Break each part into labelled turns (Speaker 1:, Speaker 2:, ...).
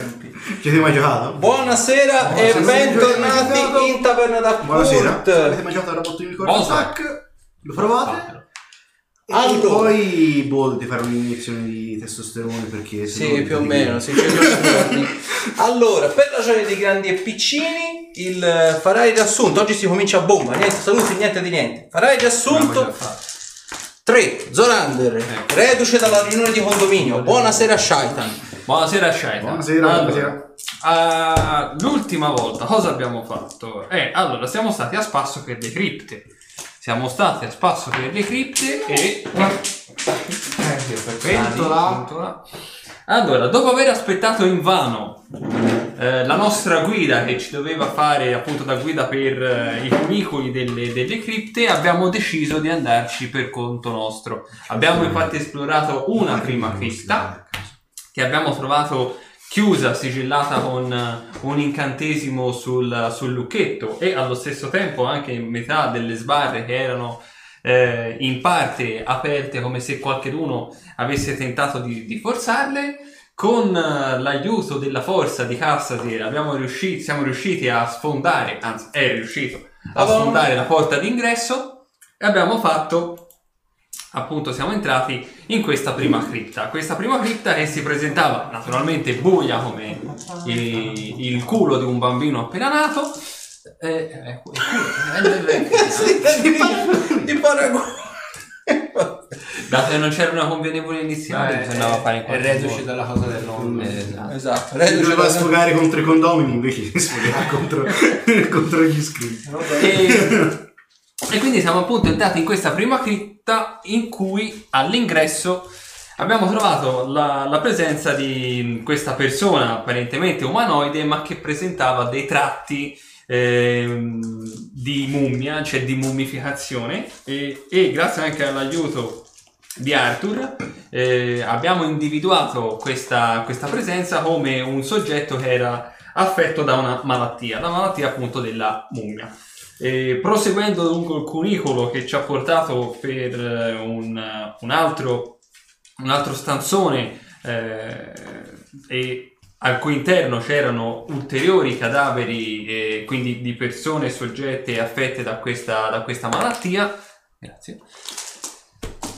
Speaker 1: Ci siete mai giocato?
Speaker 2: Buonasera, e
Speaker 1: Buonasera,
Speaker 2: bentornati
Speaker 1: bentornati.
Speaker 2: in Taverna da
Speaker 1: Buonasera. Se avete
Speaker 2: Purt.
Speaker 1: mai giocato al robot unicorn
Speaker 3: Bonzo.
Speaker 1: attack? Lo provate? E
Speaker 2: Alto.
Speaker 1: poi boh, di fare un'iniezione di testosterone perché se
Speaker 2: Sì,
Speaker 1: no-
Speaker 2: più o meno, sì, c'è giorni. Allora, per ragioni di grandi e piccini, il eh, farai riassunto. Oggi si comincia a bomba, niente saluti, niente di niente. Farai riassunto. 3. Zorander, reduce dalla riunione di condominio. Buonasera Shaitan.
Speaker 3: Buonasera Shaita.
Speaker 1: Buonasera,
Speaker 3: Allora,
Speaker 1: buonasera.
Speaker 3: ah, l'ultima volta cosa abbiamo fatto? Eh, allora, siamo stati a spasso per le cripte. Siamo stati a spasso per le cripte
Speaker 1: Eh,
Speaker 3: e... Pentola. Allora, dopo aver aspettato invano eh, la nostra guida che ci doveva fare appunto da guida per eh, i cunicoli delle, delle cripte, abbiamo deciso di andarci per conto nostro. Abbiamo infatti esplorato una prima cripta che abbiamo trovato chiusa, sigillata con eh, un incantesimo sul, sul lucchetto e allo stesso tempo anche metà delle sbarre che erano eh, in parte aperte come se qualcuno avesse tentato di, di forzarle. Con eh, l'aiuto della forza di Cassati abbiamo riusci- siamo riusciti a sfondare, anzi è riuscito a
Speaker 2: Madonna.
Speaker 3: sfondare la porta d'ingresso e abbiamo fatto, appunto siamo entrati in questa prima cripta. Questa prima cripta che si presentava naturalmente buia come il, il culo di un bambino appena nato. Eh, eh, il culo, eh, eh, eh,
Speaker 2: Sì, di par- di paragone.
Speaker 3: Dato che non c'era una convenevole iniziale, bisognava fare in
Speaker 4: è
Speaker 3: qualche
Speaker 4: reduce
Speaker 3: modo.
Speaker 4: dalla cosa del nonno.
Speaker 3: Esatto.
Speaker 1: Se
Speaker 2: Esatto, reduce
Speaker 1: Eh, doveva
Speaker 2: dalla
Speaker 1: sfogare contro i condomini invece si sfogherà contro, contro gli iscritti.
Speaker 3: E, e quindi siamo appunto entrati in questa prima cripta in cui all'ingresso abbiamo trovato la, la presenza di questa persona apparentemente umanoide ma che presentava dei tratti ehm, di mummia, cioè di mummificazione e, e grazie anche all'aiuto di Arthur eh, abbiamo individuato questa, questa presenza come un soggetto che era affetto da una malattia, la malattia appunto della mummia. E proseguendo lungo il cunicolo che ci ha portato per eh, un, un altro, un altro stanzone eh, e al cui interno c'erano ulteriori cadaveri eh, quindi di persone soggette e affette da questa, da questa malattia grazie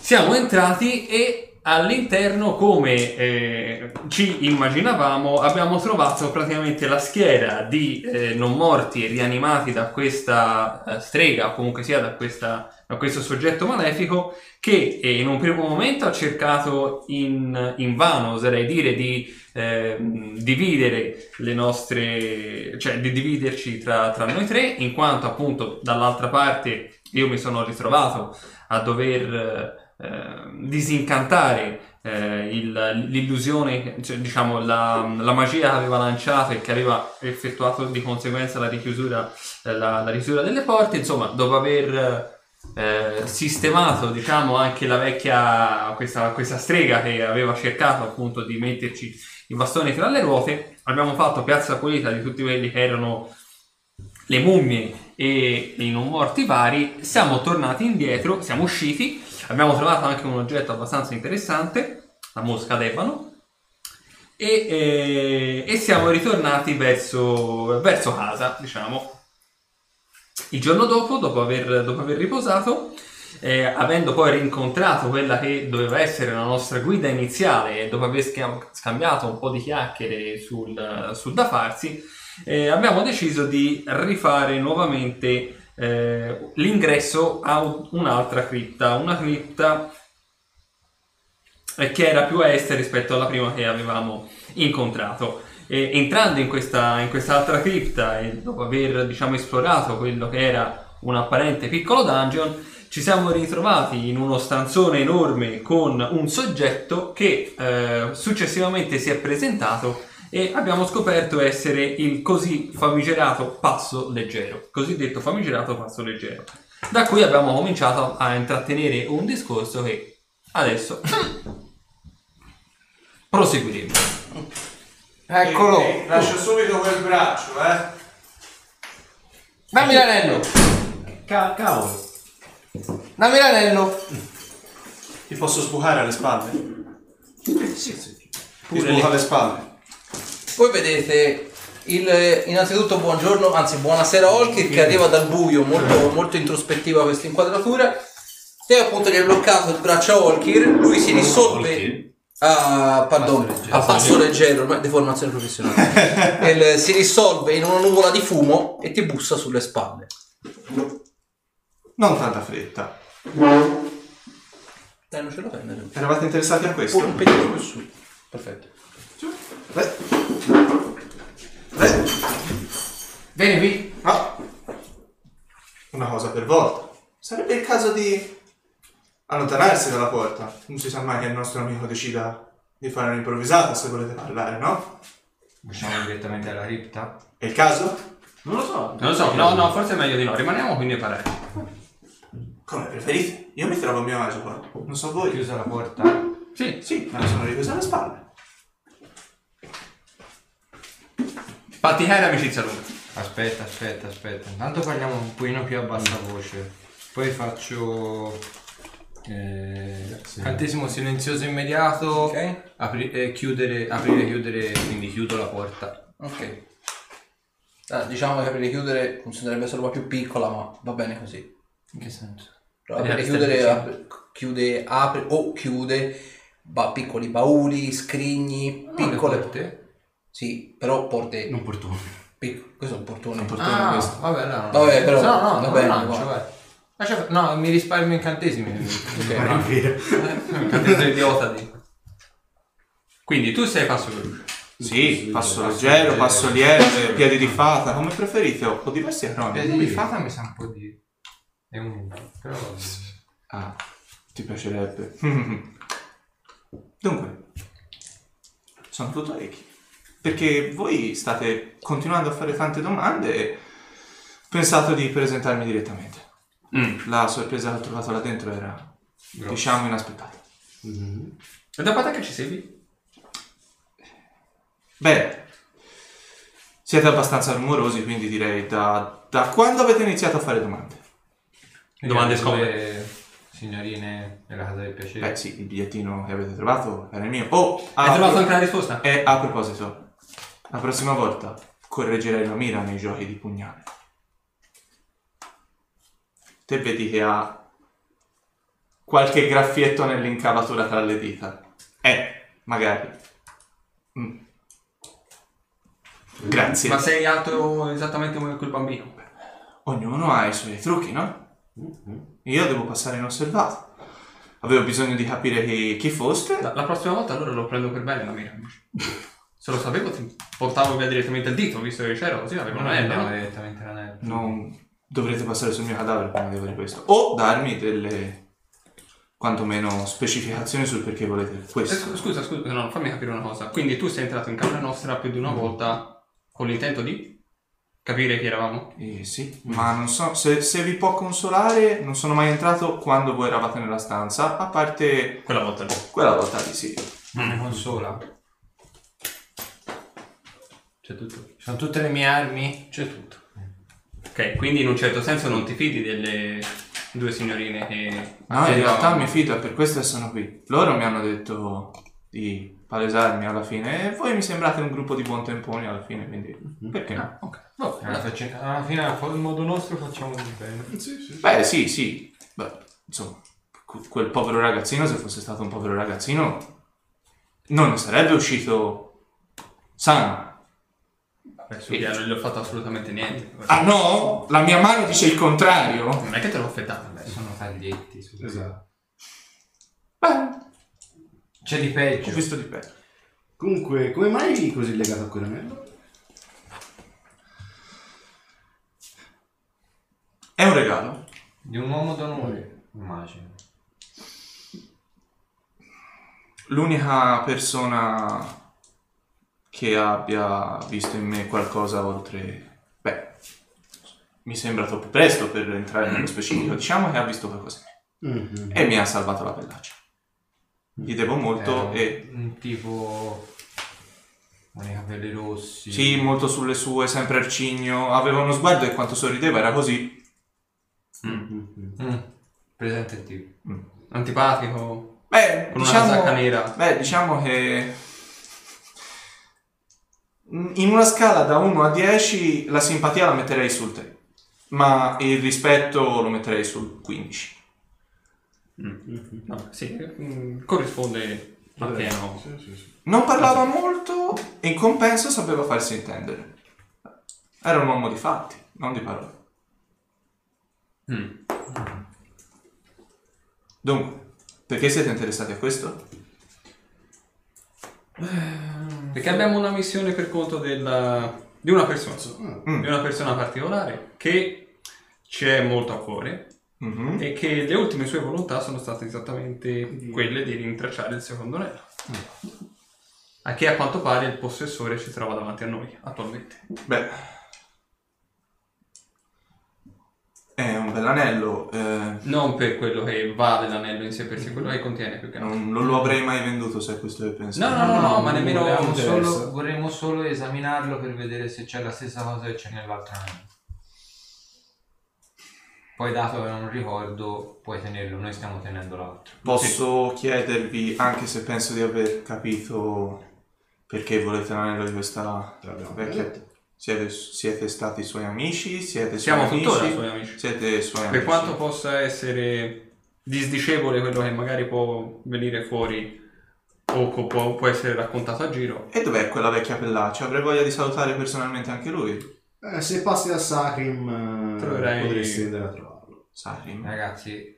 Speaker 3: siamo entrati e all'interno come eh, ci immaginavamo abbiamo trovato praticamente la schiera di eh, non morti e rianimati da questa eh, strega o comunque sia da, questa- da questo soggetto malefico che eh, in un primo momento ha cercato in, in vano oserei dire di ehm, dividere le nostre cioè di dividerci tra, tra noi tre in quanto appunto dall'altra parte io mi sono ritrovato a dover eh, eh, disincantare eh, il- l'illusione, cioè, diciamo la, la magia che aveva lanciato e che aveva effettuato di conseguenza la richiusura, eh, la, la richiusura delle porte, insomma, dopo aver eh, sistemato diciamo anche la vecchia questa, questa strega che aveva cercato appunto di metterci i bastoni tra le ruote, abbiamo fatto piazza pulita di tutti quelli che erano le mummie e i non morti vari, siamo tornati indietro, siamo usciti Abbiamo trovato anche un oggetto abbastanza interessante, la mosca d'Ebano, e, eh, e siamo ritornati verso, verso casa, diciamo. Il giorno dopo, dopo aver, dopo aver riposato, eh, avendo poi rincontrato quella che doveva essere la nostra guida iniziale e dopo aver schia- scambiato un po' di chiacchiere sul, sul da farsi, eh, abbiamo deciso di rifare nuovamente eh, l'ingresso a un- un'altra cripta, una cripta eh, che era più a est rispetto alla prima che avevamo incontrato. E entrando in questa in quest'altra cripta e dopo aver diciamo, esplorato quello che era un apparente piccolo dungeon, ci siamo ritrovati in uno stanzone enorme con un soggetto che eh, successivamente si è presentato e abbiamo scoperto essere il così famigerato passo leggero, cosiddetto famigerato passo leggero. Da cui abbiamo cominciato a intrattenere un discorso che adesso proseguiremo.
Speaker 4: Eccolo.
Speaker 5: Eh, eh, lascio subito quel braccio, eh.
Speaker 4: Dammi l'anello.
Speaker 1: Ca- cavolo.
Speaker 4: Dammi l'anello.
Speaker 5: Ti posso sbucare alle spalle?
Speaker 4: Sì, sì.
Speaker 5: Ti sbuco alle spalle.
Speaker 2: Voi vedete il, innanzitutto buongiorno, anzi buonasera Olkir che arriva dal buio, molto, molto introspettiva questa inquadratura. Te appunto gli hai bloccato il braccio a Olkir, lui si risolve
Speaker 1: Olkir?
Speaker 2: a, pardon, a passo leggero, ormai deformazione professionale. Il- si risolve in una nuvola di fumo e ti bussa sulle spalle.
Speaker 6: Non tanta fretta.
Speaker 2: Dai, non ce la prendere.
Speaker 6: Eravate interessati a questo?
Speaker 2: Pure un pezzo più su. Perfetto.
Speaker 6: Beh. Beh.
Speaker 4: Vieni qui.
Speaker 6: Ah, una cosa per volta. Sarebbe il caso di allontanarsi dalla porta. Non si sa mai che il nostro amico decida di fare un'improvvisata se volete parlare, no?
Speaker 7: Usciamo direttamente alla cripta?
Speaker 6: È il caso?
Speaker 5: Non lo so.
Speaker 3: Non lo so, no, no, forse è meglio di no. Rimaniamo qui ne parliamo.
Speaker 6: Come preferite? Io mi trovo a mio agio qua. Non so voi.
Speaker 7: Chiusa la porta?
Speaker 3: Sì.
Speaker 6: Sì, me la sono ripresa alle spalle.
Speaker 3: Fatica e amicizia lunga.
Speaker 7: Aspetta, aspetta, aspetta. Intanto parliamo un pochino più a bassa voce. Poi faccio. eh, cantesimo silenzioso immediato.
Speaker 2: Ok.
Speaker 7: Apri- eh, chiudere, aprire, chiudere. Quindi chiudo la porta.
Speaker 2: Ok. Ah, diciamo che per richiudere funzionerebbe solo la più piccola, ma va bene così.
Speaker 7: In che senso?
Speaker 2: Però
Speaker 3: Eh,
Speaker 2: per
Speaker 3: stai
Speaker 2: richiudere
Speaker 3: dicendo.
Speaker 2: apre- chiude, apre o chiude ba- piccoli bauli, scrigni, piccole
Speaker 7: Ah, porte?
Speaker 2: Sì, però porte
Speaker 1: Non portone.
Speaker 2: pic- questo è un portone.
Speaker 7: Ah, vabbè, là, no.
Speaker 2: Vabbè, però-
Speaker 7: No, no,
Speaker 2: vabbè,
Speaker 7: non lancio,
Speaker 2: va.
Speaker 7: vai. Lascia- No, mi risparmio incantesimi.
Speaker 1: Ma
Speaker 7: ok.
Speaker 1: non è vero.
Speaker 3: Cantesimo idiota di. Quindi tu sei passo veloce.
Speaker 6: Sì, passo leggero, passo lieve, piedi di fata, come preferite, ho, ho diversi
Speaker 7: No,
Speaker 6: acronimi.
Speaker 7: piedi di fata mi sa un po' di. È un. Però.
Speaker 6: Ah, ti piacerebbe. Dunque, sono tutto orecchi. Perché voi state continuando a fare tante domande e ho pensato di presentarmi direttamente.
Speaker 3: Mm.
Speaker 6: La sorpresa che ho trovato là dentro era, diciamo, inaspettata.
Speaker 3: E da parte che ci segui?
Speaker 6: Bene, siete abbastanza rumorosi, quindi direi da, da quando avete iniziato a fare domande?
Speaker 3: Domande
Speaker 7: scomode. Signorine nella casa del piacere.
Speaker 6: Beh sì, il bigliettino che avete trovato era il mio. Oh,
Speaker 3: Hai
Speaker 6: ah,
Speaker 3: trovato anche la risposta?
Speaker 6: E a proposito, la prossima volta correggerai la mira nei giochi di pugnale. Te vedi che ha qualche graffietto nell'incavatura tra le dita. Eh, magari. Mm. Grazie.
Speaker 3: Ma sei alto esattamente come quel bambino?
Speaker 6: Ognuno ha i suoi trucchi, no?
Speaker 3: Mm-hmm.
Speaker 6: Io devo passare inosservato. Avevo bisogno di capire chi, chi foste.
Speaker 3: La, la prossima volta allora lo prendo per bene la mira. invece. Se lo sapevo ti portavo via direttamente il dito, visto che c'era così, avevo
Speaker 7: Non
Speaker 3: una
Speaker 7: è
Speaker 3: L.
Speaker 7: no,
Speaker 3: no?
Speaker 7: direttamente l'anello.
Speaker 6: Non dovrete passare sul mio cadavere prima di avere questo. O darmi delle quantomeno specificazioni sul perché volete
Speaker 3: Eh,
Speaker 6: questo.
Speaker 3: scu- Scusa, scusa, no, fammi capire una cosa. Quindi tu sei entrato in camera nostra più di una volta con l'intento di capire chi eravamo?
Speaker 6: Eh sì, ma non so, se, se vi può consolare, non sono mai entrato quando voi eravate nella stanza, a parte
Speaker 3: Quella volta lì.
Speaker 6: quella volta lì, sì.
Speaker 7: Non ne consola. C'è tutto. Ci sono tutte le mie armi? C'è tutto.
Speaker 3: Ok, quindi in un certo senso non ti fidi delle due signorine che...
Speaker 6: No,
Speaker 3: che
Speaker 6: in realtà
Speaker 3: eravamo.
Speaker 6: mi fido, è per questo che sono qui. Loro mi hanno detto di palesarmi alla fine e voi mi sembrate un gruppo di buon temponi alla fine, quindi perché no?
Speaker 3: Ah, ok. Vabbè,
Speaker 7: Alla, facci- alla fine, al modo nostro, facciamo di bene.
Speaker 6: Beh, sì, sì. Beh, insomma, que- quel povero ragazzino, se fosse stato un povero ragazzino, non ne sarebbe uscito sano.
Speaker 3: Beh, su Dia non gli ho fatto assolutamente niente.
Speaker 6: Ah no? La mia mano dice il contrario?
Speaker 3: Non è che te l'ho affettato.
Speaker 7: Vabbè, sono taglietti. su-
Speaker 1: Esatto.
Speaker 6: Beh,
Speaker 7: C'è di
Speaker 6: ho
Speaker 7: peggio.
Speaker 6: visto di peggio.
Speaker 1: Comunque, come mai così legato a quell'anello?
Speaker 6: È un regalo.
Speaker 7: Di un uomo d'onore, immagino.
Speaker 6: L'unica persona che abbia visto in me qualcosa oltre... Beh, mi sembra troppo presto per entrare nello specifico. Diciamo che ha visto qualcosa in me.
Speaker 1: Mhm.
Speaker 2: Eh,
Speaker 6: E mi ha salvato la pellaccia. Gli devo molto
Speaker 3: Eh,
Speaker 7: Era
Speaker 6: e
Speaker 7: Eh, Un tipo... con i capelli rossi.
Speaker 6: Sì, molto sulle sue, sempre al cigno. Aveva uno sguardo e quanto sorrideva era così.
Speaker 1: Mm-hmm.
Speaker 7: Mm, Presente il tipo.
Speaker 3: Antipatico,
Speaker 6: Beh,
Speaker 3: con una
Speaker 6: diciamo,
Speaker 3: casacca nera.
Speaker 6: beh, diciamo che In una scala da 1 a 10 la simpatia la metterei sul 3, ma il rispetto lo metterei sul 15.
Speaker 3: No, sì, mm, corrisponde a pieno.
Speaker 6: Non parlava molto e in compenso sapeva farsi intendere. Era un uomo di fatti, non di parole.
Speaker 3: Mm.
Speaker 6: Dunque, perché siete interessati a questo?
Speaker 3: Perché abbiamo una missione per conto della- di una persona,
Speaker 6: Mm.
Speaker 3: di una persona particolare che ci è molto a cuore
Speaker 6: Mhm.
Speaker 3: e che le ultime sue volontà sono state
Speaker 6: Mm.
Speaker 3: esattamente quelle di rintracciare il secondo anello. A che a quanto pare il possessore si trova davanti a noi attualmente.
Speaker 6: Beh, è un bell'anello, eh,
Speaker 3: Non per quello che vale l'anello in sé per sé, quello che contiene più che altro.
Speaker 6: non, non lo avrei mai venduto se è questo che pensavo.
Speaker 3: No, no, no, no, ma nemmeno
Speaker 7: Vorremmo
Speaker 3: un
Speaker 7: solo, vorremmo solo esaminarlo per vedere se c'è la stessa cosa che c'è nell'altro anello. Poi dato che non ricordo, puoi tenerlo, noi stiamo tenendo l'altro.
Speaker 6: Posso chiedervi, anche se penso di aver capito perché volete l'anello di questa
Speaker 1: l'abbiamo
Speaker 6: vecchia... Siete, siete stati suoi amici? Siete
Speaker 3: Siamo
Speaker 6: suoi
Speaker 3: tuttora
Speaker 6: amici?
Speaker 3: suoi amici.
Speaker 6: Siete suoi
Speaker 3: Per
Speaker 6: amici.
Speaker 3: quanto possa essere disdicevole quello che magari può venire fuori o co- può, può essere raccontato a giro,
Speaker 6: E dov'è quella vecchia pellaccia? Avrei voglia di salutare personalmente anche lui.
Speaker 1: Eh, se passi da Sacrim eh,
Speaker 3: Troverai-
Speaker 1: potresti andare a trovarlo.
Speaker 3: Eh,
Speaker 6: Sarim.
Speaker 7: Ragazzi,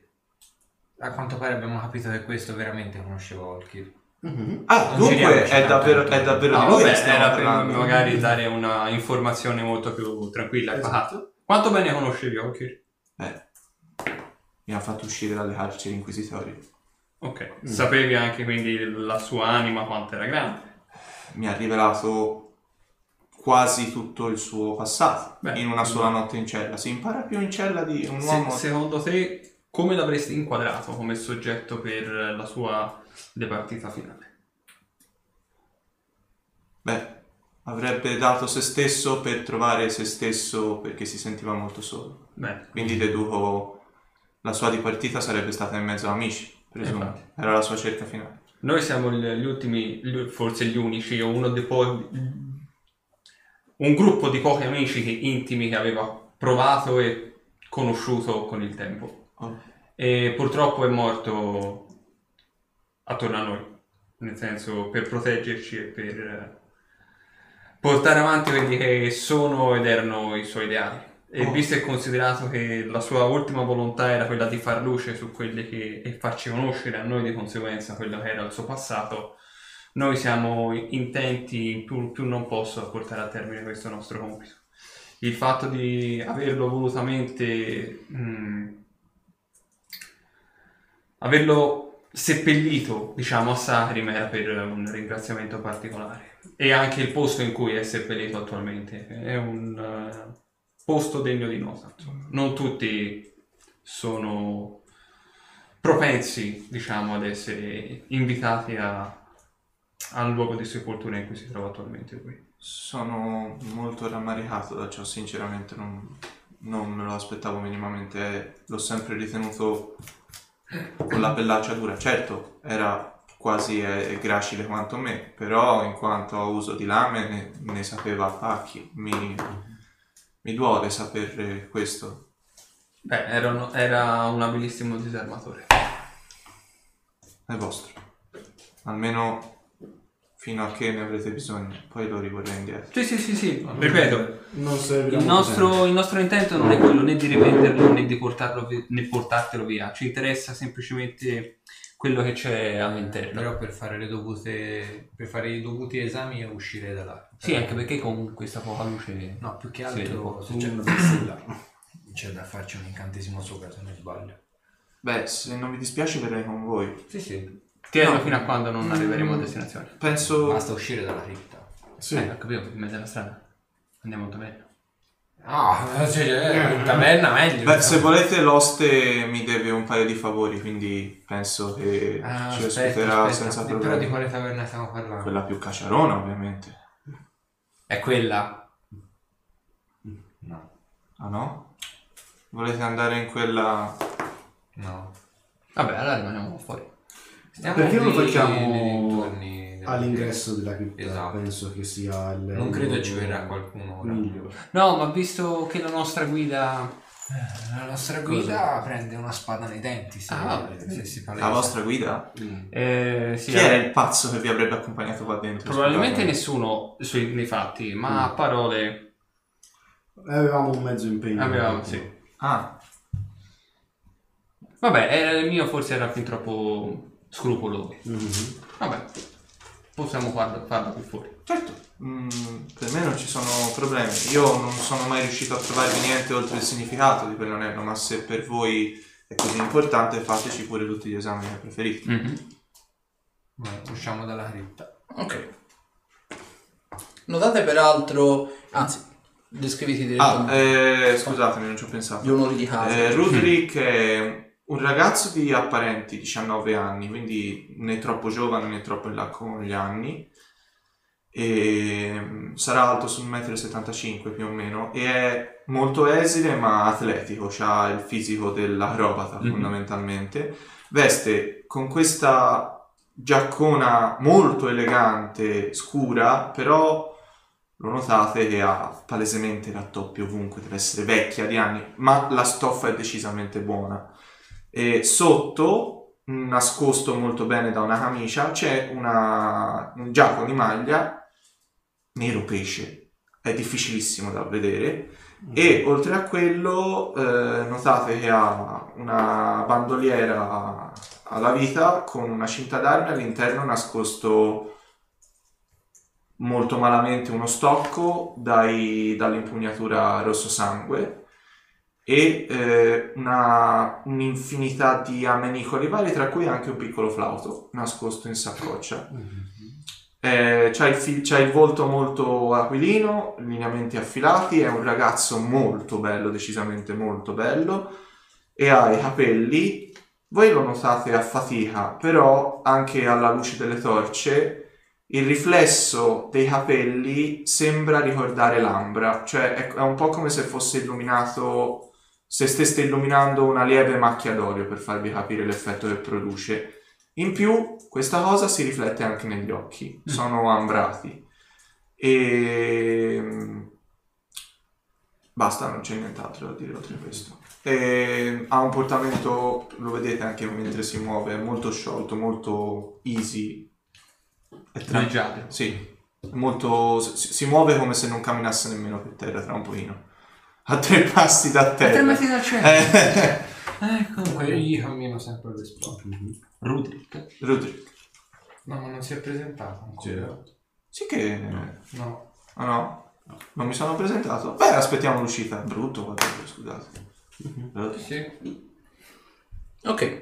Speaker 7: a quanto pare abamo capito che questo veramente conosceva Volkir.
Speaker 1: Mhm.
Speaker 6: Ah,
Speaker 7: Non
Speaker 6: dunque
Speaker 7: giriamoci
Speaker 6: è davvero,
Speaker 7: tanto.
Speaker 6: è davvero
Speaker 3: no,
Speaker 6: di lui che
Speaker 3: vabbè,
Speaker 6: stiamo
Speaker 3: era per
Speaker 6: parlando.
Speaker 3: magari dare una informazione molto più tranquilla e pacata.
Speaker 6: Esatto.
Speaker 3: Quanto bene conoscevi Okir?
Speaker 6: Beh, mi ha fatto uscire dalle carceri inquisitorie.
Speaker 3: Ok,
Speaker 6: Mm.
Speaker 3: sapevi anche quindi la sua anima quanto era grande.
Speaker 6: Mi ha rivelato quasi tutto il suo passato
Speaker 3: Beh,
Speaker 6: in una sola notte in cella. Si impara più in cella di un
Speaker 3: Se-
Speaker 6: uomo...
Speaker 3: secondo te come l'avresti inquadrato come soggetto per la sua departita finale?
Speaker 6: Beh, avrebbe dato se stesso per trovare se stesso perché si sentiva molto solo.
Speaker 3: Bene.
Speaker 6: Quindi deduco la sua dipartita sarebbe stata in mezzo a amici, presumo.
Speaker 3: Infatti.
Speaker 6: Era la sua cerca finale.
Speaker 3: Noi siamo gli gli ultimi, gli- forse gli unici, o uno dei po- un gruppo di pochi amici che- intimi che aveva provato e conosciuto con il tempo.
Speaker 6: Oh.
Speaker 3: E purtroppo è morto attorno a noi, nel senso per proteggerci e per eh, portare avanti quelli che sono ed erano i suoi ideali. E
Speaker 6: Oh.
Speaker 3: visto e considerato che la sua ultima volontà era quella di far luce su quelli che e farci conoscere a noi di conseguenza quello che era il suo passato, noi siamo intenti più, più non posso a portare a termine questo nostro compito. Il fatto di averlo volutamente mm, mh, averlo seppellito, diciamo, a Sacrim era per un ringraziamento particolare. E anche il posto in cui è seppellito attualmente è un eh, posto degno di nota. insomma. Non tutti sono propensi, diciamo, ad essere invitati a- al luogo di sepoltura in cui si trova attualmente lui.
Speaker 6: Sono molto rammaricato da ciò, sinceramente non, non me lo aspettavo minimamente, l'ho sempre ritenuto con la pellaccia dura, certo era quasi eh, gracile quanto me, però in quanto a uso di lame ne, ne sapeva a pacchi, mi, mi duole sapere questo.
Speaker 3: Beh, era un, era un abilissimo disarmatore.
Speaker 6: È vostro, almeno fino a che ne avrete bisogno, poi lo rivorrei indietro.
Speaker 3: Sì, sì, sì, sì, ripeto,
Speaker 1: Non serve
Speaker 3: Il nostro, il nostro intento non è quello né di rivenderlo né di portarlo vi- né portartelo via, ci interessa semplicemente quello che c'è all'interno.
Speaker 7: Però per fare, le dovute, per fare i dovuti esami e uscire da là.
Speaker 3: Sì, anche perché con questa poca luce...
Speaker 7: No, più che
Speaker 3: Si vede
Speaker 7: altro
Speaker 3: poco.
Speaker 7: se c'è, c'è da farci un incantesimo sopra se non sbaglio.
Speaker 6: Beh, se non vi dispiace verrei con voi.
Speaker 7: Sì, sì.
Speaker 3: Tienilo
Speaker 6: No.
Speaker 3: fino a quando non arriveremo a destinazione.
Speaker 6: Penso...
Speaker 7: Basta uscire dalla cripta.
Speaker 1: Sì.
Speaker 3: Eh, ho capito, in mezzo alla strada. Andiamo molto bene.
Speaker 7: Ah, cioè, eh, in taverna meglio.
Speaker 6: Beh, se volete l'oste mi deve un paio di favori, quindi penso che
Speaker 7: Ah,
Speaker 6: ci
Speaker 7: aspetta,
Speaker 6: ospiterà
Speaker 7: aspetta.
Speaker 6: senza
Speaker 7: E
Speaker 6: problemi.
Speaker 7: Però di quale taverna stiamo parlando?
Speaker 6: Quella più caciarona, ovviamente.
Speaker 7: È quella? No.
Speaker 6: Ah no? Volete andare in quella...
Speaker 7: No.
Speaker 3: Vabbè, allora rimaniamo fuori.
Speaker 7: Stiamo
Speaker 1: Perché non
Speaker 7: qui
Speaker 1: facciamo-
Speaker 7: nei dintorni della-
Speaker 1: eh, all'ingresso della cripta.
Speaker 7: Esatto.
Speaker 1: Penso che sia il.
Speaker 7: Non credo ci verrà qualcuno ora.
Speaker 1: Miglio.
Speaker 3: No, ma visto che la nostra guida...
Speaker 7: La nostra guida prende una spada nei denti se,
Speaker 3: Ah,
Speaker 7: se si palesa.
Speaker 6: La vostra guida?
Speaker 3: Eh, sì,
Speaker 6: Chi era il pazzo che vi avrebbe accompagnato qua dentro?
Speaker 3: Probabilmente
Speaker 6: Scusate.
Speaker 3: nessuno sui- nei fatti, ma a parole...
Speaker 1: Eh, Avevamo un mezzo impegno.
Speaker 3: Avevamo, sì.
Speaker 6: Ah,
Speaker 3: Vabbè, era il mio forse era fin troppo scrupolo.
Speaker 1: Mhm.
Speaker 3: Vabbè, possiamo farlo, farlo qui fuori.
Speaker 6: certo. Mm, per me non ci sono problemi. Io non sono mai riuscito a trovarvi niente oltre il significato di quell'anello, ma se per voi è così importante fateci pure tutti gli esami che preferite.
Speaker 7: Ma Usciamo dalla cripta.
Speaker 2: Ok. Notate peraltro, anzi, descriviti
Speaker 6: Ah,
Speaker 2: direttamente
Speaker 6: eh, scusatemi, non ci ho pensato.
Speaker 2: gli onori di casa.
Speaker 6: Eh, Rudrick è un ragazzo di apparenti 19 anni, quindi né troppo giovane né troppo in là con gli anni. E mm, sarà alto sul 1,75 m più o meno e è molto esile ma atletico, ha il fisico dell'acrobata
Speaker 3: Mhm.
Speaker 6: fondamentalmente. Veste con questa giaccona molto elegante, scura, però lo notate che ha palesemente rattoppi ovunque, deve essere vecchia di anni, ma la stoffa è decisamente buona. E sotto, nascosto molto bene da una camicia, c'è una, un giacco di maglia nero pesce, è difficilissimo da vedere. E oltre a quello, eh, notate che ha una bandoliera alla vita con una cinta d'armi all'interno nascosto molto malamente uno stocco dai- dall'impugnatura rosso sangue e eh, una- un'infinità di amenicoli vari, tra cui anche un piccolo flauto nascosto in saccoccia.
Speaker 1: Mm-hmm.
Speaker 6: Eh, c'ha, il fi- c'ha il volto molto aquilino, lineamenti affilati, è un ragazzo molto bello, decisamente molto bello, e ha i capelli, voi lo notate a fatica, però anche alla luce delle torce il riflesso dei capelli sembra ricordare l'ambra, cioè è, è un po' come se fosse illuminato, se stesse illuminando una lieve macchia d'olio per farvi capire l'effetto che produce. In più, questa cosa si riflette anche negli occhi, sono ambrati. E mm, basta, non c'è nient'altro da dire oltre a questo. E ha un portamento, lo vedete anche mentre si muove, è molto sciolto, molto easy. È tranquillo.
Speaker 3: Leggiate.
Speaker 6: Sì, molto, si, si muove come se non camminasse nemmeno per terra tra un pochino. A tre passi da terra.
Speaker 4: tre metri dal centro.
Speaker 6: Eh,
Speaker 7: Comunque io cammino sempre alle spalle.
Speaker 3: Rudrick.
Speaker 6: Rudrick.
Speaker 7: No, ma non si è presentato ancora.
Speaker 6: Sì che...
Speaker 7: No.
Speaker 6: Ah no? Non mi sono presentato? Beh, aspettiamo l'uscita. Brutto, guardate, scusate. Eh,
Speaker 7: Sì.
Speaker 2: Ok,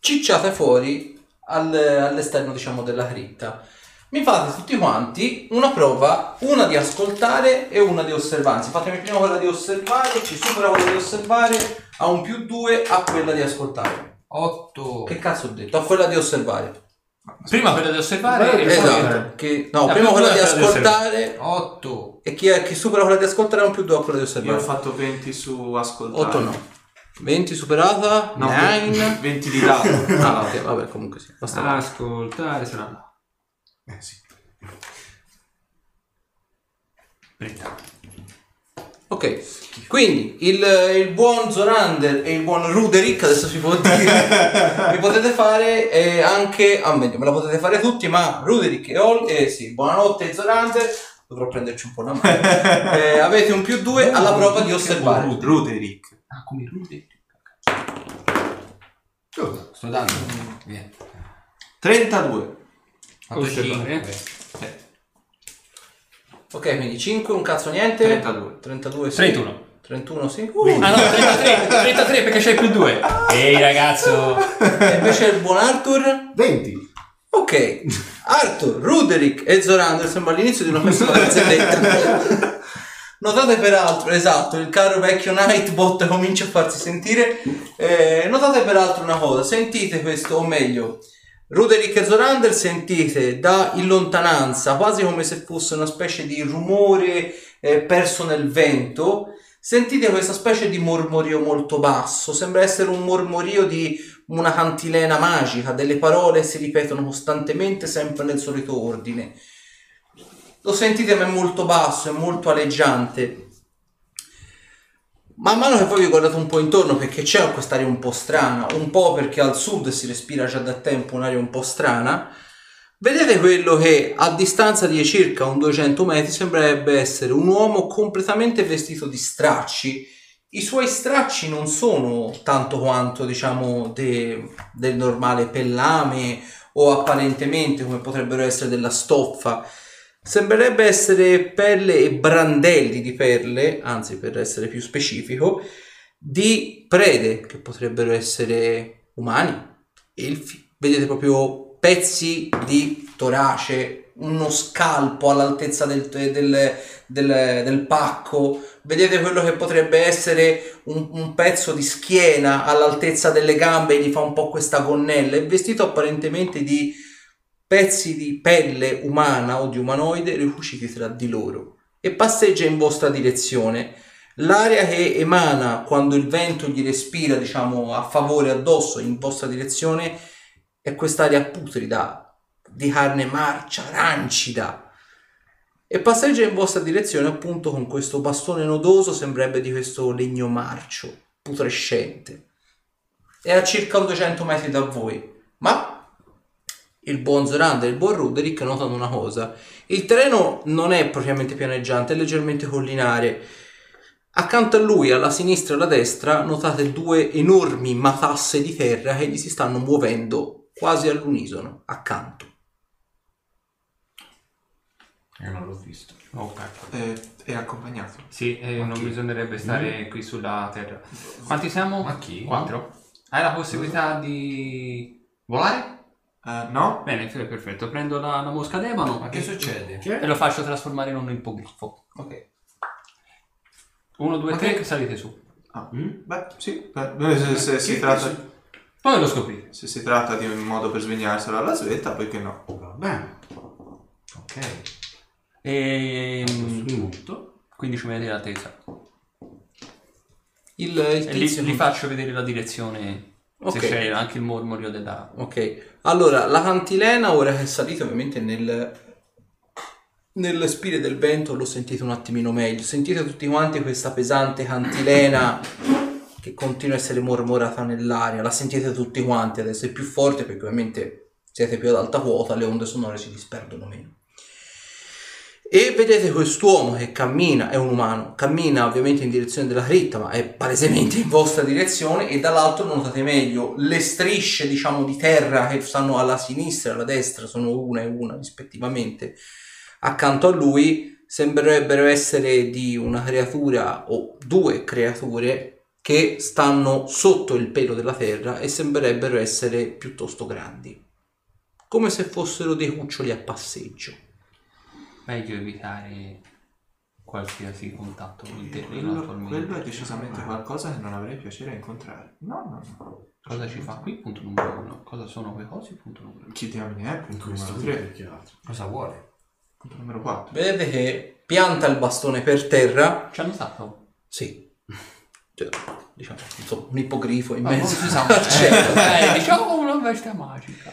Speaker 2: cicciate fuori al- all'esterno diciamo della cripta. Mi fate tutti quanti una prova, una di ascoltare e una di osservare. Anzi, fatemi prima quella di osservare, ci supera quella di osservare, a un più 2 a quella di ascoltare.
Speaker 7: 8.
Speaker 2: Che cazzo ho detto? A quella di osservare.
Speaker 3: Prima quella di osservare e poi-
Speaker 2: Esatto, che- no,
Speaker 3: La
Speaker 2: prima
Speaker 3: più
Speaker 2: quella di
Speaker 3: due a quella di
Speaker 2: ascoltare
Speaker 7: 8.
Speaker 2: e chi, chi supera quella di ascoltare a un più 2 a quella di
Speaker 6: Io ho
Speaker 2: osservare.
Speaker 6: fatto 20 su ascoltare.
Speaker 2: 8 no. 20 superata,
Speaker 6: No,
Speaker 2: 9.
Speaker 6: 20 di là.
Speaker 2: Ah, ok, vabbè, comunque sì. Basta.
Speaker 3: Ah, Ascoltare sarà.
Speaker 1: Eh, sì.
Speaker 2: Ok, quindi il, eh, il buon Zorander e il buon Ruderick, adesso si può dire, vi potete fare eh, anche, ah meglio, me la potete fare tutti, ma Ruderick e Ol, eh sì, buonanotte Zorander, dovrò prenderci un po' la mano, Eh, avete un più due alla prova di osservare.
Speaker 6: Ruderick.
Speaker 3: Ah, come Rudrick.
Speaker 6: Oh.
Speaker 7: Sto dando. Via.
Speaker 6: 32.
Speaker 7: Fatto
Speaker 3: Osservare.
Speaker 7: cinque.
Speaker 6: Eh,
Speaker 2: Ok, quindi 5, un cazzo niente,
Speaker 6: 32.
Speaker 2: 32 sì.
Speaker 3: 31.
Speaker 2: 31 sì. Uh,
Speaker 3: Ah no, 33, 33 perché c'è il più 2. Ehi ragazzo.
Speaker 2: e invece il buon Arthur?
Speaker 1: 20.
Speaker 2: Ok, Arthur, Ruderick e Zorander sembra l'inizio di una persona barzelletta. Notate peraltro, esatto, il caro vecchio Nightbot comincia a farsi sentire. Eh, notate peraltro una cosa, sentite questo, o meglio, Ruderick e Zorander sentite da in lontananza, quasi come se fosse una specie di rumore eh, perso nel vento, sentite questa specie di mormorio molto basso, sembra essere un mormorio di una cantilena magica, delle parole che si ripetono costantemente sempre nel solito ordine. Lo sentite ma è molto basso, è molto aleggiante. Man mano che poi vi guardate un po' intorno perché c'è quest'aria un po' strana, un po' perché al sud si respira già da tempo un'aria un po' strana, vedete quello che a distanza di circa un 200 metri sembrerebbe essere un uomo completamente vestito di stracci. I suoi stracci non sono tanto quanto diciamo de- del normale pellame o apparentemente come potrebbero essere della stoffa, Sembrerebbe essere pelle e brandelli di perle, anzi per essere più specifico, di prede che potrebbero essere umani, elfi. Vedete proprio pezzi di torace, uno scalpo all'altezza del, del- del- del pacco. Vedete quello che potrebbe essere un, un pezzo di schiena all'altezza delle gambe, gli fa un po' questa gonnella. È vestito apparentemente di pezzi di pelle umana o di umanoide ricuciti tra di loro e passeggia in vostra direzione. L'aria che emana quando il vento gli respira, diciamo, a favore addosso in vostra direzione è quest'aria putrida di carne marcia, rancida. E passeggia in vostra direzione appunto con questo bastone nodoso, sembrerebbe di questo legno marcio, putrescente. È a circa un 200 metri da voi, ma il buon Zorander e il buon Ruderick notano una cosa. Il terreno non è propriamente pianeggiante, è leggermente collinare. Accanto a lui, alla sinistra e alla destra, notate due enormi matasse di terra che gli si stanno muovendo quasi all'unisono, accanto.
Speaker 4: Io non l'ho visto.
Speaker 3: Oh, cacchio.
Speaker 6: Eh, è accompagnato.
Speaker 3: Sì, eh, non bisognerebbe stare qui sulla terra. Quanti siamo?
Speaker 4: Ma chi?
Speaker 3: Quattro. Hai la possibilità di volare?
Speaker 6: Eh, no?
Speaker 3: Bene, f- perfetto. Prendo la, la mosca d'ebano
Speaker 7: Ma che succede?
Speaker 3: e lo faccio trasformare in un ippogrifo.
Speaker 2: Ok.
Speaker 3: Uno, due,
Speaker 7: Ma
Speaker 3: tre,
Speaker 7: che-
Speaker 3: salite su.
Speaker 6: Ah,
Speaker 3: Mm?
Speaker 6: Beh, sì. beh, se, se si tratta,
Speaker 3: Poi lo scoprite.
Speaker 6: se si tratta di un modo per svegliarsela alla svetta, perché no?
Speaker 1: Va bene,
Speaker 4: Ok.
Speaker 3: E...
Speaker 1: questo è molto.
Speaker 3: 15 Ehm, metri d'altezza.
Speaker 2: Il, il
Speaker 3: E
Speaker 2: tizio
Speaker 3: lì, li faccio vedere la direzione.
Speaker 2: Ok.
Speaker 3: Se c'è anche il mormorio della...
Speaker 2: Ok, allora la cantilena ora che salite ovviamente nel, nel spire del vento lo sentite un attimino meglio, sentite tutti quanti questa pesante cantilena che continua a essere mormorata nell'aria, la sentite tutti quanti adesso, è più forte perché ovviamente siete più ad alta quota, le onde sonore si disperdono meno. E vedete quest'uomo che cammina, è un umano, cammina ovviamente in direzione della cripta, ma è palesemente in vostra direzione e dall'altro notate meglio le strisce, diciamo, di terra che stanno alla sinistra e alla destra, sono una e una rispettivamente, accanto a lui sembrerebbero essere di una creatura o due creature che stanno sotto il pelo della terra e sembrerebbero essere piuttosto grandi, come se fossero dei cuccioli a passeggio.
Speaker 3: Meglio evitare qualsiasi contatto con il terreno
Speaker 6: Quello,
Speaker 3: attualmente.
Speaker 6: quello è decisamente qualcosa che non avrei piacere a incontrare. No, no, no.
Speaker 3: Cosa ci fa qui? Punto numero uno. Cosa sono quelle cose? Punto numero due.
Speaker 6: Chi diamine è?
Speaker 1: In
Speaker 6: Punto
Speaker 1: questo
Speaker 6: numero
Speaker 1: tre
Speaker 6: 3.
Speaker 1: perché altro.
Speaker 4: Cosa vuole?
Speaker 6: Punto numero 4.
Speaker 2: Vedete che pianta il bastone per terra.
Speaker 3: Ci hanno stato?
Speaker 2: Sì. Cioè, diciamo, insomma, un ippogrifo in
Speaker 3: Ma
Speaker 2: mezzo.
Speaker 3: non si sa
Speaker 2: al cielo.
Speaker 3: mai. Eh, diciamo una bestia magica.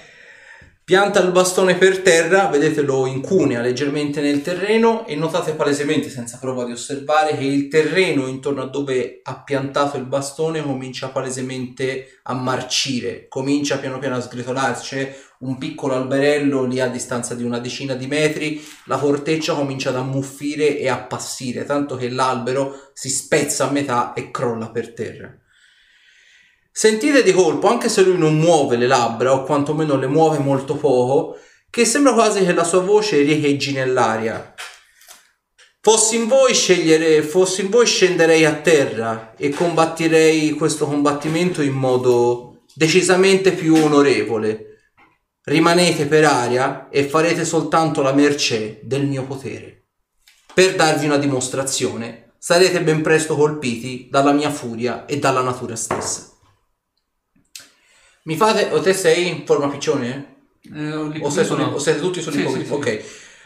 Speaker 2: Pianta il bastone per terra, vedete lo incunea leggermente nel terreno e notate palesemente, senza prova di osservare, che il terreno intorno a dove ha piantato il bastone comincia palesemente a marcire, comincia piano piano a sgretolarsi, c'è un piccolo alberello lì a distanza di una decina di metri, la corteccia comincia ad ammuffire e a passire, tanto che l'albero si spezza a metà e crolla per terra. Sentite di colpo, anche se lui non muove le labbra, o quantomeno le muove molto poco, che sembra quasi che la sua voce riecheggi nell'aria. Fossi in voi scegliere, fossi in voi scenderei a terra e combatterei questo combattimento in modo decisamente più onorevole. Rimanete per aria e farete soltanto la mercé del mio potere. Per darvi una dimostrazione, sarete ben presto colpiti dalla mia furia e dalla natura stessa. Mi fate, o te sei in forma piccione?
Speaker 3: Eh, ho
Speaker 2: eh?
Speaker 3: lì-
Speaker 2: O, sei
Speaker 3: lì
Speaker 2: solo-
Speaker 3: sono-
Speaker 2: o siete tutti sugli
Speaker 3: Sì,
Speaker 2: ippogrifo?
Speaker 3: sì, sì.
Speaker 2: Ok.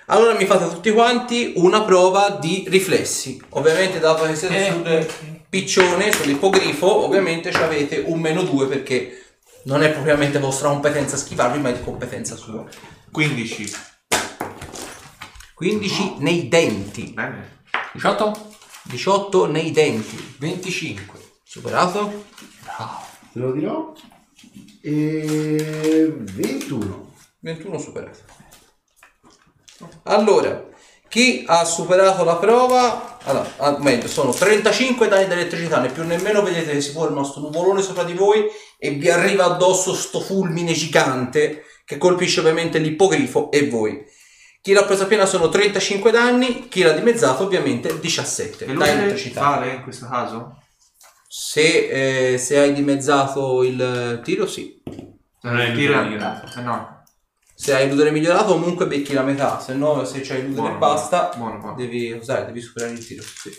Speaker 2: Allora mi fate tutti quanti una prova di riflessi. Ovviamente, dato che
Speaker 3: Eh.
Speaker 2: siete sul piccione, sull'ippogrifo, ovviamente ci avete un meno 2 perché Non è propriamente vostra competenza schivarvi, ma è di competenza sua.
Speaker 6: 15.
Speaker 2: 15 nei denti,
Speaker 6: Bene.
Speaker 3: 18?
Speaker 2: 18 nei denti.
Speaker 7: 25.
Speaker 2: Superato?
Speaker 1: Te lo dirò. E 21.
Speaker 2: 21 superato. Allora, chi ha superato la prova, allora, ah, meglio, sono 35 danni di elettricità, né più né meno, vedete che si forma questo nuvolone sopra di voi e vi arriva addosso sto fulmine gigante che colpisce ovviamente l'ippogrifo e voi. Chi l'ha presa piena sono 35 danni, chi l'ha dimezzato ovviamente 17
Speaker 6: E
Speaker 2: danni
Speaker 6: lui
Speaker 2: di elettricità.
Speaker 6: vale in questo caso?
Speaker 2: Se, eh, se hai dimezzato il tiro, sì.
Speaker 6: Non è il tiro migliorato. Eh no.
Speaker 2: Se hai l'udere migliorato, comunque becchi la metà, se no, se c'hai l'udere
Speaker 6: Buono,
Speaker 2: e basta,
Speaker 6: buono, buono.
Speaker 2: devi usare, devi superare il tiro. Sì.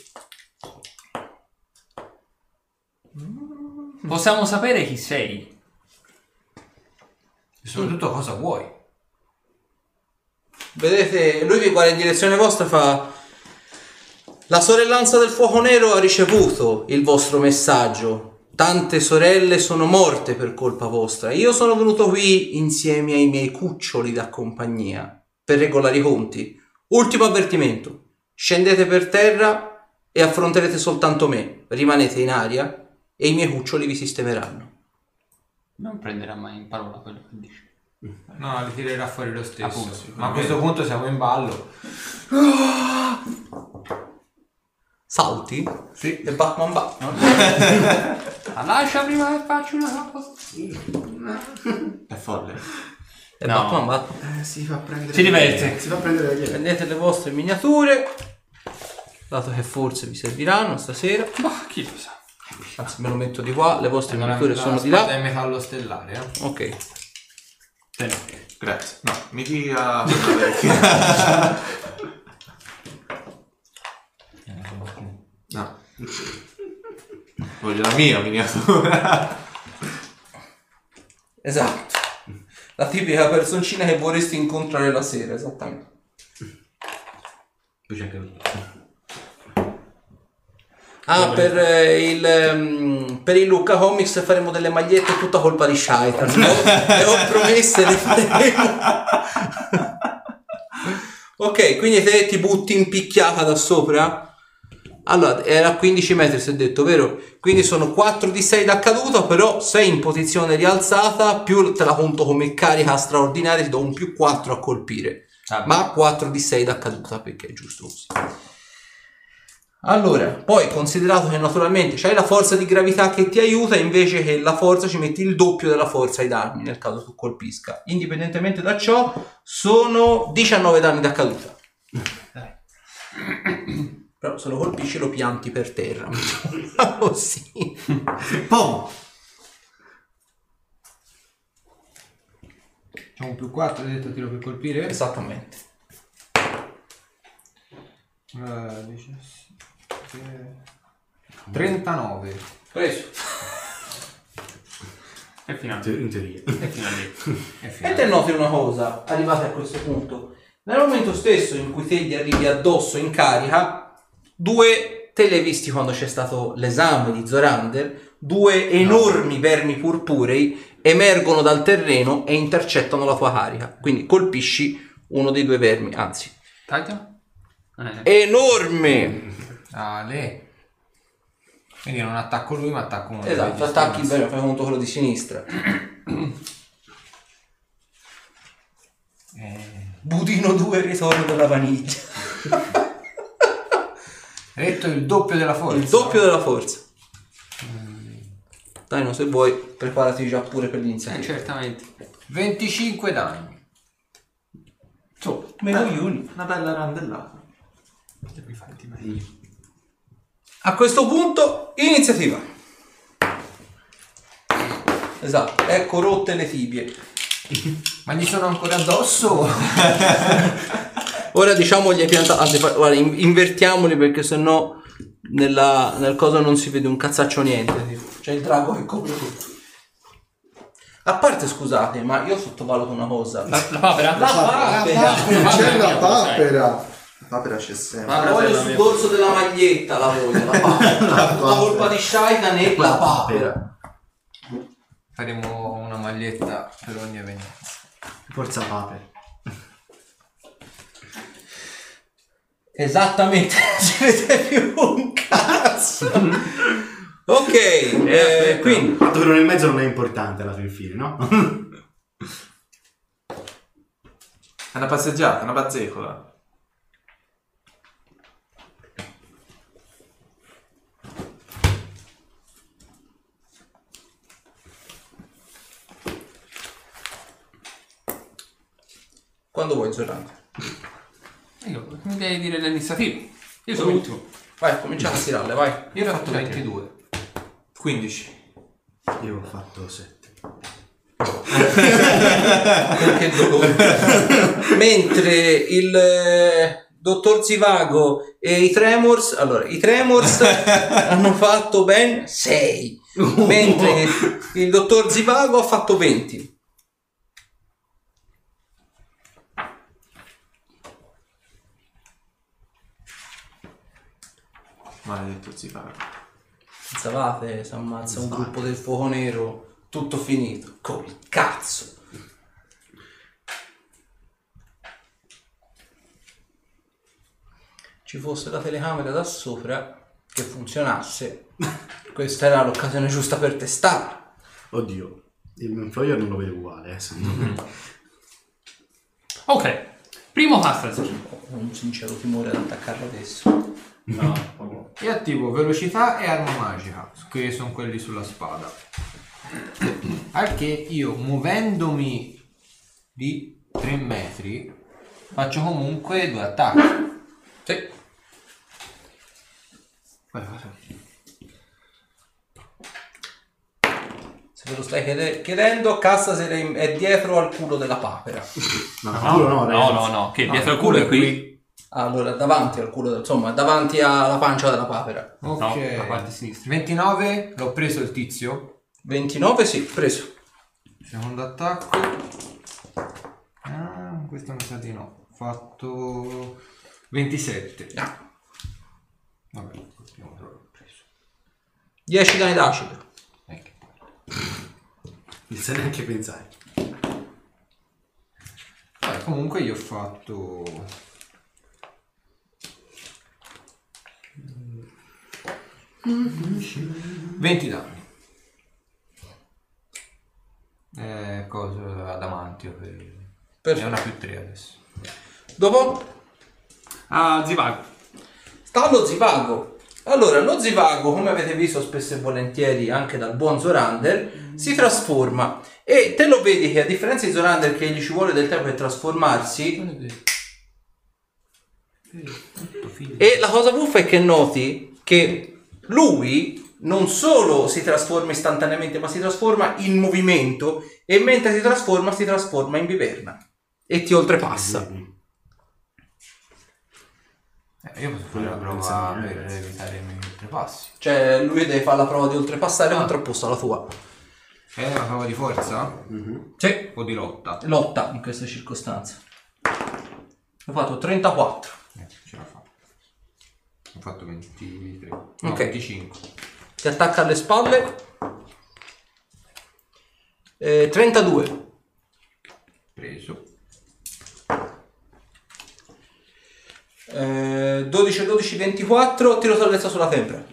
Speaker 3: Possiamo sapere chi sei?
Speaker 7: E soprattutto cosa vuoi?
Speaker 2: Vedete, lui vi guarda in direzione vostra e fa... La sorellanza del fuoco nero ha ricevuto il vostro messaggio. Tante sorelle sono morte per colpa vostra. Io sono venuto qui insieme ai miei cuccioli da compagnia per regolare i conti. Ultimo avvertimento. Scendete per terra e affronterete soltanto me. Rimanete in aria e i miei cuccioli vi sistemeranno.
Speaker 3: Non prenderà mai in parola quello che dici.
Speaker 7: No, li tirerà fuori lo stesso.
Speaker 3: Appunto,
Speaker 7: Ma a questo punto siamo in ballo.
Speaker 2: Salti? Sì. E Batman Batman.
Speaker 3: Ma lascia prima che faccio una cosa.
Speaker 6: È folle.
Speaker 2: E
Speaker 3: No.
Speaker 2: Batman Batman.
Speaker 4: si fa prendere.
Speaker 3: Si diverte.
Speaker 1: Si fa prendere la chiave.
Speaker 2: Prendete le vostre miniature, dato che forse vi serviranno stasera.
Speaker 3: Ma chi lo sa?
Speaker 2: Anzi, me lo metto di qua, le vostre
Speaker 7: La-
Speaker 2: miniature
Speaker 7: la
Speaker 2: sono di
Speaker 7: spada
Speaker 2: là.
Speaker 7: Eh, È metallo stellare, eh?
Speaker 2: Ok.
Speaker 3: Te no.
Speaker 6: Grazie. No, mi dia una vecchia.
Speaker 2: Eh,
Speaker 6: no. Voglio la mia miniatura.
Speaker 2: Esatto. La tipica personcina che vorresti incontrare la sera, esattamente.
Speaker 4: Poi c'è anche lui.
Speaker 2: Ah, per, eh, il, ehm, per il Luca Comics faremo delle magliette tutta colpa di Shaitan. Le ho, le ho promesse, le faremo. ok, quindi te ti butti in picchiata da sopra? Allora, era a 15 metri, si è detto, vero? Quindi sono 4 di 6 da caduta, però sei in posizione rialzata, più te la conto come carica straordinaria, ti do un più 4 a colpire. Ma 4 di 6 da caduta, perché è giusto così. Allora, poi considerato che naturalmente c'hai la forza di gravità che ti aiuta, invece che la forza ci metti il doppio della forza ai danni nel caso tu colpisca. Indipendentemente da ciò, sono 19 danni da caduta. Però se lo colpisci lo pianti per terra. Diciamo Così.
Speaker 6: Pom!
Speaker 7: C'è un più 4 detto tiro per colpire.
Speaker 2: Esattamente.
Speaker 7: Eh, 17, 39.
Speaker 2: Preso.
Speaker 3: E finalmente.
Speaker 1: In teoria.
Speaker 3: E finalmente.
Speaker 7: E fine.
Speaker 2: E te noti una cosa, arrivati a questo punto, nel momento stesso in cui te gli arrivi addosso in carica, due, te le hai visti quando c'è stato l'esame di Zorander, due enormi vermi purpurei emergono dal terreno e intercettano la tua carica, quindi colpisci uno dei due vermi, anzi,
Speaker 3: Taglia? Eh.
Speaker 2: enorme!
Speaker 7: Ale. Quindi non attacco lui, ma attacco uno. dei
Speaker 2: Esatto,
Speaker 7: registri.
Speaker 2: attacchi il verme, fai conto quello di sinistra.
Speaker 7: Eh,
Speaker 2: Budino 2 ritorno della vaniglia.
Speaker 7: hai detto il doppio della forza.
Speaker 2: Il doppio della forza. Dai, no, se vuoi, preparati già pure per
Speaker 3: Eh,
Speaker 2: l'iniziativa.
Speaker 6: certo.
Speaker 3: certamente.
Speaker 7: 25 danni.
Speaker 3: Tu.
Speaker 2: Meno Yuni.
Speaker 6: Una bella randellata.
Speaker 3: Devi farti meglio.
Speaker 2: A questo punto, iniziativa. Esatto, ecco rotte le tibie.
Speaker 7: Ma gli sono ancora addosso?
Speaker 2: Ora diciamo gli hai piantato. Anzi, fa- guarda, in- invertiamoli perché sennò nella, nel coso non si vede un cazzaccio niente. tipo. C'è il drago che copre tutto. A parte, scusate, ma io sottovaluto una cosa.
Speaker 3: La, la papera?
Speaker 2: La papera.
Speaker 1: C'è la papera.
Speaker 4: La papera c'è sempre.
Speaker 2: La voglio sul dorso della maglietta, la voglio, la papera. la colpa di Shaitan e la papera.
Speaker 7: Faremo una maglietta per ogni evenienza.
Speaker 1: Forza pape.
Speaker 2: Esattamente, non ci vede più un cazzo. ok, eh,
Speaker 6: aspetta.
Speaker 2: quindi
Speaker 1: Il fatto che non è in mezzo non è importante alla fin fine, no?
Speaker 6: È una passeggiata, una bazzecola.
Speaker 2: quando vuoi Zoran.
Speaker 3: Io mi devi dire l'iniziativa. Io sono l'ultimo.
Speaker 2: Vai, cominciamo a tirarle, vai.
Speaker 7: Io ne ho fatto 22.
Speaker 6: 15.
Speaker 1: Io ho fatto 7.
Speaker 2: Che dolore. Mentre il eh, dottor Zivago e i Tremors, allora, i Tremors hanno fatto ben 6, mentre il dottor Zivago ha fatto 20.
Speaker 6: Maledetto zivago.
Speaker 2: Pensavate, si ammazza un gruppo del fuoco nero, tutto finito. Come cazzo. Ci fosse la telecamera da sopra che funzionasse, questa era l'occasione giusta per testarla.
Speaker 1: Oddio, il Manfloyer non lo vedo uguale, eh, secondo me.
Speaker 3: Ok, primo passage.
Speaker 2: Ho un sincero timore ad attaccarlo adesso.
Speaker 7: E attivo velocità e arma magica, che sono quelli sulla spada. Al che io muovendomi di 3 metri faccio comunque due attacchi.
Speaker 2: Sì. Se ve lo stai chiede- chiedendo, Cassa se ne- è dietro al culo della papera.
Speaker 1: No, Ah, no, no,
Speaker 3: no,
Speaker 1: ragazzi.
Speaker 3: no, no, che dietro al culo è qui.
Speaker 2: Allora, davanti al culo, del- insomma, davanti alla pancia della papera.
Speaker 3: No,
Speaker 7: Ok.
Speaker 3: la parte sinistra.
Speaker 7: 29, l'ho preso il tizio.
Speaker 2: 29, sì, preso.
Speaker 7: Secondo attacco. Ah, questo mi sa di no. Fatto 27.
Speaker 2: Ah,
Speaker 7: Vabbè, continuo, l'ho preso.
Speaker 2: 10 danni d'acido.
Speaker 7: Eh, che palle.
Speaker 1: Non sai neanche pensare.
Speaker 7: Vabbè, comunque io ho fatto 20 danni. Eh, cosa adamantio per... è
Speaker 2: Perfetto.
Speaker 7: una più 3 adesso.
Speaker 2: Dopo
Speaker 3: Ah, zivago.
Speaker 2: sta lo zivago. Allora, lo zivago, come avete visto spesso e volentieri anche dal buon Zorander, si trasforma. E te lo vedi che a differenza di Zorander che gli ci vuole del tempo per trasformarsi, E la cosa buffa è che noti che lui non solo si trasforma istantaneamente, ma si trasforma in movimento e mentre si trasforma si trasforma in viverna e ti oltrepassa.
Speaker 7: Eh, io posso fare la prova
Speaker 1: pensavo, eh,
Speaker 7: per
Speaker 1: ragazzi.
Speaker 7: evitare i miei oltrepassi.
Speaker 2: Cioè lui deve fare la prova di oltrepassare
Speaker 7: Ah.
Speaker 2: contrapposta alla tua.
Speaker 7: È una prova di forza?
Speaker 2: Sì.
Speaker 7: O di lotta?
Speaker 2: Lotta in queste circostanze. Ho fatto 34.
Speaker 7: Eh, ce la fa. Ho fatto 23. No,
Speaker 2: Ok.
Speaker 7: 25.
Speaker 2: Ti attacca alle spalle. Eh, 32.
Speaker 7: Preso.
Speaker 2: Eh, 12, 12, 24. Tiro salvezza sulla tempra.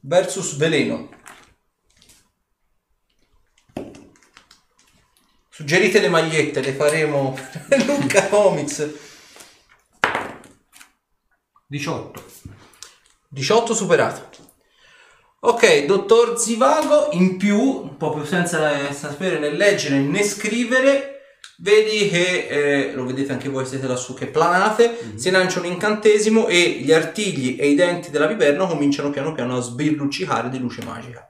Speaker 2: Versus veleno. Suggerite le magliette, le faremo Luca Comics.
Speaker 7: 18.
Speaker 2: 18 superato. Ok, dottor Zivago, in più, proprio senza sapere né leggere né scrivere, vedi che, eh, lo vedete anche voi, siete lassù che planate, si lancia un incantesimo e gli artigli e i denti della viperna cominciano piano piano a sbirluccicare di luce magica.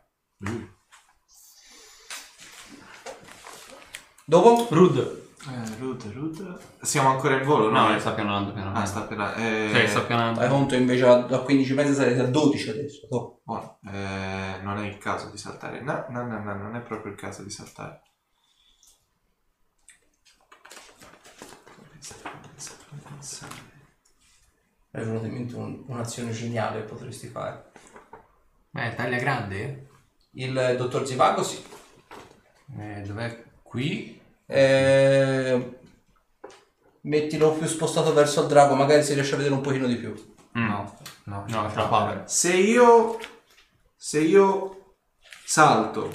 Speaker 2: Dopo?
Speaker 3: Rud.
Speaker 6: Eh, Rud, Rud. Siamo ancora in volo, no? eh,
Speaker 3: No, sta pianando, pianando.
Speaker 6: Ah, sta appena... Eh,
Speaker 3: Cioè, sta pianando.
Speaker 2: Fai conto invece a- da 15 e mezza sarete a 12 adesso. dopo.
Speaker 6: buono. Eh, non è il caso di saltare. No, no, no, no, non è proprio il caso di saltare. Pensare, pensare, pensare.
Speaker 2: Mi è venuta in mente un- un'azione geniale che potresti fare.
Speaker 7: Beh, taglia Eh, grande?
Speaker 2: Il dottor Zivago sì.
Speaker 7: Eh, dov'è? Qui?
Speaker 2: Eh, mettilo più spostato verso il drago, magari si riesce a vedere un pochino di più.
Speaker 7: No. Mm. No,
Speaker 6: No,
Speaker 7: c'è
Speaker 6: tra power.
Speaker 7: power.
Speaker 6: Sì.
Speaker 4: Se io, se io salto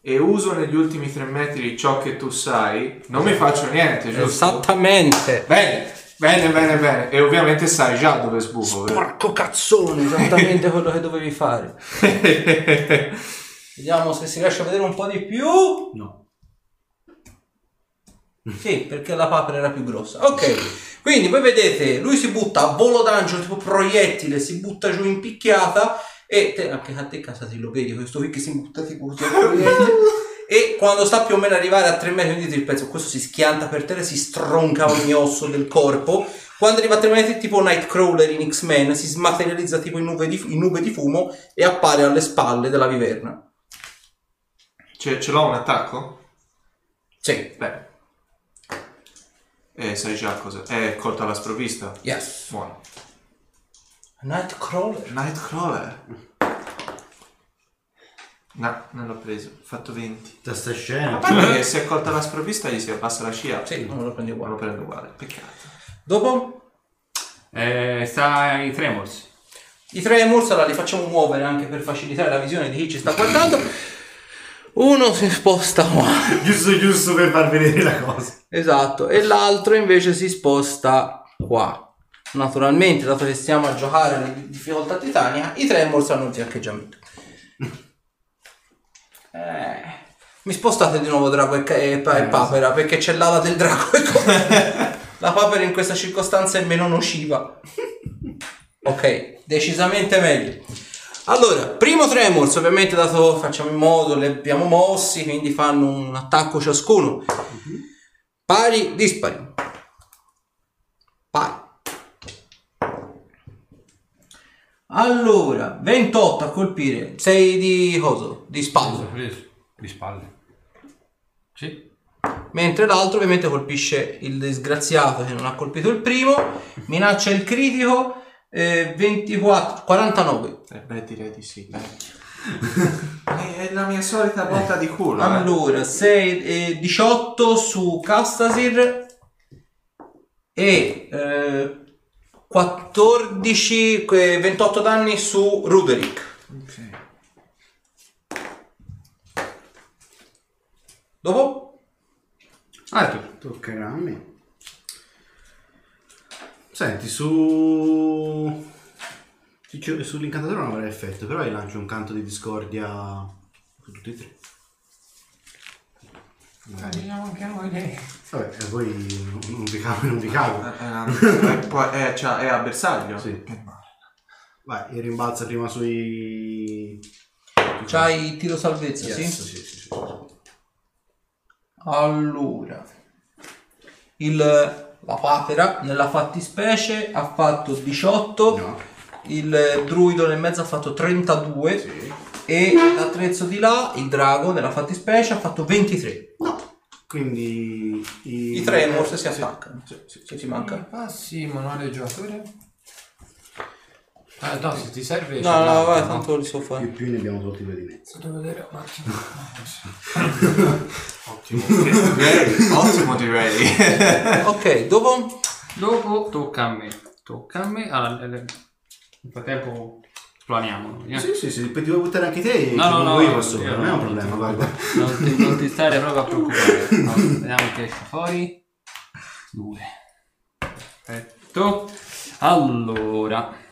Speaker 6: E uso negli ultimi tre metri ciò che tu sai, non mi faccio niente, giusto?
Speaker 2: Esattamente.
Speaker 6: Bene, bene, bene, bene. E ovviamente sai già dove sbuco. vero?
Speaker 2: Porco cazzone, esattamente quello che dovevi fare. Vediamo se si riesce a vedere un po' di più.
Speaker 7: No.
Speaker 2: Sì, perché la papera era più grossa. Ok, quindi voi vedete, lui si butta a volo d'angelo, tipo proiettile, si butta giù in picchiata e te- anche a te casa ti lo vedi questo qui che si butta tipo così a proiettile. E quando sta più o meno arrivare a 3 metri di dietro il pezzo, questo si schianta per terra e si stronca ogni osso del corpo. Quando arriva a 3 metri, tipo Nightcrawler in X-Men, si smaterializza tipo in nube di, in nube di fumo e appare alle spalle della viverna.
Speaker 6: Cioè, ce l'ho un attacco?
Speaker 2: Sì,
Speaker 6: Beh. Eh, sai già cosa. È colta alla sprovvista.
Speaker 2: yes.
Speaker 6: Buono.
Speaker 2: Nightcrawler.
Speaker 6: Nightcrawler. No, non l'ho preso. Ho fatto 20.
Speaker 1: Da sta
Speaker 6: A
Speaker 1: scena.
Speaker 6: parte che se è colta alla sprovvista gli si abbassa la scia.
Speaker 2: Sì, non me lo prendi
Speaker 6: Non lo
Speaker 2: uguale.
Speaker 6: prendo uguale. Peccato.
Speaker 2: Dopo
Speaker 3: Eh, sta ai Tremors.
Speaker 2: i tre Emuls, allora li facciamo muovere anche per facilitare la visione di chi ci sta guardando. Uno si sposta qua.
Speaker 1: Giusto, giusto per far vedere la cosa.
Speaker 2: Esatto, e l'altro invece si sposta qua. Naturalmente, dato che stiamo a giocare alle di- difficoltà titanica, i tre Emuls hanno il fiancheggiamento. Eh, mi spostate di nuovo Drago e, ca- e pa- e Papera perché c'è l'ala del Drago. e co- la Papera in questa circostanza è meno nociva. Ok, decisamente meglio. Allora, primo Tremors, ovviamente dato facciamo in modo, li abbiamo mossi, quindi fanno un attacco ciascuno. Pari, dispari. Pari. Allora, 28 a colpire, 6 di coso, di
Speaker 7: Cosa
Speaker 2: spalla,
Speaker 7: preso? Di spalle. Sì.
Speaker 2: mentre l'altro ovviamente colpisce il disgraziato che non ha colpito il primo, minaccia il critico, eh, 24, 49.
Speaker 6: Eh, beh, direi di sì. dai. Eh, è la mia solita botta di culo. eh.
Speaker 2: Allora, 6 e 18 su Castasir e eh, 14, que- 28 danni su Ruderick.
Speaker 6: Ok.
Speaker 2: Dopo?
Speaker 3: Arthur.
Speaker 1: Ah, Toccherà a me. Senti, su... ti dicevo che Sull'incantatore non avrà effetto, però io lancio un canto di discordia su tutti e tre. Vabbè, e poi non- non vi cago, non vi cago.
Speaker 6: Eh, eh, poi- eh, cioè, è a bersaglio?
Speaker 1: Sì.
Speaker 6: Che male.
Speaker 1: Vai, e rimbalza prima sui...
Speaker 2: C'hai tiro salvezza,
Speaker 1: Yes,
Speaker 2: sì?
Speaker 1: sì, sì, sì. Ho
Speaker 2: Allora, il, la papera nella fattispecie ha fatto 18,
Speaker 1: No.
Speaker 2: il druido nel mezzo ha fatto 32 e l'attrezzo di là, il drago nella fattispecie ha fatto 23.
Speaker 1: Quindi... I,
Speaker 2: I tre morse si attaccano.
Speaker 1: Sì, sì, sì.
Speaker 2: Se ci manca.
Speaker 7: Passi Ah, manuale giocatore. Ah, no, se ti serve...
Speaker 2: No, no, vai, tanto li so fare.
Speaker 1: E più ne abbiamo tolti due di mezzo.
Speaker 7: Devo vedere un attimo.
Speaker 6: Ottimo, direi. Ottimo, direi. Eh,
Speaker 2: Ok, dopo
Speaker 3: Dopo tocca a me. Tocca a me. Allora, eh, nel frattempo planiamo. eh.
Speaker 1: Sì, sì, sì, poi ti devo buttare anche te.
Speaker 3: No,
Speaker 1: ci
Speaker 3: no,
Speaker 1: provo
Speaker 3: no,
Speaker 1: Io
Speaker 3: no,
Speaker 1: posso,
Speaker 3: io
Speaker 1: non è
Speaker 3: no.
Speaker 1: un problema, guarda.
Speaker 3: Non ti, non ti stare proprio a preoccupare. Allora, vediamo che esce fuori. Due. Perfetto. Allora.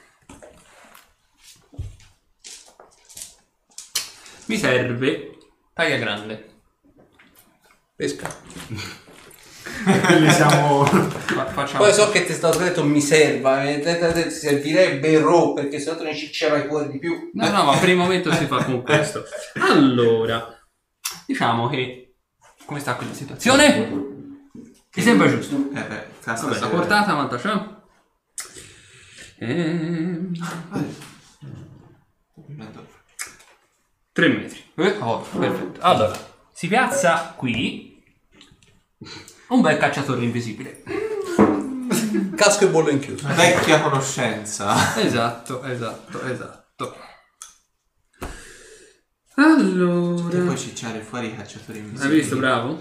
Speaker 3: Mi serve taglia grande.
Speaker 2: pesca.
Speaker 1: Quindi siamo...
Speaker 3: Fa-
Speaker 7: Ah.
Speaker 3: facciamo
Speaker 2: Poi so che ti è stato detto mi serva, eh, mi hai detto che ti servirebbe il ro perché se no te ne cicciava i cuori di più.
Speaker 3: No, no, ma per il momento si fa con questo. Allora, diciamo che come sta quella situazione? Mi sembra giusto.
Speaker 6: Eh, beh, cazzo,
Speaker 3: Vabbè, la
Speaker 6: se-
Speaker 3: portata quanta c'è? Ehm, Tre metri. Eh, oh, perfetto. Allora, si piazza qui un bel cacciatore invisibile.
Speaker 2: Casco e bollo inchiuso.
Speaker 6: Vecchia conoscenza.
Speaker 3: Esatto, esatto, esatto.
Speaker 6: E
Speaker 3: Allora...
Speaker 6: poi cicciare fuori i cacciatori
Speaker 3: Hai
Speaker 6: invisibili.
Speaker 3: visto, bravo?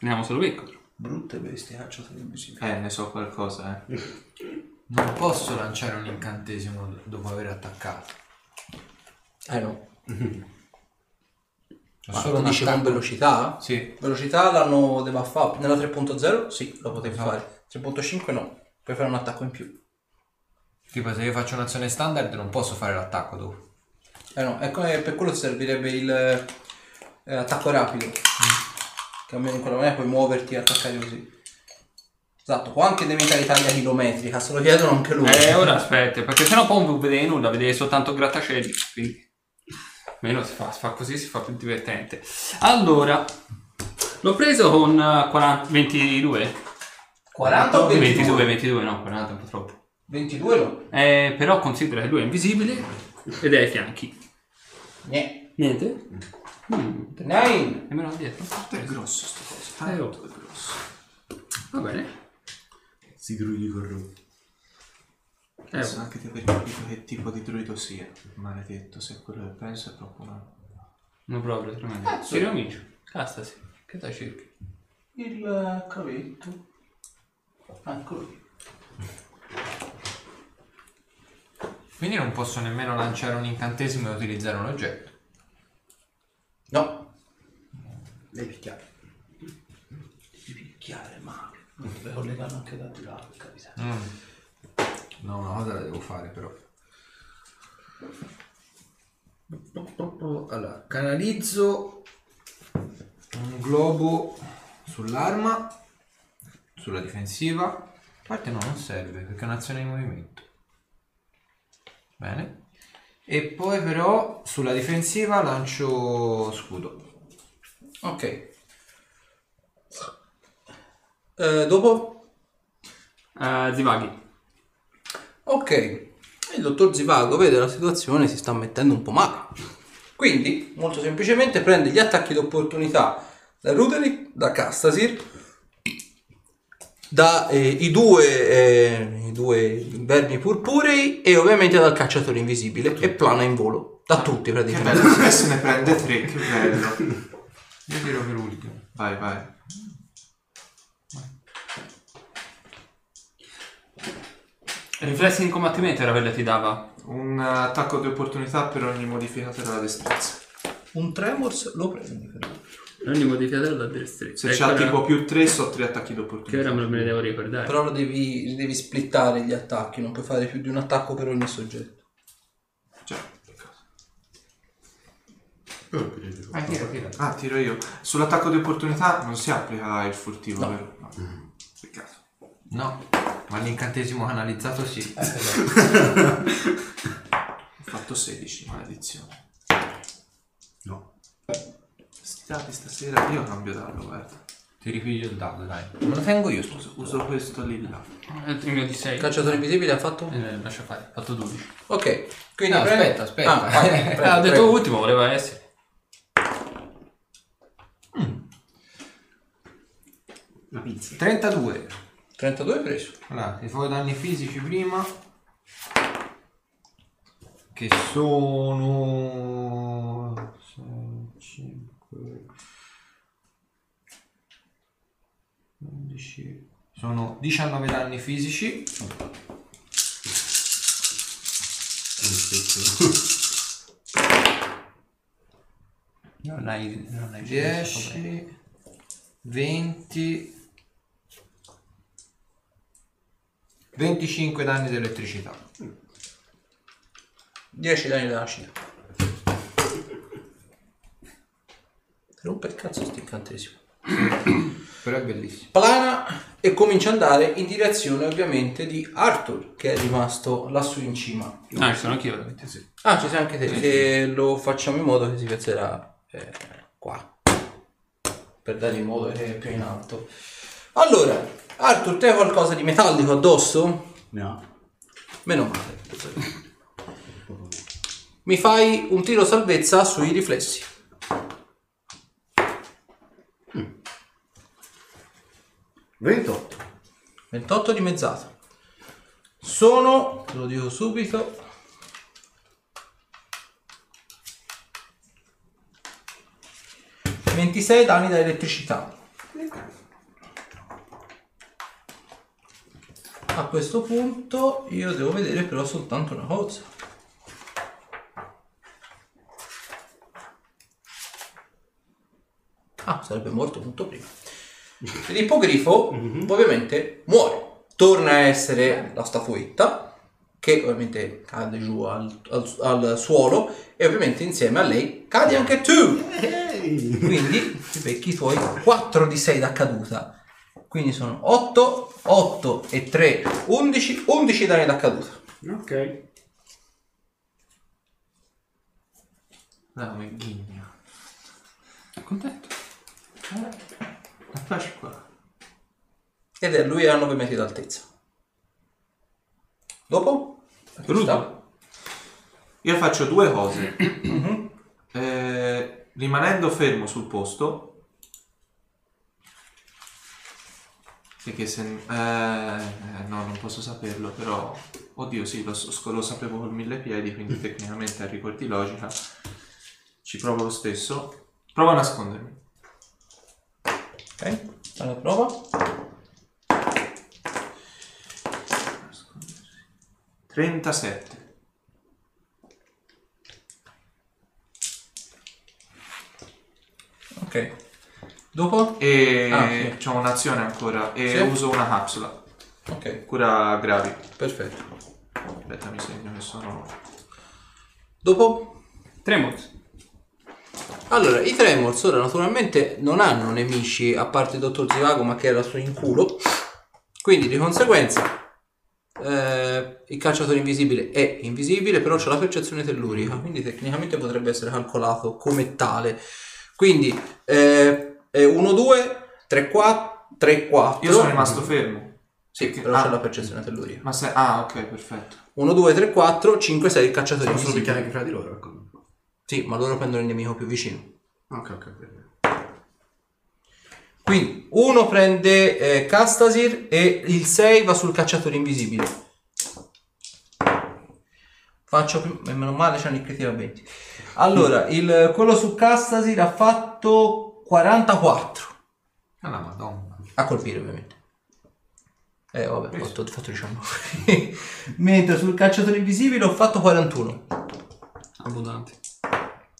Speaker 3: Andiamo solo piccolo.
Speaker 2: Brutte bestie, cacciatori invisibili.
Speaker 6: Eh, ne so qualcosa, eh.
Speaker 7: Non posso lanciare un incantesimo dopo aver attaccato.
Speaker 2: Eh no.
Speaker 7: Ho
Speaker 2: Ma
Speaker 7: solo
Speaker 2: tu
Speaker 7: un
Speaker 2: dici con
Speaker 7: attacco.
Speaker 2: velocità?
Speaker 7: Sì.
Speaker 2: Velocità l'hanno deve fare. Nella 3.0 sì, lo potevi fare. 3.5 no. Puoi fare un attacco in più.
Speaker 7: Tipo se io faccio un'azione standard non posso fare l'attacco dopo.
Speaker 2: Eh no, è come per quello servirebbe il eh, attacco rapido. Che almeno in quella maniera puoi muoverti e attaccare così. Esatto, può anche diventare taglia chilometrica, se lo chiedono anche lui.
Speaker 3: Eh, ora aspetta, perché sennò poi non vede nulla, vede soltanto il grattacieli, quindi... Meno si fa, si fa così, si fa più divertente. Allora, l'ho preso con eh, 40, 22.
Speaker 2: 40 o 22?
Speaker 3: 22, 22, no, 40 è un po' troppo.
Speaker 2: 22 no.
Speaker 3: Eh, però considera che lui è invisibile ed è ai fianchi. Mm.
Speaker 2: Niente.
Speaker 3: Niente?
Speaker 2: Nine.
Speaker 3: E me lo ha detto.
Speaker 4: È grosso sto coso,
Speaker 3: Eh,
Speaker 4: tanto
Speaker 3: oh.
Speaker 4: è grosso.
Speaker 3: Va bene.
Speaker 1: Si druidi corrotti.
Speaker 3: Eh,
Speaker 6: Penso anche di aver capito che tipo di druido sia. Maledetto, se è quello che penso è proprio una...
Speaker 3: non proprio, tremendo. Si ricomincia. Castasi. Che dai cerchi?
Speaker 2: Il cavetto. Eccolo lì.
Speaker 7: Quindi non posso nemmeno lanciare un incantesimo e utilizzare un oggetto.
Speaker 2: No.
Speaker 1: Devi picchiare.
Speaker 2: Di picchiare, ma... Non dove collegano anche da di là, capita.
Speaker 7: No, una cosa la devo fare però. Allora, canalizzo un globo sull'arma, sulla difensiva. A parte no, non serve perché è un'azione di movimento. Bene. E poi però sulla difensiva lancio scudo.
Speaker 2: Ok. Eh, dopo?
Speaker 3: Eh, Zivaghi.
Speaker 2: Ok. Il dottor Zivago vede la situazione si sta mettendo un po' male. Quindi, molto semplicemente, prende gli attacchi d'opportunità da Ruderick, da Castasir, da eh, i, due, eh, i due vermi purpurei e ovviamente dal cacciatore invisibile e plana in volo. Da tutti
Speaker 6: Che
Speaker 2: praticamente.
Speaker 6: bello, se ne prende tre, che bello.
Speaker 7: Io tiro per ultimo.
Speaker 6: Vai, vai.
Speaker 3: Riflessi in combattimento era quello che ti dava.
Speaker 6: Un eh, attacco di opportunità per ogni modificatore della destrezza.
Speaker 2: Un Tremors lo prendi però.
Speaker 3: Ogni modificatore da destrezza.
Speaker 6: Se c'ha tipo più 3, so 3 attacchi
Speaker 3: Ecco Che ora
Speaker 6: d'opportunità.
Speaker 3: me lo me ne devo ricordare.
Speaker 2: Però lo devi, devi splittare gli attacchi, non puoi fare più di un attacco per ogni soggetto.
Speaker 6: Cioè,
Speaker 7: Ah, tiro, tiro.
Speaker 6: ah, tiro io. Sull'attacco di opportunità non si applica il furtivo,
Speaker 2: No.
Speaker 6: vero? No.
Speaker 4: Mm.
Speaker 6: Peccato.
Speaker 7: No, ma l'incantesimo canalizzato sì.
Speaker 6: Ho fatto 16, maledizione.
Speaker 1: No.
Speaker 6: Sti dati stasera io cambio dallo, guarda.
Speaker 7: Ti ripiglio il dado, dai. Me lo tengo io, scusa.
Speaker 6: Uso questo lì là.
Speaker 3: Eh, Il mio di 6.
Speaker 2: Il cacciatore invisibile ha fatto
Speaker 3: Eh, lascia fare, ho fatto 12.
Speaker 2: Ok, quindi
Speaker 7: No,
Speaker 2: prendi-
Speaker 7: aspetta, aspetta.
Speaker 2: Ah, vai,
Speaker 7: Eh,
Speaker 2: prego,
Speaker 3: Eh, ho detto
Speaker 2: prego.
Speaker 3: ultimo, voleva essere.
Speaker 1: Una pizza.
Speaker 7: 32.
Speaker 2: 32 preso.
Speaker 7: Allora, ti fai danni fisici prima. Che sono... 5... 11... Sono 19 danni fisici.
Speaker 3: Non l'hai, non l'hai
Speaker 7: 10, 20, 25 danni di elettricità.
Speaker 2: 10 danni dalla scia. Rompe il cazzo sto incantesimo.
Speaker 7: Però è bellissimo.
Speaker 2: Plana e comincia ad andare in direzione ovviamente di Arthur che è rimasto lassù in cima.
Speaker 3: Ah, ci sono anch'io, veramente.
Speaker 2: Ah, ci sei anche te. Se lo facciamo in modo che si piazzerà eh, qua. Per dare in modo che è più in alto. Allora, Arthur, te hai qualcosa di metallico addosso?
Speaker 1: No.
Speaker 2: Meno male. Mi fai un tiro salvezza sui riflessi.
Speaker 1: Vento.
Speaker 2: 28 di mezzata. Sono, te lo dico subito, 26 danni da elettricità. A questo punto io devo vedere però soltanto una cosa. Ah, sarebbe morto molto prima. L'ippogrifo ovviamente muore. Torna a essere la statuetta che ovviamente cade giù al, al- al suolo e ovviamente insieme a lei cadi anche tu.
Speaker 3: Eh,
Speaker 2: Quindi ti becchi i tuoi 4 di 6 da caduta. Quindi sono 8, 8 e 3, 11, 11 danni da caduta.
Speaker 1: Ok.
Speaker 4: Dai, come ghigna. È contento. Eh, lasci qua.
Speaker 2: Ed è lui a 9 metri d'altezza. Dopo?
Speaker 6: Rudo. Io faccio due cose. Eh, rimanendo fermo sul posto. Perché se... eh, eh, no, non posso saperlo, però... Oddio, sì, lo, so- lo sapevo col mille piedi, quindi tecnicamente a rigor di logica ci provo lo stesso. Provo a nascondermi.
Speaker 2: Ok, alla prova. Ok,
Speaker 6: 37.
Speaker 2: dopo?
Speaker 6: E
Speaker 2: Ah, sì.
Speaker 6: c'ho un'azione ancora e
Speaker 2: Sì.
Speaker 6: uso una capsula.
Speaker 2: Ok,
Speaker 6: Cura gravi.
Speaker 2: perfetto.
Speaker 6: Aspetta, mi segno che sono...
Speaker 2: Dopo?
Speaker 3: Tremors.
Speaker 2: Allora, i Tremors ora naturalmente non hanno nemici a parte il dottor Zivago, ma che era su in culo. Quindi di conseguenza eh, il calciatore invisibile è invisibile, però c'è la percezione tellurica, quindi tecnicamente potrebbe essere calcolato come tale. Quindi eh, è 1 2 3 4 3 4.
Speaker 6: Io sono rimasto fermo.
Speaker 2: Sì, però
Speaker 6: Ah.
Speaker 2: c'è la percezione tellurica.
Speaker 6: Ma se... Ah, ok, perfetto.
Speaker 2: 1 2 3 4 5 6 il calciatore
Speaker 1: Possono picchiare
Speaker 2: invisibile.
Speaker 1: anche fra di loro, ecco.
Speaker 2: Sì, ma loro prendono il nemico più vicino.
Speaker 1: Ok, ok, ok.
Speaker 2: Quindi uno prende eh, Castasir e il 6 va sul cacciatore invisibile. Faccio prim- eh, meno male c'hanno il critico a 20. Allora, il- quello su Castasir ha fatto 44
Speaker 7: Ah, la madonna.
Speaker 2: a colpire ovviamente. Eh vabbè, ho fatto, ho fatto 19. Mentre sul cacciatore invisibile ho fatto 41.
Speaker 5: Abbondanti.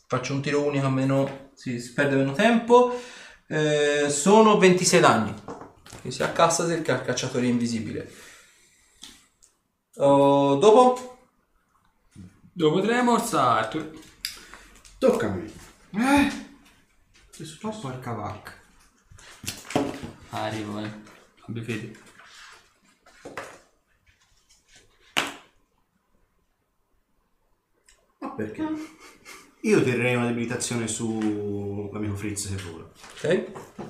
Speaker 2: Faccio un tiro unico a meno si, si perde meno tempo. Eh, sono 26 danni. Che sia a Castasir che al cacciatore invisibile. Oh, dopo?
Speaker 3: Dopo Tremors, Arthur.
Speaker 1: Toccami.
Speaker 6: Eh,
Speaker 7: Oh, porca vacca.
Speaker 5: Arrivo, eh. Abbi fede.
Speaker 1: Ma perché? Io terrei una debilitazione sull'amico Fritz se vuole.
Speaker 2: Ok.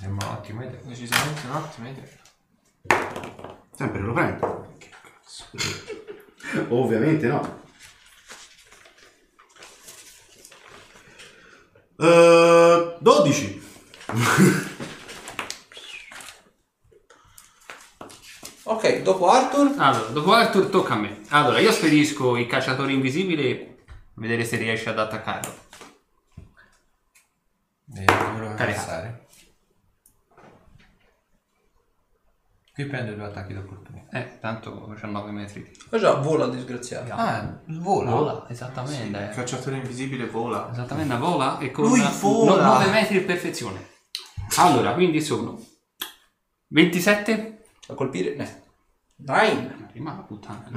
Speaker 7: Sembra un'ottima idea.
Speaker 6: Decisamente un'ottima idea.
Speaker 1: Sempre lo prendo. Ovviamente no. Eh, 12.
Speaker 2: Ok, dopo Arthur.
Speaker 3: Allora, dopo Arthur tocca a me. Allora, io spedisco il cacciatore invisibile a vedere se riesce ad attaccarlo.
Speaker 7: Vediamo come lo vuoi
Speaker 3: Carica.
Speaker 7: passare. Qui prendo due attacchi d'opportunità.
Speaker 3: Eh, tanto c'ha 9 metri.
Speaker 2: Ah già, vola disgraziato.
Speaker 7: Ah, vola.
Speaker 3: Vola,
Speaker 2: Ah,
Speaker 3: cioè- esattamente.
Speaker 6: Il cacciatore invisibile vola.
Speaker 3: Esattamente, vola e con
Speaker 2: Lui
Speaker 3: no-
Speaker 2: vola!
Speaker 3: 9 metri di perfezione. Allora, quindi sono 27.
Speaker 2: A colpire? No. Dai.
Speaker 3: Prima la puttana.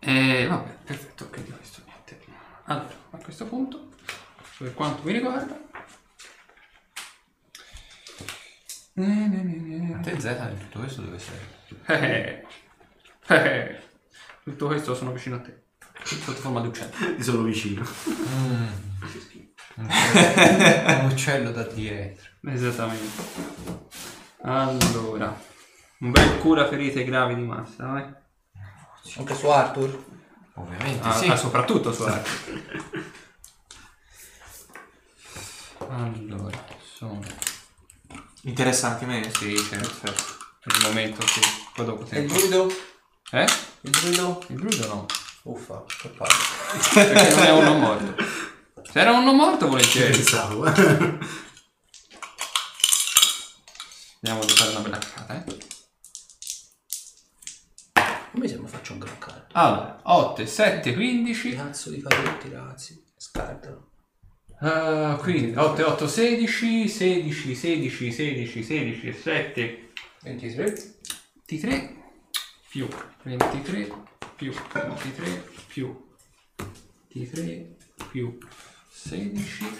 Speaker 3: Eh, vabbè, perfetto, ok, di questo niente. Allora, a questo punto, per quanto mi riguarda... Ne, ne, ne, ne, ne.
Speaker 7: Te Z in tutto questo dove sei?
Speaker 3: Eh, eh, tutto questo sono vicino a te. Sotto forma di uccello.
Speaker 1: Ti sono vicino.
Speaker 3: Mm.
Speaker 7: Un uccello da dietro.
Speaker 3: Esattamente. Allora, un bel cura ferite gravi di massa, vai.
Speaker 2: Anche su Arthur.
Speaker 7: Ovviamente
Speaker 3: Ah,
Speaker 7: sì.
Speaker 3: ah, soprattutto su Arthur. Allora, sono
Speaker 6: Interessa anche me? Sì,
Speaker 3: perfetto. Per il momento sì, poi dopo
Speaker 2: E il
Speaker 3: tempo.
Speaker 2: druido?
Speaker 3: Eh?
Speaker 2: Il druido?
Speaker 3: Il bruto no,
Speaker 2: Uffa, che palle.
Speaker 3: perché non è uno morto. Se era un non morto volentieri.
Speaker 1: Pensavo.
Speaker 3: Andiamo a fare una bella cacata, eh.
Speaker 2: Non mi sembra faccio un gran caro.
Speaker 3: Allora, 8, 7, 15.
Speaker 2: Cazzo di caduti, ragazzi. Scartano.
Speaker 3: eh, quindi 8, 8, 16, 16, 16, 16, 16, 7,
Speaker 2: 23.
Speaker 3: 23 più 23 più 23 più 23 più 16.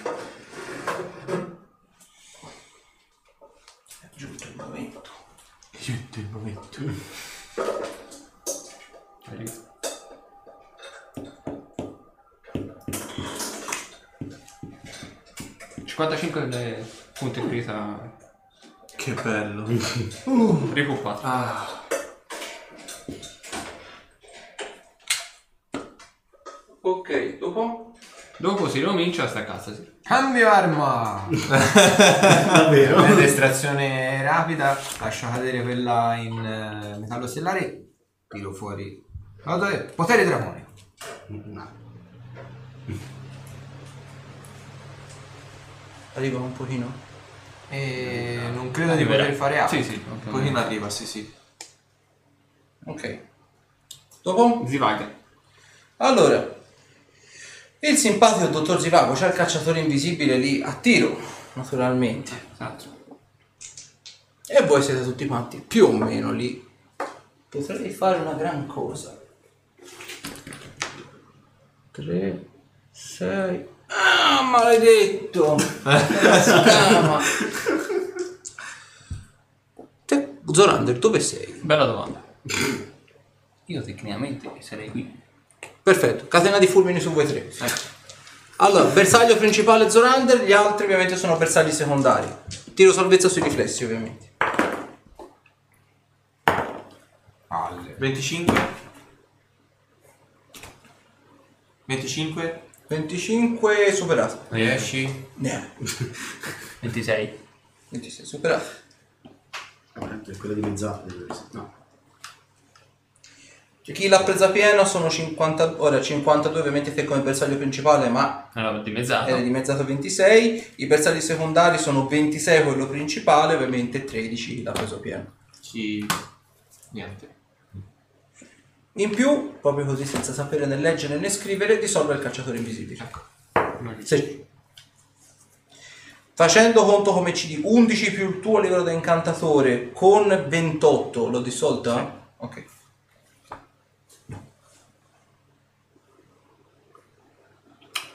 Speaker 2: È giunto il momento.
Speaker 3: Arrivo. ...55 delle punti di presa
Speaker 6: Che bello.
Speaker 3: Rico 4.
Speaker 2: Ok, dopo?
Speaker 3: Dopo si comincia sta cazzo, sì.
Speaker 7: Cambio arma!
Speaker 1: Davvero?
Speaker 7: Prendo estrazione rapida, lascio cadere quella in eh, metallo stellare, tiro fuori. Guarda, eh, Potere draconico.
Speaker 1: No.
Speaker 2: Arriva un pochino.
Speaker 7: E non credo di poter fare altro.
Speaker 3: Sì, sì. ok.
Speaker 6: Poi in arriva, sì, sì.
Speaker 2: Ok. Dopo?
Speaker 5: Zivaga.
Speaker 2: Allora, il simpatico dottor Zivago c'è il cacciatore invisibile lì a tiro, naturalmente.
Speaker 5: Esatto.
Speaker 2: E voi siete tutti quanti più o meno lì. Potrei fare una gran cosa. 3, 6. Ah, maledetto! Scama! Te, Zorander, dove sei?
Speaker 3: Bella domanda. Io tecnicamente sarei qui.
Speaker 2: Perfetto, catena di fulmini su voi tre. Allora, bersaglio principale Zorander, gli altri ovviamente sono bersagli secondari. Tiro salvezza sui riflessi, ovviamente.
Speaker 7: Palle.
Speaker 6: 25. 25.
Speaker 2: 25 superato.
Speaker 7: 10.
Speaker 2: Ne.
Speaker 3: 26.
Speaker 2: 26 superato.
Speaker 1: È eh, quella di mezz'arte questa. No.
Speaker 2: Cioè, chi l'ha presa piena sono 50, ora 52 ovviamente te come bersaglio principale, ma
Speaker 3: Allora, dimezzato.
Speaker 2: era dimezzato a 26. I bersagli secondari sono 26 quello principale, ovviamente 13 l'ha preso pieno.
Speaker 6: Chi... Niente.
Speaker 2: In più, proprio così senza sapere né leggere né scrivere, dissolve il cacciatore invisibile. Sì. Facendo conto come ci di 11 più il tuo livello da incantatore con 28, l'ho dissolta? Ok.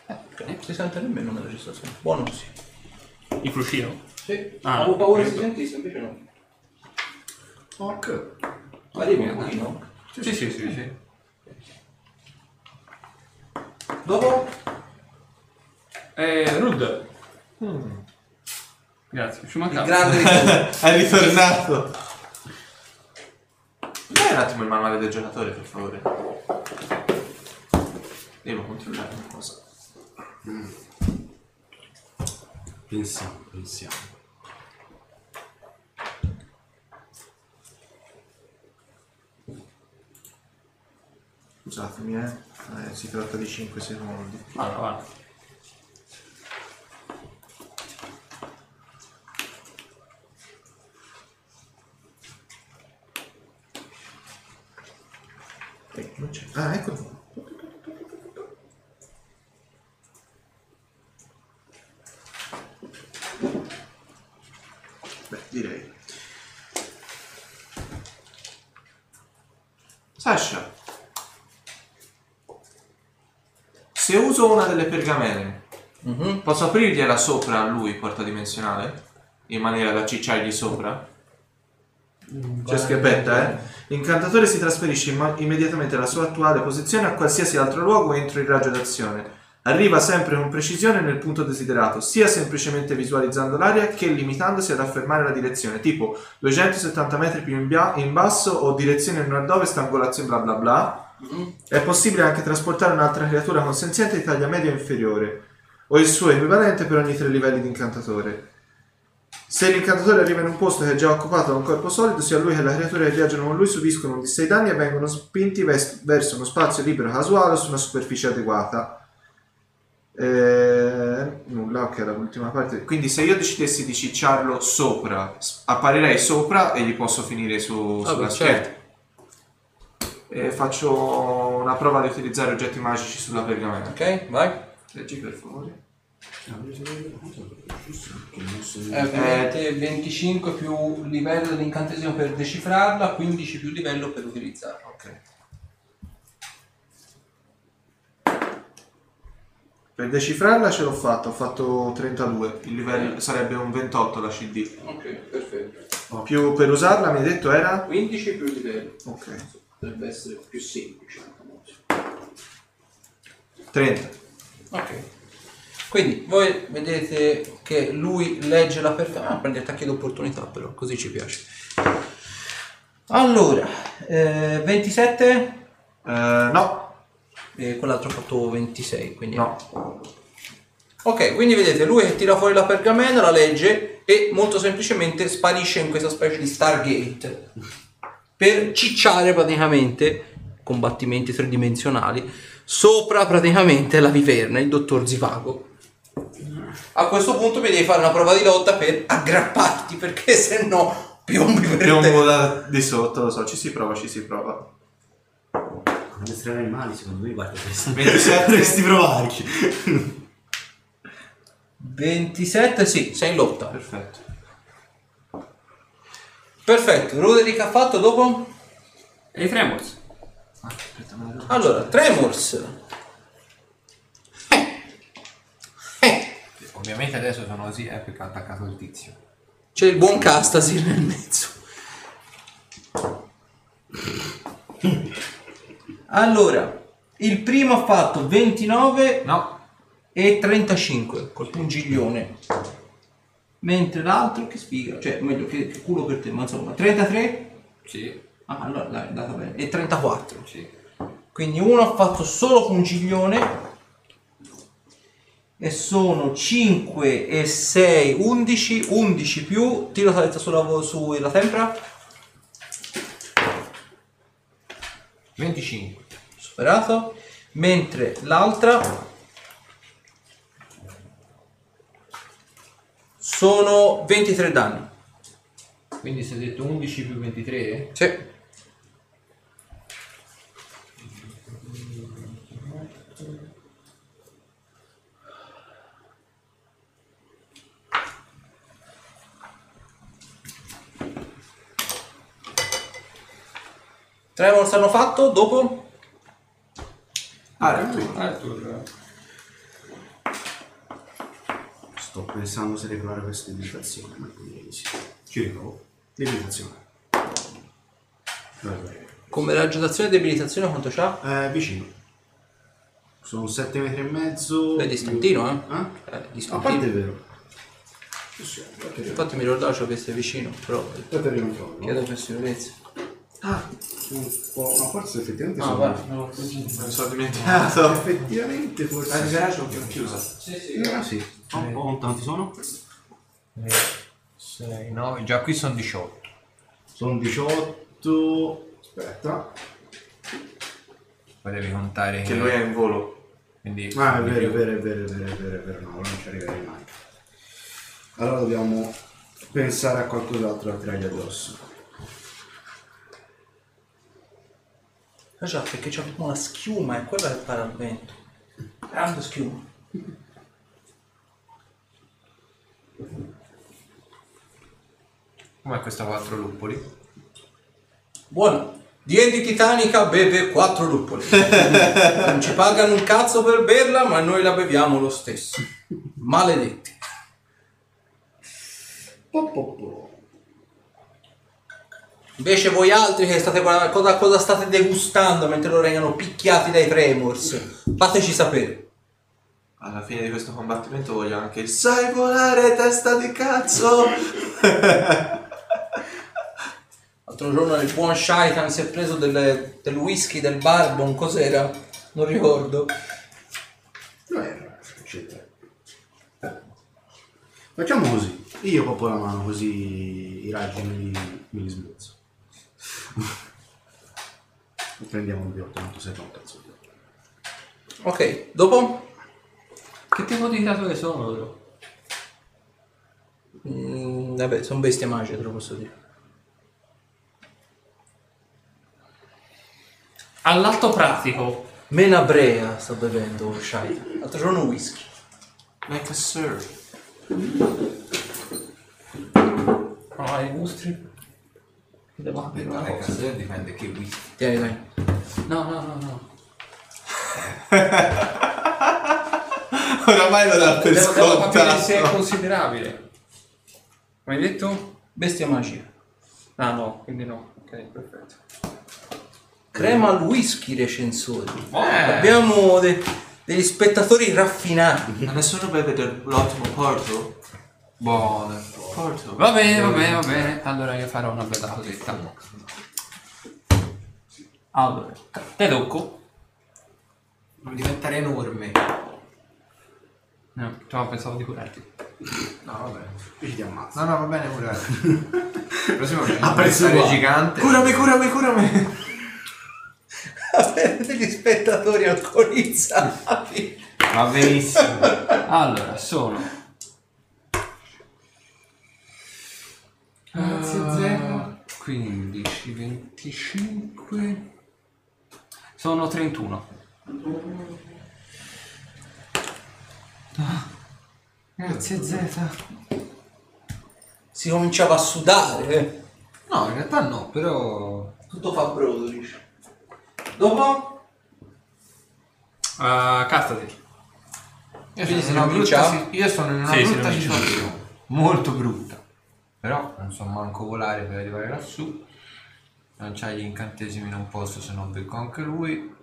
Speaker 2: Eh, non si sente nemmeno nella registrazione. Buono sì.
Speaker 3: Il cuscino.
Speaker 2: Sì,
Speaker 3: Ah,
Speaker 2: avevo paura che si sentisse, invece no.
Speaker 1: Ok.
Speaker 2: Arriva un pochino.
Speaker 5: Sì, sì, sì, sì.
Speaker 2: Dopo?
Speaker 5: Eh, Rud.
Speaker 4: Mm.
Speaker 5: Grazie, ci
Speaker 2: Il
Speaker 5: mancava.
Speaker 2: grande ritorno.
Speaker 6: È ritornato. Dai un attimo il manuale del giocatore, per favore. Devo controllare una cosa.
Speaker 1: Pensiamo, pensiamo.
Speaker 6: Scusatemi, eh. Eh, si tratta di 5 secondi.
Speaker 3: Allora, guarda.
Speaker 6: Eh, non c'è. Ah, ecco. qua. Beh, direi. Sasha. Se uso una delle pergamene,
Speaker 2: Mhm.
Speaker 6: posso aprirgliela sopra a lui, porta dimensionale? In maniera da cicciargli sopra? C'è schiappetta, eh? L'incantatore si trasferisce imma- immediatamente dalla sua attuale posizione a qualsiasi altro luogo entro il raggio d'azione. Arriva sempre con precisione nel punto desiderato, sia semplicemente visualizzando l'area che limitandosi ad affermare la direzione, tipo 270 metri più in, bia- in basso o direzione nord-ovest, angolazione bla bla bla. È possibile anche trasportare un'altra creatura consenziente di taglia media o inferiore, o il suo equivalente per ogni tre livelli di incantatore. Se l'incantatore arriva in un posto che è già occupato da un corpo solido, sia lui che la creatura che viaggiano con lui subiscono un di 6 danni e vengono spinti ves- verso uno spazio libero casuale o su una superficie adeguata. Eh, nulla, ok, era l'ultima parte. Quindi se io decidessi di cicciarlo sopra, s- apparirei sopra e gli posso finire su,
Speaker 2: Ah,
Speaker 6: sulla
Speaker 2: beh,
Speaker 6: schiena. E faccio una prova di utilizzare oggetti magici sulla pergamena.
Speaker 2: Ok, vai.
Speaker 6: Leggi per favore.
Speaker 2: Eh, ovviamente 25 più livello dell'incantesimo per decifrarla, 15 più livello per utilizzarla.
Speaker 6: Ok. Per decifrarla ce l'ho fatta, ho fatto 32, il livello sarebbe un 28 la CD.
Speaker 2: Ok, perfetto.
Speaker 6: Oh, Più per usarla mi hai detto era?
Speaker 2: 15 più livello.
Speaker 6: Ok.
Speaker 2: Dovrebbe essere più semplice. diciamo.
Speaker 6: 30.
Speaker 2: Ok. Quindi voi vedete che lui legge la pergamena. Ah, prende attacchi d'opportunità però, così ci piace. Allora, eh, 27
Speaker 6: Eh, no,
Speaker 2: e quell'altro ha fatto 26, quindi
Speaker 6: no.
Speaker 2: Ok, quindi vedete lui che tira fuori la pergamena, la legge e molto semplicemente sparisce in questa specie di Stargate per cicciare praticamente combattimenti tridimensionali sopra praticamente la viverna, il dottor Zivago. A questo punto mi devi fare una prova di lotta per aggrapparti perché se no piombi per terra.
Speaker 6: Piombo da di sotto, lo so, ci si prova, ci si prova.
Speaker 1: Quando estremi animali, secondo me, guarda questo.
Speaker 6: 27.
Speaker 1: Dovresti provarci.
Speaker 2: 27, sì, sei in lotta.
Speaker 6: Perfetto.
Speaker 2: Perfetto, Roderick ha fatto dopo?
Speaker 5: E i Tremors?
Speaker 2: Allora, Tremors. Eh. Eh.
Speaker 7: Ovviamente adesso sono così, è perché ha attaccato il tizio.
Speaker 2: C'è il buon Castasir nel mezzo. Allora, il primo ha fatto 29
Speaker 7: No,
Speaker 2: e 35 col pungiglione. Mentre l'altro che sfiga, cioè meglio che, che culo per te, ma insomma, 33?
Speaker 5: Sì.
Speaker 2: Ah, allora dai, è andata bene. E 34.
Speaker 5: Sì.
Speaker 2: Quindi uno ha fatto solo pungiglione e sono 5 e 6, 11, 11 più, tiro saletta sulla, vo- sulla tempra,
Speaker 7: 25.
Speaker 2: superato, mentre l'altra sono 23 danni.
Speaker 7: Quindi si è detto 11 più 23?
Speaker 2: Sì. Tremors hanno fatto dopo?
Speaker 6: Arthur.
Speaker 5: Arthur.
Speaker 1: Sto pensando se regolare questa debilitazione, ma direi di sì. Ci riprovo. Debilitazione. Vabbè.
Speaker 2: Come raggiutazione e debilitazione quanto c'ha?
Speaker 1: Eh, vicino. Sono 7 metri e mezzo.
Speaker 2: È distantino, eh?
Speaker 1: Eh?
Speaker 2: Eh,
Speaker 1: A
Speaker 2: discontinuo.
Speaker 1: parte è vero. Sì, a parte è vero.
Speaker 2: Infatti mi ricordavo che avesse vicino, però
Speaker 1: Aspetta che ricontrollo.
Speaker 2: chiedo per sicurezza.
Speaker 1: Un po', ma forse effettivamente
Speaker 2: Ah,
Speaker 1: sono...
Speaker 2: guarda.
Speaker 6: Non so dimenticato.
Speaker 1: Effettivamente
Speaker 6: La
Speaker 1: forse...
Speaker 6: disgrazia Ah, è chiusa.
Speaker 1: Ah, sì. Fa Un po' quanti sono?
Speaker 7: 6, 9, già qui sono 18.
Speaker 1: Sono 18... Aspetta.
Speaker 7: Poi devi contare
Speaker 6: Che lui è in volo.
Speaker 7: Quindi
Speaker 1: Ah, è vero, è vero, è vero, è vero, è vero, è vero, no, non ci arriverei mai. Allora dobbiamo pensare a qualcos'altro da tirargli addosso.
Speaker 2: Ah già, perché c'è proprio una schiuma, è quella che fa al vento. Grande schiuma.
Speaker 7: Com'è questa 4 luppoli?
Speaker 2: Buono. D&D Titanica beve 4 luppoli. non ci pagano un cazzo per berla, ma noi la beviamo lo stesso. Maledetti.
Speaker 1: Po, po, po.
Speaker 2: Invece voi altri che state guardando, cosa, cosa state degustando mentre loro vengono picchiati dai Tremors? Fateci sapere.
Speaker 6: Alla fine di questo combattimento voglio anche il Sai volare testa di cazzo!
Speaker 2: L'altro giorno il buon Shaitan si è preso delle- del whisky del Barbon, cos'era? Non ricordo.
Speaker 1: No, era, eccetera. Eh. Facciamo così. Io poppo la mano così i raggi me li, me li sbruzzo. Prendiamo un biotto, tanto sei un cazzo.
Speaker 2: Ok, dopo?
Speaker 4: Che tipo di creature sono loro?
Speaker 2: Mm, vabbè, sono bestie magiche, te lo posso dire.
Speaker 4: All'alto pratico.
Speaker 2: Menabrea sto bevendo, Shai. L'altro giorno whisky.
Speaker 6: Like a sir.
Speaker 4: Provare Ah, i mostri. Devo capire una cosa.
Speaker 7: canzone dipende che whisky.
Speaker 2: Tieni, dai.
Speaker 4: No, no, no, no.
Speaker 6: Oramai lo dà per
Speaker 4: Devo, devo capire se è
Speaker 6: scontato.
Speaker 4: considerabile. Come hai detto?
Speaker 2: Bestia magica.
Speaker 4: Ah no, quindi no. Ok, perfetto.
Speaker 2: Crema al whisky recensori.
Speaker 4: Eh.
Speaker 2: Abbiamo de- degli spettatori raffinati.
Speaker 6: Ma nessuno beve dell'ottimo porto?
Speaker 4: Buono.
Speaker 6: Porto?
Speaker 4: Va bene, va bene, va bene. Allora io farò una bella cosetta. Allora, te tocco.
Speaker 7: Non diventare enorme.
Speaker 4: No, cioè, pensavo di curarti.
Speaker 7: No, vabbè.
Speaker 1: Qui ci ti ammazzo.
Speaker 7: No, no, va bene, pure. Prossimo
Speaker 1: A prezzo
Speaker 7: diventare
Speaker 1: uguale.
Speaker 7: gigante.
Speaker 6: Curami, curami, curami!
Speaker 2: Avere degli spettatori alcolizzati.
Speaker 6: Va benissimo.
Speaker 4: Allora, sono.
Speaker 7: Grazie,
Speaker 4: Eh,
Speaker 7: Zero.
Speaker 4: 15, 25. Sono 31.
Speaker 7: Grazie Z.
Speaker 2: Si cominciava a sudare. eh.
Speaker 7: No, in realtà no, però.
Speaker 2: Tutto fabbroso, dice. Dopo?
Speaker 4: Uh, castati.
Speaker 7: Io
Speaker 2: Quindi
Speaker 7: sono,
Speaker 2: se
Speaker 7: in una
Speaker 2: non
Speaker 7: brutta,
Speaker 2: vinciamo-
Speaker 7: si- io sono in una
Speaker 4: Sì, se
Speaker 7: brutta
Speaker 4: non vinciamo.
Speaker 7: situazione. Molto brutta. Però non so manco volare per arrivare lassù. Non c'ha gli incantesimi, non posso, se no becco anche lui.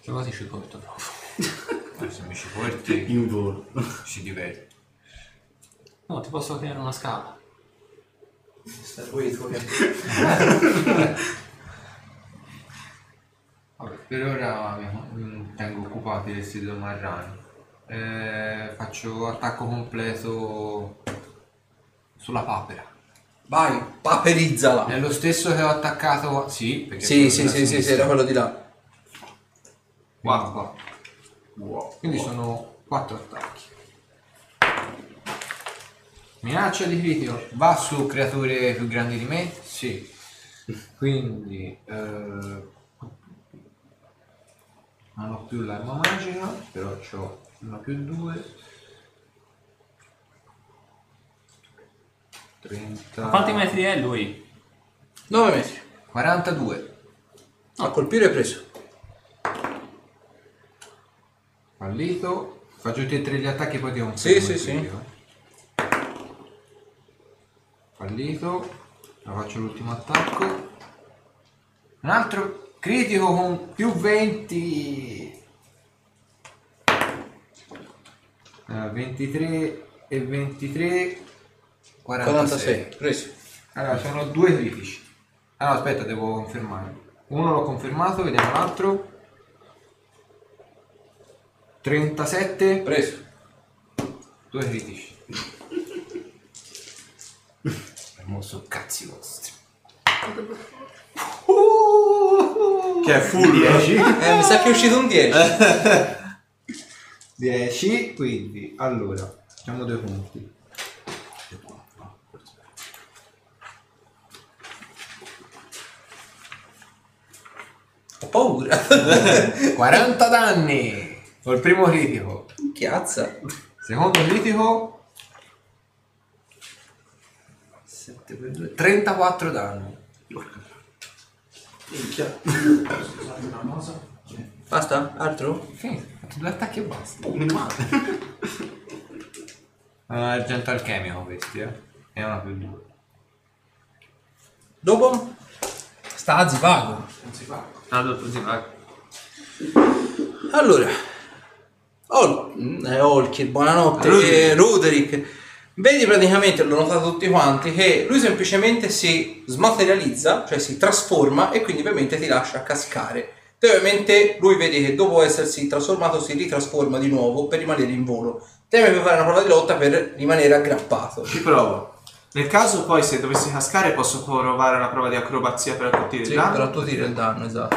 Speaker 7: Se vado ci porto proprio. Guarda, Eh, se mi ci porti
Speaker 1: In volo.
Speaker 7: ci diverte.
Speaker 4: No, ti posso creare una scala.
Speaker 2: Sta poi tu che-
Speaker 7: Vabbè, per ora mi mi tengo occupati del sito marrani. Eh, faccio attacco completo sulla papera.
Speaker 2: Vai,
Speaker 6: Eh,
Speaker 2: paperizzala.
Speaker 7: È lo stesso che ho attaccato. Sì, perché
Speaker 2: Sì, sì, sì, sì, sì, era quello di là.
Speaker 7: Wow. Quindi sono quattro attacchi. Minaccia di critico. Va su creature più grandi di me? Sì. Quindi eh, non ho più l'arma magica, però ho una più due. 30
Speaker 4: Quanti metri è lui?
Speaker 2: 9 metri.
Speaker 7: 42.
Speaker 2: A colpire è preso.
Speaker 7: Fallito. Faccio tutti e tre gli attacchi e poi ti un
Speaker 2: Sì, sì, sì.
Speaker 7: eh. Fallito. Ora faccio l'ultimo attacco. Un altro critico con più 20. Eh, 23 e 23. 46.
Speaker 2: 46, preso.
Speaker 7: Allora, sono due critici. Ah no, aspetta, devo confermare. Uno l'ho confermato, vediamo l'altro. 37,
Speaker 2: Preso.
Speaker 7: due critici. Andiamo su cazzi vostri.
Speaker 6: Che è full.
Speaker 2: Eh, mi sa che è uscito un 10.
Speaker 6: Eh.
Speaker 7: 10, quindi, allora, facciamo due punti.
Speaker 2: Ho paura.
Speaker 7: 40 danni! Col primo critico.
Speaker 2: Chiazza.
Speaker 7: Secondo critico... 7 per 2, 34 danni.
Speaker 2: Basta? Altro?
Speaker 7: Sì, fatto due attacchi e basta.
Speaker 1: Meno male.
Speaker 7: È un argento alchemico questi, eh. È una più due.
Speaker 2: Dopo? Sta a Zivago.
Speaker 4: Adolfo Zivago.
Speaker 2: Allora. Ol- eh, Olkir, buonanotte. Eh, Roderick. Vedi praticamente, l'ho notato tutti quanti, che lui semplicemente si smaterializza, cioè si trasforma e quindi ovviamente ti lascia cascare. Te ovviamente lui vedi che dopo essersi trasformato si ritrasforma di nuovo per rimanere in volo. Te mi puoi fare una prova di lotta per rimanere aggrappato.
Speaker 6: Ci provo. Nel caso poi se dovessi cascare posso provare una prova di acrobazia per attutire il
Speaker 2: Sì,
Speaker 6: danno.
Speaker 2: però tu tiri il danno, esatto.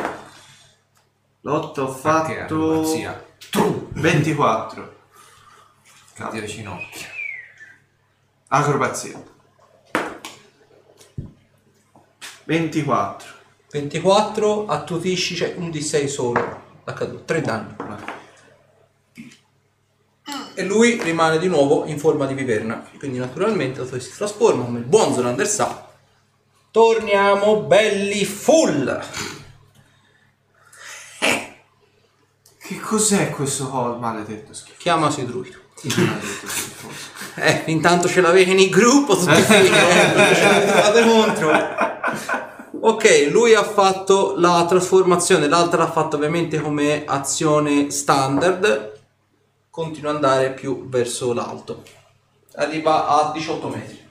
Speaker 6: L'8 ho
Speaker 7: Anche
Speaker 6: fatto
Speaker 7: acrobazia.
Speaker 6: 24.
Speaker 7: Che dire ginocchia.
Speaker 6: Acrobazia. 24.
Speaker 2: 24, attutisci, c'è un D6 solo. D'accaduto, 3 danni. E lui rimane di nuovo in forma di viverna. Quindi naturalmente la si trasforma come il buon Zonander sa. Torniamo belli full.
Speaker 6: Che cos'è questo col maledetto schifo?
Speaker 2: Chiamasi druido.
Speaker 6: Maledetto schifoso.
Speaker 2: Eh, intanto ce l'avete in gruppo tutti figli, eh, ce ne fate contro. Ok, lui ha fatto la trasformazione, l'altra l'ha fatta ovviamente come azione standard. Continua ad andare più verso l'alto. Arriva a 18 metri.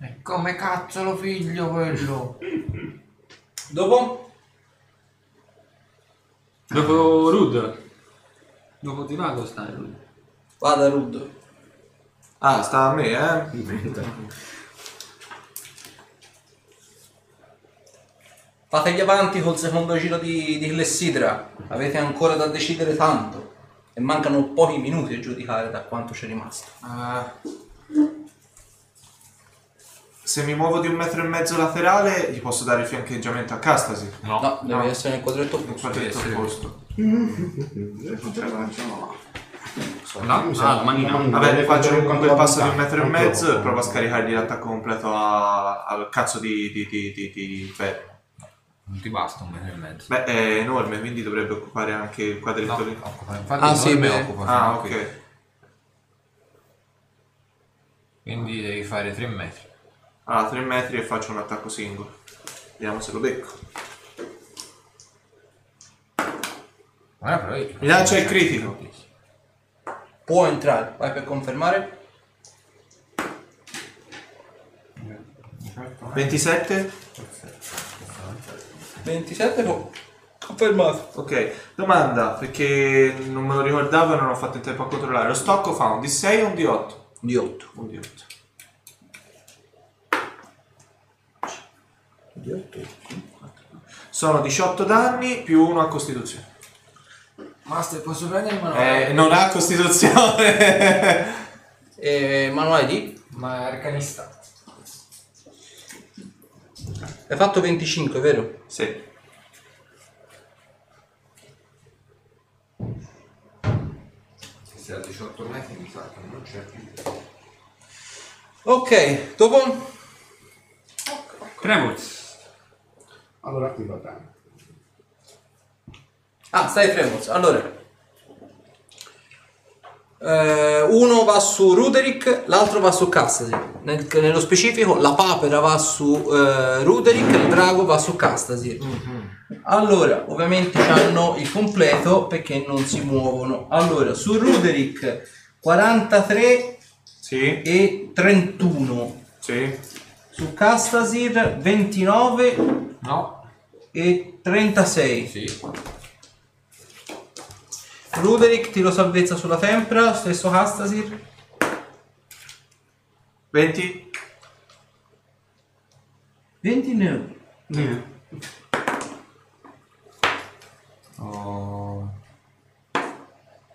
Speaker 7: E come cazzo lo figlio quello?
Speaker 2: Dopo?
Speaker 4: Ah.
Speaker 5: Dopo Rud. Dopo Di Mago stai Rud.
Speaker 2: Vada Rud.
Speaker 6: Ah, sta a me, eh?
Speaker 2: Fategli avanti col secondo giro di, di Clessidra. Avete ancora da decidere tanto. E mancano pochi minuti a giudicare da quanto c'è rimasto.
Speaker 6: Ah. se mi muovo di un metro e mezzo laterale, gli posso dare il fiancheggiamento a Castasi.
Speaker 2: No, deve essere nel quadretto
Speaker 6: Il
Speaker 2: opposto.
Speaker 6: quadretto opposto.
Speaker 3: No, ah, manina.
Speaker 6: Vabbè, faccio un quel passo di un
Speaker 1: un
Speaker 6: metro e mezzo e provo a scaricargli l'attacco completo a- al cazzo di... di, di, di, di- beh,
Speaker 7: Non ti basta un metro e mezzo.
Speaker 6: beh, è enorme, quindi dovrebbe occupare anche il
Speaker 7: No,
Speaker 6: quadretto lì.
Speaker 7: occupa- infatti
Speaker 2: Ah,
Speaker 7: non
Speaker 2: sì,
Speaker 7: me
Speaker 2: beh.
Speaker 7: occupa fino
Speaker 6: Ah,
Speaker 7: a qui.
Speaker 6: ok.
Speaker 7: Quindi devi fare 3 metri.
Speaker 6: Allora, 3 Ah, metri e faccio un attacco singolo. Vediamo se lo becco.
Speaker 7: Guarda però io-
Speaker 6: Mi lancia il critico.
Speaker 2: Può entrare, vai per confermare.
Speaker 6: 27?
Speaker 2: 27 può. Confermato.
Speaker 6: Ok, domanda, perché non me lo ricordavo e non ho fatto in tempo a controllare. Lo stocco fa un D6 o un D8?
Speaker 2: Di 8.
Speaker 6: Un D8. Sono 18 danni più 1 a costituzione.
Speaker 7: Master, posso prendere il manuale?
Speaker 6: Eh, non ha costituzione.
Speaker 2: E manuale di?
Speaker 7: Ma è arcanista.
Speaker 2: Hai fatto 25, vero?
Speaker 6: sì.
Speaker 7: Se ha 18 metri mi sa che non c'è più.
Speaker 2: Ok, dopo
Speaker 5: Tremors.
Speaker 1: Allora, qui va bene.
Speaker 2: Ah, stai Fremons. Allora. Eh, uno va su Ruderick, l'altro va su Castasi. Nel- nello specifico la papera va su eh, Ruderick, il drago va su Castasi. Allora, ovviamente hanno il completo perché non si muovono. Allora, su Ruderick 43
Speaker 6: Sì.
Speaker 2: e 31.
Speaker 6: Sì.
Speaker 2: Su Castasir 29
Speaker 7: No?
Speaker 2: e 36.
Speaker 7: Sì.
Speaker 2: Ruderick tiro salvezza sulla tempra, stesso Castasir.
Speaker 6: 20?
Speaker 2: 20 no.
Speaker 7: Oh.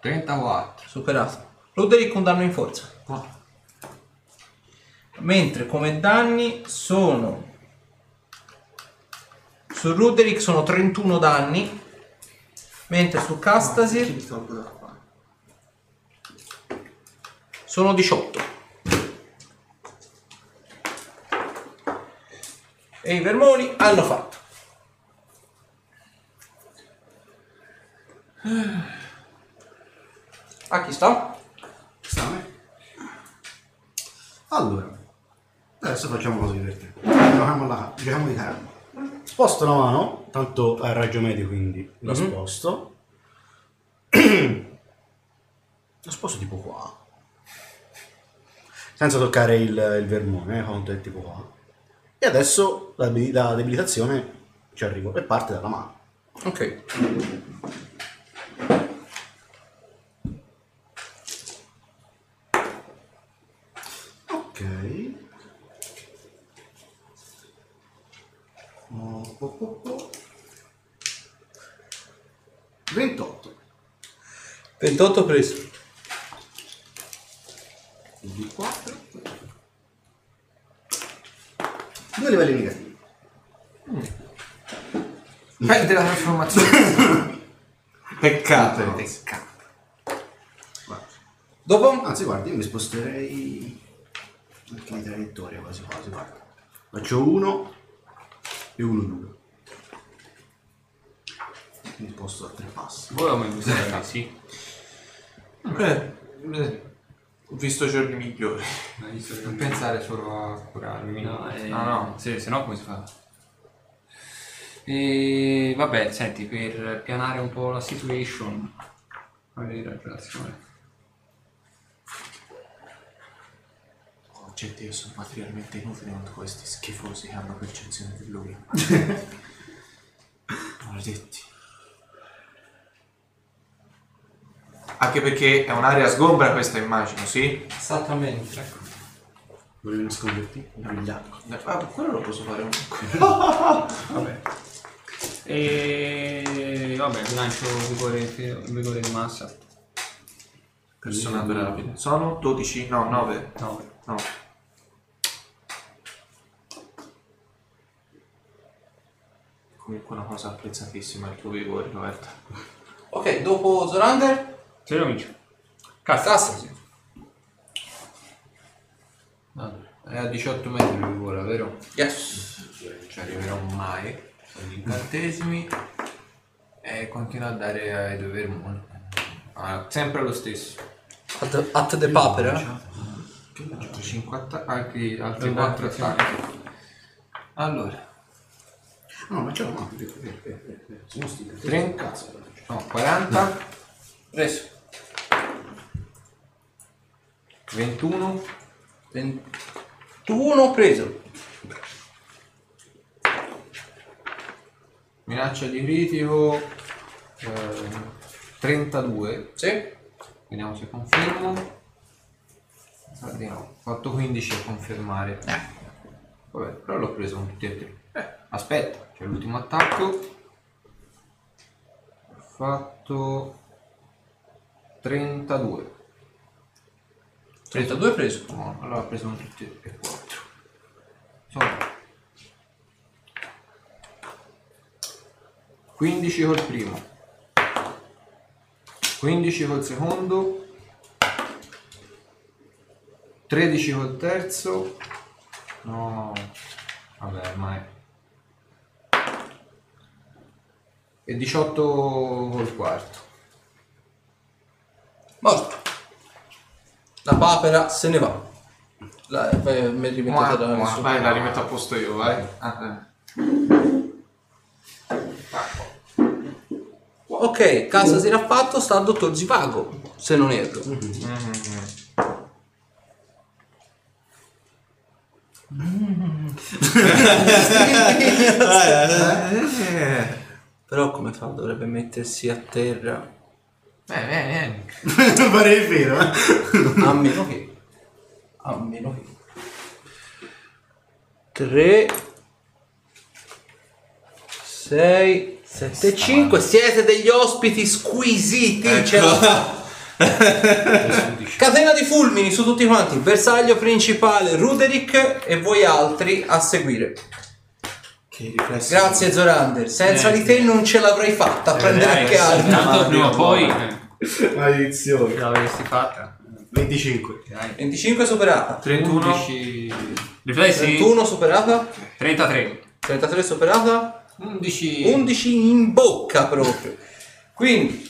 Speaker 7: 34.
Speaker 2: Superato. Ruderick un danno in forza. Ah. Mentre come danni sono... Su Ruderick sono 31 danni, mentre su Castasir
Speaker 6: Mi tolgo da qua.
Speaker 2: sono 18. E i vermoni hanno fatto. A chi sta?
Speaker 1: Sta a me. Allora, adesso facciamo una cosa divertente. Giochiamo, la, giochiamo di carta. Sposto la mano, tanto è raggio medio quindi la
Speaker 2: Mhm.
Speaker 1: sposto. la sposto tipo qua. Senza toccare il, il vermone, eh, quanto è tipo qua. E adesso la, debi- la debilitazione ci arrivo e parte dalla mano.
Speaker 2: Ok.
Speaker 1: Ok. Oh, po, po, po. 28.
Speaker 2: 28 preso.
Speaker 1: Di 4. Due livelli negativi.
Speaker 7: Perde la trasformazione.
Speaker 6: Peccato.
Speaker 1: Guarda.
Speaker 2: Dopo?
Speaker 1: Anzi, guarda, io mi sposterei anche in traiettoria quasi quasi, guarda. Faccio uno e uno due. Mi sposto a tre passi.
Speaker 5: Voi mi serve, sì.
Speaker 6: Eh, eh, ho visto giorni migliori.
Speaker 7: Non pensare solo a curarmi.
Speaker 5: No, eh,
Speaker 3: No, no,
Speaker 5: Se, se no come si fa? E vabbè, senti, per pianare un po' la situation, magari la relazione.
Speaker 6: Oggetti che sono materialmente inutili quanto questi schifosi che hanno percezione di lui. Maledetti. Anche perché è un'area sgombra questa immagino, sì?
Speaker 4: Esattamente.
Speaker 1: Volevi nasconderti? Brigliato.
Speaker 6: Ah, quello lo posso fare comunque.
Speaker 5: E vabbè, lancio vigore, vigore di massa.
Speaker 6: Persona brava. Sono 12, no, 9.
Speaker 5: No.
Speaker 6: No. Comunque una cosa apprezzatissima il tuo vigore, Roberta.
Speaker 2: Ok, dopo Zorander?
Speaker 5: Se lo vinci.
Speaker 2: Cazzo.
Speaker 7: È a 18 metri lui vola, vero?
Speaker 2: Yes.
Speaker 7: Non ci arriverò mai. Sono gli incantesimi. E continua a dare ai dover moon. Ah, sempre lo stesso.
Speaker 2: At, at the eh? papera.
Speaker 7: Altri 50, altri, altri 4 attacchi. Allora,
Speaker 1: No, ma c'è un altro. eh, eh, eh, eh, Sono sti cazzo.
Speaker 7: 30.
Speaker 1: Cazzo, ragazzi.
Speaker 7: no, 40,
Speaker 2: Preso.
Speaker 7: 21,
Speaker 2: 21 preso.
Speaker 7: minaccia di critico, ehm, 32,
Speaker 2: Sì.
Speaker 7: vediamo se confermo. Sa di no, ho fatto 15 a confermare. Vabbè, però l'ho preso con tutti e tre. Eh, Aspetta, c'è l'ultimo attacco. Ho fatto 32.
Speaker 2: 32 preso.
Speaker 7: No, allora ho preso un tutti e quattro. Sono 15 col primo, 15 col secondo, 13 col terzo, no, vabbè ormai, e 18 col quarto.
Speaker 2: Morto. La papera se ne va. La, eh, mi è rimettuta da
Speaker 6: Ma
Speaker 2: nessuno.
Speaker 6: vai, la rimetto a posto io, vai. Ah,
Speaker 2: Ok, casa si era fatto, sta al dottor Zivago, se non erro.
Speaker 6: eh. Mhm.
Speaker 2: Mhm.
Speaker 6: Eh,
Speaker 2: Però come fa? Dovrebbe mettersi a terra.
Speaker 7: Bene, bene, bene.
Speaker 1: Non Pare vero, eh?
Speaker 2: A meno che. A meno che. 3 6 7 5 siete degli ospiti squisiti c'è la- catena di fulmini su tutti quanti bersaglio principale Ruderick e voi altri a seguire
Speaker 6: Che riflessi.
Speaker 2: grazie Zorander senza di te non ce l'avrei fatta a prendere anche altri
Speaker 5: Tanto prima o poi eh,
Speaker 3: eh,
Speaker 1: Maledizione.
Speaker 5: l'avresti fatta.
Speaker 1: 25.
Speaker 2: 25 superata
Speaker 6: 31.
Speaker 7: 11,
Speaker 5: Riflessi?
Speaker 2: 31 superata
Speaker 5: 33.
Speaker 2: 33 superata
Speaker 7: 11
Speaker 2: 11 in bocca proprio. Quindi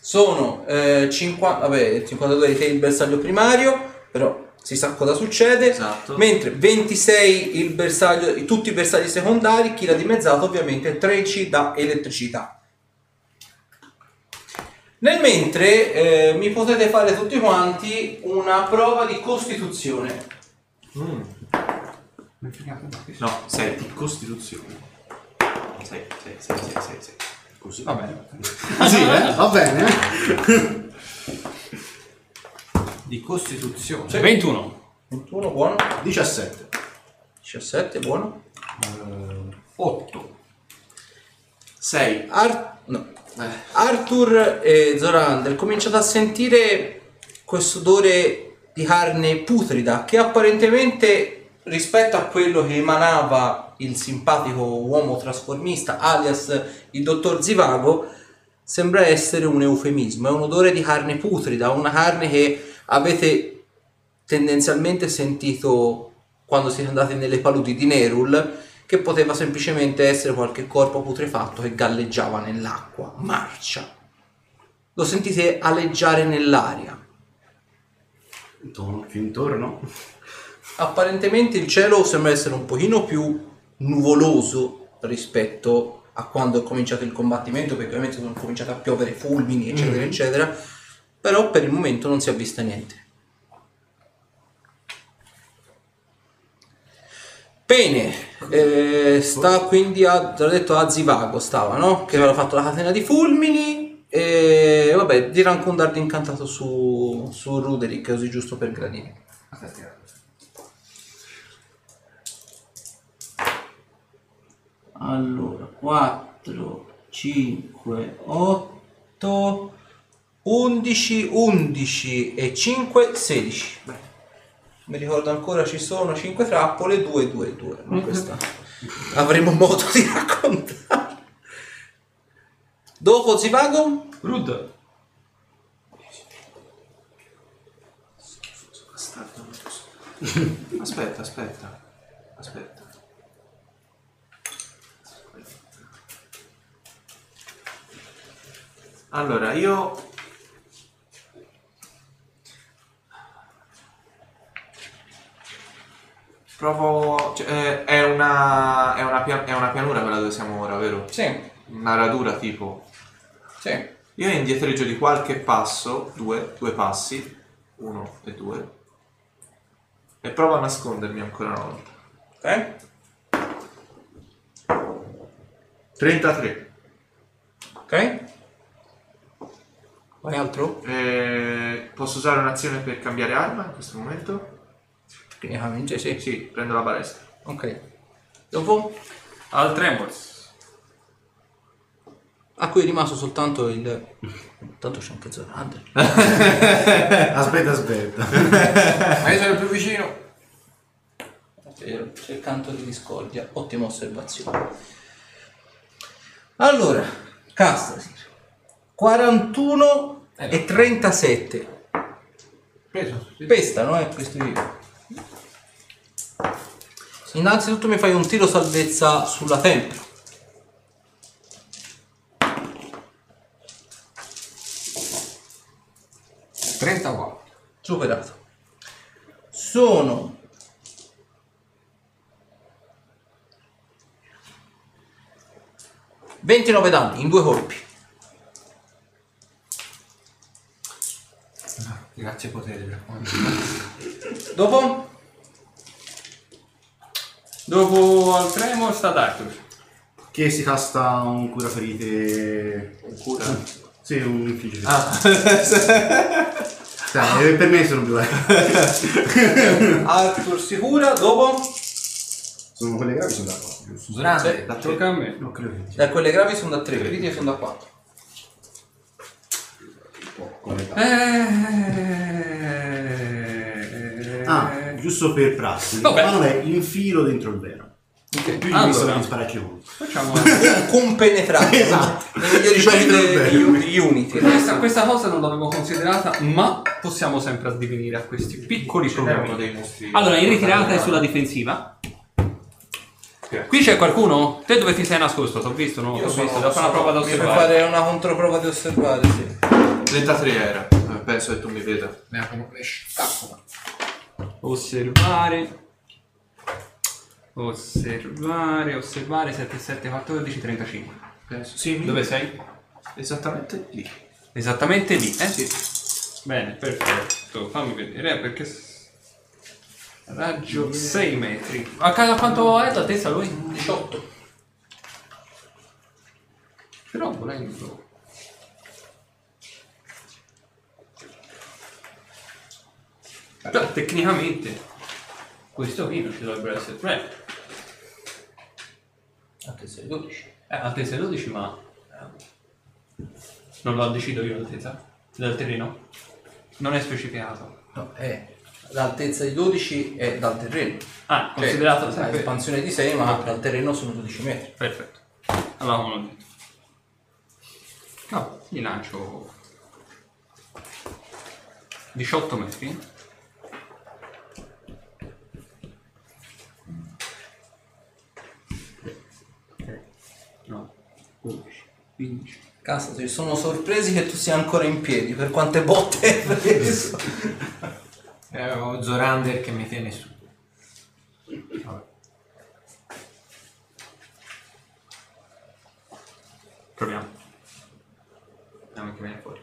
Speaker 2: sono eh, 50, vabbè, 52 di te il bersaglio primario, però si sa cosa succede.
Speaker 6: Esatto.
Speaker 2: Mentre 26 il bersaglio, tutti i bersagli secondari, chi l'ha dimezzato ovviamente 13 da elettricità. Nel mentre eh, mi potete fare tutti quanti una prova di costituzione.
Speaker 6: No, 6 di costituzione. 6, 6, 6, 6, 6.
Speaker 1: Così. Va bene. Così, eh? Va bene, eh?
Speaker 7: di costituzione.
Speaker 5: 21.
Speaker 2: 21 buono,
Speaker 1: 17.
Speaker 2: 17 buono.
Speaker 7: 8.
Speaker 6: 6.
Speaker 2: Ar- no. Arthur e Zorander cominciate a sentire questo odore di carne putrida che apparentemente rispetto a quello che emanava il simpatico uomo trasformista alias il dottor Zivago sembra essere un eufemismo, è un odore di carne putrida, una carne che avete tendenzialmente sentito quando siete andati nelle paludi di Nerul che poteva semplicemente essere qualche corpo putrefatto che galleggiava nell'acqua, marcia. Lo sentite aleggiare nell'aria.
Speaker 1: Intorno- intorno.
Speaker 2: Apparentemente il cielo sembra essere un pochino più nuvoloso rispetto a quando è cominciato il combattimento, perché ovviamente sono cominciati a piovere fulmini, eccetera, eccetera, però per il momento non si è vista niente. Bene, eh, sta quindi a, te l'ho detto, a Zivago stava, no? Che aveva fatto la catena di fulmini e vabbè, dirà anche un dardo incantato su, su Ruderick, così giusto per gradire. Allora, 4, 5, 8, 11, 11 e 5, 16. Mi ricordo ancora ci sono 5 trappole, 2, 2, 2. Ma questa avremo modo di raccontare. Dopo Zivago?
Speaker 3: Rud.
Speaker 6: Aspetta, aspetta, aspetta. Allora, io... Provo... cioè, eh, è, una, è, una pia- è una pianura quella dove siamo ora, vero?
Speaker 2: Sì,
Speaker 6: Una radura tipo.
Speaker 2: sì.
Speaker 6: Io indietreggio di qualche passo, due, due passi, uno e due, e provo a nascondermi ancora una volta.
Speaker 2: Ok?
Speaker 6: 33.
Speaker 2: Ok? Quale altro?
Speaker 6: Eh, posso usare un'azione per cambiare arma in questo momento?
Speaker 2: Tecnicamente sì.
Speaker 6: Sì, prendo la balestra.
Speaker 2: Ok. Dopo?
Speaker 3: Al Tremors.
Speaker 2: A cui è rimasto soltanto il... Tanto c'è anche Zorander.
Speaker 3: Eh?
Speaker 1: Eh, Aspetta, aspetta.
Speaker 7: Ma io sono il più vicino.
Speaker 2: Vero, Eh, c'è il canto di discordia, ottima osservazione. Allora, Castasir, 41
Speaker 3: Eh,
Speaker 2: e 37.
Speaker 7: Preso.
Speaker 2: Pestano, eh, questi vivo. Innanzitutto mi fai un tiro salvezza sulla tempra.
Speaker 7: Sì. 34.
Speaker 2: superato. Sono ...29 danni in due colpi.
Speaker 7: Grazie potere. per favore.
Speaker 2: Dopo
Speaker 3: Dopo al Tremors ad Arthur.
Speaker 1: Che si casta un curaferite. Un cura? Sì, un infligge. Ah. Dai, Cioè, per me sono due.
Speaker 2: Arthur sicura, dopo
Speaker 1: Sono quelle gravi, sono d'accordo, Cioè, giusto?
Speaker 7: Grande.
Speaker 3: La tocca a me.
Speaker 1: Non credo che ti
Speaker 2: da Eh, quelle gravi sono da 3, critiche sono da 4.
Speaker 1: con l'età.
Speaker 3: Eh...
Speaker 1: Ah, giusto per prassi.
Speaker 3: Vabbè.
Speaker 1: Ma non è infilo dentro il vero. Più gli
Speaker 3: Allora.
Speaker 1: allora. sparacchi contro.
Speaker 3: Facciamo una...
Speaker 2: Compenetrato.
Speaker 1: Esatto.
Speaker 2: Le migliori
Speaker 1: Ci
Speaker 2: cifre
Speaker 1: dovrebbe.
Speaker 2: di un- di Unity.
Speaker 3: questa, questa cosa non l'avevo considerata, ma possiamo sempre addivenire a questi piccoli
Speaker 6: uno
Speaker 3: problemi.
Speaker 6: dei mostri.
Speaker 3: Allora, in ritirata è sulla difensiva. Qui c'è qualcuno? Te dove ti sei nascosto? T'ho visto, no? T'ho visto, devo fare una prova da
Speaker 2: Devo
Speaker 3: osservare.
Speaker 2: fare una controprova di osservare, sì.
Speaker 6: 33 era, eh, penso che tu mi veda.
Speaker 7: Ne aprono flash. Caccola.
Speaker 3: Osservare. Osservare, osservare, 7, 7, 14, 35.
Speaker 6: Penso. Sì, mi-
Speaker 3: Dove sei?
Speaker 6: Esattamente lì.
Speaker 3: Esattamente lì, eh?
Speaker 6: Sì.
Speaker 3: Bene, perfetto. Fammi vedere eh, perché. s- Raggio 6 metri. A casa quanto è la testa lui?
Speaker 2: 18.
Speaker 3: Però volendo. Però tecnicamente questo qui non ci dovrebbero essere tre.
Speaker 2: Anche se 12.
Speaker 3: Eh, altezza 12 ma. eh,
Speaker 5: Non lo decido io l'altezza del terreno. Non è specificato.
Speaker 2: No, è l'altezza di 12 è dal terreno.
Speaker 5: Ah,
Speaker 2: Cioè,
Speaker 5: considerato
Speaker 2: la
Speaker 5: sempre.
Speaker 2: espansione di 6, ma dal terreno sono 12 metri.
Speaker 5: Perfetto. Allora come l'ho detto. No, gli lancio 18 metri. No, 11, 15.
Speaker 2: Cazzo, sono sorpresi che tu sia ancora in piedi per quante botte hai preso.
Speaker 7: Eh, ho Zorander che mi tiene su.
Speaker 5: Proviamo. Vediamo che viene fuori.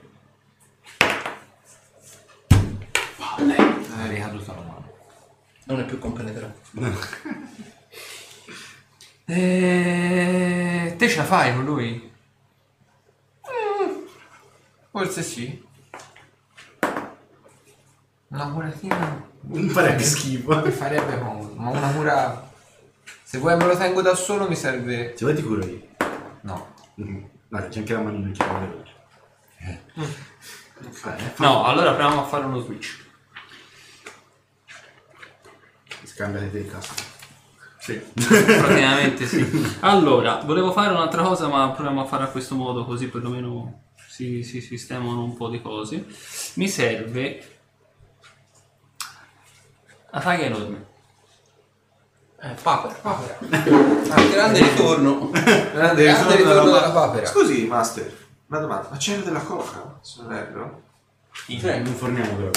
Speaker 7: È ricaduta la mano.
Speaker 2: non è più compenetrato.
Speaker 3: Eh, te ce la fai con lui?
Speaker 7: Eh, Forse sì.
Speaker 3: Una curatina.
Speaker 1: Non farebbe schifo.
Speaker 7: Mi farebbe comodo, ma una cura... Se vuoi me lo tengo da solo mi serve...
Speaker 1: Se vuoi ti curo io.
Speaker 7: No.
Speaker 1: Mm. Guarda, c'è anche la manina che vuole veloce. Eh,
Speaker 5: No, allora proviamo a fare uno switch.
Speaker 1: Scambiate te il cazzo.
Speaker 5: Sì.
Speaker 3: Praticamente sì.
Speaker 5: Allora, volevo fare un'altra cosa, ma proviamo a fare a questo modo, così perlomeno si, si sistemano un po' di cose. Mi serve la taglia enorme.
Speaker 2: Eh, papera. papera. Ah, grande ritorno.
Speaker 6: Grande
Speaker 2: Grande ritorno della papera.
Speaker 6: Scusi, master, una domanda. Ma c'era della coca, sorello?
Speaker 2: Cioè,
Speaker 1: Non forniamo però.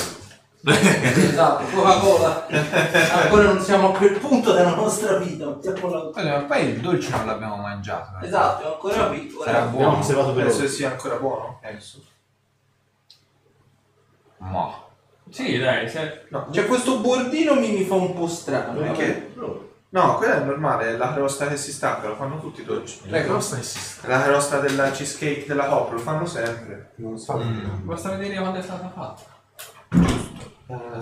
Speaker 2: Esatto, Coca-Cola. Ancora non siamo a quel punto della nostra vita. non siamo là.
Speaker 7: Allora, ma poi il dolce non l'abbiamo mangiato. eh.
Speaker 2: Esatto, è ancora qui.
Speaker 7: Sarà
Speaker 2: Ora
Speaker 1: Abbiamo
Speaker 7: buono.
Speaker 1: conservato per
Speaker 6: Penso
Speaker 1: ora.
Speaker 6: che sia ancora buono.
Speaker 7: Penso. Ma...
Speaker 5: Sì, dai, se...
Speaker 6: No,
Speaker 2: Cioè questo bordino mi, mi fa un po' strano.
Speaker 6: perché? No, quella è normale, è la crosta che si stacca, lo fanno tutti i dolci.
Speaker 1: La crosta esiste.
Speaker 6: La crosta della cheesecake della Hop, lo fanno sempre.
Speaker 1: Non so.
Speaker 5: basta vedere quando è stata fatta.
Speaker 7: È di una
Speaker 1: Vabbè,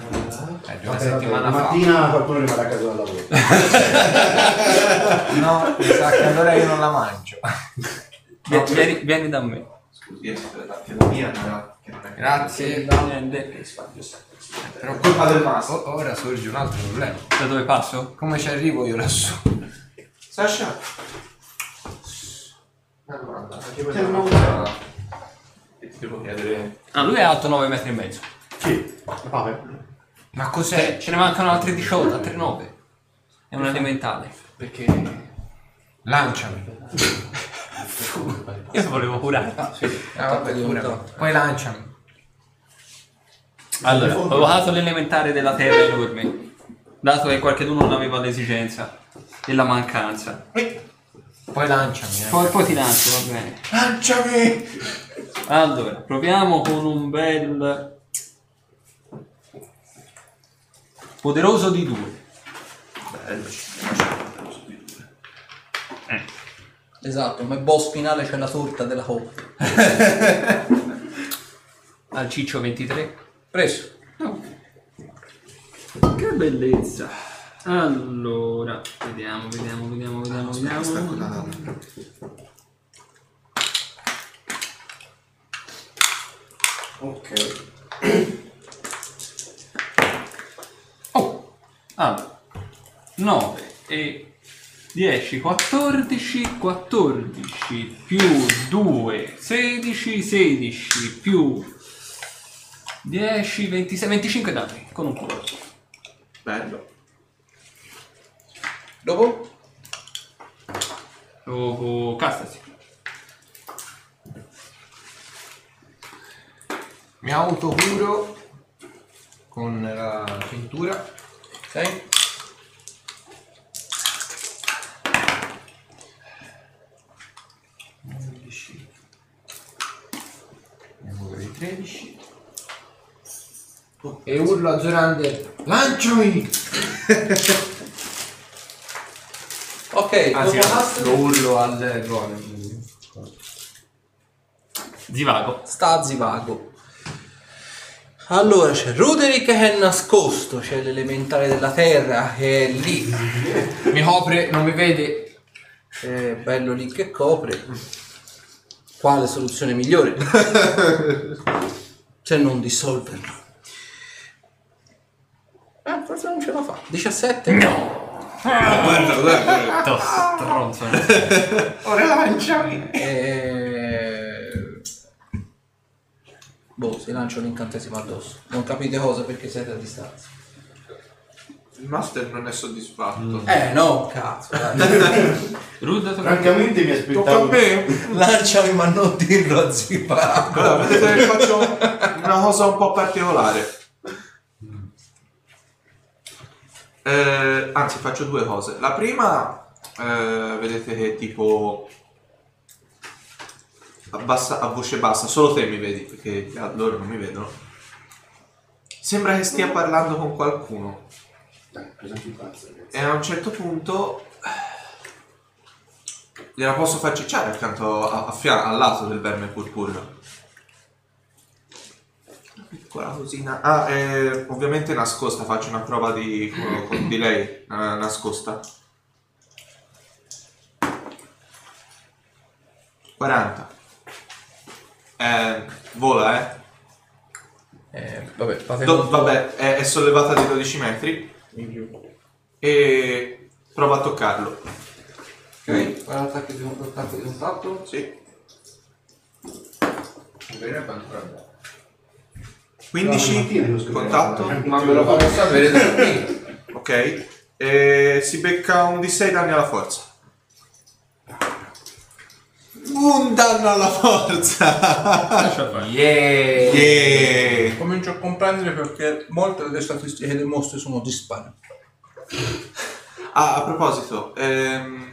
Speaker 1: vabbè,
Speaker 7: settimana
Speaker 1: la
Speaker 7: fa.
Speaker 1: mattina qualcuno rimarrà a casa dal lavoro.
Speaker 7: No, mi sa che allora io non la mangio.
Speaker 3: Vieni- Vieni, vieni da me.
Speaker 6: Scusi, è anche la mia, ma che non è
Speaker 7: Grazie.
Speaker 6: Però colpa del master.
Speaker 7: O- ora sorge un altro problema.
Speaker 3: Da dove passo?
Speaker 7: Come ci arrivo io lassù?
Speaker 6: Sasha. Una domanda. Perché
Speaker 1: Che
Speaker 6: vogliamo
Speaker 1: domanda?
Speaker 6: E ti devo chiedere.
Speaker 3: Ah, lui è alto 9 metri e mezzo.
Speaker 1: Chi? La papera.
Speaker 7: Ma cos'è?
Speaker 3: Ce ne mancano altri 18, altri 9. È un elementale.
Speaker 6: Perché.
Speaker 5: Eh,
Speaker 7: Lanciami.
Speaker 3: Io volevo curare.
Speaker 7: Ah, vabbè, pure. Poi lanciami.
Speaker 3: Allora, ho dato l'elementare della terra enorme. Dato che qualcuno non aveva l'esigenza e la mancanza.
Speaker 7: Poi lanciami. eh.
Speaker 3: Poi, poi ti lancio, va bene.
Speaker 6: Lanciami!
Speaker 3: Allora, proviamo con un bel... Poderoso di 2.
Speaker 6: Bello, ci lasciamo di due.
Speaker 2: Esatto, come boss finale c'è la torta della coppa.
Speaker 3: Al ciccio 23.
Speaker 2: Preso.
Speaker 5: Che bellezza. Allora, vediamo, vediamo, vediamo, vediamo,
Speaker 6: Stacco
Speaker 5: vediamo.
Speaker 6: la-
Speaker 1: Ok.
Speaker 3: Oh! Allora, 9 e 10, 14, 14 più 2, 16, 16 più 10, 26, 25 dati con un culo.
Speaker 6: Bello.
Speaker 2: Dopo?
Speaker 5: Dopo Castasi.
Speaker 7: Mi autocuro con la cintura.
Speaker 2: Ok.
Speaker 7: Andiamo per i 13. E urlo a Zorander. Lanciami!
Speaker 2: Ok,
Speaker 7: Anzi,
Speaker 2: dopo Astro
Speaker 7: Ah, lo urlo al golem.
Speaker 5: Zivago.
Speaker 2: sta a zivago. Allora c'è Ruderick che è nascosto, c'è l'elementare della terra che è lì.
Speaker 7: Mi copre, non mi vede.
Speaker 2: È bello lì che copre. Quale soluzione migliore? Se non dissolverlo. Eh, forse non ce la fa. 17? No.
Speaker 6: Guarda, guarda.
Speaker 3: Stronzo.
Speaker 6: Ora la lanciami.
Speaker 2: Eh, Boh, si lancia un incantesimo addosso. Non capite cosa perché siete a distanza.
Speaker 6: Il master non è soddisfatto.
Speaker 2: Eh no, cazzo. dai.
Speaker 3: Rudda tocca-
Speaker 8: Francamente mi aspettavo.
Speaker 6: me?
Speaker 2: Lanciami ma non dirlo a Zipa.
Speaker 6: Esatto. Allora, vedete che faccio una cosa un po' particolare. Eh, anzi, faccio due cose. La prima, eh, vedete che tipo a, bassa- a voce bassa, solo te mi vedi, perché gli- loro non mi vedono. Sembra che stia parlando con qualcuno.
Speaker 1: Dai, presa anche il pazzo, ragazzi.
Speaker 6: E a un certo punto eh, gliela posso far cicciare accanto a, a fia- al lato del verme purpureo. Una piccola cosina. Ah, eh, ovviamente nascosta, faccio una prova di, con, con di lei, eh, nascosta. 40. Eh, vola, eh.
Speaker 2: Eh, vabbè, fate
Speaker 6: Do-
Speaker 2: conto-
Speaker 6: vabbè, è, è sollevata di 12 metri e prova a toccarlo.
Speaker 4: Ok, fai l'attacco di l'attacco di contatto.
Speaker 6: Sì.
Speaker 8: Vedremo quanto prende.
Speaker 6: 15 contatto.
Speaker 8: Eh, Ma me lo fanno sapere da qui.
Speaker 6: Ok. E si becca un D6 danni alla forza. Un danno alla forza.
Speaker 4: Yeah!
Speaker 6: Yeah.
Speaker 2: Comincio a comprendere perché molte delle statistiche dei mostri sono dispari.
Speaker 6: Ah, a proposito, ehm,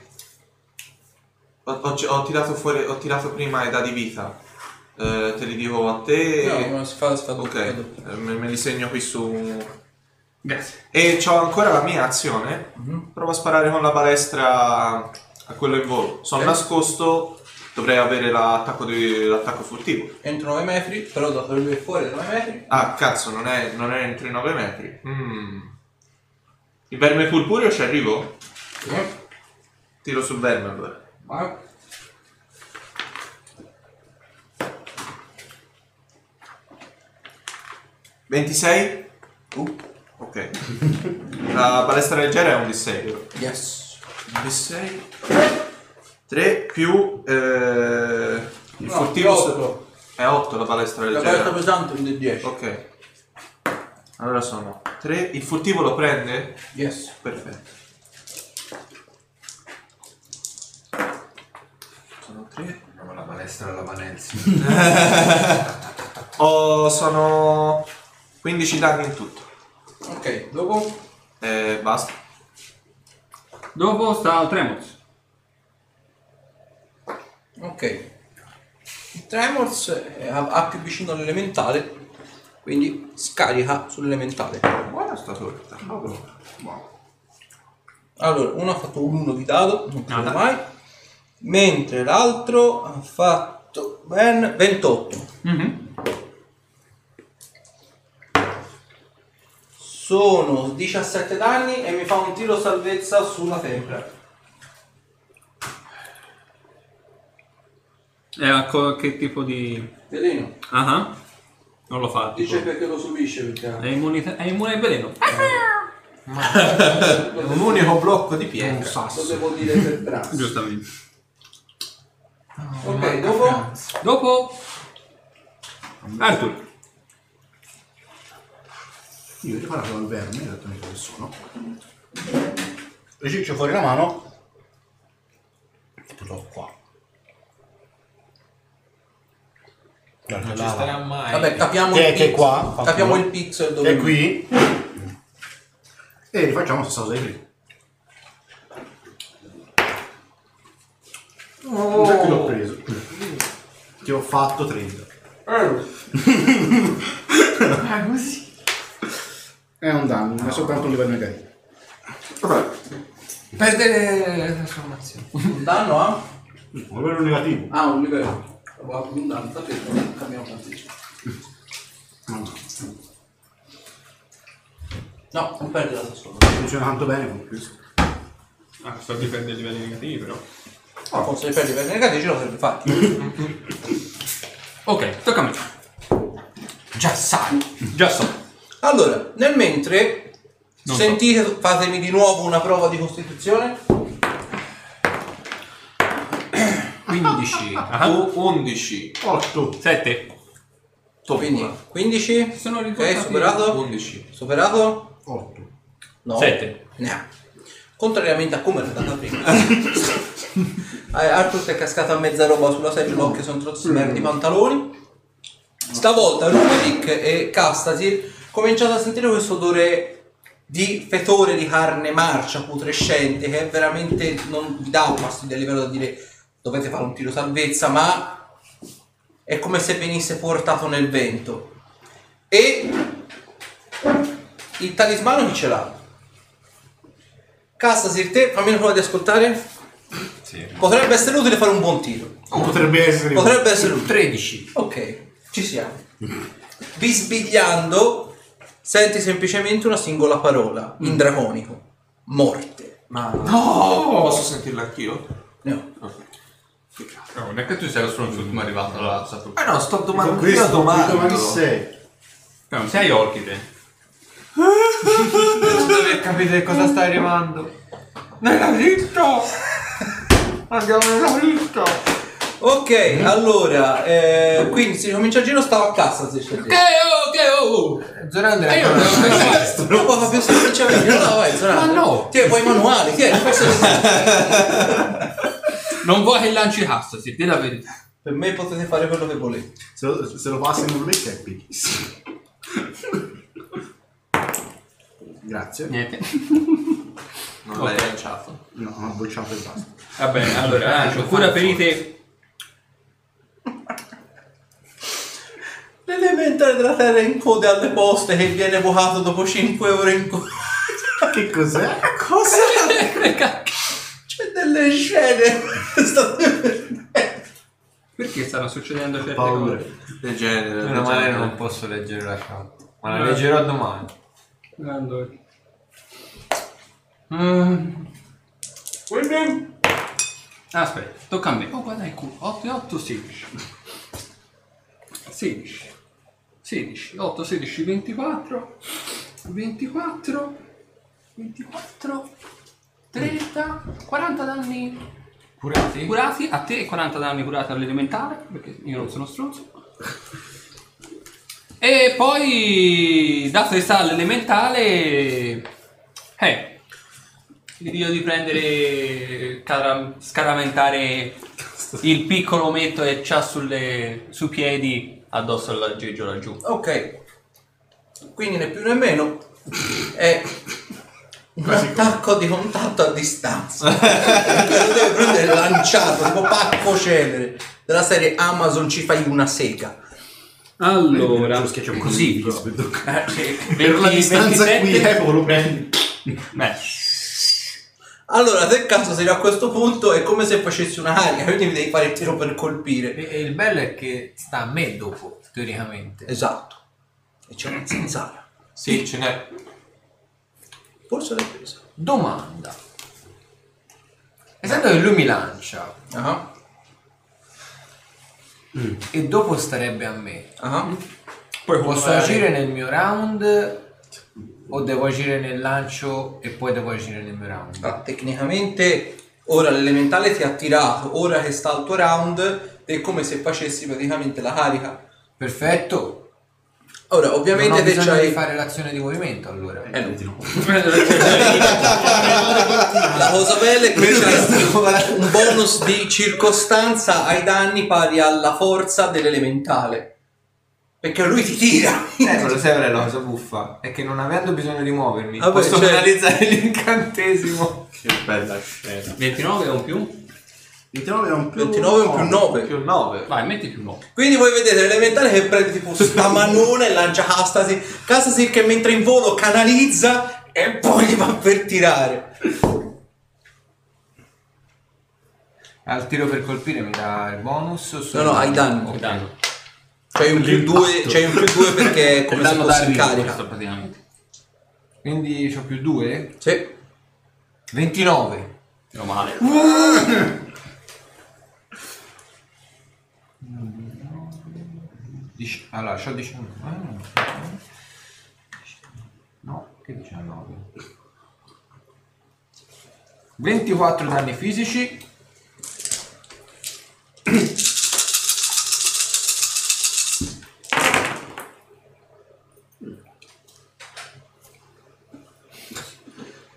Speaker 6: ho, ho- ho tirato fuori, ho tirato prima i dadi vita. Eh, te li dico a te.
Speaker 2: No,
Speaker 6: e-
Speaker 2: come si fa sta
Speaker 6: Ok,
Speaker 2: doppia, doppia.
Speaker 6: eh, me, me li segno qui su.
Speaker 5: Grazie.
Speaker 6: E ho ancora la mia azione.
Speaker 2: Mhm.
Speaker 6: Provo a sparare con la balestra a quello in volo. Sono
Speaker 2: Ok.
Speaker 6: nascosto, dovrei avere l'attacco, di- l'attacco furtivo.
Speaker 2: Entro 9 metri, però dato che lui è fuori dai 9 metri,
Speaker 6: Ah, cazzo, non è, non è entro i 9 metri. Mm. Il verme purpureo ci arrivo?
Speaker 2: Mhm.
Speaker 6: Tiro sul verme allora.
Speaker 4: Vai.
Speaker 6: Ventisei?
Speaker 2: uh,
Speaker 6: Ok. La palestra leggera è un D6, vero?
Speaker 2: yes.
Speaker 6: Un D6. 3 più eh, il
Speaker 2: No,
Speaker 6: furtivo
Speaker 2: più
Speaker 6: se-
Speaker 2: otto.
Speaker 6: è 8 la palestra
Speaker 2: La carta
Speaker 6: leggera.
Speaker 2: pesante è un D10.
Speaker 6: Ok. Allora sono 3. Il furtivo lo prende?
Speaker 2: Yes.
Speaker 6: Perfetto. Sono 3.
Speaker 8: No, la palestra alla Vanelsi.
Speaker 6: Oh, sono 15 danni in tutto.
Speaker 2: Ok, dopo
Speaker 6: Eh, basta.
Speaker 3: Dopo sta Tremors.
Speaker 2: Ok. Il Tremors è- ha, ha più vicino all'elementale, quindi scarica sull'elementale.
Speaker 6: Buona sta torta.
Speaker 2: Allora, uno ha fatto un 1 di dado, non credo mai, mentre l'altro ha fatto ben 28. Sono 17 danni e mi fa un tiro salvezza sulla tempra.
Speaker 3: Era co- che tipo di...
Speaker 2: Veleno,
Speaker 3: Ah ah. Non lo fa.
Speaker 2: dice
Speaker 3: Tipo.
Speaker 2: perché lo subisce perché
Speaker 3: È, immunità- è immune al veleno.
Speaker 6: Un unico blocco di pietra.
Speaker 2: lo devo dire per braccio.
Speaker 3: Giustamente.
Speaker 2: Ok, dopo
Speaker 3: Dopo... Arthur.
Speaker 1: Io ho riparato al verme, ho detto mica che sono. Riciccio fuori la mano. E te l'ho qua. Guarda,
Speaker 7: Non ci
Speaker 1: là,
Speaker 7: starà mai.
Speaker 2: Vabbè, capiamo
Speaker 1: Che-
Speaker 2: il
Speaker 1: che
Speaker 2: pixel.
Speaker 1: qua, fa
Speaker 2: Capiamo
Speaker 1: qua.
Speaker 2: il pixel dove
Speaker 1: è qui. E rifacciamo la stessa cosa di prima. Già che l'ho preso. Ti ho fatto 30. Eh. È un danno, ma è soltanto un livello negativo.
Speaker 4: Perdere le trasformazioni.
Speaker 2: un danno eh? ha
Speaker 1: Un livello negativo.
Speaker 2: ah, un livello. Ho avuto un danno, sapete, non cambiamo tantissimo. No, non perde la sua
Speaker 1: Funziona tanto bene con questo.
Speaker 5: Ah, sto difendendo i livelli negativi però.
Speaker 2: No, forse li perdi per negati, ce lo sarebbe fatto.
Speaker 3: Ok, tocca a me.
Speaker 2: Già sai.
Speaker 3: Già so.
Speaker 2: Allora, nel mentre
Speaker 3: Non so.
Speaker 2: sentite, fatemi di nuovo una prova di costituzione.
Speaker 7: 15.
Speaker 6: Tu 11.
Speaker 1: 8.
Speaker 3: 7.
Speaker 2: Quindi 15.
Speaker 3: Sono
Speaker 2: ok,
Speaker 3: ricordati
Speaker 2: superato.
Speaker 6: 11.
Speaker 2: Superato.
Speaker 1: 8.
Speaker 2: No.
Speaker 3: 7.
Speaker 2: No. Contrariamente a come era andata prima. Eh, Arthur è cascato a mezza roba sulla seggiola che sono trozzi verdi i pantaloni. Stavolta Rubik e Castasir cominciate a sentire questo odore di fetore di carne marcia putrescente che è veramente non vi dà un fastidio a livello da dire dovete fare un tiro salvezza ma è come se venisse portato nel vento e il talismano chi ce l'ha? Castasir te fammi una prova di ascoltare potrebbe essere utile fare un buon tiro
Speaker 1: Potrebbe essere.
Speaker 2: Potrebbe essere un
Speaker 7: 13.
Speaker 2: Ok, ci siamo. Bisbigliando, senti semplicemente una singola parola in draconico: morte.
Speaker 6: Ma no! Posso sentirla anch'io?
Speaker 2: No.
Speaker 5: No, non è che tu sei lo stronzo ultimo arrivato alla sapo.
Speaker 3: Eh,
Speaker 7: Ma no, sto
Speaker 1: Con
Speaker 7: domandando. Io
Speaker 1: questo
Speaker 7: domando.
Speaker 1: domani 6.
Speaker 5: No, sei orchide.
Speaker 7: per capire cosa sta arrivando. Nella cripto! Andiamo nella cripto!
Speaker 2: Ok, allora, eh, quindi si comincia il giro, stavo a cassa. Se c'è
Speaker 3: Eh,
Speaker 2: detto.
Speaker 3: oh,
Speaker 5: Eh,
Speaker 7: Zorandra
Speaker 3: io non devo pensare.
Speaker 2: Non posso più semplicemente. No, vai, Ma
Speaker 3: no.
Speaker 2: Tieni, vuoi i manuali, tieni, forse-
Speaker 3: Non vuoi che lanci cassa, si la verità.
Speaker 2: Per me potete fare quello che volete.
Speaker 1: Se lo, se lo passi in un lecca è bellissimo. Grazie.
Speaker 2: Eh.
Speaker 3: Niente.
Speaker 6: Non l'hai lanciato.
Speaker 1: No, ho bocciato e basta.
Speaker 5: Vabbè, allora, lancio
Speaker 3: Cura
Speaker 5: cura
Speaker 3: ferite.
Speaker 2: L'elementare della terra in coda alle poste che viene evocato dopo 5 ore in coda.
Speaker 1: Che cos'è?
Speaker 2: C'è delle scene. State perdendo.
Speaker 5: Perché stanno succedendo certe
Speaker 1: Paura.
Speaker 5: cose?
Speaker 6: Del genere.
Speaker 7: Meno
Speaker 6: del
Speaker 7: male
Speaker 6: genere.
Speaker 7: non posso leggere la chat. Ma la leggerò domani.
Speaker 5: Allora.
Speaker 3: Aspetta, tocca a me. Oh, guarda il culo. 8 e 8, 16. 16. 16, 8, 16, 24. 24. 24. 30. 40 danni
Speaker 7: Curati?
Speaker 3: curati a te e 40 danni curati all'elementare, perché io non sono stronzo. E poi, dato che sta all'elementale, eh, gli dico di prendere, cara- scaramentare il piccolo ometto che c'ha sulle, sui piedi addosso all'aggeggio laggiù.
Speaker 2: Ok, quindi né più né meno è un attacco di contatto a distanza. Perché lo deve prendere lanciato, tipo pacco cenere della serie Amazon ci fai una sega.
Speaker 3: Allora,
Speaker 1: Così. Eh,
Speaker 3: per
Speaker 1: La distanza qui eh, è lo prendi.
Speaker 2: Allora, se caso sei a questo punto è come se facessi una carica, quindi mi devi fare il tiro per colpire.
Speaker 7: E, e il bello è che sta a me dopo, teoricamente.
Speaker 2: Esatto. E c'è una zanzara.
Speaker 6: Sì, cioè, ce n'è.
Speaker 2: Forse l'hai presa.
Speaker 7: Domanda. Essendo che lui mi lancia
Speaker 2: Ah,
Speaker 7: e dopo starebbe a me,
Speaker 2: ah.
Speaker 5: Poi
Speaker 7: posso
Speaker 5: magari-
Speaker 7: agire nel mio round o devo agire nel lancio e poi devo agire nel mio round?
Speaker 2: Allora, Ah, tecnicamente ora l'elementale ti ha tirato, ora che sta al tuo round, è come se facessi praticamente la carica.
Speaker 7: Perfetto.
Speaker 2: Ora,
Speaker 7: Non ho
Speaker 2: ovviamente te
Speaker 7: bisogno
Speaker 2: c'hai...
Speaker 7: di fare l'azione di movimento allora.
Speaker 2: Eh, no. La cosa bella è che
Speaker 7: Quello che stavo
Speaker 2: c'hai
Speaker 7: guardando.
Speaker 2: un bonus di circostanza ai danni pari alla forza dell'elementale. Perché lui ti tira.
Speaker 6: Eh,
Speaker 7: Ecco, lo sai qual è la cosa buffa? È che non avendo bisogno di muovermi,
Speaker 2: Vabbè,
Speaker 7: posso
Speaker 2: cioè-
Speaker 7: realizzare l'incantesimo.
Speaker 6: Che bella scena.
Speaker 3: 29 è un più?
Speaker 1: 29 è un più
Speaker 2: 29 più 9.
Speaker 6: Più 9.
Speaker 3: Vai, metti più 9.
Speaker 2: Quindi voi vedete l'elementale che prende tipo sta manona e lancia Castasi. Castasi che mentre in volo canalizza e poi gli va per tirare.
Speaker 7: Al tiro per colpire mi dà il bonus? o
Speaker 2: No,
Speaker 7: solo-
Speaker 2: no, hai danno.
Speaker 3: Che danno?
Speaker 2: C'hai un più 2, c'hai un più 2 perché è come se
Speaker 3: danno
Speaker 2: fossi in
Speaker 3: questo
Speaker 2: carica.
Speaker 3: praticamente.
Speaker 7: Quindi ho più 2?
Speaker 2: Sì.
Speaker 7: 29.
Speaker 3: Meno male.
Speaker 7: Dic- allora, c'ho 19. Ah, no, aspetta. No, che 19? 24 danni fisici.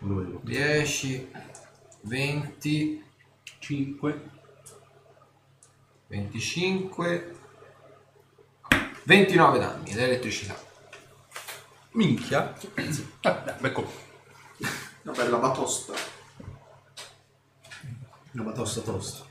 Speaker 1: Lo vedo.
Speaker 7: 10, 20, 5, 25, 29 danni ed elettricità.
Speaker 2: Minchia.
Speaker 6: Una bella batosta.
Speaker 1: Una batosta tosta.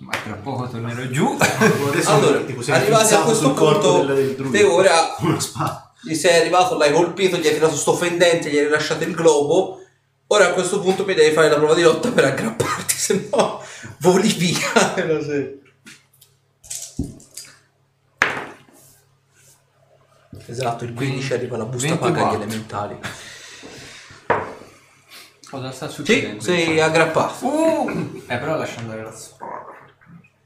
Speaker 7: Ma tra poco tornerò giù.
Speaker 1: Adesso
Speaker 2: Allora,
Speaker 1: tipo, sei
Speaker 2: arrivati a
Speaker 1: fissato
Speaker 2: questo
Speaker 1: sul corpo
Speaker 2: punto,
Speaker 1: del- del druido.
Speaker 2: te ora
Speaker 1: Una spada.
Speaker 2: gli sei arrivato, l'hai colpito, gli hai tirato sto fendente, gli hai rilasciato il globo. Ora a questo punto mi devi fare la prova di lotta per aggrapparti, se no voli via. Lo sai. Esatto, il 15 arriva la busta paga agli
Speaker 7: 24.
Speaker 2: elementali.
Speaker 4: Cosa sta
Speaker 2: Sì,
Speaker 4: succedendo?
Speaker 2: sei aggrappato.
Speaker 7: Uh! Eh, però lascia andare la spada.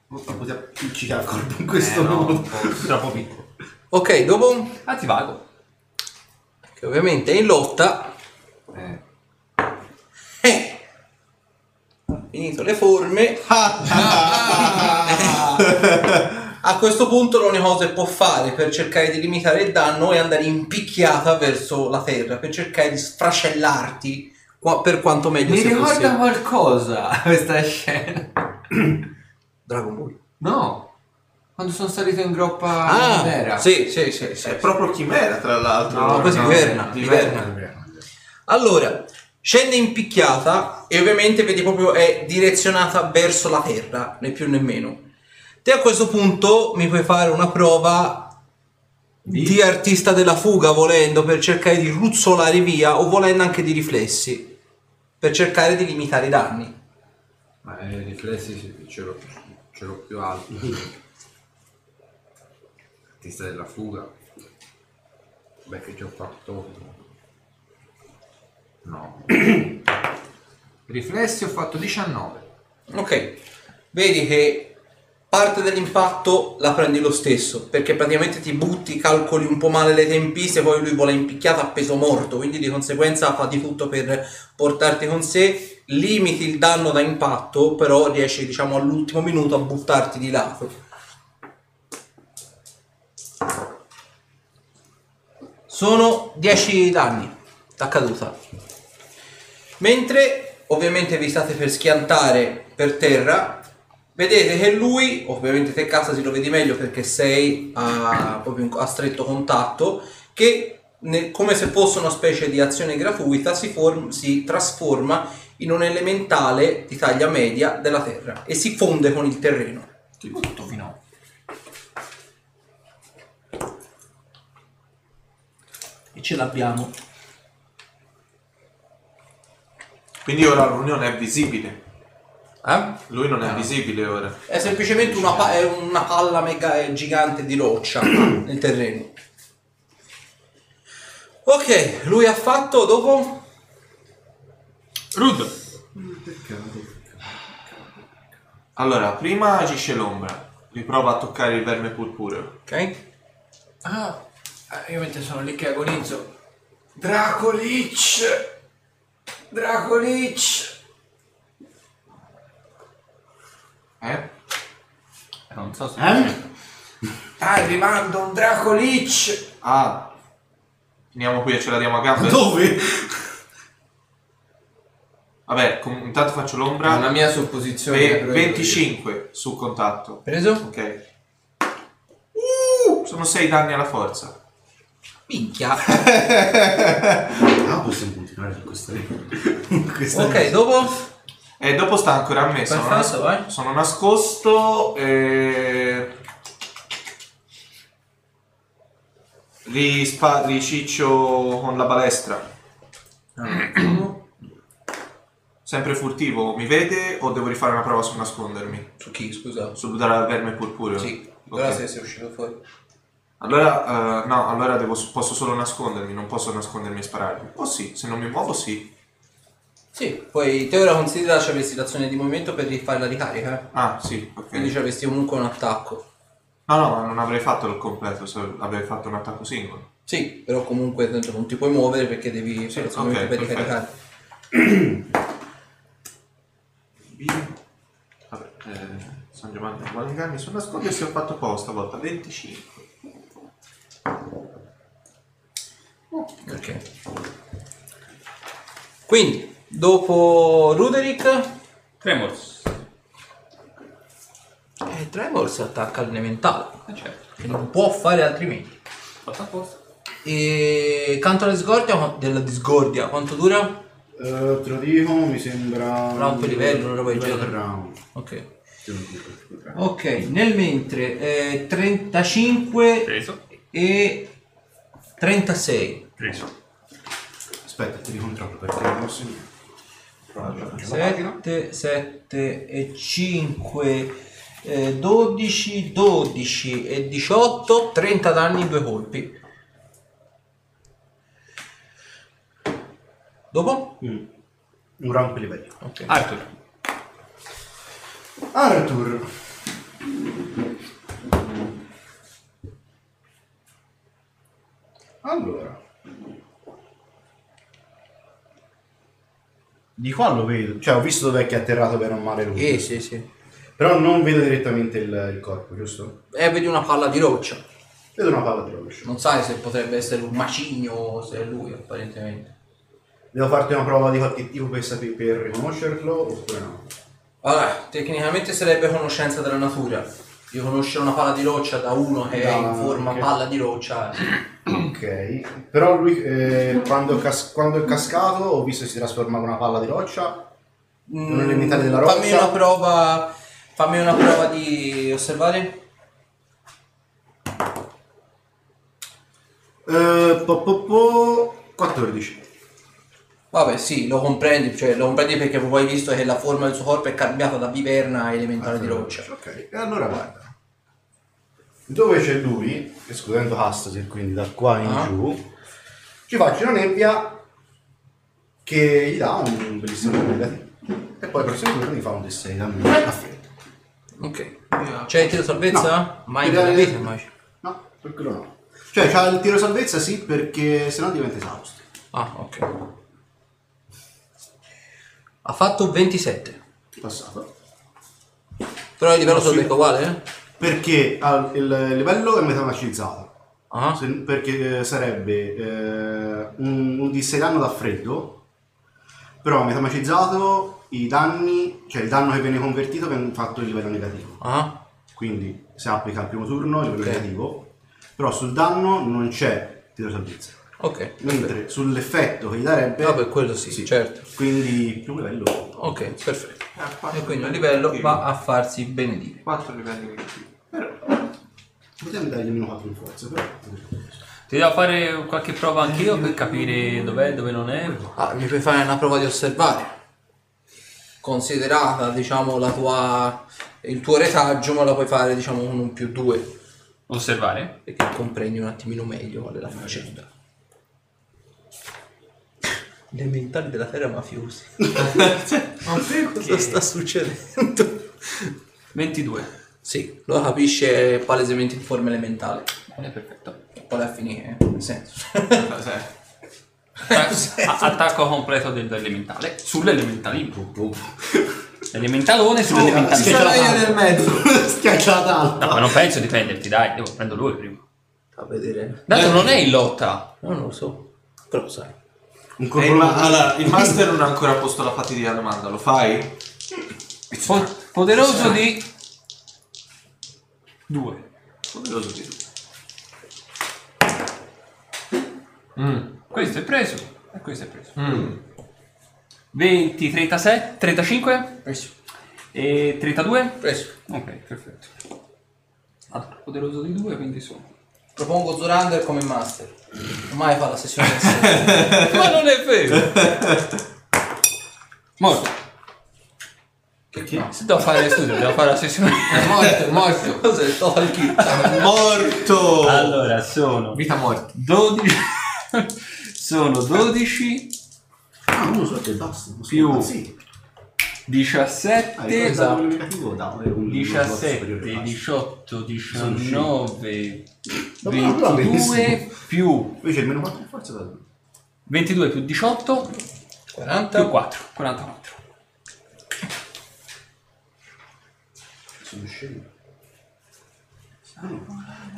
Speaker 1: Non la poteva appiccicare al corpo in
Speaker 2: Eh,
Speaker 1: questo modo.
Speaker 7: Troppo piccolo.
Speaker 2: Ok, dopo un-
Speaker 4: Anzi vago.
Speaker 2: che ovviamente è in lotta,
Speaker 7: Eh.
Speaker 2: eh, ha finito le forme. A questo punto l'unica cosa che può fare per cercare di limitare il danno è andare in picchiata verso la terra, per cercare di sfracellarti qua- per quanto meglio
Speaker 7: Mi
Speaker 2: sia
Speaker 7: ricorda
Speaker 2: possibile.
Speaker 7: qualcosa questa scena.
Speaker 2: Dragon Ball.
Speaker 7: No. Quando sono salito in groppa in
Speaker 2: Ah,
Speaker 7: vera.
Speaker 2: sì, sì, sì, sì.
Speaker 6: È proprio chimera, tra l'altro.
Speaker 2: No, poi si
Speaker 6: verna
Speaker 2: inverna, inverna. Allora, scende in picchiata e ovviamente vedi proprio è direzionata verso la terra, né più né meno. Te a questo punto mi puoi fare una prova di, artista della fuga volendo per cercare di ruzzolare via o volendo anche di riflessi per cercare di limitare i danni.
Speaker 7: Ma eh, i riflessi sì, ce l'ho, ce l'ho più alto. Artista della fuga. Beh, che ci ho fatto. No. Riflessi ho fatto 19.
Speaker 2: Ok, vedi che parte dell'impatto la prendi lo stesso, perché praticamente ti butti, calcoli un po' male le tempistiche, poi lui vola impicchiata a peso morto, quindi di conseguenza fa di tutto per portarti con sé, limiti il danno da impatto, però riesci diciamo all'ultimo minuto a buttarti di lato. Sono 10 danni da caduta. Mentre ovviamente vi state per schiantare per terra, vedete che lui, ovviamente te casa si lo vedi meglio perché sei a, proprio in- a stretto contatto, che ne- come se fosse una specie di azione gratuita si, form- si trasforma in un elementale di taglia media della terra e si fonde con il terreno.
Speaker 7: Tutto fino a.
Speaker 2: E ce l'abbiamo.
Speaker 6: Quindi ora lui non è visibile.
Speaker 2: Eh?
Speaker 6: Lui non è visibile ora.
Speaker 2: È semplicemente una, pa- è una palla mega eh, gigante di roccia nel terreno. Ok, lui ha fatto dopo.
Speaker 5: Rude.
Speaker 6: Allora, prima agisce l'ombra. Riprova a toccare il verme purpureo.
Speaker 2: Ok.
Speaker 8: Ah, io mentre sono lì che agonizzo. Dracolic! Dracolic!
Speaker 6: Eh?
Speaker 4: Non so se...
Speaker 1: Eh?
Speaker 8: Sta arrivando un Dracolic!
Speaker 6: Ah. Andiamo qui e ce la diamo a gambe.
Speaker 1: Dove?
Speaker 6: Vabbè, com- intanto faccio
Speaker 7: È una
Speaker 6: l'ombra.
Speaker 7: mia supposizione.
Speaker 6: Ve-
Speaker 7: però io-
Speaker 6: 25 su contatto.
Speaker 2: Preso?
Speaker 6: Ok. Uh, sono 6 danni alla forza.
Speaker 2: Minchia.
Speaker 1: Ah, possiamo continuare con questa con questa-
Speaker 2: Ok, dopo.
Speaker 6: E dopo sta ancora a me. Sono,
Speaker 2: Perfetto,
Speaker 6: nas-
Speaker 2: vai.
Speaker 6: sono nascosto. E... Rispa- riciccio con la balestra. Sempre furtivo, mi vede o devo rifare una prova su nascondermi?
Speaker 2: Su chi, scusa?
Speaker 6: Sul dal verme purpureo?
Speaker 2: Sì,
Speaker 6: Ok.
Speaker 2: ora sei, sei uscito fuori.
Speaker 6: Allora, eh, no, allora devo- posso solo nascondermi, non posso nascondermi e sparare. Oh sì, se non mi muovo sì.
Speaker 2: Sì, poi te ora considera che avessi l'azione di movimento per rifare la ricarica. eh.
Speaker 5: Mm.
Speaker 6: Ah sì, ok.
Speaker 2: Quindi ci avresti comunque un attacco.
Speaker 6: No, no, ma non avrei fatto il completo, se avrei fatto un attacco singolo.
Speaker 2: Sì, però comunque tanto non ti puoi muovere perché devi fare il movimento per
Speaker 6: perfetto.
Speaker 2: ricaricare.
Speaker 6: Vabbè, eh, San Giovanni non vuole ingagni sul nascoglio e si ho fatto posta volta 25.
Speaker 2: Ok. Quindi, dopo Ruderick,
Speaker 5: Tremors.
Speaker 2: eh, Tremor si attacca all'elementale,
Speaker 5: Eh certo.
Speaker 2: che non può fare altrimenti.
Speaker 5: Fatto apposta.
Speaker 2: E canto alla discordia, della discordia, quanto dura?
Speaker 1: Eh, te lo dico, mi sembra...
Speaker 2: Round per livello, una roba del
Speaker 1: Livello per
Speaker 2: genere.
Speaker 1: round.
Speaker 2: Ok.
Speaker 1: Te lo dico.
Speaker 2: Ok, nel mentre eh, 35
Speaker 5: Preso.
Speaker 2: e 36.
Speaker 5: Preso.
Speaker 1: Aspetta, ti ricontrollo perché non posso niente.
Speaker 2: 7, 7 e 5, 12, 12 e 18, 30 danni in due colpi. Dopo? Ah,
Speaker 1: Mm. Un round per livello.
Speaker 2: Ok.
Speaker 5: Arthur.
Speaker 1: Arthur. Allora. Di qua lo vedo, cioè ho visto dove è che è atterrato per non male lui.
Speaker 2: Eh, sì, sì.
Speaker 1: Però non vedo direttamente il, il corpo, giusto?
Speaker 2: Eh, vedi una palla di roccia.
Speaker 1: Vedo una palla di rovescio.
Speaker 2: Non sai se potrebbe essere un macigno o se è lui, apparentemente.
Speaker 1: Devo farti una prova di qualche tipo per, sapere, per riconoscerlo oppure no?
Speaker 2: Allora, tecnicamente sarebbe conoscenza della natura. Di conoscere una palla di roccia da uno che è
Speaker 1: Da-
Speaker 2: in forma
Speaker 1: ok.
Speaker 2: palla di roccia.
Speaker 1: Ok, però lui eh, quando, è cas- quando è cascato ho visto che si trasformava in una palla di roccia.
Speaker 2: Mm,
Speaker 1: Non è l'elementare della roccia.
Speaker 2: Fammi una prova. Fammi una prova di osservare.
Speaker 1: Eh, po, po, po, 14.
Speaker 2: Vabbè, sì, lo comprendi, cioè lo comprendi perché poi hai visto che la forma del suo corpo è cambiata da viverna a elementare di roccia.
Speaker 1: Ok, e allora guarda. Dove c'è lui, escludendo Hastasir, quindi da qua in
Speaker 2: Ah.
Speaker 1: giù, ci faccio una nebbia che gli dà un bellissimo livello. E poi il prossimo turno mi fa un D6 da me. A freddo.
Speaker 2: Ok. C'è il tiro salvezza?
Speaker 1: No.
Speaker 2: Mai
Speaker 1: Tiro-
Speaker 2: nella vita, mai.
Speaker 1: No, per quello no. Cioè, c'ha il tiro salvezza sì, perché sennò diventa esausto.
Speaker 2: Ah, ok. Ha fatto 27.
Speaker 1: Passato.
Speaker 2: Però il livello
Speaker 1: No, sì.
Speaker 2: salvezza è uguale, eh?
Speaker 1: Perché al- il livello è metamacizzato.
Speaker 2: Ah.
Speaker 1: Se- perché eh, sarebbe eh, un, un di 6 danno da freddo, però metamacizzato i danni, cioè il danno che viene convertito viene fatto il livello negativo.
Speaker 2: Ah,
Speaker 1: Quindi se applica al primo turno il livello
Speaker 2: Ok.
Speaker 1: negativo, però sul danno non c'è tiro salvezza.
Speaker 2: ok.
Speaker 1: Mentre sull'effetto che gli darebbe...
Speaker 2: Vabbè, quello sì, certo.
Speaker 1: Quindi più livello.
Speaker 2: Ok, perfetto.
Speaker 6: Eh, a quattro
Speaker 2: E quindi il
Speaker 6: livelli
Speaker 2: livello
Speaker 6: negativi.
Speaker 2: va a farsi benedire.
Speaker 6: 4 livelli negativi.
Speaker 1: Potremmo dargli almeno 4 in forza, però...
Speaker 3: Ti devo fare qualche prova anch'io per capire dov'è, dove non è.
Speaker 2: Ah, mi puoi fare una prova di osservare. Considerata, diciamo, la tua, il tuo retaggio, ma la puoi fare, diciamo, con un più due.
Speaker 5: Osservare.
Speaker 2: Perché comprendi un attimino meglio qual è la faccenda. Le mentali della terra mafiosi. Cosa sta succedendo?
Speaker 5: 22.
Speaker 2: Sì, lo capisce palesemente in forma elementale.
Speaker 3: Eh,
Speaker 5: È perfetto.
Speaker 2: Poi alla fine, eh, nel senso.
Speaker 1: Cioè,
Speaker 5: A- Attacco completo del- dell'elementale. Sull'elementalino. Elementalone
Speaker 2: Ah,
Speaker 5: sull'elementalino.
Speaker 6: Eh,
Speaker 7: Schiacciala nel mezzo.
Speaker 1: Schiaccia la
Speaker 5: No, ma non penso di prenderti, dai, devo prendo lui prima.
Speaker 2: A vedere.
Speaker 5: Dato non è in lotta.
Speaker 2: Non lo so. Però sai.
Speaker 1: Un
Speaker 6: E
Speaker 1: colpo
Speaker 6: il, Eh, ma-
Speaker 1: alla-
Speaker 6: allora, il master non ha ancora posto la fatidica domanda, lo fai?
Speaker 5: Ah.
Speaker 3: Po- poderoso di
Speaker 5: 2.
Speaker 6: Poderoso di
Speaker 5: Questo è preso. E questo è preso.
Speaker 3: 20, 37, 35
Speaker 2: Preso.
Speaker 3: e 32.
Speaker 2: Preso.
Speaker 5: Ok, perfetto. Oh. Altro Ah, poderoso di 2, quindi sono.
Speaker 2: Propongo Zorander come master. Ormai fa la sessione del sé.
Speaker 5: ma non è vero! Morto.
Speaker 2: No.
Speaker 5: Se devo fare le studio, devo fare la sessione.
Speaker 2: Eh,
Speaker 7: È morto, è morto.
Speaker 2: Cos'è? Total kill.
Speaker 6: Morto!
Speaker 5: Allora, sono
Speaker 7: Vita morta.
Speaker 5: 12. sono 12
Speaker 1: Ah, uno so che basta.
Speaker 5: Più.
Speaker 1: Sì. Ah, io
Speaker 4: 17,
Speaker 1: pensavo quello negativo, davo un- un superiore,
Speaker 4: 17,
Speaker 1: basta.
Speaker 4: 18,
Speaker 1: Sono uscito.
Speaker 4: 19,
Speaker 1: Ma però non l'ha messo.
Speaker 4: 22 più
Speaker 1: Invece il meno 4 in forza da
Speaker 4: 22 più 18
Speaker 2: 40.
Speaker 4: più 4, 44.
Speaker 1: Sono scemo.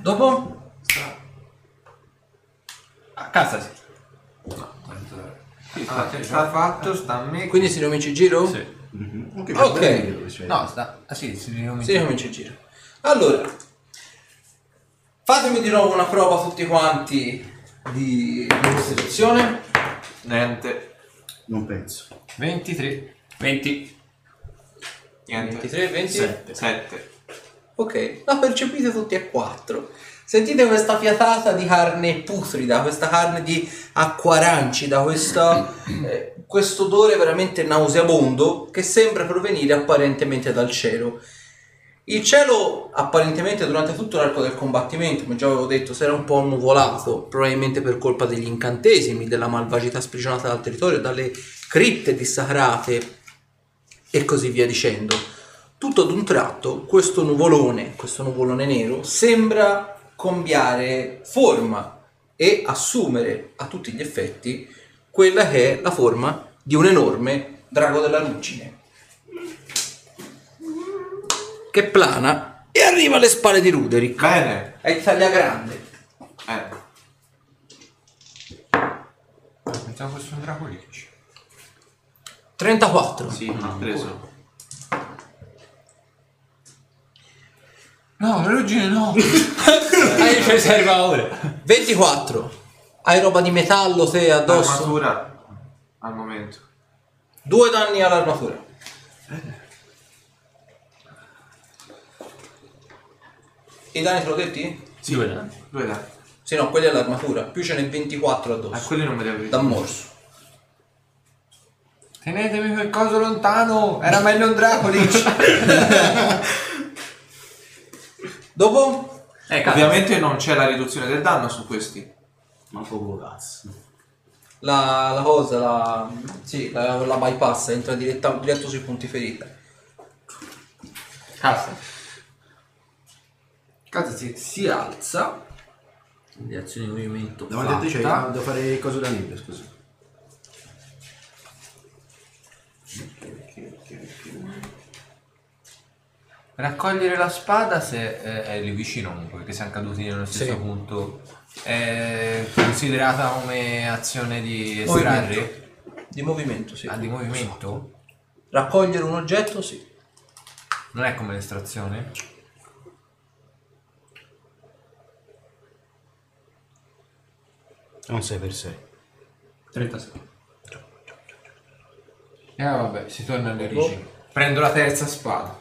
Speaker 2: Dopo? A casa sì.
Speaker 7: Ah, sta fatto, sta a me.
Speaker 2: Quindi si ricomincia il giro?
Speaker 4: Sì.
Speaker 1: Mhm. Ok,
Speaker 2: Ok.
Speaker 1: No.
Speaker 8: No, sta. Ah sì, si
Speaker 2: Si ricomincia il giro. Allora, fatemi di nuovo una prova tutti quanti di di costituzione.
Speaker 6: Niente.
Speaker 1: Non penso.
Speaker 7: 23.
Speaker 3: 20.
Speaker 6: Niente.
Speaker 2: 23, 20.
Speaker 6: 7.
Speaker 2: Ok, la percepite tutti e quattro. Sentite questa fiatata di carne putrida, questa carne di acquarancida, questo, eh, questo odore veramente nauseabondo che sembra provenire apparentemente dal cielo. Il cielo apparentemente durante tutto l'arco del combattimento, come già avevo detto, si era un po' nuvolato, probabilmente per colpa degli incantesimi, della malvagità sprigionata dal territorio, dalle cripte dissacrate e così via dicendo. Tutto ad un tratto questo nuvolone, questo nuvolone nero, sembra cambiare forma e assumere a tutti gli effetti quella che è la forma di un enorme drago della ruggine che plana e arriva alle spalle di Ruderick.
Speaker 6: Bene.
Speaker 2: È il tagliagrande.
Speaker 6: Eh.
Speaker 7: Pensavo fosse un Dracolicci.
Speaker 2: 34.
Speaker 6: Sì, ho preso.
Speaker 4: No, ruggine no.
Speaker 3: Ah, io ci serva ora.
Speaker 2: 24. Hai roba di metallo te
Speaker 6: Ah,
Speaker 2: addosso?
Speaker 6: Armatura al momento.
Speaker 2: Due danni all'armatura. I danni te l'ho detti?
Speaker 3: Sì, guarda.
Speaker 6: Due dati.
Speaker 2: Sì, no, quelli all'armatura. Più ce n'è 24
Speaker 6: A
Speaker 2: addosso.
Speaker 6: quelli non me li
Speaker 7: Ah,
Speaker 6: avevi.
Speaker 2: Da morso.
Speaker 7: Tenetemi quel coso lontano. Era meglio un Dracolicci.
Speaker 2: Dopo?
Speaker 7: Eh,
Speaker 6: Ecco, ovviamente non c'è la riduzione del danno su questi.
Speaker 1: Ma poco cazzo.
Speaker 2: La, la cosa, la, sì, la, la bypass entra diretta, diretto sui punti ferita.
Speaker 4: Cassa.
Speaker 8: Cazzo, si, si alza. Le azioni di movimento.
Speaker 1: Davanti a te c'è.
Speaker 8: fatta.
Speaker 1: ah, Devo fare cosa da niente, scusa.
Speaker 7: Raccogliere la spada se eh, è lì vicino comunque, perché siamo caduti nello stesso
Speaker 2: Sì.
Speaker 7: punto. È considerata come azione di estrarre?
Speaker 2: Di movimento, sì.
Speaker 7: Ah, di movimento?
Speaker 2: Raccogliere un oggetto, sì.
Speaker 7: Non è come l'estrazione?
Speaker 1: Non 6 per 6.
Speaker 4: 36.
Speaker 7: Eh vabbè, si torna alle origini. Boh. Prendo la terza spada.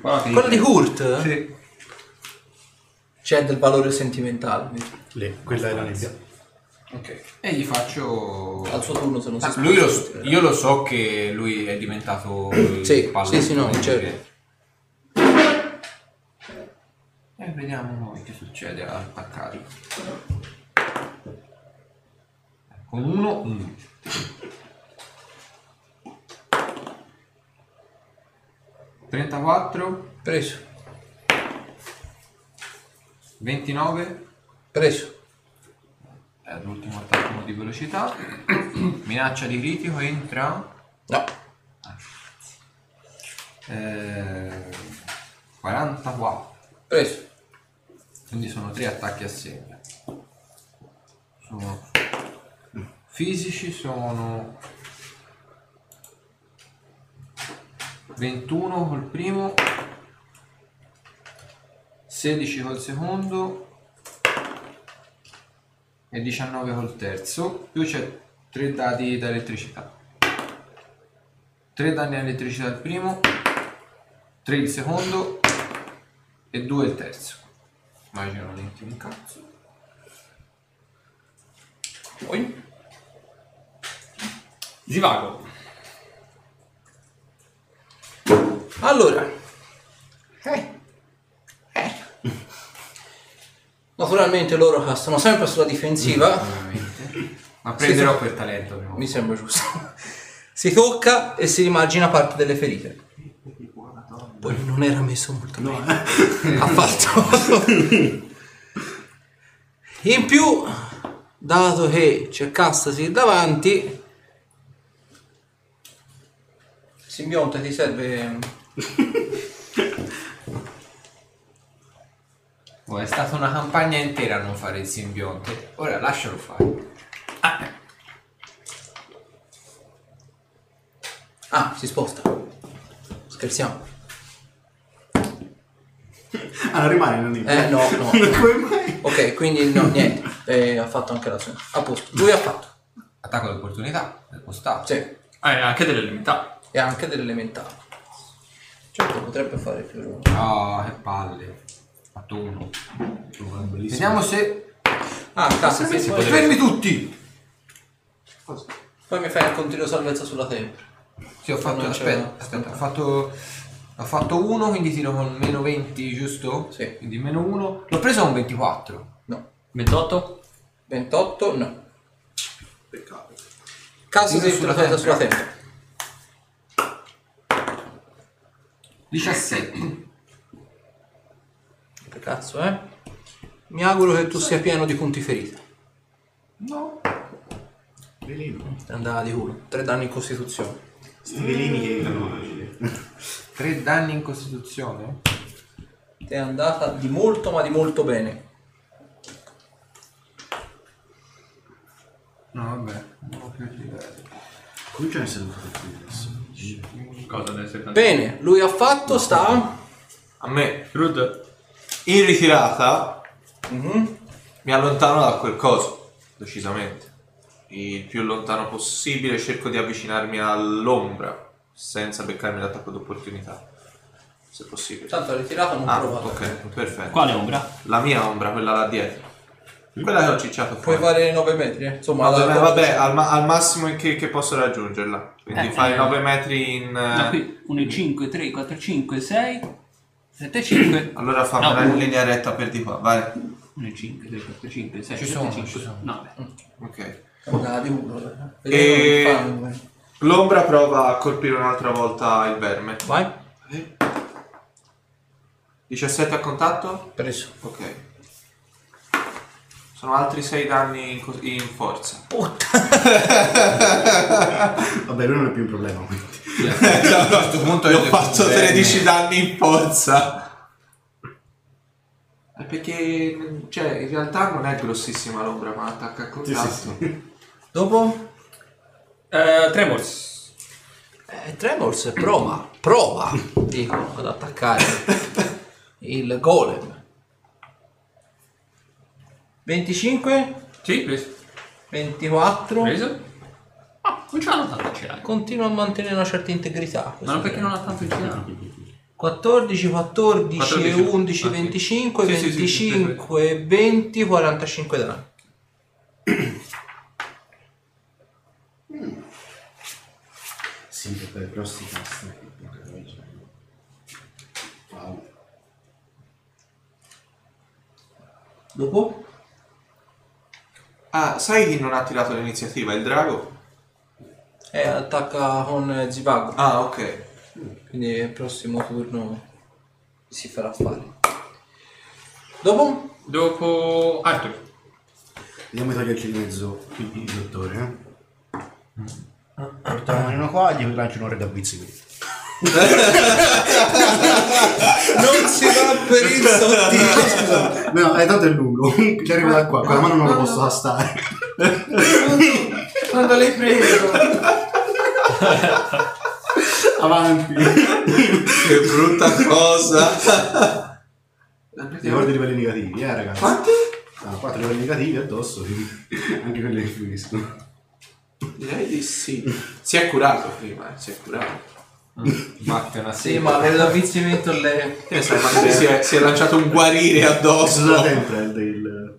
Speaker 2: Quella di Hurt
Speaker 7: Sì.
Speaker 2: c'è del valore sentimentale.
Speaker 1: quella è la nebbia.
Speaker 7: Ok. E gli faccio...
Speaker 2: Al suo turno se non si
Speaker 7: Ah,
Speaker 2: sposta,
Speaker 7: lui lo,
Speaker 2: si
Speaker 7: io lo so che lui è diventato il
Speaker 2: Sì,
Speaker 7: paladino,
Speaker 2: sì, sì, no,
Speaker 7: quindi-
Speaker 2: certo.
Speaker 7: E Eh, vediamo noi che succede ad attaccare. Con Ecco, uno, uno.
Speaker 8: Quattro.
Speaker 2: Preso,
Speaker 7: 29
Speaker 2: preso.
Speaker 7: è l'ultimo attacco di velocità. Minaccia di critico entra
Speaker 2: No,
Speaker 7: eh, 44.
Speaker 2: preso.
Speaker 7: Quindi sono tre attacchi assieme. Sono fisici sono 21 col primo, 16 col secondo e 19 col terzo. Più c'è tre dadi da elettricità. 3 danni all'elettricità il primo, 3 il secondo e 2 il terzo. Immagino non entri un cazzo.
Speaker 2: Poi?
Speaker 5: Givago.
Speaker 2: Allora. Naturalmente loro che sono sempre sulla difensiva.
Speaker 7: Ovviamente. Ma prenderò per talento prima. o
Speaker 2: Mi sembra giusto. Si tocca e si rimagina parte delle ferite. Poi non era messo molto bene. Ha fatto. In più, dato che c'è Castasi davanti, Simbionte ti serve
Speaker 7: Oh, è stata una campagna intera a non fare il simbionte. Ora lascialo fare.
Speaker 2: Ah, si sposta. Scherziamo.
Speaker 1: Ah, non rimane, non dico.
Speaker 2: Eh, no, no.
Speaker 1: Come mai?
Speaker 2: Ok, quindi no, niente. Eh, ha fatto anche la sua. A posto. Lui ha fatto.
Speaker 7: Attacco d'opportunità. È postato.
Speaker 2: Sì. E
Speaker 5: Ah, e anche delle limità.
Speaker 2: anche dell'elementare. Certo, potrebbe fare più.
Speaker 7: Oh, che palle. Fatto uno. Vediamo se.
Speaker 2: Ah, cazzo, sì, poi,
Speaker 7: Fermi tutti!
Speaker 2: poi mi fai il continuo salvezza sulla tempra.
Speaker 7: Sì, ho fatto.
Speaker 2: Non c'è-
Speaker 7: Aspetta, aspetta, ho fatto. Ho fatto uno, quindi tiro con meno 20, giusto?
Speaker 2: Sì.
Speaker 7: Quindi meno 1. L'ho preso con 24.
Speaker 2: No.
Speaker 4: 28?
Speaker 2: 28, no. Caso
Speaker 7: Tiro
Speaker 2: di
Speaker 7: sulla
Speaker 2: sulla salvezza sulla tempra.
Speaker 4: 17.
Speaker 2: Che cazzo, eh? Mi auguro che tu sia pieno di punti ferita.
Speaker 1: Veleno.
Speaker 2: Andava di culo. Tre danni in costituzione.
Speaker 1: Sti veleni che fanno male.
Speaker 7: 3 danni in costituzione?
Speaker 2: Ti è andata di molto ma di molto bene.
Speaker 7: No, vabbè. Non ho più livelli.
Speaker 1: Comincia a essere un po' più adesso.
Speaker 5: Cosa deve essere tanto?
Speaker 2: Bene, lui ha fatto, sta.
Speaker 6: A me,
Speaker 5: Rud,
Speaker 6: in ritirata,
Speaker 2: Mhm.
Speaker 6: mi allontano da quel coso, decisamente. Il più lontano possibile cerco di avvicinarmi all'ombra, senza beccarmi l'attacco d'opportunità. Se possibile.
Speaker 2: Tanto ha ritirato, non
Speaker 6: Ah,
Speaker 2: provato.
Speaker 6: ok, perfetto.
Speaker 4: Quale ombra?
Speaker 6: La mia ombra, quella là dietro. Quella che ho cicciato
Speaker 2: Puoi
Speaker 6: fuori.
Speaker 2: fare 9 metri, eh? insomma.
Speaker 6: vabbè,
Speaker 2: la-
Speaker 6: vabbè, al, ma- al massimo in che, che posso raggiungerla. Quindi
Speaker 4: Eh,
Speaker 6: fai
Speaker 4: eh.
Speaker 6: 9 metri in... eh,
Speaker 4: Da qui 1, 5, 3, 4, 5, 6, 7, 5.
Speaker 6: Allora
Speaker 4: No,
Speaker 6: fammela in
Speaker 4: uno.
Speaker 6: linea retta per di qua, vai.
Speaker 4: 1, 5, 3, 4, 5, 6,
Speaker 7: Ci
Speaker 4: 7,
Speaker 7: sono,
Speaker 4: 5,
Speaker 7: ci sono.
Speaker 4: 9.
Speaker 6: Ok.
Speaker 2: Andava di culo. eh.
Speaker 6: E-
Speaker 2: Vediamo come fa. eh.
Speaker 6: L'ombra prova a colpire un'altra volta il verme.
Speaker 2: Vai,
Speaker 6: 17 a contatto?
Speaker 2: preso.
Speaker 6: Ok. Sono altri 6 danni in, cos- in forza.
Speaker 1: Vabbè, lui non è più un problema, quindi.
Speaker 6: Eh, a questo punto io ho fatto 13 danni in forza. È Eh, perché, cioè, in realtà non è grossissima l'ombra, ma attacca a contatto.
Speaker 2: Dopo?
Speaker 5: eh, Tremors.
Speaker 2: Eh, Tremors prova, prova, dico, ad attaccare il golem. 25,
Speaker 5: Sì, preso.
Speaker 2: 24.
Speaker 5: Preso.
Speaker 4: Ah, non ce l'hanno tanto ce l'hai.
Speaker 2: Continua a mantenere una certa integrità.
Speaker 4: Ma
Speaker 2: questo
Speaker 4: non perché
Speaker 2: golem.
Speaker 4: non ha tanto il girato.
Speaker 2: 14, 14,
Speaker 5: 14,
Speaker 2: 11,
Speaker 5: ah, sì.
Speaker 2: 25,
Speaker 5: Sì, sì, sì,
Speaker 2: 25,
Speaker 5: sì,
Speaker 2: 20, 45 danni.
Speaker 1: Sì, vabbè, però sti cazzo. porca miseria. Wow.
Speaker 2: Dopo?
Speaker 6: Ah, sai chi non ha tirato l'iniziativa? Il drago?
Speaker 2: Eh, attacca con eh, Zivago.
Speaker 6: Ah, ok.
Speaker 2: Quindi il prossimo turno si farà fare. Dopo?
Speaker 5: Dopo Arthur.
Speaker 1: Andiamo a toglierci di mezzo Mm. il, il dottore, eh. Portiamo la mano qua, gli lancio un'ora da bizzicoli.
Speaker 2: Non si va per il sottile.
Speaker 1: No, è tanto è lungo. Ci arrivo da qua, con la mano non lo posso tastare.
Speaker 7: Quando l'hai preso?
Speaker 1: Avanti.
Speaker 6: Che brutta cosa.
Speaker 1: Ricordi i livelli negativi, eh, ragazzi. Quanti? Ah, 4 livelli negativi addosso, quindi anche quelli che finiscono.
Speaker 6: Direi di sì. Si è curato prima, eh, si è curato.
Speaker 7: Batte una
Speaker 2: Ah, Sì, ma l'avvizzimento le...
Speaker 6: Che ne sai, magari si è, si è lanciato un guarire
Speaker 1: Posso da
Speaker 6: addosso.
Speaker 1: sempre il del...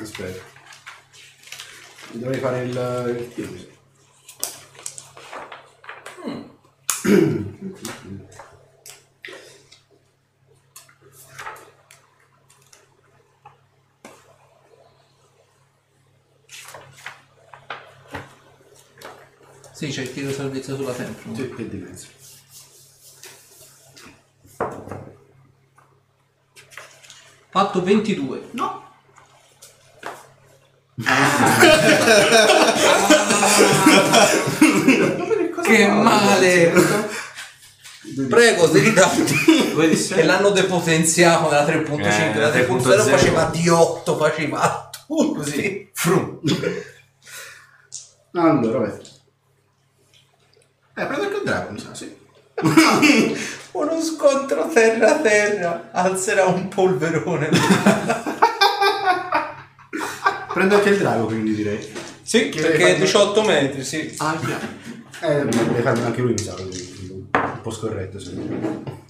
Speaker 1: Aspetta. Dovrei fare il... il tiro.
Speaker 2: Sì, c'è il tiro salvezza sulla tempra.
Speaker 1: Sì, che di mezzo.
Speaker 2: Fatto 22.
Speaker 1: No.
Speaker 2: Che male! Prego, Zerida.
Speaker 6: Due di
Speaker 2: Che
Speaker 6: sei.
Speaker 2: l'hanno depotenziato nella 3.5.
Speaker 6: Eh,
Speaker 2: la 3.0
Speaker 6: 3.0.
Speaker 2: faceva di 8, faceva a tutti. Così.
Speaker 1: Allora, vabbè. Eh, prendo anche il drago, mi sa, sì.
Speaker 2: Uno scontro terra-terra alzerà un polverone.
Speaker 1: Prendo anche il drago, quindi direi.
Speaker 2: sì,
Speaker 1: Che
Speaker 2: perché
Speaker 1: fai-
Speaker 2: è 18 metri, sì.
Speaker 1: Ah, già. Eh, deve farlo anche lui, mi sa, quindi un po' scorretto, Eh, secondo me.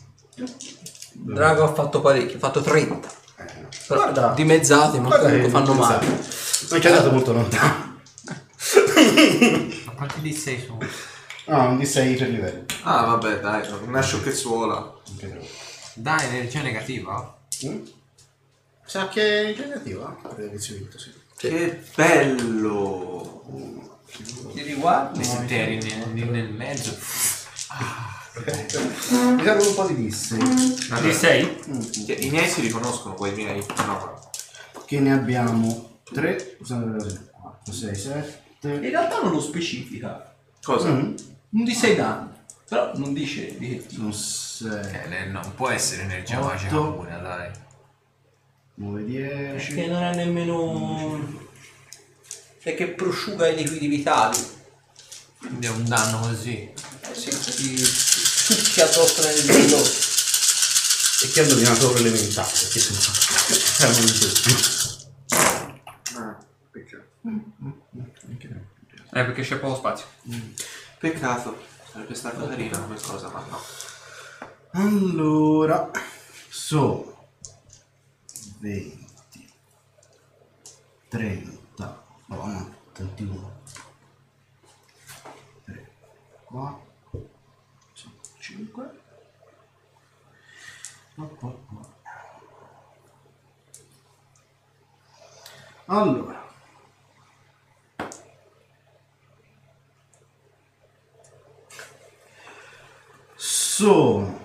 Speaker 2: Drago ha fatto parecchio, ha fatto 30.
Speaker 1: Eh, no.
Speaker 2: Però dimezzati, ma
Speaker 1: guarda
Speaker 2: comunque
Speaker 1: che
Speaker 2: fanno male.
Speaker 1: Non ci è andato molto lontano.
Speaker 7: Ma quanti di 6 sono?
Speaker 1: Ah, un D6 per livello.
Speaker 6: Ah, vabbè, dai, una sciocchezzuola.
Speaker 1: Anche tre.
Speaker 7: Dai, energia negativa?
Speaker 1: Mm? Sa che è negativa? Per l'inizio vinto, sì.
Speaker 6: Che bello!
Speaker 2: Ti riguarda?
Speaker 7: Le stelle nel, nel- nel mezzo.
Speaker 1: Mi servono un po' di disse. Mm.
Speaker 3: Ma di 6?
Speaker 6: I miei si riconoscono, poi i miei no.
Speaker 1: Che ne abbiamo 3, 4, 6,
Speaker 2: In
Speaker 1: 7.
Speaker 2: realtà non lo specifica.
Speaker 6: Cosa?
Speaker 1: Mm.
Speaker 2: Non di 6 danni. Però non dice di che
Speaker 1: Sono
Speaker 2: tipo.
Speaker 1: 6,
Speaker 7: Eh, lei non può essere energia
Speaker 1: Otto.
Speaker 7: magica pura, dai.
Speaker 1: 9,
Speaker 2: Che
Speaker 1: 10.
Speaker 2: non ha nemmeno. Cioè che prosciuga i liquidi vitali.
Speaker 7: Quindi è un danno così.
Speaker 2: Eh sì, ti ti succhia addosso nel liquido.
Speaker 1: E che hanno dominato solo elementare. Che sono? Erano in tutti.
Speaker 5: Eh, perché c'è poco spazio.
Speaker 6: Peccato, sarebbe stata carina come cosa, ma no.
Speaker 1: Allora, sono 20, 30, no, no, 31, 3, 4, 5, allora, sono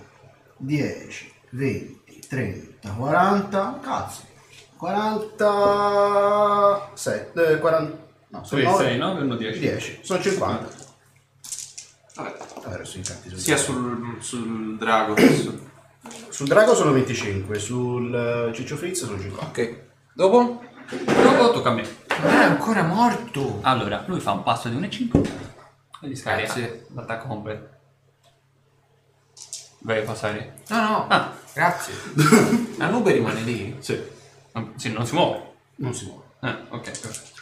Speaker 1: 10, 20, 30, 40, cazzo, 47, eh, 40, no,
Speaker 5: Tu
Speaker 1: sono
Speaker 5: hai 6,
Speaker 1: 9,
Speaker 5: 9 e uno 10.
Speaker 1: 10, sono 50.
Speaker 6: Vabbè,
Speaker 1: Ah, adesso infatti sono-
Speaker 6: sia sul, sul drago che su-
Speaker 1: Sul drago sono 25, sul eh, ciccio frizzo sono 50.
Speaker 2: Ok. Dopo?
Speaker 5: Dopo tocca a me.
Speaker 7: Ma è ancora morto!
Speaker 3: Allora, lui fa un passo di 1,5 e gli scarica
Speaker 7: Grazie.
Speaker 3: l'attacco completo. Vai a passare.
Speaker 7: No, no,
Speaker 3: Ah.
Speaker 7: grazie. La nube rimane lì.
Speaker 1: Sì,
Speaker 3: Non- Sì, non si muove.
Speaker 1: non si muove.
Speaker 3: Ah, ok, perfetto.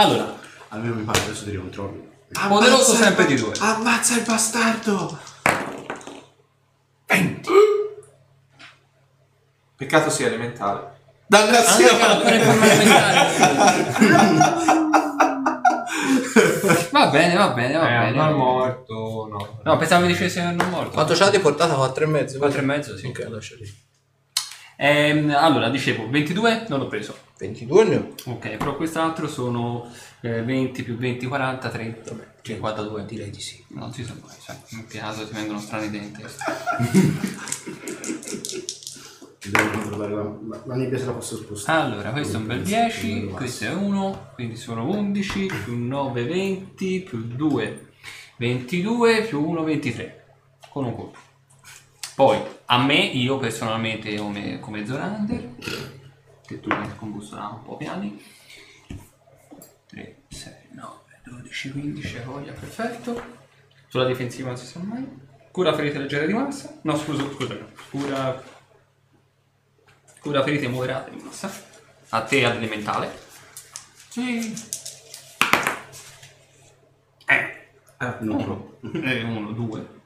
Speaker 3: Allora,
Speaker 1: Almeno mi pare adesso ti ricontrollo.
Speaker 5: Poderoso sempre di 2.
Speaker 6: Ammazza il bastardo! Peccato sia elementale.
Speaker 3: va bene, va bene, va
Speaker 5: Eh,
Speaker 3: bene.
Speaker 5: non
Speaker 8: morto, no.
Speaker 3: No, pensavo mi dicesse non morto.
Speaker 2: Quanto c'ha di portata? 4 e mezzo.
Speaker 3: 4 e mezzo, sì.
Speaker 2: Ok, lascia lì.
Speaker 3: Ehm, allora, dicevo, 22 non l'ho preso.
Speaker 2: 22 ne ho.
Speaker 3: Ok, però quest'altro sono eh, 20 più 20, 40, 30, 52.
Speaker 2: Direi di sì.
Speaker 3: Non si sa mai, sai, in caso ti vengono strani denti.
Speaker 1: Devo controllare la, la, la nebbia se la posso spostare.
Speaker 3: Allora, questo è un bel 10, questo è 1, quindi sono 11, più 9, 20, più 2, 22, più 1, 23, con un colpo. Poi, a me, io personalmente come, come Zorander, che tu mi combustionava un po' piani, 3, 6, 9, 12, 15, hai voglia, perfetto. Sulla difensiva non si sa mai. Cura ferite leggere di massa. No, scusa, scusa, no. cura Cura ferite moderate di massa. A te ad elementale.
Speaker 1: No,
Speaker 3: Eh, uno, due.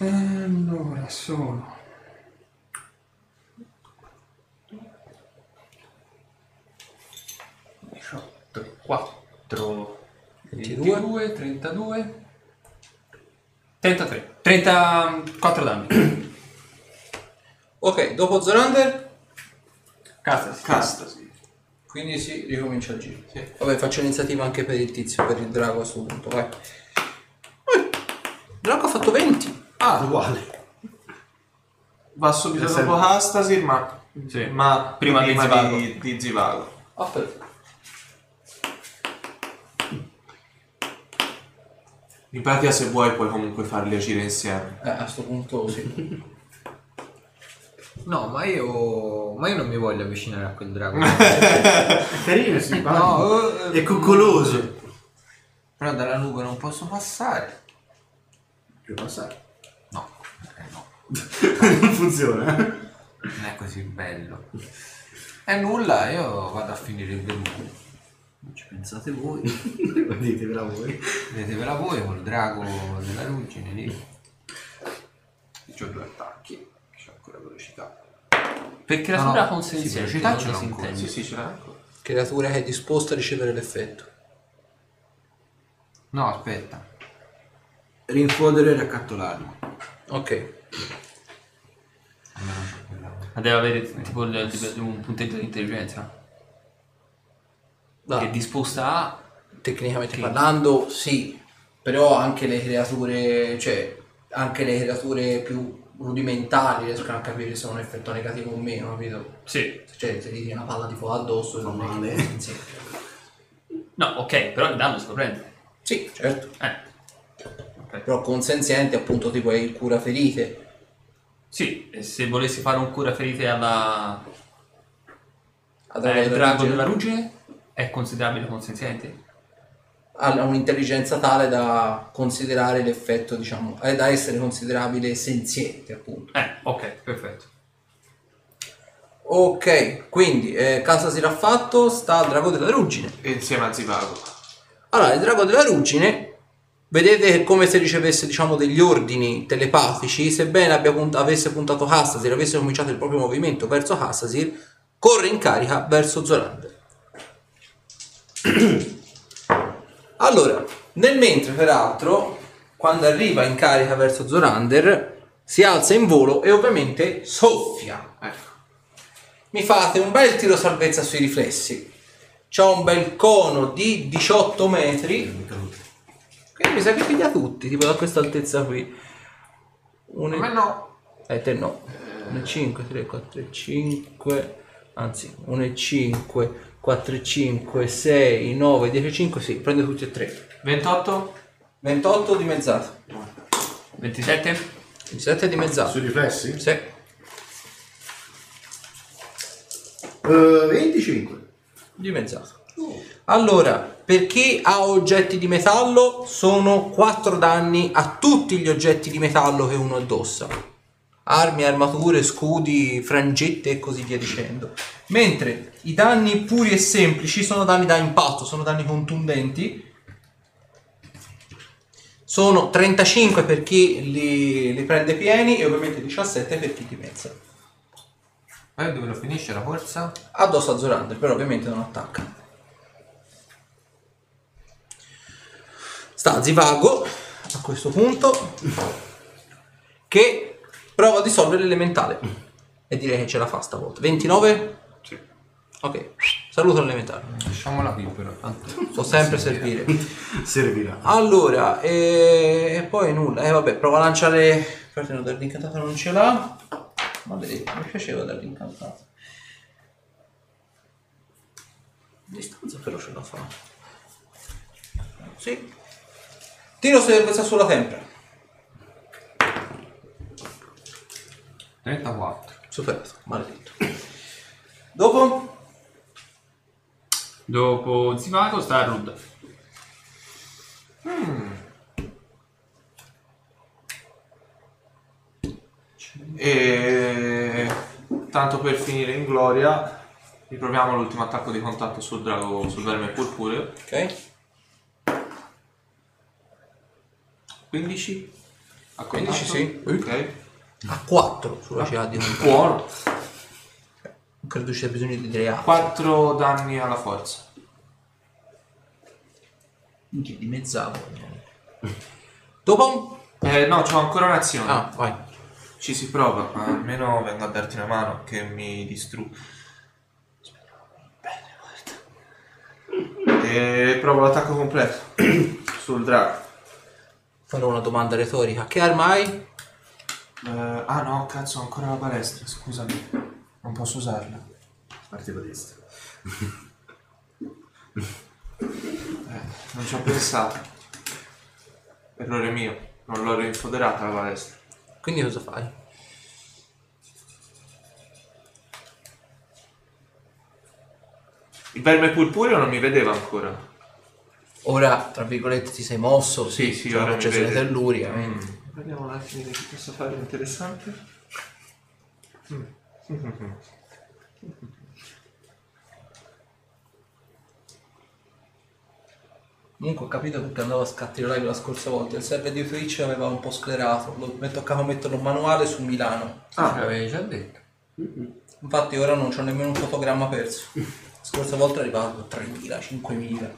Speaker 3: Allora, sono. Diciotto, quattro.
Speaker 2: 22.
Speaker 3: 22, 32. 33. 34 danni.
Speaker 2: Ok, dopo Zorander?
Speaker 3: Cazzo,
Speaker 6: Casta, sì.
Speaker 2: Quindi si ricomincia il giro. Vabbè, faccio iniziativa anche per il tizio, per il drago a questo punto, vai. Eh, Il drago ha fatto 20.
Speaker 1: Ah, uguale.
Speaker 6: Va subito
Speaker 1: Nel
Speaker 6: dopo
Speaker 1: senso-
Speaker 6: Castasir, ma,
Speaker 5: Sì.
Speaker 6: ma
Speaker 2: Prima
Speaker 6: prima,
Speaker 2: di Zivago.
Speaker 6: di, di Zivago.
Speaker 2: Aspetta.
Speaker 6: In pratica se vuoi puoi comunque farli agire insieme.
Speaker 2: Eh, a sto punto sì.
Speaker 7: No, ma io. Ma io non mi voglio avvicinare a quel drago.
Speaker 1: È carino, sì,
Speaker 7: No, eh,
Speaker 1: È coccoloso.
Speaker 7: Però dalla nuvola non posso passare.
Speaker 1: Puoi passare.
Speaker 7: No, eh, no,
Speaker 1: non funziona.
Speaker 7: non è così bello. È nulla, io vado a finire il velluto.
Speaker 4: Non ci pensate voi.
Speaker 1: Ditevela voi.
Speaker 7: Vedetevela voi col drago della ruggine lì.
Speaker 4: Ho due attacchi. C'ho ancora velocità.
Speaker 3: Per
Speaker 7: No,
Speaker 3: creatura
Speaker 7: no,
Speaker 3: con
Speaker 7: sì,
Speaker 3: senziente,
Speaker 7: velocità
Speaker 3: non
Speaker 7: ce l'ho
Speaker 3: si
Speaker 7: ancora,
Speaker 3: intende.
Speaker 6: Sì, sì, ce l'ha ancora.
Speaker 2: Creatura che è disposta a ricevere l'effetto.
Speaker 7: No, aspetta.
Speaker 4: Rinfodere e raccattolarlo.
Speaker 2: Ok.
Speaker 3: Ma deve avere tipo il- il- un punteggio di intelligenza.
Speaker 2: No,
Speaker 3: Che è disposta a...
Speaker 2: tecnicamente parlando sì, però anche le creature, cioè anche le creature più rudimentali riescono a capire se è un effetto negativo o meno, capito?
Speaker 3: Sì.
Speaker 2: Cioè se ti tiri una palla di fuoco addosso non è che
Speaker 1: male.
Speaker 2: ti insegna.
Speaker 3: No, ok, però il danno se lo prende.
Speaker 2: Sì, certo.
Speaker 3: Eh. Ok.
Speaker 2: Però consenziente appunto tipo è il cura ferite.
Speaker 3: Sì, e se volessi fare un cura ferite alla...
Speaker 2: Ha
Speaker 3: eh, il drago della ruggine, è considerabile consenziente?
Speaker 2: ha un'intelligenza tale da considerare l'effetto, diciamo, eh, da essere considerabile senziente appunto.
Speaker 3: Eh, ok, perfetto.
Speaker 2: Ok, quindi eh, casa si fatto, sta al drago della ruggine.
Speaker 6: E insieme a Zivago.
Speaker 2: Allora, il drago della ruggine, vedete che è come se ricevesse, diciamo, degli ordini telepatici, sebbene abbia punt- avesse puntato Hassasir, avesse cominciato il proprio movimento verso Hassasir, corre in carica verso Zorander. allora, nel mentre, peraltro, quando arriva in carica verso Zorander, si alza in volo e ovviamente soffia.
Speaker 6: Ecco.
Speaker 2: Mi fate un bel tiro salvezza sui riflessi. C'ha un bel cono di 18 metri. Quindi mi sa che piglia tutti, tipo da questa altezza qui. Un...
Speaker 7: Ma no.
Speaker 2: Eh, te no. 1 5, 3, 4 5. Anzi, 1 5, 4 5, 6, 9, 10, 5. Sì, prende tutti e tre.
Speaker 6: 28?
Speaker 2: 28 dimezzato.
Speaker 3: 27?
Speaker 2: 7 dimezzato.
Speaker 1: Sui riflessi?
Speaker 2: Sì.
Speaker 1: Eh, 25.
Speaker 2: Dimezzato. Allora, per chi ha oggetti di metallo, sono 4 danni a tutti gli oggetti di metallo che uno addossa. Armi, armature, scudi, frangette e così via dicendo. Mentre i danni puri e semplici sono danni da impatto, sono danni contundenti. Sono 35 per chi li, li prende pieni e ovviamente 17 per chi dimezza.
Speaker 7: Ma io dove lo finisce la forza?
Speaker 2: Addosso a Zorander, però ovviamente non attacca. Sta Zivago a questo punto che prova a dissolvere l'elementale e direi che ce la fa stavolta. 29?
Speaker 5: Sì.
Speaker 2: Ok, saluto l'elementale.
Speaker 7: Lasciamola qui però. Tanto.
Speaker 2: So sempre servire.
Speaker 1: Servirà.
Speaker 2: Allora, e, e poi nulla. E vabbè, prova a lanciare. Perché no, dell'incantata non ce l'ha. Maledetto, mi piaceva dell'incantata. Distanza però ce la fa. Sì. Tiro salvezza sulla tempra.
Speaker 7: 34.
Speaker 2: Superato, maledetto. Dopo?
Speaker 5: Dopo Zivago sta Rud.
Speaker 6: E tanto per finire in gloria, riproviamo l'ultimo attacco di contatto sul drago, sul verme purpureo.
Speaker 2: Ok.
Speaker 6: 15? A
Speaker 2: 15, sì.
Speaker 6: Ok.
Speaker 2: A 4 sulla CA di non
Speaker 6: Buono.
Speaker 2: credo ci sia bisogno di dire altro.
Speaker 6: 4 danni alla forza.
Speaker 2: Minchia, dimezzavo. Dopo?
Speaker 6: Eh, no, c'ho ancora un'azione.
Speaker 2: Ah, vai.
Speaker 6: Ci si prova, ma almeno vengo a darti una mano che mi distrugge. Bene, guarda. E provo l'attacco completo sul drago.
Speaker 2: Farò una domanda retorica. Che arma hai?
Speaker 6: Eh, ah no, cazzo, ho ancora la palestra, scusami. Non posso usarla.
Speaker 1: Partito destra.
Speaker 6: Non ci ho pensato. Errore mio. Non l'ho rinfoderata la palestra.
Speaker 2: Quindi cosa fai?
Speaker 6: Il verme purpureo non mi vedeva ancora.
Speaker 2: Ora, tra virgolette, ti sei mosso.
Speaker 6: Sì, sì,
Speaker 2: cioè,
Speaker 6: ora
Speaker 2: ho
Speaker 6: mi
Speaker 2: acceso le
Speaker 6: vede. Mm.
Speaker 2: telluria.
Speaker 6: Vediamo un attimo che posso fare di interessante.
Speaker 2: Comunque ho capito perché andavo a scattare live la scorsa volta. Il server di Twitch aveva un po' sclerato. Lo mi toccava metterlo manuale su Milano.
Speaker 4: Ah, l'avevi già detto.
Speaker 2: Infatti ora non c'ho nemmeno un fotogramma perso. La scorsa volta è arrivato a 3.000, 5.000.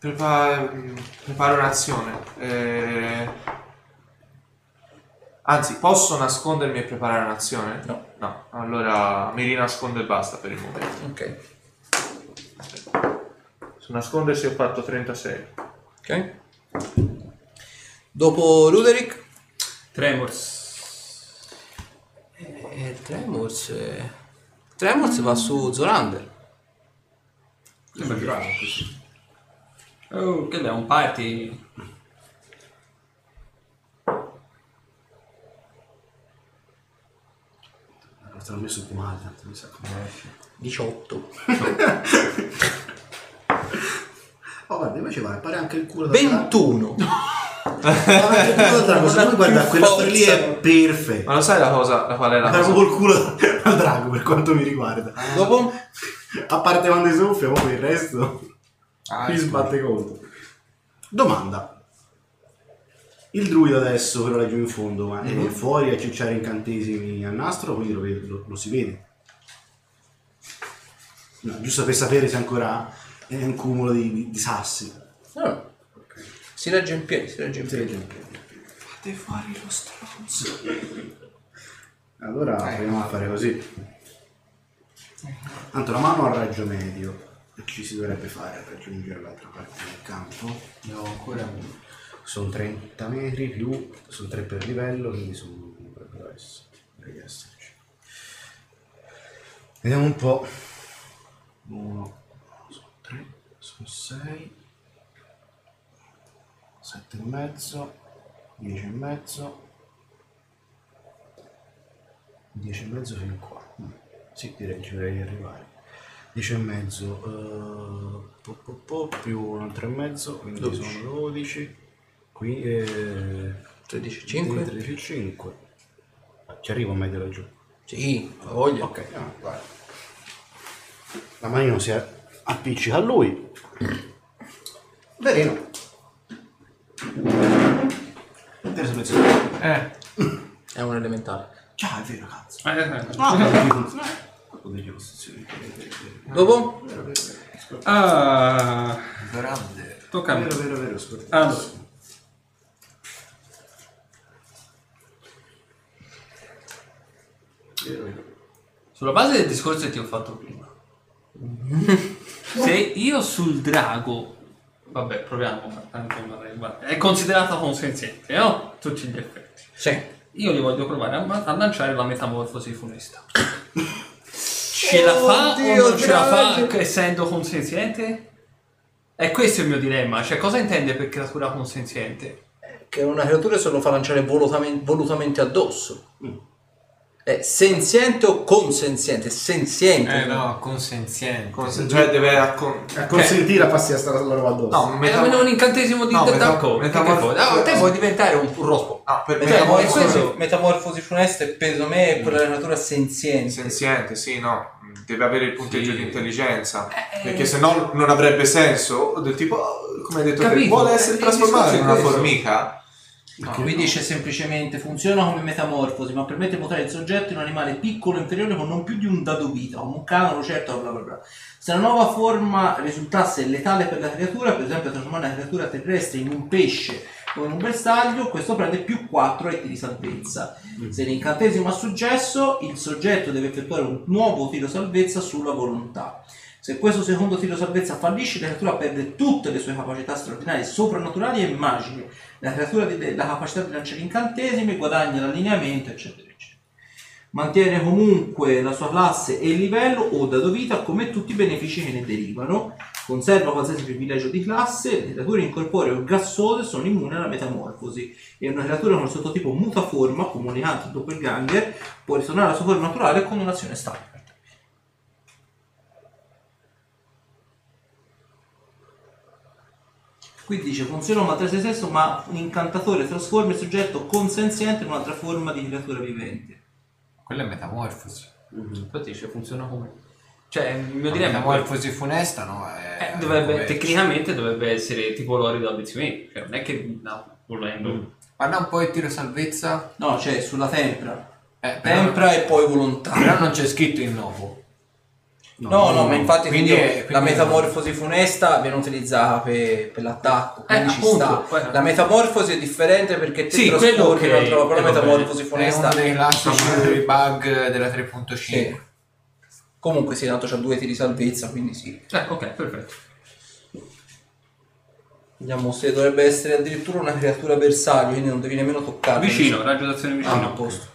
Speaker 6: Prepa- mm, preparo un'azione. Eh, Anzi, posso nascondermi e preparare un'azione?
Speaker 2: No.
Speaker 6: No, allora mi rinascondo e basta per il momento.
Speaker 2: Ok.
Speaker 6: Su nascondersi ho fatto 36.
Speaker 2: Ok. Dopo Ruderick.
Speaker 5: Tremors.
Speaker 2: Eh, Tremors. eh, Tremors va su Zorander.
Speaker 5: Sembra grave questo.
Speaker 4: Oh, che è un party.
Speaker 1: Te l'ho messo più male, tanto mi sa come esce.
Speaker 2: 18.
Speaker 1: Oh guarda, invece va, pare anche il culo da
Speaker 2: 21.
Speaker 1: drago. Pare anche il culo da drago, se no guarda, quella storia lì è
Speaker 6: Ma
Speaker 1: perfetta.
Speaker 6: lo sai la cosa, la qual è la
Speaker 1: Era
Speaker 6: cosa?
Speaker 1: proprio il culo da drago per quanto mi riguarda.
Speaker 2: Dopo?
Speaker 1: A parte quando soffia, poi il resto
Speaker 7: Ah,
Speaker 1: mi
Speaker 7: ecco.
Speaker 1: sbatte contro. Domanda. Il druido adesso, però è giù in fondo, ma
Speaker 7: Mm-hmm.
Speaker 1: è fuori a cicciare incantesimi a nastro, quindi lo, vede- lo- lo si vede. No, giusto per sapere se ancora è un cumulo di, di- di sassi.
Speaker 2: No. Si regge in piedi, si regge in piedi.
Speaker 6: Fate fuori lo stronzo. Eh.
Speaker 1: Allora proviamo a fare così. Tanto la mano al raggio medio e ci si dovrebbe fare per raggiungere l'altra parte del campo.
Speaker 7: Ne ho ancora uno.
Speaker 1: Sono 30 metri più, sono 3 per livello, quindi sono dovrebbero essere. dovrebbe esserci. Vediamo un po'. 1, sono 3, sono 6, 7 e mezzo, 10 e mezzo, 10 e mezzo fino a qua. Mm. Sì, direi che ci dovrei arrivare. 10 e mezzo, eh, po, po, po, più un altro e mezzo, quindi sono 12. Qui eh,
Speaker 2: 13,
Speaker 1: 5,
Speaker 2: 5.
Speaker 1: 13, 5. Ci arrivo a meglio laggiù.
Speaker 2: Sì, la voglio.
Speaker 1: Ok, ah, guarda. La manino si appiccica a lui. Verino. Terzo pezzo.
Speaker 2: È un elementare.
Speaker 1: Ciao, è vero, cazzo.
Speaker 5: Eh, eh.
Speaker 1: Ah, Oddio, sì.
Speaker 2: Dopo?
Speaker 5: Ah,
Speaker 8: Grande.
Speaker 3: Ah.
Speaker 5: tocca a me.
Speaker 1: Vero, vero, vero, scordato.
Speaker 5: Ah, no.
Speaker 1: Vero, vero.
Speaker 4: Sulla base del discorso che ti ho fatto prima. Se io sul drago... Vabbè, proviamo, ma tanto non è uguale. È considerata consenziente, no? Tutti gli effetti.
Speaker 2: Sì.
Speaker 4: Io li voglio provare a, ma- a lanciare la metamorfosi funesta. Ce la fa
Speaker 2: Oddio,
Speaker 4: o non ce la fa
Speaker 2: grazie.
Speaker 4: anche essendo consenziente? E questo è il mio dilemma, cioè cosa intende per creatura consenziente?
Speaker 2: Che una creatura se lo fa lanciare volutamente, volutamente addosso. È senziente o consenziente? È Senziente.
Speaker 7: Eh no, consenziente.
Speaker 6: Cons- Cioè deve raccon-
Speaker 1: A consentire a farsi stare la roba addosso.
Speaker 6: No,
Speaker 4: È
Speaker 6: meta-
Speaker 4: almeno un incantesimo di
Speaker 6: No, meta-
Speaker 4: attacco. Che
Speaker 6: metamor-
Speaker 4: cavolo? Ah, te vuoi diventare un rospo.
Speaker 6: Ah, per
Speaker 2: Oh, Cioè,
Speaker 6: metamorfosi-
Speaker 2: è questo, metamorfosi funesta e peso me e quella della natura senziente.
Speaker 6: Senziente, sì, no. Deve avere il punteggio di intelligenza.
Speaker 4: Eh,
Speaker 6: Perché se no non avrebbe senso. Del tipo, oh, come hai detto te,
Speaker 4: Capito.
Speaker 6: vuole essere
Speaker 4: Eh,
Speaker 6: trasformato
Speaker 4: il discorso è
Speaker 6: in una
Speaker 4: questo.
Speaker 6: formica?
Speaker 2: Qui dice semplicemente funziona come metamorfosi, ma permette di mutare il soggetto in un animale piccolo e inferiore con non più di un dado vita, come un cane, un lucertola, bla bla bla. Se la nuova forma risultasse letale per la creatura, per esempio trasformare una creatura terrestre in un pesce con un bersaglio, questo prende più 4 e ti di salvezza. Se l'incantesimo ha successo, il soggetto deve effettuare un nuovo tiro salvezza sulla volontà. Se questo secondo tiro salvezza fallisce, la creatura perde tutte le sue capacità straordinarie, soprannaturali e magiche. La creatura di- la capacità di lanciare incantesimi, guadagna l'allineamento, eccetera, eccetera. Mantiene comunque la sua classe e il livello o dado vita come tutti i benefici che ne derivano. Conserva qualsiasi privilegio di classe, le creature incorporee o gassose sono immuni alla metamorfosi e una creatura con il sottotipo mutaforma, comunicante o doppelganger, può ritornare alla sua forma naturale con un'azione standard. Qui dice funziona un materiale se stesso, ma un incantatore trasforma il soggetto consenziente in un'altra forma di creatura vivente.
Speaker 8: Quella è metamorfosi.
Speaker 4: Infatti cioè, funziona come... Cioè, il mio
Speaker 8: La
Speaker 4: dilemma è quello.
Speaker 8: metamorfosi funesta, no? È
Speaker 4: Eh, dovrebbe-
Speaker 8: come-
Speaker 4: tecnicamente dovrebbe essere tipo l'orido avvicinamento, cioè non è che no, volendo...
Speaker 8: Guarda un po' il tiro salvezza.
Speaker 2: No, cioè sulla tempra.
Speaker 8: Eh, però,
Speaker 2: Tempra e poi volontà.
Speaker 8: però non c'è scritto il novo.
Speaker 2: No, no, ma infatti
Speaker 8: Quindi
Speaker 2: quindi
Speaker 8: è-
Speaker 2: la
Speaker 8: quindi-
Speaker 2: metamorfosi funesta viene utilizzata per, per l'attacco, quindi ci
Speaker 4: appunto,
Speaker 2: sta.
Speaker 4: poi-
Speaker 2: La metamorfosi è differente perché te
Speaker 4: Sì, quello
Speaker 2: trasformi
Speaker 4: ok,
Speaker 2: in un'altra roba, però la
Speaker 4: quello
Speaker 2: metamorfosi
Speaker 8: È uno
Speaker 2: funesta.
Speaker 8: dei classici bug della 3.5.
Speaker 2: Sì. Comunque sì, tanto c'ha due tiri salvezza, quindi sì.
Speaker 4: Ecco, ok, perfetto.
Speaker 2: Vediamo se dovrebbe essere addirittura una creatura bersaglio, quindi non devi nemmeno toccarla.
Speaker 4: Vicino, raggio d'azione
Speaker 2: Ah, no, a
Speaker 4: vicino.
Speaker 2: posto.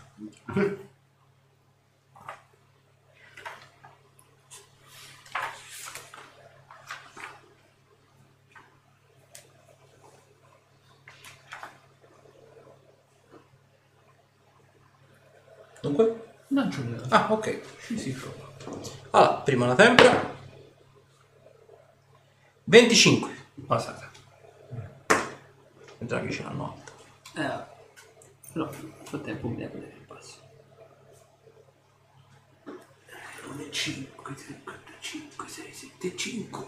Speaker 2: Dunque? Ah, ok. Allora, prima la tempra. 25.
Speaker 4: Passata.
Speaker 2: Vedrà che ce l'hanno alta.
Speaker 4: Eh, però nel frattempo mi devo vedere il passo. 9, 5, 3, 4, 5, 6, 7, 5.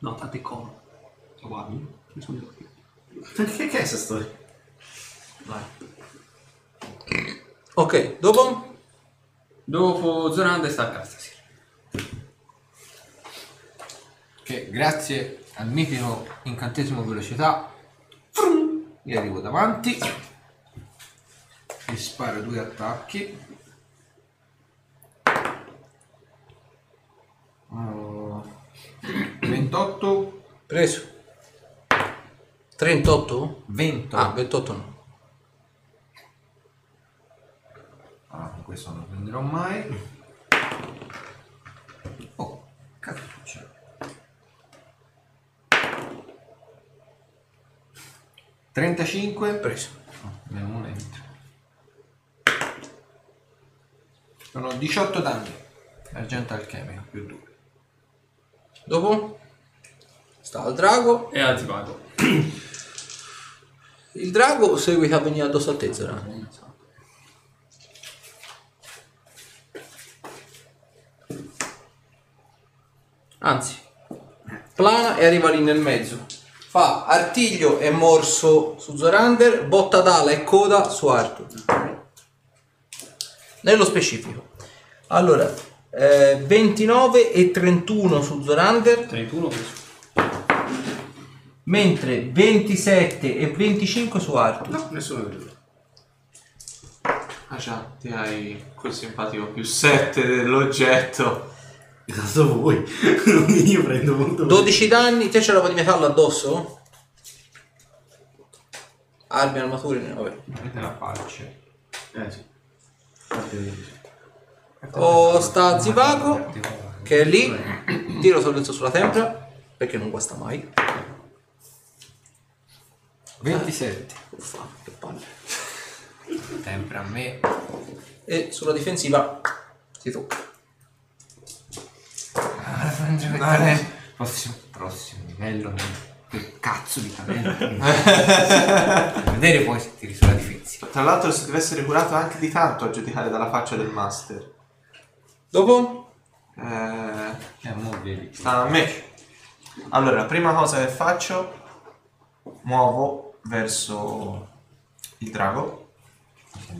Speaker 4: No, tanto è comodo. Guardi, mi sono detto.
Speaker 1: Che che è questa storia?
Speaker 2: Ok, dopo?
Speaker 4: Dopo Zoranda sta a casa stasera.
Speaker 7: che grazie al mitico incantesimo velocità gli arrivo davanti gli sparo due attacchi Uh, 28
Speaker 2: Preso. 38?
Speaker 7: 20
Speaker 2: Ah, 28 no.
Speaker 7: Ah, con questo non lo prenderò mai. Oh, cazzo. Trentacinque preso. Nel momento. Sono 18 danni. Argento alchemico più 2.
Speaker 2: Dopo? Sta al drago.
Speaker 4: E alzi vago.
Speaker 2: Il drago seguita a venire addosso a te, Zoran. Anzi, plana e arriva lì nel mezzo. Fa artiglio e morso su Zorander, botta d'ala e coda su Arthur. Nello specifico. Allora, eh, 29 e 31 su Zorander.
Speaker 4: 31 questo.
Speaker 2: mentre 27 e 25 su Arthur.
Speaker 1: No, nessuno di loro.
Speaker 6: Ah già, ti hai quel simpatico più 7 dell'oggetto.
Speaker 1: Esatto voi. Io prendo molto
Speaker 2: 12 danni, te c'è roba di metallo addosso? Armi, armature, ne- vabbè.
Speaker 7: Avete la faccia.
Speaker 1: Eh sì. Parte di-
Speaker 2: O Oh, sta Zivago, che è lì, tiro salvezza sulla tempra, perché non guasta mai.
Speaker 7: 27.
Speaker 2: Uffa, che palle.
Speaker 7: Sempre a me.
Speaker 2: E sulla difensiva si tocca.
Speaker 7: Prossimo, prossimo livello. Che cazzo di talento. vedere poi se tiri sulla difesa.
Speaker 6: Tra l'altro si deve essere curato anche di tanto a giudicare dalla faccia del master.
Speaker 2: Dopo?
Speaker 6: Eh,
Speaker 7: Eh, mo vedi.
Speaker 6: sta a me. Allora, la prima cosa che faccio, muovo verso il drago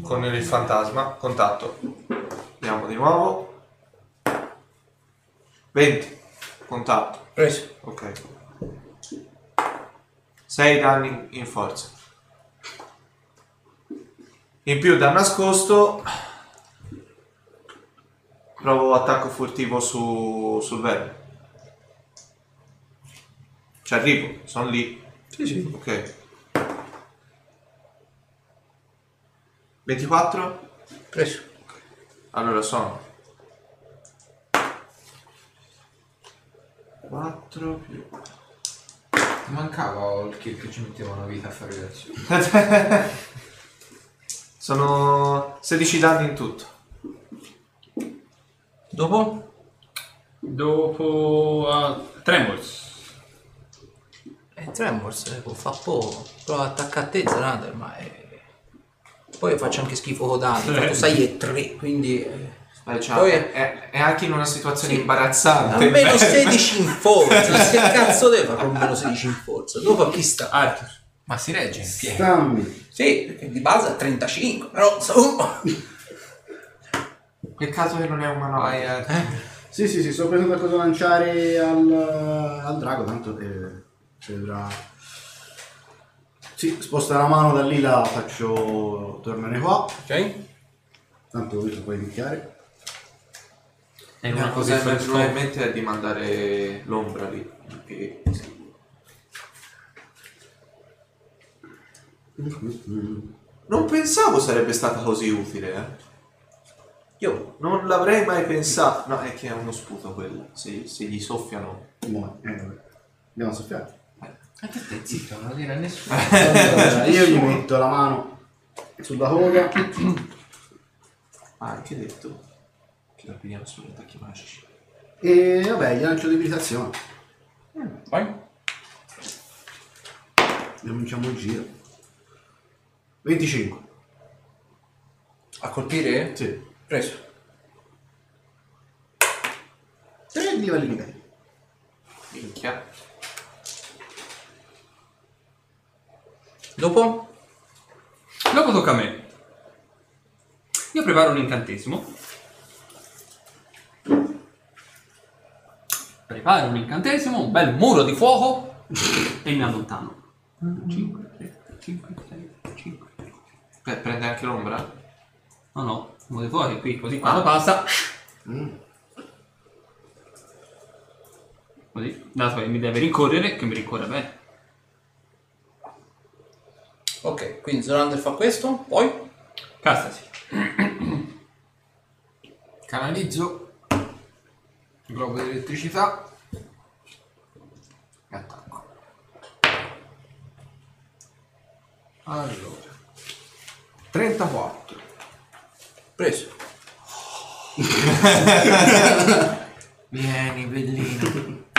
Speaker 6: con il fantasma, contatto. Andiamo di nuovo. 20. Contatto.
Speaker 2: Preso.
Speaker 6: Ok. 6 danni in- in forza. In più da nascosto provo attacco furtivo su, sul verme. Ci arrivo, sono lì.
Speaker 2: Sì, sì.
Speaker 6: Ok. 24?
Speaker 2: Preso.
Speaker 6: Allora sono 4 più
Speaker 7: Mancava il che, che ci metteva una vita a fare le azioni.
Speaker 6: Sono 16 danni in tutto.
Speaker 2: Dopo?
Speaker 4: Dopo a Tremors.
Speaker 2: Eh, Tremors, eh, può fa poco. Prova a attaccare a te, Zanader, ma è... Poi io faccio anche schifo con danni, tanto sai è 3, quindi... eh,
Speaker 6: Beh, cioè,
Speaker 2: Poi-
Speaker 6: è, è anche in una situazione
Speaker 2: Sì. A
Speaker 6: imbarazzante.
Speaker 2: meno 16 in forza, se cazzo deve fare con meno 16 in forza? Dopo a chi sta?
Speaker 4: Ah.
Speaker 2: Arthur.
Speaker 8: Ma si regge in piedi.
Speaker 1: Stammi.
Speaker 2: Sì, perché di base è 35, però insomma...
Speaker 6: Peccato che non è una
Speaker 7: Vai,
Speaker 6: noia.
Speaker 7: eh.
Speaker 1: Sì, sì, sì, sto pensando a cosa lanciare al, al drago, tanto eh, ci vedrà. Sì, sposta la mano da lì, la faccio tornare qua,
Speaker 2: Ok.
Speaker 1: tanto questo puoi picchiare.
Speaker 4: È
Speaker 6: Una
Speaker 4: una
Speaker 6: cosa
Speaker 4: così
Speaker 6: che mi
Speaker 4: per
Speaker 6: è venuta in mente è di mandare l'ombra lì. perché- Non pensavo sarebbe stata così utile. eh.
Speaker 2: Io.
Speaker 6: Non l'avrei mai pensato. No, è che è uno sputo quello. Se, se gli soffiano.
Speaker 1: Muore. Eh, vabbè. Andiamo a soffiare.
Speaker 8: Anche stai zitto, non lo dire a nessuno.
Speaker 1: Allora, io gli metto la mano sulla coda.
Speaker 6: Ha Ah, anche detto che la pigliano sugli attacchi magici.
Speaker 1: E vabbè, gli lancio debilitazione.
Speaker 2: Vai.
Speaker 1: Cominciamo il giro. 25.
Speaker 2: A colpire?
Speaker 1: Sì.
Speaker 2: Preso.
Speaker 1: 3 di livelli negativi.
Speaker 6: Minchia.
Speaker 2: Dopo?
Speaker 4: Dopo tocca a me. Io preparo un incantesimo. Preparo un incantesimo, un bel muro di fuoco e mi allontano. 5, 3, 5, 6, 5.
Speaker 6: Beh, prende anche l'ombra?
Speaker 4: No, no, uno di fuori qui, così quando passa. Così, dato che mi deve rincorrere, che mi rincorre bene.
Speaker 2: Ok, quindi Zorander fa questo, poi?
Speaker 4: Castasi.
Speaker 7: Canalizzo il globo di elettricità e attacco. Allora, 34.
Speaker 2: Preso.
Speaker 7: Vieni, bellino.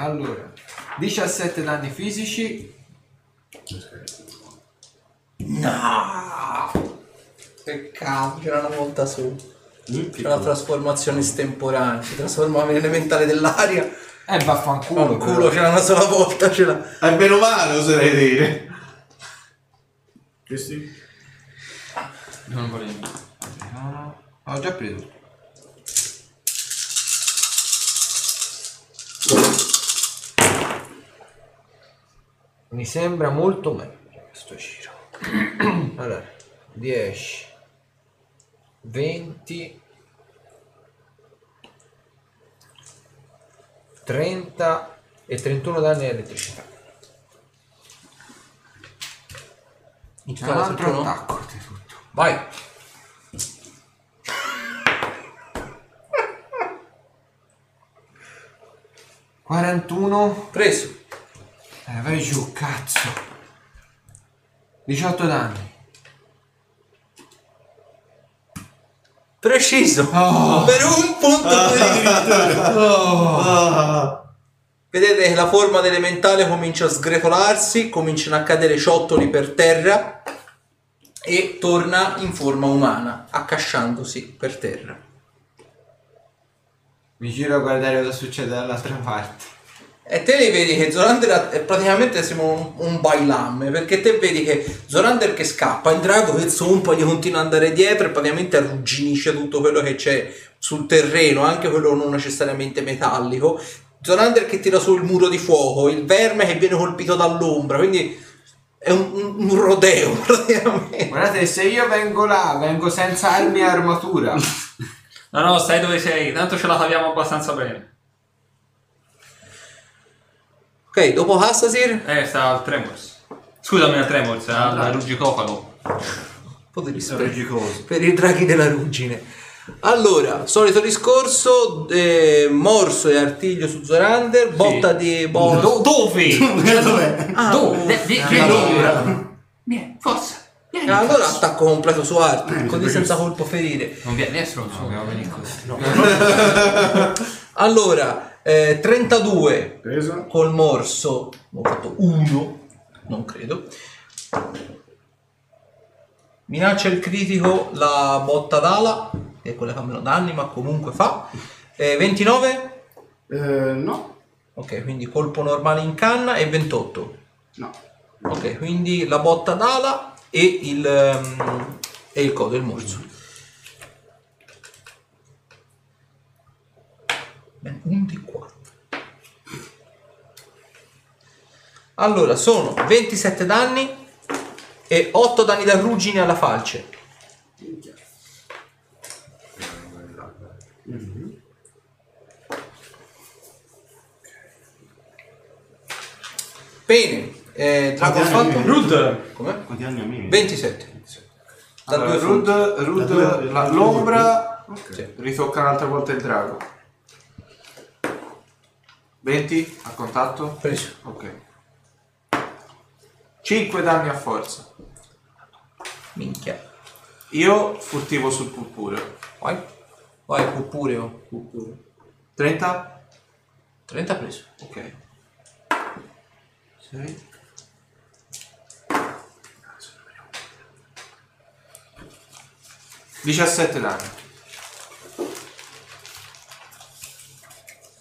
Speaker 7: Allora, 17 danni fisici.
Speaker 2: No! Peccato, c'era una volta su. C'era una trasformazione estemporanea, si trasformava in elementare dell'aria.
Speaker 7: E
Speaker 2: Culo,
Speaker 7: vaffanculo.
Speaker 2: culo c'era una sola volta, c'era.
Speaker 6: È Eh, meno male, oserei dire.
Speaker 1: Questi?
Speaker 7: Non volevo. No, no. Ho già preso. 1. Mi sembra molto meglio questo giro. allora, 10, 20, 30 e 31 danni di elettricità.
Speaker 2: In
Speaker 7: Un altro
Speaker 2: 31?
Speaker 7: attacco, oltretutto.
Speaker 2: Vai.
Speaker 7: 41
Speaker 2: Preso.
Speaker 7: Eh, vai giù, cazzo. 18 danni.
Speaker 2: Preciso. Per un punto di diritto.
Speaker 6: Oh. Ah.
Speaker 2: Vedete che la forma elementale comincia a sgretolarsi, cominciano a cadere ciottoli per terra e torna in forma umana, accasciandosi per terra.
Speaker 7: Mi giro a guardare cosa succede dall'altra parte.
Speaker 2: E te li vedi che Zorander è praticamente sembra un, un bailamme, perché te vedi che Zorander che scappa, il drago che zompa, gli continua ad andare dietro e praticamente arrugginisce tutto quello che c'è sul terreno, anche quello non necessariamente metallico. Zonander che tira sul muro di fuoco, il verme che viene colpito dall'ombra, quindi è un, un- un rodeo praticamente.
Speaker 7: Guardate, se io vengo là, vengo senza armi e armatura.
Speaker 4: No, no, stai dove sei, tanto ce la caviamo abbastanza bene.
Speaker 2: Ok, dopo Hassasir
Speaker 4: Eh, sta al Tremors. Scusami al Tremors, eh, al al Ruggicofago.
Speaker 2: Un po' di rispetto per i draghi della ruggine. Allora, solito discorso, eh, morso e artiglio su Zorander, botta di bolla.
Speaker 4: dove?
Speaker 5: Dov'è?
Speaker 2: Ah,
Speaker 4: Dove? Vieni, Vieni, forza. Vieni.
Speaker 2: Eh, allora attacco completo su Arthur, così senza colpo ferire.
Speaker 4: Non eh, viene nessuno, dobbiamo venire così.
Speaker 2: Allora, eh, 32
Speaker 1: Presa.
Speaker 2: col morso, ho fatto 1, non credo. Minaccia il critico la botta d'ala, che è quella che ha meno danni, ma comunque fa. Eh, 29,
Speaker 1: Eh, no,
Speaker 2: ok, quindi colpo normale in canna e 28.
Speaker 1: no.
Speaker 2: Ok, quindi la botta d'ala e il, ehm, e il codo, il morso. Bene, un di 4. Allora, sono 27 danni e 8 danni da ruggine alla falce. Bene, eh, Dragon
Speaker 1: Quanti
Speaker 2: fatto?
Speaker 1: anni avevi?
Speaker 2: Rude. Come?
Speaker 1: Quanti anni ha me?
Speaker 2: 27. Da
Speaker 6: Allora,
Speaker 2: due frutti.
Speaker 6: Rud, Rud-
Speaker 1: Da due-
Speaker 6: la-
Speaker 1: da due
Speaker 6: l'ombra
Speaker 2: Sì.
Speaker 6: ritocca un'altra volta il drago. 20 a contatto?
Speaker 2: Preso.
Speaker 6: Ok. 5 danni a forza.
Speaker 2: Minchia.
Speaker 6: Io furtivo sul purpureo.
Speaker 2: Vai. Vai, oppure oh.
Speaker 6: 30?
Speaker 2: 30 preso.
Speaker 6: Ok. 6. 17 danni.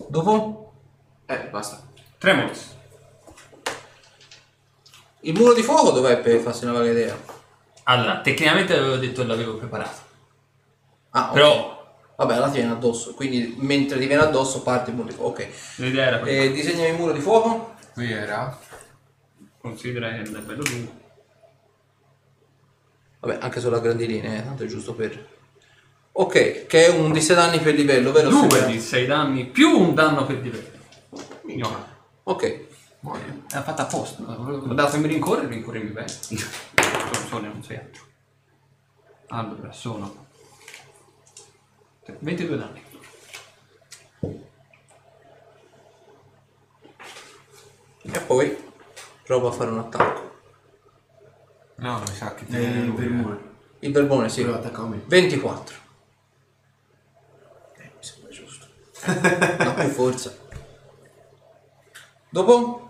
Speaker 2: Dopo?
Speaker 6: Eh, basta.
Speaker 4: Tremors.
Speaker 2: Il muro di fuoco dov'è per farsi una vaga idea?
Speaker 4: Allora, tecnicamente avevo detto che l'avevo preparato.
Speaker 2: Ah, ok.
Speaker 4: Però
Speaker 2: Vabbè, la ti viene addosso, quindi mentre ti viene addosso parte il muro di fuoco. Ok.
Speaker 4: l'idea era quella.
Speaker 2: Eh, disegna il muro di fuoco.
Speaker 7: Qui era?
Speaker 4: Considera che è bello lungo.
Speaker 2: Vabbè, anche solo a grandi linee, eh, tanto è giusto per... Ok, che è un di 6 danni per livello, vero?
Speaker 4: Due
Speaker 2: Sera?
Speaker 4: di 6 danni più un danno per livello.
Speaker 6: Mignola.
Speaker 2: Ok.
Speaker 4: L'ha fatta apposta. Datemi rincorrere, rincorrimi bene. Non sono, non sei altro. Allora, sono 22 danni.
Speaker 2: E poi prova a fare un attacco.
Speaker 7: No, mi sa che ti viene
Speaker 1: Eh,
Speaker 7: lui,
Speaker 1: per
Speaker 7: eh.
Speaker 1: muro.
Speaker 2: Il verbone, sì.
Speaker 1: Però attacca a me.
Speaker 2: 24. Eh, mi sembra giusto. No, più forza. Dopo?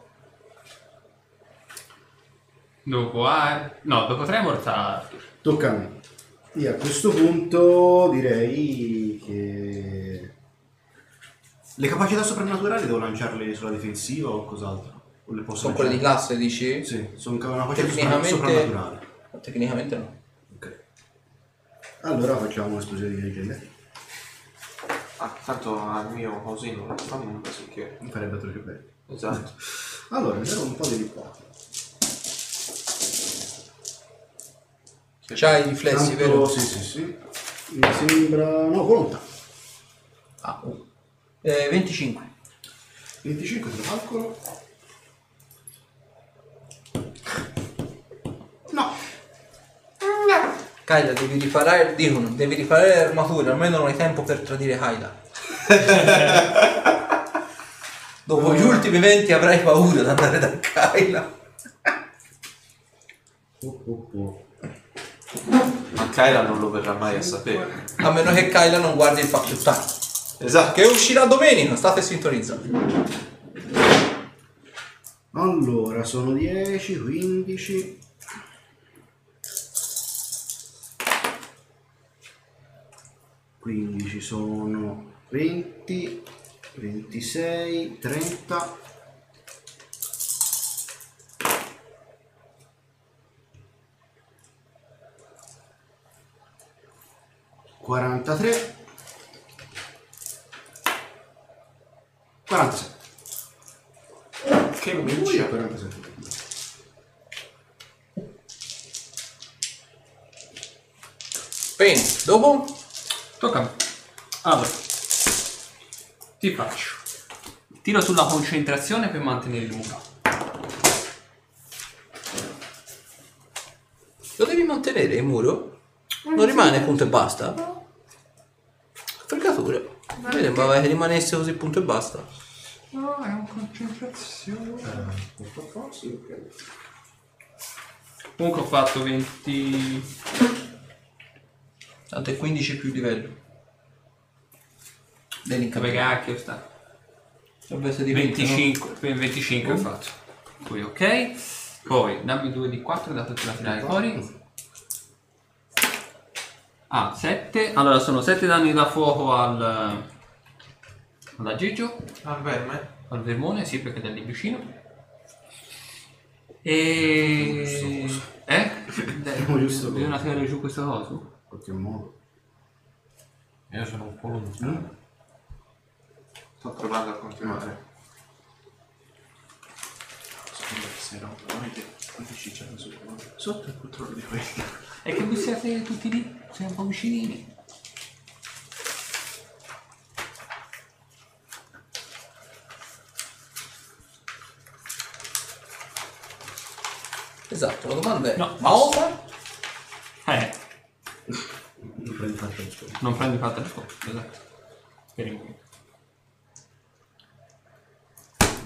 Speaker 4: Dopo A... No, dopo Tremor
Speaker 3: ah,
Speaker 4: sta...
Speaker 1: Tocca a me. Io a questo punto direi che le capacità soprannaturali devo lanciarle sulla difensiva o cos'altro? O le posso
Speaker 2: Sono quelle di
Speaker 1: lanciare?
Speaker 2: classe, dici?
Speaker 1: Sì, sono ca- una capacità sopra-
Speaker 2: Tecnicamente...
Speaker 1: soprannaturale.
Speaker 2: Tecnicamente no.
Speaker 1: Ok. Allora facciamo un'esplosione di leggende.
Speaker 6: Ah, tanto al mio così non fa nulla, sicché.
Speaker 1: Mi farebbe altro che bello.
Speaker 6: Esatto.
Speaker 1: Allora, mi un po' di riporto.
Speaker 2: C'hai i riflessi, Eh, vero?
Speaker 1: Sì, sì, sì. Mi sembra... No, volontà.
Speaker 2: Ah, oh. Eh, 25.
Speaker 1: 25 te lo calcolo. No,
Speaker 2: Kaida, devi riparare, dicono, devi riparare le armature, almeno non hai tempo per tradire Kaida. Dopo gli ultimi 20 avrai paura di andare da Kaida.
Speaker 1: Oh, oh, oh.
Speaker 6: Ma Kyla non lo verrà mai a sapere.
Speaker 2: A meno che Kaila non guardi il pacchettano.
Speaker 6: Esatto.
Speaker 2: Che uscirà domenica, state sintonizzati.
Speaker 1: Allora, sono 10, 15. Quindi sono 20, 26, 30. Quarantatré 47.
Speaker 6: Che minchia.
Speaker 1: 47.
Speaker 2: Bene, dopo?
Speaker 3: Tocca a me. Allora, ti faccio. Tiro sulla concentrazione per mantenere lunga.
Speaker 2: Lo devi mantenere il muro? Non rimane punto e basta? Fregatura. Mi sembrava che rimanesse così punto e basta.
Speaker 9: No, è un concentrazione.
Speaker 3: Comunque ho fatto 20...
Speaker 2: Tanto è 15 più livello.
Speaker 3: Dove
Speaker 2: Dell'incapacità.
Speaker 3: cacchio sta?
Speaker 2: Dovrebbe essere di
Speaker 3: 25, per 25 ho fatto. Poi ok. Poi dammi 2 di 4 dato che la tirare fuori. Ah, 7. Allora sono 7 danni da fuoco al alla Gigio,
Speaker 6: Al verme?
Speaker 3: al vermone, sì perché è da lì vicino. E eh?
Speaker 1: Primo giusto.
Speaker 3: Bisogna tirare giù questo coso.
Speaker 1: In qualche modo.
Speaker 10: Io sono un po' lontano.
Speaker 6: Sto provando a continuare. Scusa se no, veramente quanti cicciano su Sotto il controllo di quelli.
Speaker 3: E che voi siete tutti lì? Siamo un po' vicinini.
Speaker 2: Esatto, la domanda è...
Speaker 3: No.
Speaker 2: Ma ora?
Speaker 3: Eh,
Speaker 1: Non prende fatto il suo.
Speaker 3: non prendi fatta di scopo, esatto. Per il momento.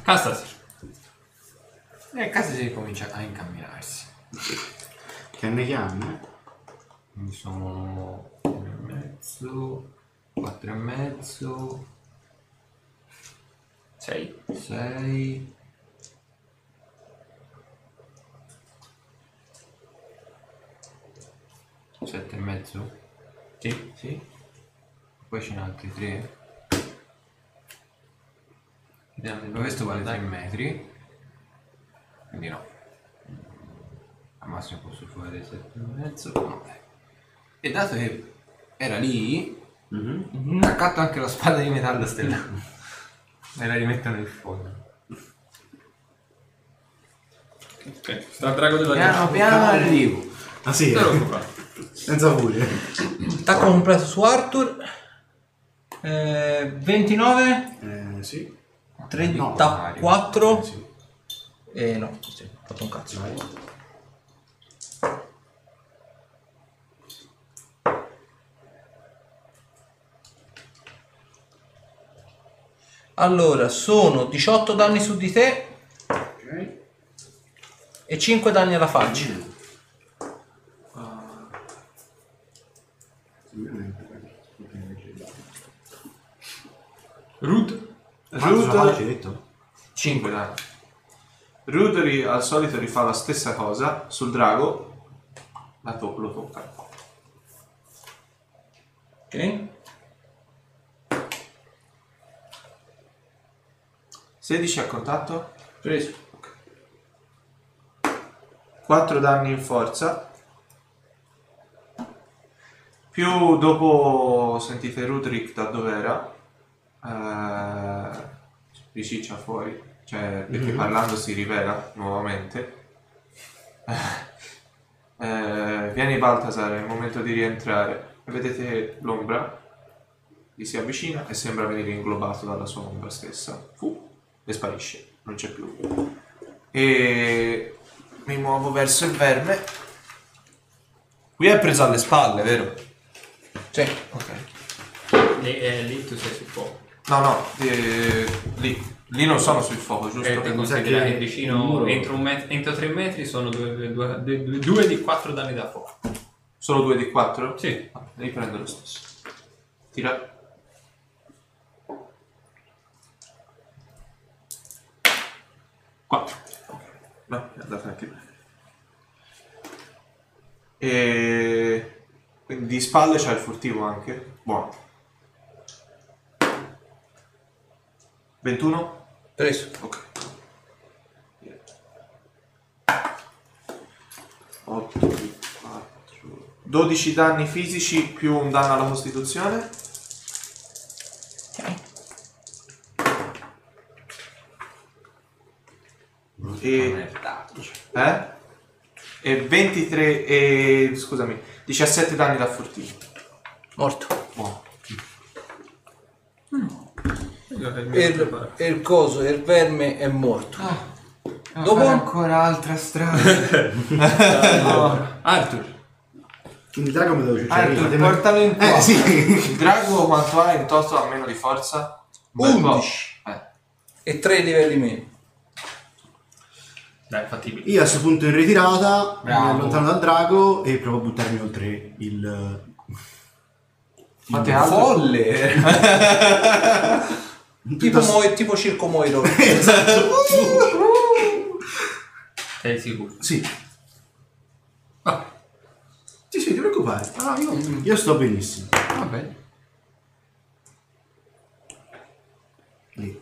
Speaker 3: Castasi.
Speaker 7: Nel caso si ricomincia a incamminarsi.
Speaker 1: Che ne chiama? eh?
Speaker 7: Quindi sono 1 e mezzo, 4 e mezzo,
Speaker 3: 6.
Speaker 7: 6. Sette e mezzo?
Speaker 3: Sì.
Speaker 7: Sì. Poi ce ne altri tre. Ma Questo vale 3 metri. Quindi no. Al massimo posso fare 7 e mezzo. No. dai. E dato che era lì,
Speaker 1: Mhm.
Speaker 7: accatto anche la spada di metallo stellare e la rimetto nel fondo.
Speaker 9: Ok, sta il drago della
Speaker 7: Piano piano arrivo.
Speaker 1: Ah sì,
Speaker 9: Te lo fa.
Speaker 1: senza furia.
Speaker 2: Attacco completo su Arthur. Eh, 29.
Speaker 1: Eh, sì.
Speaker 2: 34.
Speaker 1: Eh, sì.
Speaker 2: Eh no, sì, ho fatto un cazzo.
Speaker 1: Vai.
Speaker 2: Allora, sono 18 danni su di te
Speaker 1: Ok.
Speaker 2: e 5 danni alla faccia.
Speaker 9: Root.
Speaker 1: Ruta.
Speaker 6: 5 danni. Ruderi al solito rifà la stessa cosa sul drago, la to- lo tocca.
Speaker 2: Ok?
Speaker 6: 16 a contatto,
Speaker 2: Preso.
Speaker 6: 4 danni in forza, più dopo sentite Ruderick da dov'era, eh, riciccia fuori, cioè perché parlando si rivela nuovamente. Eh, viene Baltasar, è il momento di rientrare. Vedete che l'ombra gli si avvicina e sembra venire inglobato dalla sua ombra stessa. Fu, e sparisce, non c'è più. E mi muovo verso il verme. Qui è preso alle spalle, vero?
Speaker 2: Sì.
Speaker 6: Ok.
Speaker 3: Lì, eh, lì tu sei sul fuoco.
Speaker 6: No, no, eh, lì. Lì non sono sul fuoco, giusto?
Speaker 3: Eh, ti considera che vicino, entro, un met- entro 3 metri sono 2 di 4 danni da fuoco.
Speaker 6: Solo due di quattro?
Speaker 3: Sì.
Speaker 6: Ah, Riprendo lo stesso. Tira. Quattro. No, è andata anche bene. E... Quindi di spalle c'è il furtivo anche. Buono. 21?
Speaker 2: Preso.
Speaker 6: Ok. 8 di 4. 12 danni fisici più un danno alla costituzione. e... Eh? E 23 e... scusami, 17 danni da fortino.
Speaker 2: Morto.
Speaker 6: Buono.
Speaker 2: E il, e il Er-, coso, e il verme è morto. Dopo?
Speaker 7: Dopo ancora altra strada.
Speaker 4: Arthur.
Speaker 1: Il drago me lo devo cercare.
Speaker 7: Arthur,
Speaker 1: fatemi-
Speaker 7: portalo in qua.
Speaker 1: Eh sì.
Speaker 6: Il drago quanto ha in toto a meno di forza? Un bel po'.
Speaker 2: 11.
Speaker 6: Eh.
Speaker 2: E tre livelli meno.
Speaker 4: Dai, fattibile.
Speaker 1: Io a questo punto in ritirata
Speaker 7: Bravo.
Speaker 1: mi allontano dal drago e provo a buttarmi oltre il.
Speaker 6: Fate altro.
Speaker 7: Folle.
Speaker 2: Tipo, Mo- tipo Circo Moiro.
Speaker 4: Sei sicuro?
Speaker 1: Sì. Sì, sì, ti preoccupare. Ah, io, io sto benissimo.
Speaker 7: Va bene.
Speaker 1: Lì.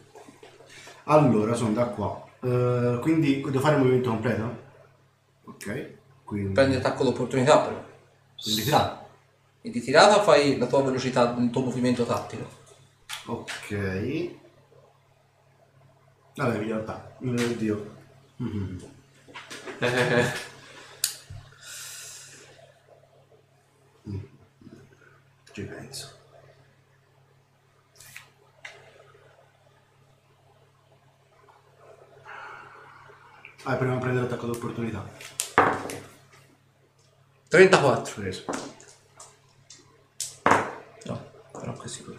Speaker 1: Allora, sono da qua. Eh, quindi devo fare il movimento completo? Ok. Quindi.
Speaker 2: Prendi attacco d'opportunità però.
Speaker 1: quindi ritirata.
Speaker 2: E di tirata fai la tua velocità, il tuo movimento tattico.
Speaker 1: Ok. Vabbè, mi realtà. eh, Oddio. Mm.
Speaker 6: Eh,
Speaker 1: Ci penso. Ah, prima di prendere l'attacco d'opportunità.
Speaker 2: 34.
Speaker 1: Preso.
Speaker 2: No, però così qui.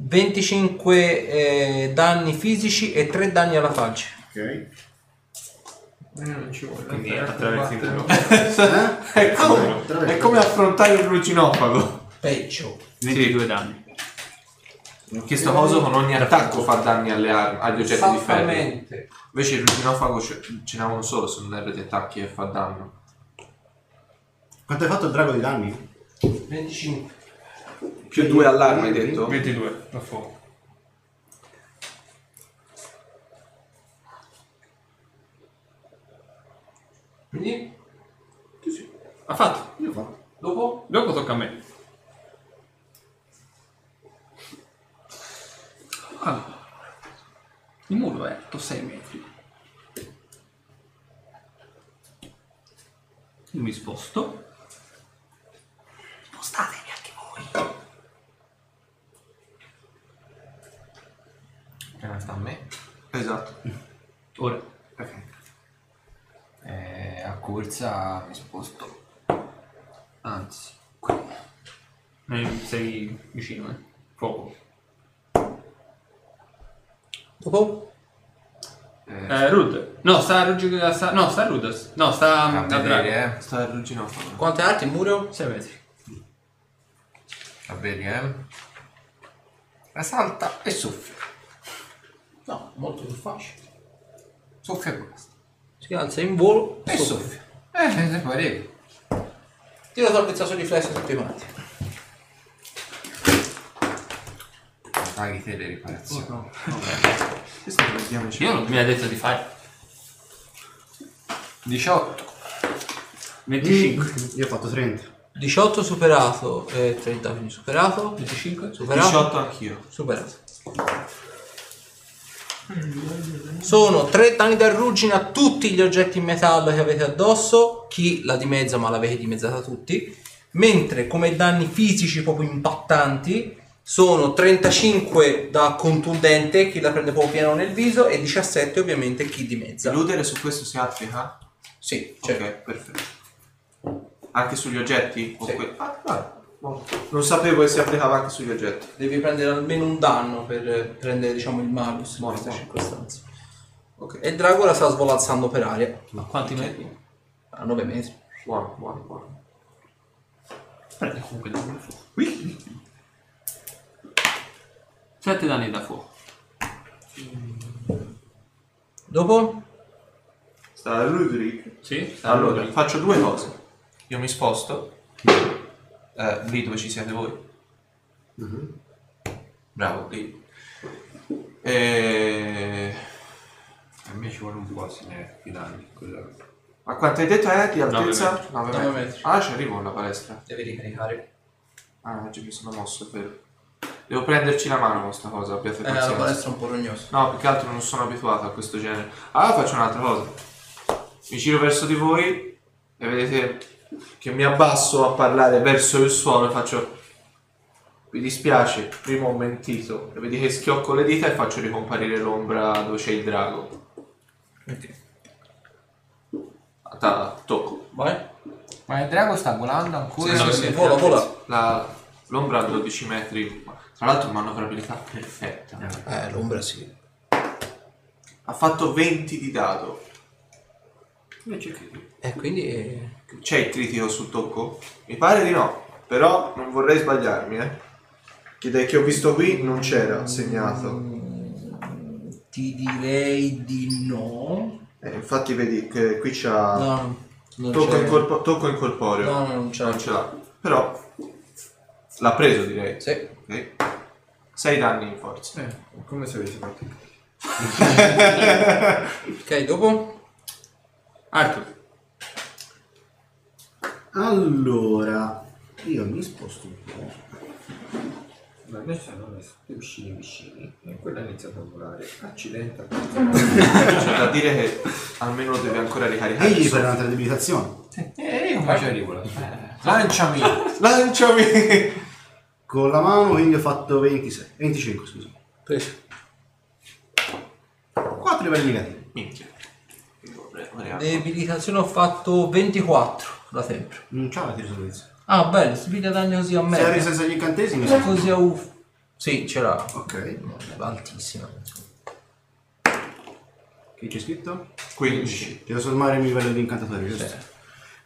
Speaker 2: ...25 eh, danni fisici e 3 danni alla faccia.
Speaker 1: Ok.
Speaker 8: non ci vuole.
Speaker 6: Quindi
Speaker 8: per
Speaker 6: attraversi il
Speaker 8: combattere.
Speaker 6: muro. è,
Speaker 1: Ecco.
Speaker 6: come, è come affrontare il rugginofago.
Speaker 2: Peggio.
Speaker 6: 22
Speaker 4: danni.
Speaker 6: Che sto coso con ogni attacco fa danni alle armi, agli oggetti di ferro.
Speaker 8: Esattamente.
Speaker 6: Invece il rugginofago ce, ce n'ha uno solo se non erro di attacchi e fa danno.
Speaker 1: Quanto hai fatto il drago di danni?
Speaker 2: 25.
Speaker 6: Più due all'arma hai detto?
Speaker 5: 22, da fuoco.
Speaker 4: Quindi? Ha fatto.
Speaker 1: Io fa.
Speaker 4: Dopo? Dopo tocca a me. Allora. Il muro è alto 6 metri. Io mi sposto. Spostatevi anche voi.
Speaker 7: Eh, sta a me.
Speaker 6: Esatto.
Speaker 4: Ora.
Speaker 7: Eh, a corsa mi sposto. Anzi,
Speaker 4: Eh, Sei vicino, eh. Poco.
Speaker 2: Dopo?
Speaker 4: Eh, Rud. No, sta Rud. Sta, no, sta Rud. No, sta.
Speaker 3: Ah,
Speaker 7: a
Speaker 4: da Drago.
Speaker 7: vedere, eh.
Speaker 6: Sta il rugginofago.
Speaker 2: Quante arti il muro?
Speaker 4: 6 metri.
Speaker 7: A vedere, eh. La salta e soffia.
Speaker 2: No, molto più facile.
Speaker 7: Soffia e basta.
Speaker 2: Si alza in volo
Speaker 7: E soffia. Eh, se pareva.
Speaker 2: Tira la salvezza sul riflesso tutti quanti.
Speaker 7: Paghi te le riparazioni.
Speaker 6: Questo lo vediamoci.
Speaker 4: Io non mi ha detto di fare.
Speaker 7: 18.
Speaker 4: 25.
Speaker 1: Io ho fatto 30.
Speaker 2: 18 superato, eh, 30 quindi superato.
Speaker 4: 25?
Speaker 2: Superato.
Speaker 6: 18 anch'io.
Speaker 2: Superato. Sono tre danni da ruggine a tutti gli oggetti in metallo che avete addosso, chi la dimezza ma l'avete dimezzata tutti, mentre come danni fisici proprio impattanti sono 35 da contundente, chi la prende proprio pieno nel viso, e 17 ovviamente chi dimezza.
Speaker 6: Eludere su questo si applica?
Speaker 2: Sì, certo.
Speaker 6: Ok, perfetto. Anche sugli oggetti? O
Speaker 2: Sì.
Speaker 6: que- Ah, vai. Buono. Non sapevo che si applicava anche sugli oggetti.
Speaker 2: Devi prendere almeno un danno per prendere diciamo il malus in
Speaker 6: Buono,
Speaker 2: questa
Speaker 6: buono.
Speaker 2: circostanza.
Speaker 6: Ok.
Speaker 2: E il drago la sta svolazzando per aria
Speaker 4: Ma quanti metri?
Speaker 2: a 9 metri.
Speaker 6: Buono, buono, buono.
Speaker 4: Prende comunque da fuoco. 7 danni da fuoco.
Speaker 2: Dopo?
Speaker 6: Sta a Ludwig.
Speaker 4: Sì?
Speaker 6: Allora, faccio due cose. Io mi sposto. Eh, lì dove ci siete voi. Bravo, lì. E...
Speaker 8: A me ci vuole un po' a finire i danni. quella-
Speaker 6: Ma quanto hai detto è di
Speaker 4: Nove
Speaker 6: altezza?
Speaker 4: metri.
Speaker 6: 9
Speaker 2: Nove
Speaker 6: metri.
Speaker 2: metri.
Speaker 6: Ah, ci arrivo alla palestra.
Speaker 2: Devi ricaricare.
Speaker 6: Ah, oggi mi sono mosso per... Devo prenderci la mano con sta cosa, abbiate
Speaker 8: Eh, la
Speaker 6: pazienza.
Speaker 8: palestra è un po' rognosa.
Speaker 6: No, più che altro non sono abituato a questo genere. Allora faccio un'altra cosa. Mi giro verso di voi e vedete che mi abbasso a parlare verso il suolo e faccio... Vi dispiace, prima ho mentito. E vedi che schiocco le dita e faccio ricomparire l'ombra dove c'è il drago.
Speaker 2: Ok.
Speaker 6: Ta- tocco.
Speaker 2: Vai.
Speaker 7: Ma il drago sta volando ancora?
Speaker 2: Sì, sì, sì, vola, vola.
Speaker 6: La- l'ombra a 12 metri. Tra l'altro manovrabilità perfetta.
Speaker 2: Eh, l'ombra sì.
Speaker 6: Ha fatto 20 di dado.
Speaker 2: E quindi... eh,
Speaker 6: C'è il critico sul tocco? Mi pare di no, però non vorrei sbagliarmi, eh. Che dai che ho visto qui non c'era segnato.
Speaker 8: Ti direi di no.
Speaker 6: Eh, infatti vedi che qui c'ha
Speaker 8: No, non
Speaker 6: tocco,
Speaker 8: c'è.
Speaker 6: incorpo- tocco incorporeo.
Speaker 8: No, no, non c'è.
Speaker 6: Non ce l'ha, però l'ha preso direi.
Speaker 2: Sì.
Speaker 6: Ok. Sei danni in forza.
Speaker 8: come se avessi fatto?
Speaker 2: Ok, dopo?
Speaker 4: Arthur.
Speaker 1: Allora, io mi sposto un po'.
Speaker 11: Ma noi siamo messi vicini vicini e quello ha iniziato a volare. Accidenti.
Speaker 6: Cioè, C'è da dire che almeno deve ancora ricaricare.
Speaker 1: Egli
Speaker 6: il
Speaker 1: per un'altra debilitazione.
Speaker 7: Eh, io faccio rivola. Lanciami!
Speaker 6: suo- Lanciami!
Speaker 1: Con la mano quindi ho fatto 26, 25 scusa.
Speaker 2: Preso.
Speaker 1: 4 livelli negativi.
Speaker 6: Minchia.
Speaker 2: Debilitazione ho fatto 24 da sempre.
Speaker 1: Non c'ha la tesorizia.
Speaker 2: Ah, bello, sfida danni così
Speaker 1: Se
Speaker 2: a
Speaker 1: ha
Speaker 2: me.
Speaker 1: resistenza agli incantesimi. sì.
Speaker 2: Così a uff. Sì, ce l'ha.
Speaker 1: Ok.
Speaker 2: Altissima.
Speaker 1: Che c'è scritto?
Speaker 6: 15.
Speaker 1: Devo sommare il mio livello di incantatore, giusto?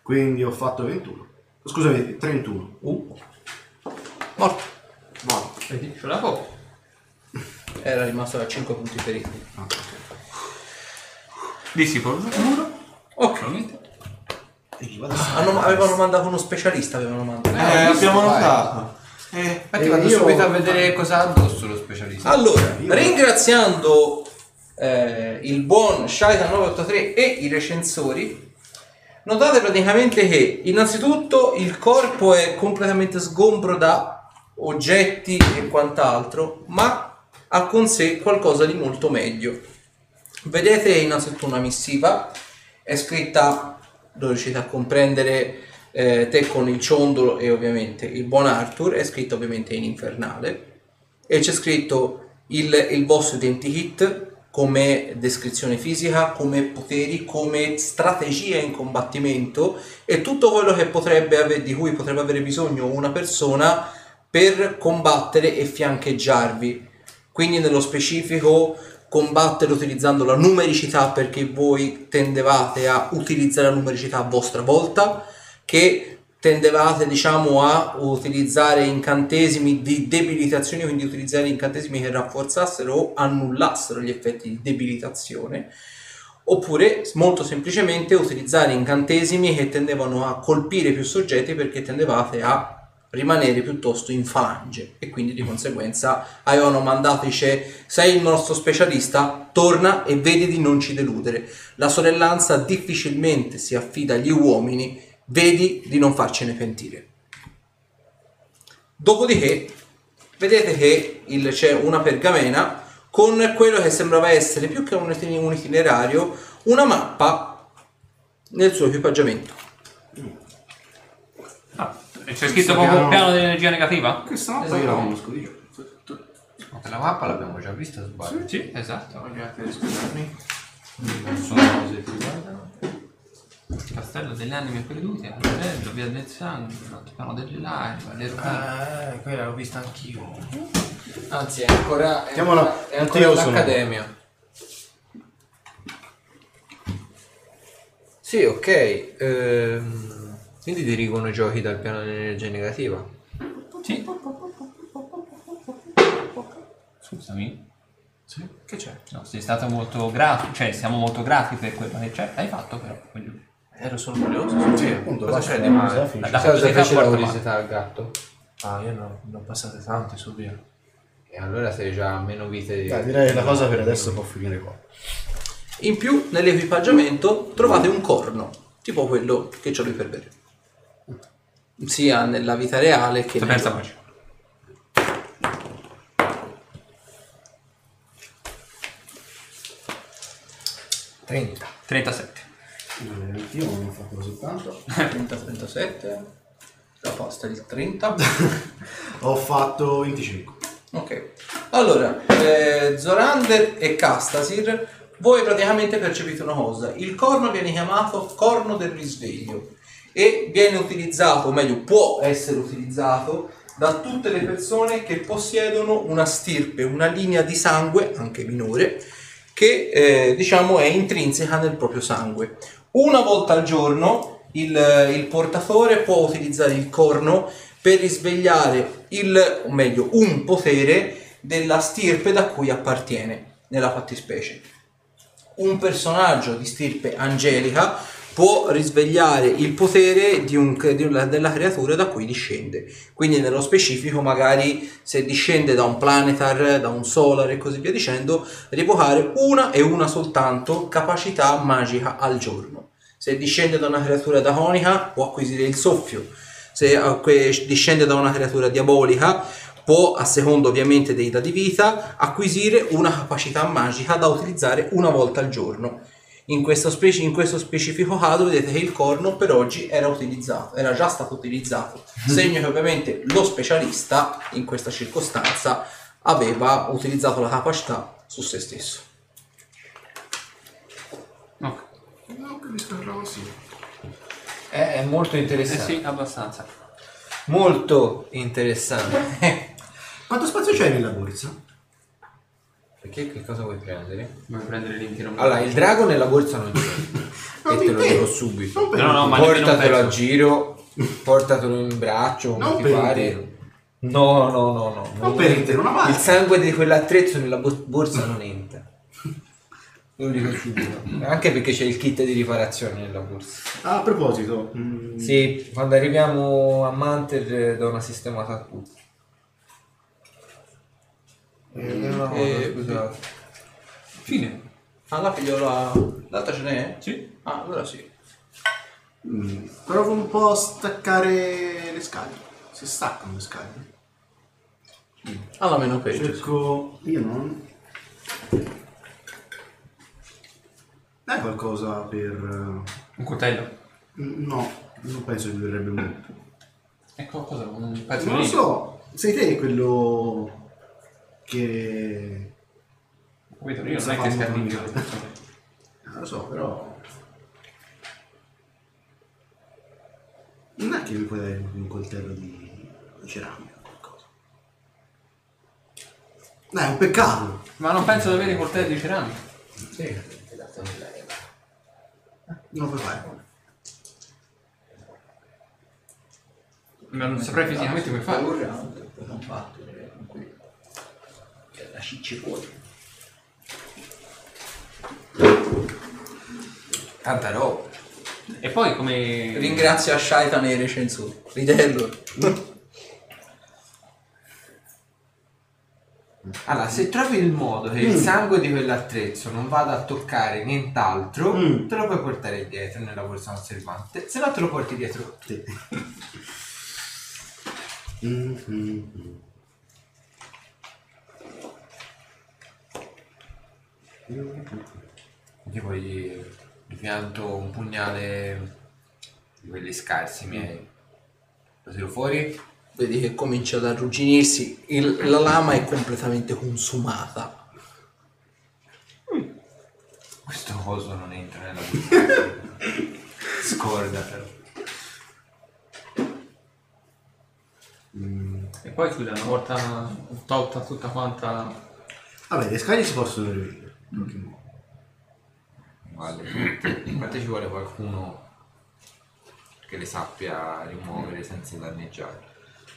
Speaker 1: Quindi ho fatto 21. Scusami, 31.
Speaker 2: Uh. Morto.
Speaker 6: Buono.
Speaker 4: Vedi, ce la può.
Speaker 2: Era rimasto da 5 punti feriti.
Speaker 6: Ah,
Speaker 4: Lì si forma un muro. Ok.
Speaker 1: E gli vado a
Speaker 2: Hanno- avevano mandato uno specialista, avevano mandato.
Speaker 6: Eh, abbiamo notato.
Speaker 8: ecco.
Speaker 6: Eh,
Speaker 7: Infatti vado
Speaker 1: io-
Speaker 7: subito a vedere cosa ha addosso lo specialista.
Speaker 2: Allora, ringraziando eh, il buon Shaitan 983 e i recensori, notate praticamente che innanzitutto il corpo è completamente sgombro da oggetti e quant'altro, ma ha con sé qualcosa di molto meglio. Vedete innanzitutto una missiva, è scritta, lo riuscite a comprendere eh, te con il ciondolo e ovviamente il buon Arthur, è scritta ovviamente in infernale e c'è scritto il, il vostro identikit come descrizione fisica, come poteri, come strategia in combattimento e tutto quello che potrebbe avere, di cui potrebbe avere bisogno una persona per combattere e fiancheggiarvi. Quindi nello specifico combattere utilizzando la numericità perché voi tendevate a utilizzare la numericità a vostra volta che tendevate diciamo a utilizzare incantesimi di debilitazione quindi utilizzare incantesimi che rafforzassero o annullassero gli effetti di debilitazione oppure molto semplicemente utilizzare incantesimi che tendevano a colpire più soggetti perché tendevate a rimanere piuttosto in falange e quindi di conseguenza avevano mandato dice sei il nostro specialista torna e vedi di non ci deludere la sorellanza difficilmente si affida agli uomini vedi di non farcene pentire Dopodiché vedete che il- c'è una pergamena con quello che sembrava essere più che un itine- un itinerario, una mappa nel suo equipaggiamento.
Speaker 4: Ah, e c'è scritto proprio un piano di energia negativa?
Speaker 11: Questa
Speaker 1: eh,
Speaker 11: notte io la conosco, io.
Speaker 7: Ok, La mappa l'abbiamo già vista, o sbaglio.
Speaker 4: Sì, esatto.
Speaker 11: Non sono cose che riguardano.
Speaker 4: Castello delle anime perdute, Alberello, via del sangue, l'altopiano delle larve, le rovine.
Speaker 7: Ah, quella l'ho vista anch'io.
Speaker 8: Anzi, è ancora. È
Speaker 1: Chiamala
Speaker 8: ancora, è ancora
Speaker 1: Matteo, sono.
Speaker 8: all'accademia.
Speaker 7: Sì, ok. ehm, quindi dirigono i giochi dal piano di energia negativa.
Speaker 4: Sì.
Speaker 5: Scusami.
Speaker 7: Che c'è?
Speaker 5: No, sei stato molto grato, cioè siamo molto grati per quello che c'è. Hai fatto però. voglio-
Speaker 7: Ero solo curioso. Sì,
Speaker 1: Appunto,
Speaker 7: cosa
Speaker 1: basta,
Speaker 7: c'è di
Speaker 1: non
Speaker 7: male?
Speaker 1: si
Speaker 5: La-
Speaker 1: affisce.
Speaker 5: la
Speaker 7: Sai cosa
Speaker 5: curiosità
Speaker 7: fece la
Speaker 5: porta
Speaker 7: curiosità al gatto?
Speaker 6: Ah, io no, ne ho passate tante su via.
Speaker 7: E allora sei già a meno vite di...
Speaker 1: Dai, direi che la cosa per adesso può finire qua.
Speaker 2: In più, nell'equipaggiamento trovate un corno, tipo quello che c'ho lui per bere. Sia nella vita reale che
Speaker 4: Sta
Speaker 2: nel-
Speaker 4: pensa pace.
Speaker 1: 30.
Speaker 3: 37.
Speaker 1: Vale, Anch'io Eh, non ho fatto soltanto.
Speaker 2: 30, 37. La posta il 30.
Speaker 1: Ho fatto 25.
Speaker 2: Ok. Allora, eh, Zorander e Castasir, voi praticamente percepite una cosa. Il corno viene chiamato corno del risveglio e viene utilizzato, o meglio, può essere utilizzato da tutte le persone che possiedono una stirpe, una linea di sangue, anche minore, che eh, diciamo è intrinseca nel proprio sangue. Una volta al giorno il, il portatore può utilizzare il corno per risvegliare il, o meglio, un potere della stirpe da cui appartiene, nella fattispecie. Un personaggio di stirpe angelica può risvegliare il potere di un- di una- della creatura da cui discende. Quindi nello specifico magari se discende da un planetar, da un solar e così via dicendo, rievocare una e una soltanto capacità magica al giorno. Se discende da una creatura daconica può acquisire il soffio, se acque- discende da una creatura diabolica può, a seconda ovviamente dei dadi vita, acquisire una capacità magica da utilizzare una volta al giorno. In questo, speci- in questo specifico caso vedete che il corno per oggi era utilizzato, era già stato utilizzato, segno che ovviamente lo specialista in questa circostanza aveva utilizzato la capacità su se stesso.
Speaker 4: Eh
Speaker 11: Non capisco che roba sia.
Speaker 7: È, è molto
Speaker 4: Eh
Speaker 7: interessante.
Speaker 4: sì, abbastanza.
Speaker 7: Molto interessante.
Speaker 1: Quanto spazio c'è nella borsa?
Speaker 7: Perché che cosa vuoi prendere?
Speaker 4: Vuoi prendere l'intero
Speaker 7: Allora, il drago nella borsa non c'è. e te lo dico subito.
Speaker 1: No,
Speaker 4: no, ma nemmeno un
Speaker 7: portatelo
Speaker 4: pezzo.
Speaker 7: a giro, portatelo in braccio, come
Speaker 1: Non
Speaker 7: ti
Speaker 1: per
Speaker 7: pare.
Speaker 1: intero.
Speaker 7: No, no, no, no.
Speaker 1: Non per intero, una
Speaker 7: Il
Speaker 1: parte.
Speaker 7: sangue di quell'attrezzo nella bo- borsa non entra. Lo dico subito. Anche perché c'è il kit di riparazione nella borsa.
Speaker 1: Ah, a proposito, mm,
Speaker 7: Sì, quando arriviamo a Manter eh, do una sistemata a tutti. Eh, no, no,
Speaker 2: eh,
Speaker 7: scusate.
Speaker 4: Fine.
Speaker 2: Ah, la figliola... L'altra ce n'è? Sì. Ah, allora sì.
Speaker 1: mm, provo un po' a staccare le scaglie. Si staccano le scaglie.
Speaker 2: Alla meno
Speaker 6: Eh, certo.
Speaker 2: peggio.
Speaker 1: Cerco. Io non. Dai qualcosa per.
Speaker 4: Un coltello.
Speaker 1: eh, No, non penso che durerebbe molto.
Speaker 4: Ecco cosa, un pezzo
Speaker 1: Non lo
Speaker 4: di
Speaker 1: so, sei te quello che...
Speaker 4: Capito? Io non
Speaker 1: Sa
Speaker 4: è che
Speaker 1: fa
Speaker 4: scarni
Speaker 1: molto
Speaker 4: le
Speaker 1: male.
Speaker 4: persone.
Speaker 1: Non lo so, però... Non è che mi puoi dare un coltello di ceramica o qualcosa. Dai, è un peccato.
Speaker 4: Ma non penso di avere coltelli di ceramica.
Speaker 1: Non lo puoi fare.
Speaker 4: Ma non saprei
Speaker 3: Ah,
Speaker 4: fisicamente come
Speaker 8: Fai
Speaker 4: fare.
Speaker 8: un round, poi combattere con quello. Che è la cicci fuori.
Speaker 7: Tanta roba.
Speaker 4: E poi come...
Speaker 2: Ringrazia Shaitan e i recensori. Ridello.
Speaker 7: Allora, se trovi il modo che il sangue di quell'attrezzo non vada a toccare nient'altro,
Speaker 1: Mm.
Speaker 7: te lo puoi portare dietro nella borsa conservante, se no te lo porti dietro.
Speaker 1: Te. Mhm.
Speaker 7: Tipo gli, gli pianto un pugnale di quelli scarsi miei. Lo tiro fuori?
Speaker 2: Vedi che comincia ad arrugginirsi, il- la lama è completamente consumata.
Speaker 7: Questo coso non entra nella borsa. Scordatelo.
Speaker 4: E poi scusa, una volta tolta tutta quanta...
Speaker 1: Vabbè, le scaglie si possono rivedere. in qualche modo.
Speaker 7: Vale. Infatti ci vuole qualcuno che le sappia rimuovere senza danneggiare.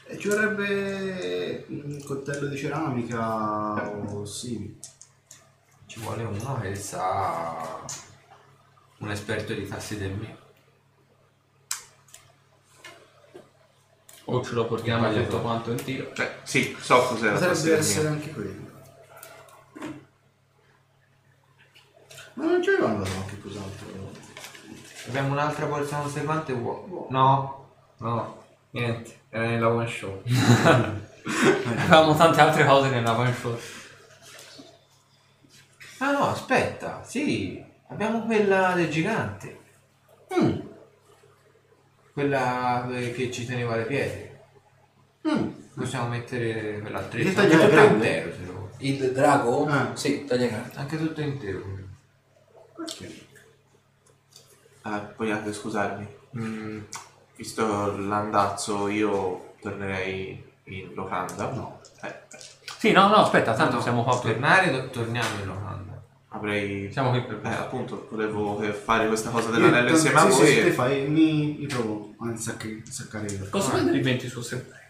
Speaker 1: E ci vorrebbe mm, un coltello di ceramica o simili.
Speaker 6: Eh,
Speaker 7: Ci vuole uno che sa un esperto di tassi del mio.
Speaker 4: O ce lo portiamo tutto quanto in tiro.
Speaker 6: Cioè, sì, so cos'è la
Speaker 1: Potrebbe
Speaker 6: tastiera
Speaker 1: essere
Speaker 6: mia.
Speaker 1: anche quello. Ma non c'era anche cos'altro.
Speaker 7: Abbiamo un'altra borsa conservante vuota. No, no, niente, era nella one show.
Speaker 4: Avevamo tante altre cose nella one shot.
Speaker 7: Ah no, aspetta, sì. Abbiamo quella del gigante.
Speaker 2: Mm,
Speaker 7: Quella eh, che ci teneva le pietre.
Speaker 2: mm.
Speaker 7: Possiamo mettere
Speaker 1: Che
Speaker 7: quell'attrezzo.
Speaker 1: taglio
Speaker 7: Anche
Speaker 1: è
Speaker 7: tutto
Speaker 1: grande?
Speaker 7: intero, se lo vuoi.
Speaker 2: Il drago?
Speaker 1: Ah.
Speaker 2: Sì, taglia carta.
Speaker 7: Anche tutto intero.
Speaker 6: Ah, vogliate scusarmi. Mm, visto l'andazzo, io tornerei in locanda. Eh, No.
Speaker 3: Sì, no, no, aspetta, tanto siamo qua per...
Speaker 7: Tornare, do- torniamo in locanda.
Speaker 6: avrei...
Speaker 4: Diciamo
Speaker 3: Siamo qui per...
Speaker 6: Eh, appunto, volevo eh, fare questa cosa
Speaker 1: Io
Speaker 6: dell'anello
Speaker 1: tanto-
Speaker 6: insieme a
Speaker 1: sì, sì,
Speaker 6: voi.
Speaker 1: sì,
Speaker 6: e-
Speaker 1: te fai, mi, io provo a insacchi- insaccare io.
Speaker 3: Cosa prendere i 20 su sempre?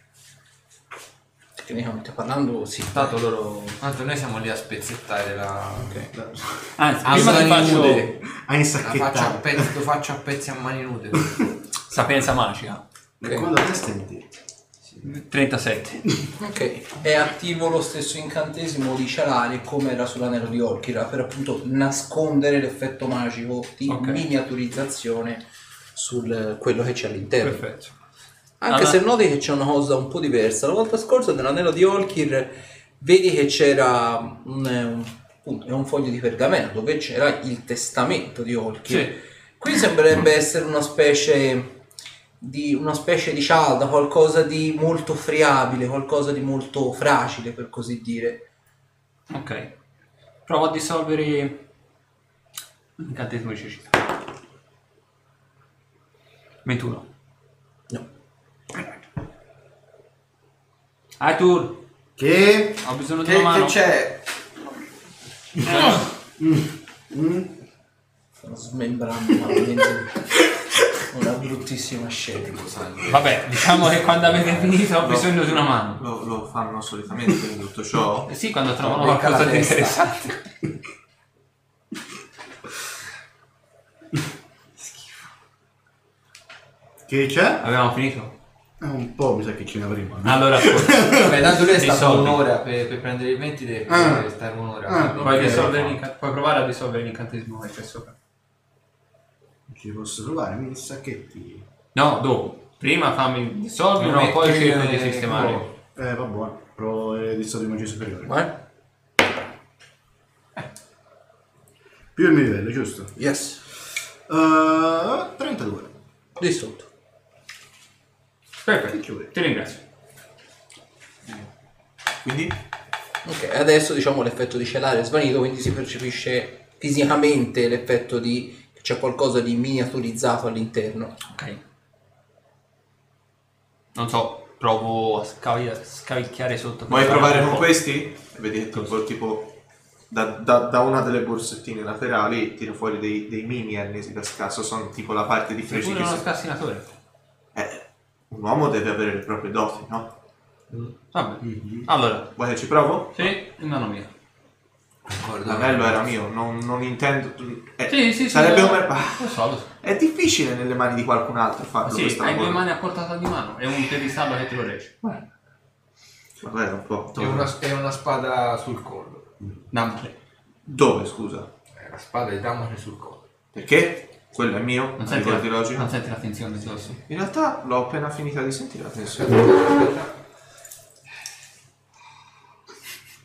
Speaker 2: Tecnicamente parlando, sì.
Speaker 3: Tanto loro...
Speaker 7: Tanto noi siamo lì a spezzettare la...
Speaker 3: Anzi,
Speaker 7: A
Speaker 3: prima ti
Speaker 7: mani
Speaker 3: faccio
Speaker 1: A
Speaker 7: nude. La faccio a
Speaker 1: insacchettare.
Speaker 7: pezzi, lo faccio a pezzi a mani nude.
Speaker 3: sapienza magica.
Speaker 1: E quando la testa è intera.
Speaker 3: 37.
Speaker 2: Ok. È attivo lo stesso incantesimo di Cialari come era sull'anello di Orchira per appunto nascondere l'effetto magico di
Speaker 3: Ok.
Speaker 2: miniaturizzazione sul eh, quello che c'è all'interno.
Speaker 3: Perfetto.
Speaker 2: Anche
Speaker 3: Allora-
Speaker 2: se noti che c'è una cosa un po' diversa. La volta scorsa nell'anello di Olkir vedi che c'era un, eh, un- appunto, è un foglio di pergamena dove c'era il testamento di Olkir.
Speaker 3: Sì.
Speaker 2: Qui sembrerebbe essere una specie di una specie di cialda, qualcosa di molto friabile, qualcosa di molto fragile per così dire.
Speaker 3: Ok. Provo a dissolvere l'incantesimo di cecità. 21.
Speaker 2: No.
Speaker 3: Arthur,
Speaker 1: Che?
Speaker 3: ho bisogno di
Speaker 7: che,
Speaker 3: una mano.
Speaker 7: che c'è?
Speaker 2: Stanno smembrando veramente una bruttissima scena.
Speaker 3: Vabbè, diciamo che quando avete finito ho bisogno di una mano.
Speaker 6: Lo, lo fanno solitamente in tutto ciò?
Speaker 3: Eh Sì, quando trovano
Speaker 2: Becca
Speaker 3: qualcosa
Speaker 2: la
Speaker 3: di
Speaker 2: testa.
Speaker 3: interessante.
Speaker 1: Che c'è?
Speaker 3: Abbiamo finito?
Speaker 1: Eh, un po' mi sa che ce ne avremo.
Speaker 6: Ah.
Speaker 1: no?
Speaker 3: Allora, ascolta.
Speaker 7: Vabbè, tanto lui è
Speaker 3: Dei
Speaker 7: stato
Speaker 3: soldi.
Speaker 7: un'ora per, per prendere i 20 deve
Speaker 1: Ah.
Speaker 7: stare un'ora.
Speaker 1: Ah,
Speaker 7: Quindi
Speaker 3: Puoi,
Speaker 7: che-
Speaker 3: dissolvere l'inca- puoi provare a dissolvere l'incantesimo che c'è sopra.
Speaker 1: Ci posso trovare, mi sa che ti...
Speaker 3: No, dopo. Prima fammi dissolvere,
Speaker 7: Lo
Speaker 3: no, poi
Speaker 7: metti,
Speaker 3: cerco di
Speaker 7: eh,
Speaker 3: sistemare.
Speaker 7: come-
Speaker 1: Eh, va buono. Provo eh, di stato di magia superiore.
Speaker 2: Ma?
Speaker 1: Più il mio livello, giusto?
Speaker 2: Yes.
Speaker 1: Eh, 32.
Speaker 2: Di sotto.
Speaker 1: Che ci vuole?
Speaker 3: Perfetto, ti ringrazio.
Speaker 6: Quindi?
Speaker 2: Ok, adesso diciamo l'effetto di celare è svanito, quindi si percepisce fisicamente l'effetto di che c'è qualcosa di miniaturizzato all'interno.
Speaker 3: Ok. Non so, provo a scavi- scavicchiare sotto.
Speaker 6: Vuoi
Speaker 3: per
Speaker 6: provare
Speaker 3: un
Speaker 6: con
Speaker 3: po'.
Speaker 6: questi? E Vedi che tipo, tipo da, da- da una delle borsettine laterali tira fuori dei, dei mini arnesi da scasso, sono tipo la parte di
Speaker 3: Sei
Speaker 6: freci
Speaker 3: pure
Speaker 6: che
Speaker 3: uno
Speaker 6: si-
Speaker 3: scassinatore.
Speaker 6: Eh, un uomo deve avere le proprie doti, no?
Speaker 3: Vabbè.
Speaker 6: Mhm.
Speaker 3: Allora,
Speaker 6: Vuoi che ci provo?
Speaker 3: sì, in mano mia.
Speaker 6: L'anello era mio, non, non intendo... eh,
Speaker 3: Sì, sì, sì.
Speaker 6: sarebbe
Speaker 3: lo-
Speaker 6: come... Ah,
Speaker 3: Lo so, lo so.
Speaker 6: È difficile nelle mani di qualcun altro farlo
Speaker 3: Sì,
Speaker 6: questa
Speaker 3: hai
Speaker 6: cosa.
Speaker 3: due mani a portata di mano e un piedistallo che te lo regge.
Speaker 6: Vabbè, un po'.
Speaker 7: È una, è una spada sul collo.
Speaker 3: Dammi.
Speaker 6: Dove, scusa?
Speaker 7: È una spada di Damocle sul collo.
Speaker 6: Perché? Quello è mio,
Speaker 3: Non
Speaker 6: non
Speaker 3: senti,
Speaker 6: ricordi
Speaker 3: la,
Speaker 6: logica?
Speaker 3: non senti la tensione addosso.
Speaker 6: In realtà l'ho appena finita di sentire adesso.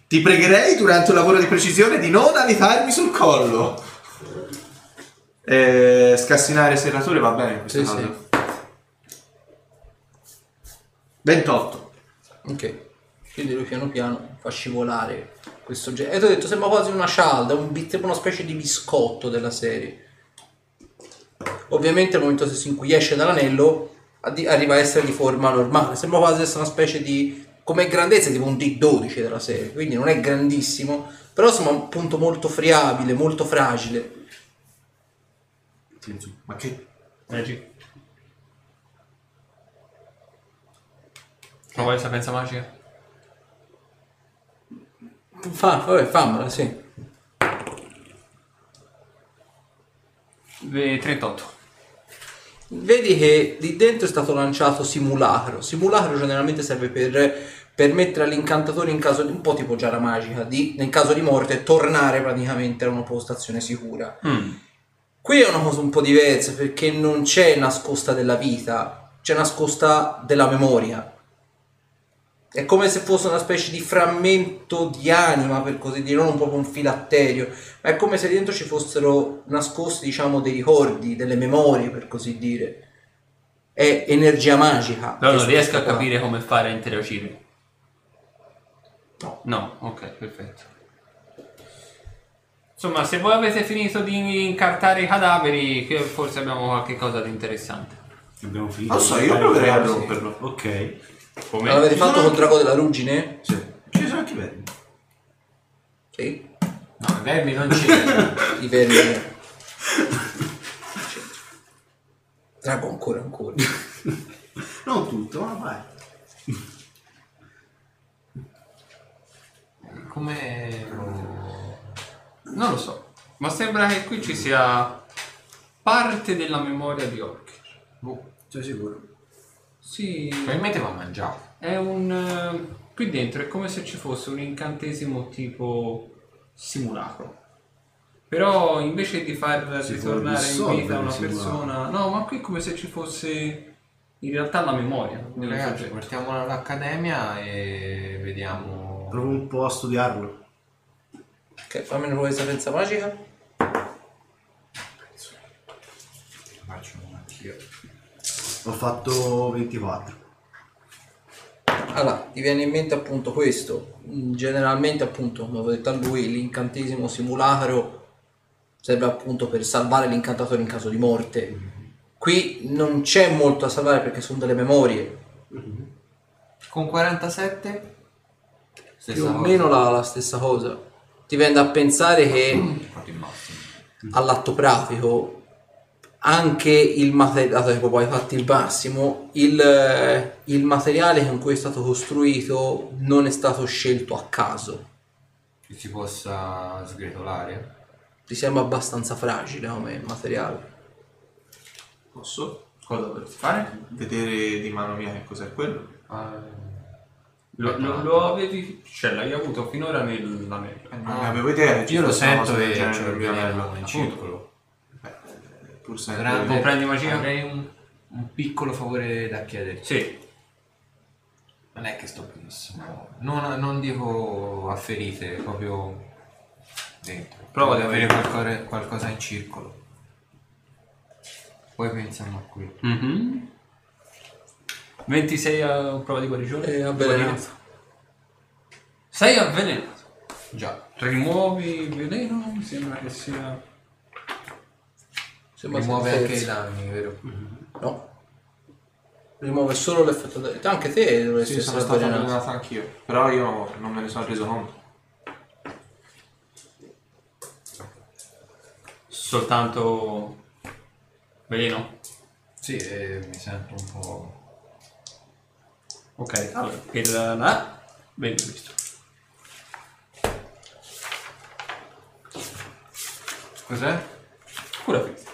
Speaker 6: Ti pregherei durante un lavoro di precisione di non alitarmi sul collo. Eh, scassinare serrature va bene in questo
Speaker 2: Sì,
Speaker 6: caso.
Speaker 2: sì.
Speaker 6: 28.
Speaker 2: Ok. Quindi lui piano piano fa scivolare questo oggetto. E ti ho detto, sembra quasi una scialda, un bit- tipo una specie di biscotto della serie. Ovviamente al momento stesso in cui esce dall'anello addi- arriva a essere di forma normale. Sembra quasi essere una specie di... come grandezza tipo un D12 della serie. Quindi non è grandissimo, però insomma un punto molto friabile, molto fragile.
Speaker 6: Ma che
Speaker 3: Reggi. Prova questa pensa magica.
Speaker 2: Fa, vabbè, fammela, sì.
Speaker 3: Ve- 38.
Speaker 2: Vedi che lì dentro è stato lanciato simulacro. Simulacro generalmente serve per permettere all'incantatore in caso di un po' tipo giara magica, di, nel caso di morte, tornare praticamente a una postazione sicura.
Speaker 3: Mm.
Speaker 2: Qui è una cosa un po' diversa perché non c'è nascosta della vita, c'è nascosta della memoria. È come se fosse una specie di frammento di anima, per così dire, non proprio un filatterio, ma è come se dentro ci fossero nascosti, diciamo, dei ricordi, delle memorie, per così dire. È energia magica.
Speaker 3: Però non
Speaker 2: questa
Speaker 3: riesco a
Speaker 2: qua.
Speaker 3: capire come fare a interagire.
Speaker 2: No.
Speaker 3: No, ok, perfetto. Insomma, se voi avete finito di incartare i cadaveri, che forse abbiamo qualche cosa di interessante.
Speaker 1: Abbiamo finito.
Speaker 6: Non so,
Speaker 1: di
Speaker 6: io
Speaker 1: fare
Speaker 6: proverei a
Speaker 1: il-
Speaker 6: romperlo.
Speaker 1: Ok.
Speaker 2: Ma l'avete
Speaker 6: Ci sono
Speaker 2: fatto col
Speaker 6: anche-
Speaker 2: drago della ruggine?
Speaker 1: Sì. Ci sono anche belli.
Speaker 2: Sì.
Speaker 7: No, i vermi non c'entrano.
Speaker 2: I vermi. Drago ancora, ancora.
Speaker 1: Non tutto, ma vai.
Speaker 7: Come...
Speaker 5: Non lo so, ma sembra che qui ci sia parte della memoria di Orchid.
Speaker 7: Boh,
Speaker 1: Sei sicuro?
Speaker 5: Sì,
Speaker 7: probabilmente va mangiato.
Speaker 5: è un... eh, qui dentro è come se ci fosse un incantesimo tipo simulacro. Però invece di far
Speaker 1: Si può
Speaker 5: ritornare in
Speaker 1: dissolvere
Speaker 5: vita
Speaker 1: il
Speaker 5: una
Speaker 1: simulacro.
Speaker 5: persona... No, ma qui è come se ci fosse in realtà la memoria. del
Speaker 7: Ragazzi,
Speaker 5: soggetto.
Speaker 7: portiamola all'accademia e vediamo...
Speaker 1: Provo un po' a studiarlo.
Speaker 2: Ok, fammi una prova di sapienza magica.
Speaker 1: Faccio un attimo. Ho fatto 24.
Speaker 2: Allora, ti viene in mente appunto questo. Mm, Generalmente, appunto, come avevo detto a lui, l'incantesimo simulacro serve appunto per salvare l'incantatore in caso di morte. Qui non c'è molto da salvare perché sono delle memorie.
Speaker 7: Con 47?
Speaker 2: più o meno la, la stessa cosa. Mm, Ti vende a pensare che Mm. all'atto pratico anche il materiale, dato che proprio hai fatto il massimo, il, eh, il materiale con cui è stato costruito non è stato scelto a caso.
Speaker 7: Che si possa sgretolare?
Speaker 2: Ti sembra abbastanza fragile come materiale.
Speaker 6: Posso? Cosa dovresti fare? Vedere di mano mia che cos'è quello.
Speaker 5: Lo, lo- lo avevi... Cioè, l'hai avuto finora nell'anello.
Speaker 6: Eh, non ne avevo idea.
Speaker 7: Ah, Io lo sento
Speaker 6: e
Speaker 7: e ce lo vediamo in circolo.
Speaker 6: Eh, Pur
Speaker 7: Avrà-
Speaker 6: sempre.
Speaker 3: prendi magia?
Speaker 7: Avrei un, un piccolo favore da chiederti.
Speaker 3: Sì.
Speaker 7: Non è che sto benissimo. Non, non dico afferite, proprio dentro.
Speaker 3: Prova ad
Speaker 7: avere qualcosa, qualcosa in circolo. Poi pensiamo a quello.
Speaker 3: 26 Mhm. a prova di guarigione.
Speaker 7: Eh,
Speaker 2: È avvelenato.
Speaker 3: Sei avvelenato.
Speaker 7: Già.
Speaker 5: Rimuovi il veleno, mi sembra che sia...
Speaker 2: Sembra
Speaker 7: Rimuove
Speaker 2: senza
Speaker 7: anche i
Speaker 2: senso.
Speaker 7: danni, vero?
Speaker 2: No. Rimuove solo l'effetto del... Anche te dovresti
Speaker 6: Sì, sono
Speaker 2: essere
Speaker 6: stato
Speaker 2: avvelenato.
Speaker 6: avvelenato anch'io. Però io non me ne sono reso conto.
Speaker 3: Soltanto... Veleno.
Speaker 7: Sì, eh, mi sento un po'...
Speaker 3: Ok, allora, per la... Bene, visto.
Speaker 7: Cos'è?
Speaker 3: Cura fisica.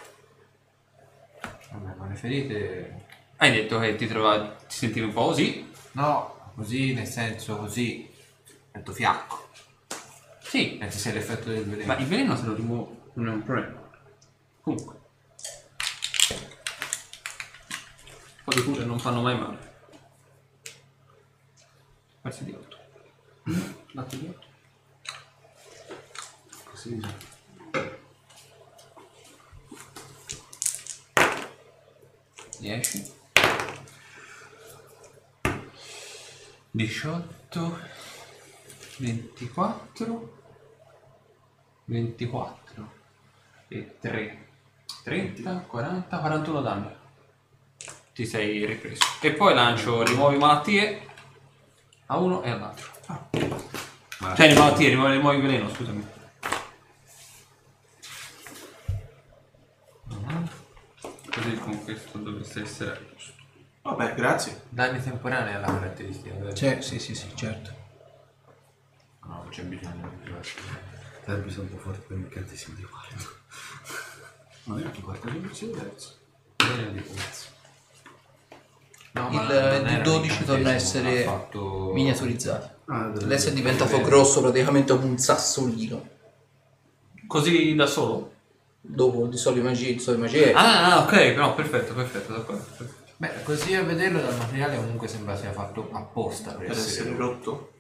Speaker 7: Vabbè, ma le ferite...
Speaker 3: Hai detto che ti trovavi... Ti sentivi un po' così?
Speaker 7: No, così nel senso così. Sento fiacco.
Speaker 3: Sì.
Speaker 7: Mentre se è l'effetto del veleno.
Speaker 3: Ma il veleno se lo rimuovi. Non è un problema. Comunque. Un po' di cure non fanno mai male. Versi di 8. Latte di 8.
Speaker 1: Così.
Speaker 3: Riesci? 18 24 24 e 3 30 40 41 danni ti sei ripreso e poi lancio rimuovi malattie a uno e all'altro cioè le malattie rimuovi, rimuovi veleno scusami
Speaker 5: Mhm. Così con questo dovesse essere a posto.
Speaker 6: Vabbè, grazie.
Speaker 7: Danni temporanei alla caratteristica, vero?
Speaker 2: C'è, sì, sì, sì, certo.
Speaker 7: No, non c'è bisogno di
Speaker 1: Sarebbe stato un po' forte per l'incantesimo di quarto. Ma io ti guardo il terzo.
Speaker 7: Veleno di puzza. No,
Speaker 2: Il,
Speaker 7: Ah, ma
Speaker 2: eh,
Speaker 7: non
Speaker 2: di
Speaker 7: era
Speaker 2: 12 torna a essere
Speaker 7: l'incantesimo, ha fatto-
Speaker 2: Miniaturizzato.
Speaker 1: Ah, dove-
Speaker 2: Adesso è diventato grosso praticamente come un sassolino.
Speaker 3: così da solo
Speaker 2: Dopo di solito magie, di solito magie.
Speaker 3: ah ok no perfetto perfetto d'accordo perfetto.
Speaker 7: Beh, così a vederlo dal materiale comunque sembra sia fatto apposta per
Speaker 6: Per essere
Speaker 7: essere...
Speaker 6: rotto?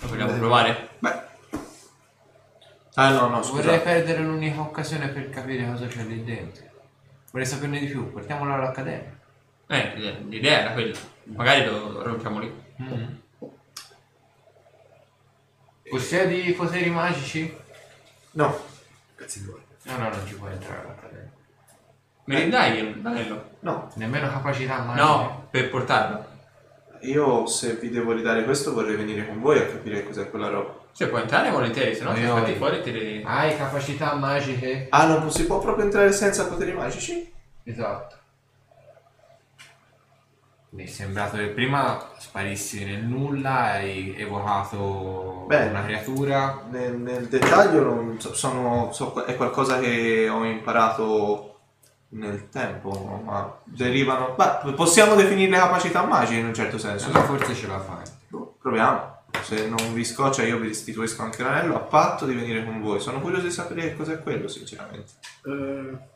Speaker 5: Lo vogliamo provare?
Speaker 6: Beh. Ah no, no, scusa.
Speaker 7: Vorrei perdere l'unica occasione per capire cosa c'è lì dentro. Vorrei saperne di più, portiamolo all'accademia.
Speaker 5: Eh, l'idea- l'idea era quella. Magari lo, lo rompiamo lì.
Speaker 6: Mm.
Speaker 7: Possiedi poteri magici?
Speaker 6: No,
Speaker 1: Cazzi tuoi.
Speaker 7: No, no, non ci puoi entrare all'accademia.
Speaker 5: Me ne dai l'anello?
Speaker 6: no.
Speaker 7: Nemmeno capacità
Speaker 5: Ah,
Speaker 7: magiche.
Speaker 5: No, per portarlo.
Speaker 6: Io se vi devo ridare questo vorrei venire con voi a capire cos'è quella roba.
Speaker 5: Se puoi Cioè, entrare volentieri, se no ti
Speaker 7: Oi, oi.
Speaker 5: fatti fuori e te li...
Speaker 7: Hai capacità magiche?
Speaker 6: Ah, non si può proprio entrare senza poteri magici?
Speaker 7: Esatto. Mi è sembrato che prima sparissi nel nulla, hai evocato
Speaker 6: Beh.
Speaker 7: una creatura.
Speaker 6: Nel, nel dettaglio non so, sono, so- è qualcosa che ho imparato nel tempo, ma derivano... Beh, possiamo definirle capacità magiche in un certo senso.
Speaker 7: Allora forse ce la fai.
Speaker 6: Boh, Proviamo. Se non vi scoccia io vi restituisco anche l'anello a patto di venire con voi. Sono curioso di sapere che cos'è quello, sinceramente.
Speaker 1: Eh,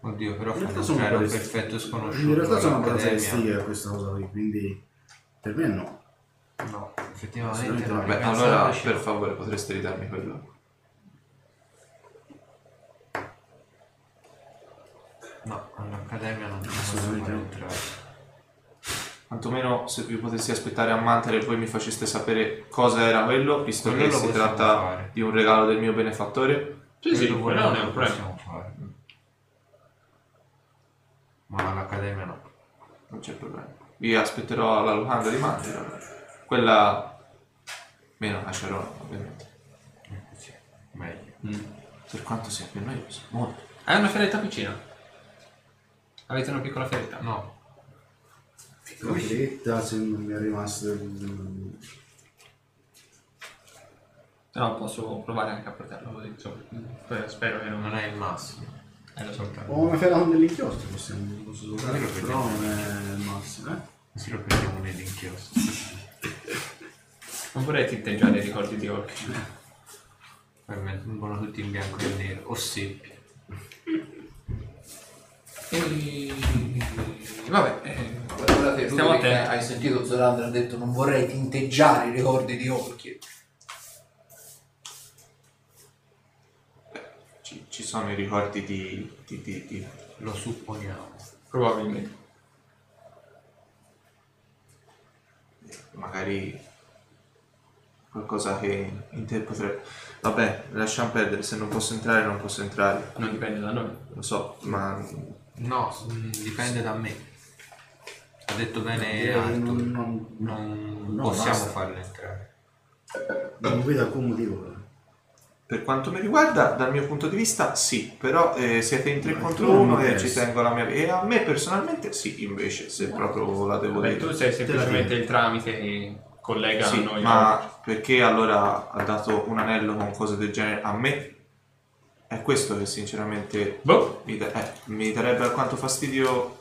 Speaker 7: Oddio, però
Speaker 1: In realtà
Speaker 7: fa
Speaker 1: sono
Speaker 7: entrare un
Speaker 1: palestra-
Speaker 7: perfetto sconosciuto.
Speaker 1: In realtà sono abbastanza
Speaker 7: all'accademia.
Speaker 1: restia a questa cosa qui, quindi per me no.
Speaker 7: No, effettivamente
Speaker 1: Assolutamente
Speaker 7: no.
Speaker 1: no.
Speaker 6: Beh, allora per favore potreste ridarmi quello.
Speaker 7: No, all'accademia non posso
Speaker 1: Assolutamente no.
Speaker 7: entrare.
Speaker 6: Quantomeno se vi potessi aspettare a Mantere e voi mi faceste sapere cosa era quello, visto
Speaker 7: Quello
Speaker 6: che
Speaker 7: lo
Speaker 6: si
Speaker 7: possiamo
Speaker 6: tratta
Speaker 7: fare.
Speaker 6: di un regalo del mio benefattore.
Speaker 5: Sì, sì,
Speaker 7: Quello
Speaker 5: quello non è
Speaker 7: lo
Speaker 5: un problema.
Speaker 7: possiamo fare. Ma all'accademia no.
Speaker 6: Non c'è problema. Vi aspetterò alla locanda di Mantere. allora. Quella meno cacerona, ovviamente.
Speaker 7: Eh, Sì, meglio.
Speaker 6: Per quanto sia più noioso. Molto.
Speaker 5: Hai una fialetta vicina? Avete una piccola fialetta?
Speaker 7: No,
Speaker 1: La fretta se non mi è rimasto il-
Speaker 5: Se no posso provare anche a portarlo così, insomma. Poi Spero che non
Speaker 7: non è il massimo.
Speaker 5: è Eh, lo soltanto.
Speaker 1: Ho una fela con dell'inchiostro, possiamo posso usare,
Speaker 7: Quello
Speaker 1: però non è il massimo, eh?
Speaker 7: Se lo prendiamo nell'inchiostro.
Speaker 5: Non vorrei tinteggiare i ricordi di Orc.
Speaker 7: Per me vengono tutti in bianco e nero. O seppi.
Speaker 5: E... Vabbè, eh,
Speaker 8: Guardate,
Speaker 5: Stiamo
Speaker 8: Rurik,
Speaker 5: attenti.
Speaker 8: hai sentito Zorander ha detto non vorrei tinteggiare i ricordi di Orchi.
Speaker 6: Ci, ci sono i ricordi di- di- di- di
Speaker 7: Lo supponiamo.
Speaker 5: probabilmente.
Speaker 6: magari qualcosa che in te potrebbe... Vabbè, lasciamo perdere, se non posso entrare non posso entrare,
Speaker 5: Non dipende da noi.
Speaker 6: lo so, ma
Speaker 7: No, mm, dipende da me. Ha detto bene
Speaker 1: Direi
Speaker 7: Arthur.
Speaker 1: non-
Speaker 7: Non,
Speaker 1: non- no,
Speaker 7: possiamo
Speaker 1: basta.
Speaker 7: farlo entrare.
Speaker 1: Non vedo alcun motivo. però.
Speaker 6: per quanto mi riguarda, dal mio punto di vista sì, però eh, siete in 3
Speaker 1: Ma tu
Speaker 6: contro
Speaker 1: non
Speaker 6: 1
Speaker 1: mi
Speaker 6: e ci
Speaker 1: interessa.
Speaker 6: tengo la mia... E a me personalmente sì, invece, se proprio la devo
Speaker 5: Vabbè,
Speaker 6: dire.
Speaker 5: tu sei semplicemente il tramite collega
Speaker 6: Sì,
Speaker 5: a noi.
Speaker 6: ma perché allora ha dato un anello con cose del genere a me? È questo che sinceramente
Speaker 5: Boh,
Speaker 6: Mi, da- eh, mi darebbe alquanto fastidio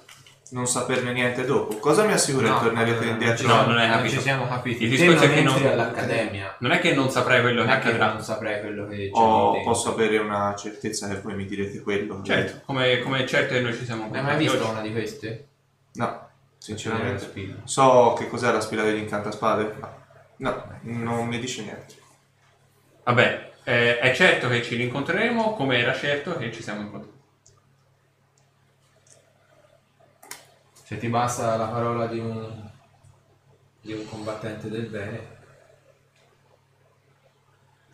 Speaker 6: non saperne niente dopo. Cosa mi assicura
Speaker 7: No,
Speaker 6: che tornerete
Speaker 7: eh,
Speaker 6: indietro?
Speaker 5: no, non hai
Speaker 7: Non
Speaker 5: capito.
Speaker 7: ci siamo capiti.
Speaker 5: Il
Speaker 7: Te
Speaker 5: discorso è che
Speaker 7: entri
Speaker 5: non-
Speaker 7: all'accademia.
Speaker 5: non è che non saprei quello
Speaker 7: Non
Speaker 5: che
Speaker 7: è che
Speaker 5: accadrà.
Speaker 7: non saprei quello che c'è
Speaker 5: Oh,
Speaker 7: lì
Speaker 6: O
Speaker 7: dentro.
Speaker 6: posso avere una certezza che voi mi direte quello?
Speaker 5: Certo, come, come certo che noi ci siamo
Speaker 7: Hai mai
Speaker 5: comprati
Speaker 7: visto
Speaker 5: oggi.
Speaker 7: una di queste?
Speaker 6: No,
Speaker 7: Eh,
Speaker 6: sinceramente.
Speaker 7: spina.
Speaker 6: So che cos'è la spilla degli incantaspade? ma No, non mi dice niente.
Speaker 5: Vabbè, eh, è certo che ci rincontreremo come era certo che ci siamo incontrati.
Speaker 7: Se ti basta la parola di un, di un combattente del bene,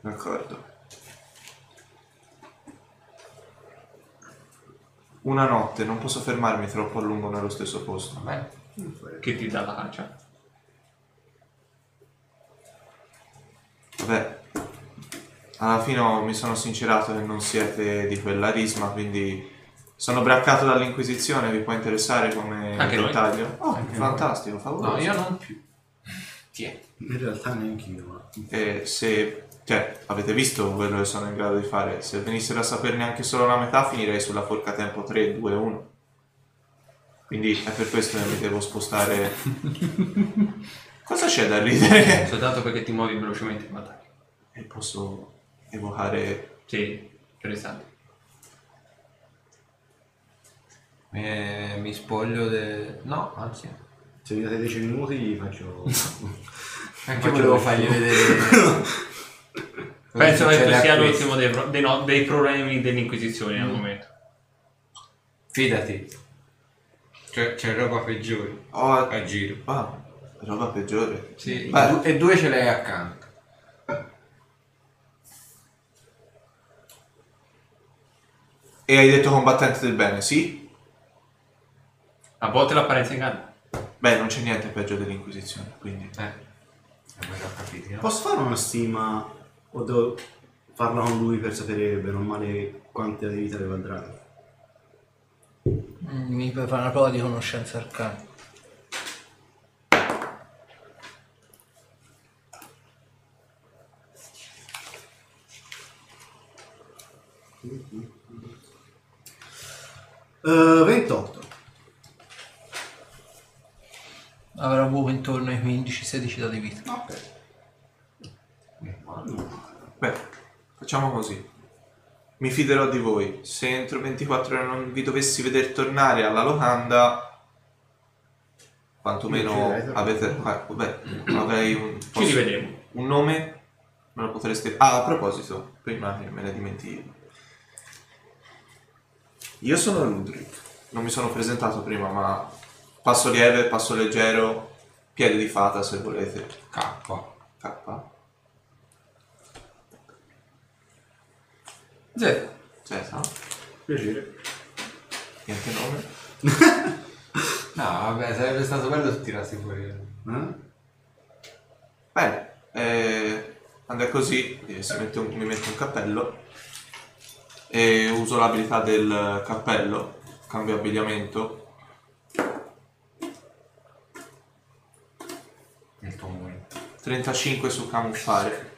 Speaker 6: D'accordo. Una notte, non posso fermarmi troppo a lungo nello stesso posto.
Speaker 7: vabbè.
Speaker 5: Che ti dà la caccia.
Speaker 6: Vabbè, alla fine ho- mi sono sincerato che non siete di quella risma, quindi sono braccato dall'Inquisizione, vi può interessare come
Speaker 5: Anche noi.
Speaker 6: dettaglio? Oh, fantastico,
Speaker 7: No,
Speaker 6: favoloso.
Speaker 7: io non più. Tiè.
Speaker 1: In realtà neanche io, ma
Speaker 6: E se, cioè, avete visto quello che sono in grado di fare, se venissero a saperne anche solo la metà finirei sulla forca tempo 3, 2, 1. Quindi è per questo che mi devo spostare. Cosa c'è da ridere?
Speaker 5: Soltanto perché ti muovi velocemente in battaglia.
Speaker 6: E posso evocare
Speaker 5: Sì, interessante.
Speaker 7: Eh, mi spoglio del... No, anzi.
Speaker 1: Se mi date 10 minuti gli faccio...
Speaker 7: Anche io volevo fargli vedere...
Speaker 5: Penso che
Speaker 7: tu
Speaker 5: questo sia l'ultimo dei, pro- dei no- dei problemi dell'Inquisizione al momento.
Speaker 7: Fidati. C'è, c'è roba peggiore.
Speaker 6: Oh,
Speaker 7: A giro.
Speaker 6: ah, roba peggiore.
Speaker 7: Sì.
Speaker 6: Beh.
Speaker 7: du- e due ce l'hai accanto.
Speaker 6: E hai detto combattente del bene, sì?
Speaker 5: A volte l'apparenza inganna.
Speaker 6: Beh, non c'è niente peggio dell'Inquisizione, quindi...
Speaker 7: ho capito, no?
Speaker 1: Posso fare una stima o devo farla con lui per sapere bene o male quante di vita aveva il drago?
Speaker 2: Mm, Mi puoi fare una prova di conoscenza arcana.
Speaker 1: Eh, 28.
Speaker 2: Avrà avuto intorno ai 15-16 dati di vita.
Speaker 6: Beh, facciamo così. Mi fiderò di voi. Se entro 24 ore non vi dovessi vedere tornare alla locanda,
Speaker 1: Non ci
Speaker 6: quantomeno
Speaker 1: vedrai tornare.
Speaker 6: avete... ah, Beh, avrei un...
Speaker 5: Ci rivedremo.
Speaker 6: Un nome? Me lo potreste... Ah, a proposito, prima che me ne dimentichi. Io sono Ludric. Non mi sono presentato prima, ma passo lieve, passo leggero, piede di fata se volete.
Speaker 7: K.
Speaker 6: K.
Speaker 5: Zero.
Speaker 6: Z.
Speaker 1: Piacere.
Speaker 6: Niente nome.
Speaker 7: No, vabbè, sarebbe stato bello se tirassi fuori.
Speaker 1: Eh?
Speaker 6: Bene, eh, andrà così, eh, si mette un- mi metto un cappello e uso l'abilità del cappello, cambio abbigliamento.
Speaker 7: Il tuo amore.
Speaker 6: 35 su camuffare.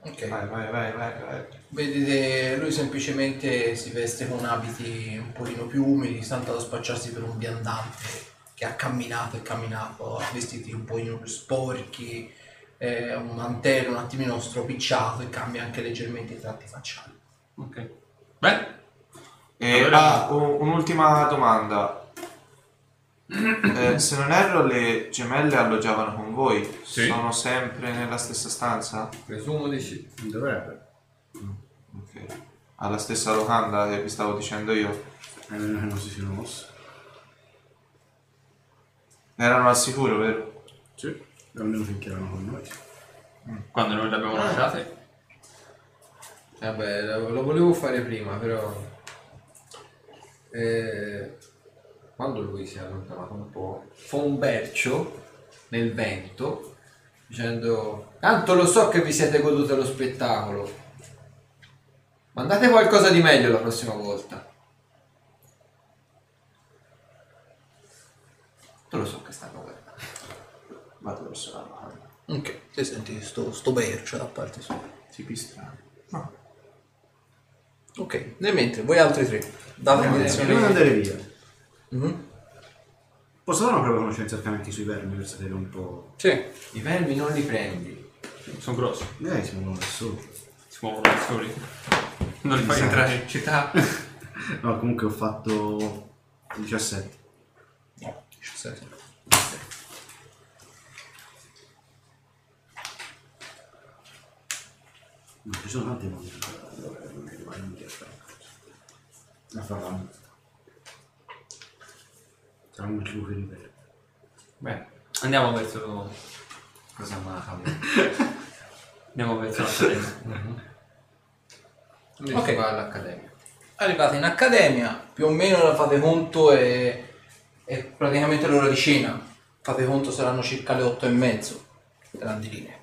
Speaker 2: Ok.
Speaker 6: Vai, vai, vai, vai, vai.
Speaker 2: Vedete, lui semplicemente si veste con abiti un pochino più umili, tanto da spacciarsi per un viandante che ha camminato e camminato, ha vestiti un pochino più sporchi, eh, un mantello un attimino stropicciato e cambia anche leggermente i tratti facciali.
Speaker 5: Ok. Beh,
Speaker 6: E
Speaker 5: Allora-
Speaker 6: ah, u- un'ultima domanda. Eh, se non erro le gemelle alloggiavano con voi?
Speaker 5: Sì.
Speaker 6: Sono sempre nella stessa stanza?
Speaker 7: Presumo di sì.
Speaker 1: Dovrebbe.
Speaker 6: Ok. Alla stessa locanda che vi stavo dicendo io?
Speaker 1: A meno che Eh, non si siano mossi.
Speaker 6: Erano al sicuro, vero?
Speaker 1: Sì. Almeno finché erano con noi.
Speaker 5: quando noi l'abbiamo lasciate,
Speaker 7: Vabbè, lo, lo volevo fare prima, però... Eh, quando lui si è allontanato un po', fa un bercio nel vento, dicendo... Tanto lo so che vi siete goduti lo spettacolo. Mandate qualcosa di meglio la prossima volta. Tanto lo so che stanno guardando.
Speaker 6: Vado verso la locanda.
Speaker 2: Ok, te senti sto, sto bercio da parte sua.
Speaker 6: Tipi strani.
Speaker 2: Ok, nel mentre, voi altri tre, date
Speaker 1: Andiamo,
Speaker 2: direzione.
Speaker 1: Prima di andare via.
Speaker 2: Mhm.
Speaker 1: Posso fare una prova di conoscenza arcana anche sui vermi per sapere un po'.
Speaker 5: sì,
Speaker 7: I vermi non li prendi.
Speaker 5: sono grossi.
Speaker 1: Eh, siamo da soli.
Speaker 5: Si muovono da soli. Non li fai entrare in città.
Speaker 1: No, comunque ho fatto 17.
Speaker 2: No, 17.
Speaker 1: No, ci sono tanti modi. Allora, non è che vai indietro. La farà. Sarà un cibo che libera.
Speaker 5: Beh, andiamo verso.
Speaker 7: Cosa macabra.
Speaker 5: Andiamo verso la sorella.
Speaker 7: Quindi
Speaker 2: Ok.
Speaker 7: si va all'accademia.
Speaker 2: Arrivate in accademia, più o meno la fate conto è, è praticamente l'ora di cena. Fate conto saranno circa le otto e mezzo, grandi linee.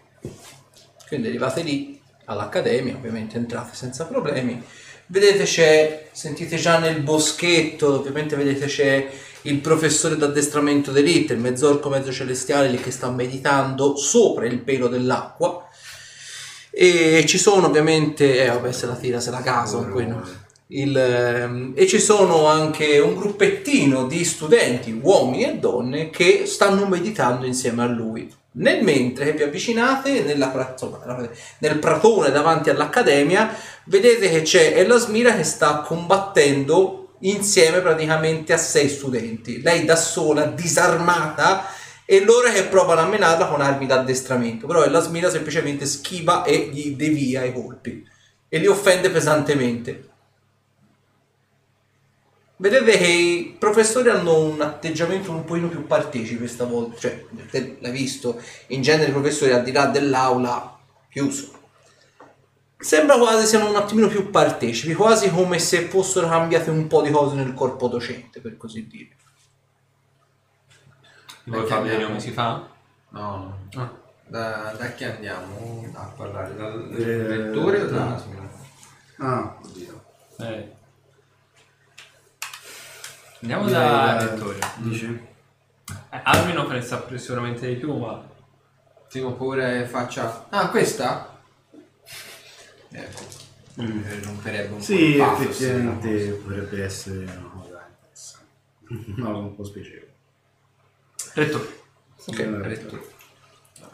Speaker 2: Quindi arrivate lì all'accademia, ovviamente entrate senza problemi. Vedete c'è, sentite già nel boschetto, ovviamente vedete c'è il professore d'addestramento d'elite, il mezzorco mezzo celestiale lì che sta meditando sopra il pelo dell'acqua. E ci sono ovviamente, eh vabbè se la tira se la casa, quello. Il, ehm, e ci sono anche un gruppettino di studenti, uomini e donne, che stanno meditando insieme a lui. Nel mentre che vi avvicinate, nella pra- insomma, nella- nel pratone davanti all'accademia, vedete che c'è Ella Smira che sta combattendo insieme praticamente a sei studenti. Lei da sola, disarmata, e loro che provano a menarla con armi d'addestramento. Però Ella Smira semplicemente schiva e gli devia i colpi e li offende pesantemente. Vedete che i professori hanno un atteggiamento un pochino più partecipe stavolta, cioè te l'hai visto, in genere i professori al di là dell'aula chiuso. Sembra quasi siano un attimino più partecipi, quasi come se fossero cambiate un po' di cose nel corpo docente, per così dire.
Speaker 5: Vuoi
Speaker 4: Perché
Speaker 5: farmi vedere
Speaker 4: abbiamo-
Speaker 5: come si fa?
Speaker 7: No, no.
Speaker 5: Ah.
Speaker 7: Da, da chi andiamo a parlare? Dal
Speaker 1: Eh,
Speaker 7: lettore o da
Speaker 1: no.
Speaker 7: Asmina?
Speaker 1: Ah,
Speaker 7: Oddio.
Speaker 4: Eh.
Speaker 5: Andiamo
Speaker 1: direi
Speaker 5: da
Speaker 1: da-
Speaker 5: Vittorio.
Speaker 1: Dici?
Speaker 5: Eh, Almeno ne sa sicuramente di più, ma
Speaker 7: Timo pure faccia. Ah, questa? Ecco.
Speaker 1: Mm.
Speaker 7: Eh, Romperebbe un
Speaker 1: Sì,
Speaker 7: po' il pathos,
Speaker 1: effettivamente
Speaker 7: no?
Speaker 1: potrebbe essere una cosa interessante. Una cosa un po' spiacevole.
Speaker 5: Rettore.
Speaker 2: Ok.
Speaker 1: Allora,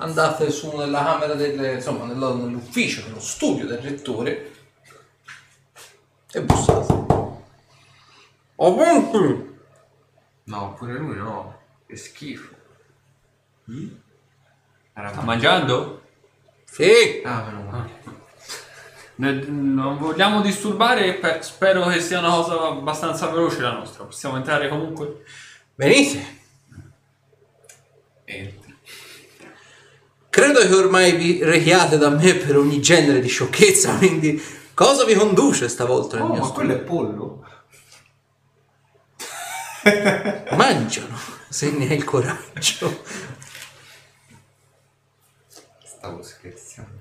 Speaker 2: Andate su nella camera del, insomma, nella- nell'ufficio, nello studio del rettore e bussate. Ovunque!
Speaker 7: No, pure lui no. Che schifo. Era
Speaker 5: Sta mangiando?
Speaker 2: Sì!
Speaker 7: Ah, meno male.
Speaker 4: Ne- Non vogliamo disturbare, per- spero che sia una cosa abbastanza veloce la nostra. Possiamo entrare comunque.
Speaker 2: Venite!
Speaker 7: Entra.
Speaker 2: Credo che ormai vi rechiate da me per ogni genere di sciocchezza, quindi cosa vi conduce stavolta nel
Speaker 7: Oh,
Speaker 2: mio
Speaker 7: ma
Speaker 2: studio?
Speaker 7: quello è pollo.
Speaker 2: Mangiano, se ne hai il coraggio.
Speaker 7: Stavo scherzando.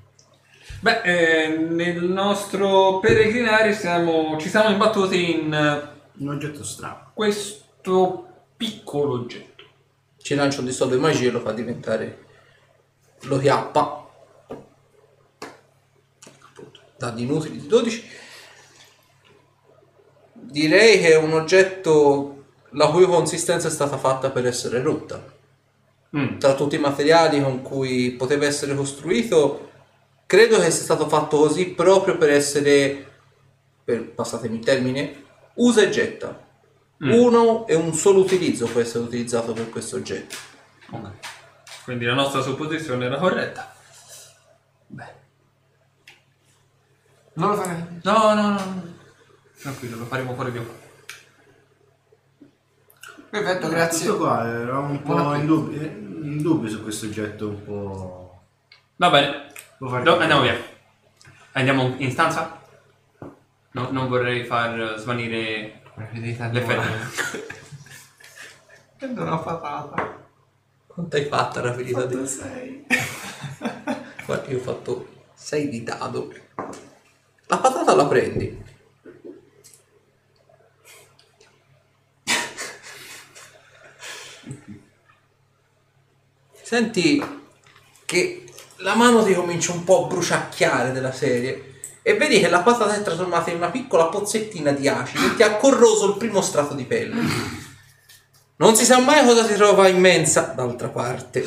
Speaker 4: Beh, eh, nel nostro peregrinare siamo- ci siamo imbattuti in eh,
Speaker 1: Un oggetto strano.
Speaker 4: questo piccolo oggetto.
Speaker 2: Ci lancia un dissolvo di magia e lo fa diventare... lo chiappa. Appunto, dadi inutili di 12. Direi che è un oggetto la cui consistenza è stata fatta per essere rotta.
Speaker 4: Mm.
Speaker 2: tra tutti i materiali con cui poteva essere costruito, credo che sia stato fatto così proprio per essere, per, passatemi il termine, usa e getta. Uno e un solo utilizzo può essere utilizzato per questo oggetto.
Speaker 4: Ok. Quindi la nostra supposizione era corretta.
Speaker 7: Non lo farei.
Speaker 4: No, no, no. Tranquillo, lo faremo fuori di qua.
Speaker 7: Perfetto, grazie.
Speaker 1: Tutto qua, eravamo un po'
Speaker 7: Buonanotte.
Speaker 1: in dubbio, eh, in dubbio su questo oggetto un po'...
Speaker 4: Va bene.
Speaker 1: Lo faremo.
Speaker 4: Do- andiamo via. Andiamo in stanza? No, non vorrei far svanire le fette.
Speaker 7: Prendo una patata.
Speaker 2: Quanto hai fatto la ferita di...
Speaker 1: sei.
Speaker 2: Guarda, io ho fatto 6 di dado. La patata la prendi. Senti che la mano ti comincia un po' a bruciacchiare della serie e vedi che la patata è trasformata in una piccola pozzettina di acido e ti ha corroso il primo strato di pelle. Non si sa mai cosa si trova immensa d'altra parte.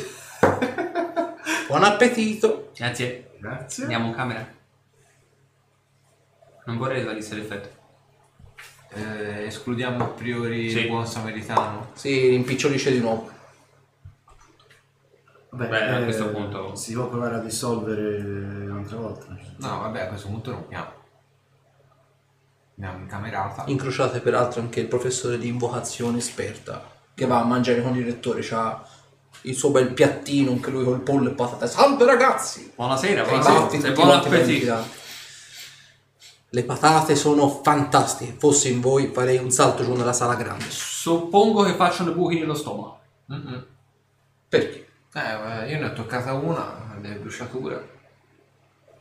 Speaker 2: Buon appetito!
Speaker 5: Grazie.
Speaker 1: Grazie.
Speaker 5: Andiamo in camera. Non vorrei svanisse l'effetto.
Speaker 7: Eh, escludiamo a priori
Speaker 5: Sì.
Speaker 7: il buon samaritano.
Speaker 2: Si rimpicciolisce di nuovo.
Speaker 1: Vabbè, eh,
Speaker 5: Beh, a questo punto-
Speaker 1: Si può provare a dissolvere un'altra volta.
Speaker 7: No, vabbè, a questo punto rompiamo. Andiamo in camerata.
Speaker 2: Incrociate peraltro anche il professore di invocazione esperta che va a mangiare con il rettore. C'ha il suo bel piattino, anche lui col pollo e patate. Salve ragazzi!
Speaker 5: Buonasera,
Speaker 2: E
Speaker 5: buonasera.
Speaker 2: batti
Speaker 5: E
Speaker 2: tutti
Speaker 5: buon
Speaker 2: quanti
Speaker 5: appetito.
Speaker 2: quanti là. Le patate sono fantastiche. Fossi in voi farei un salto giù nella sala grande.
Speaker 4: Suppongo che facciano buchi nello stomaco.
Speaker 7: Mhm.
Speaker 2: Perché?
Speaker 7: Eh, io ne ho toccata una, le bruciature.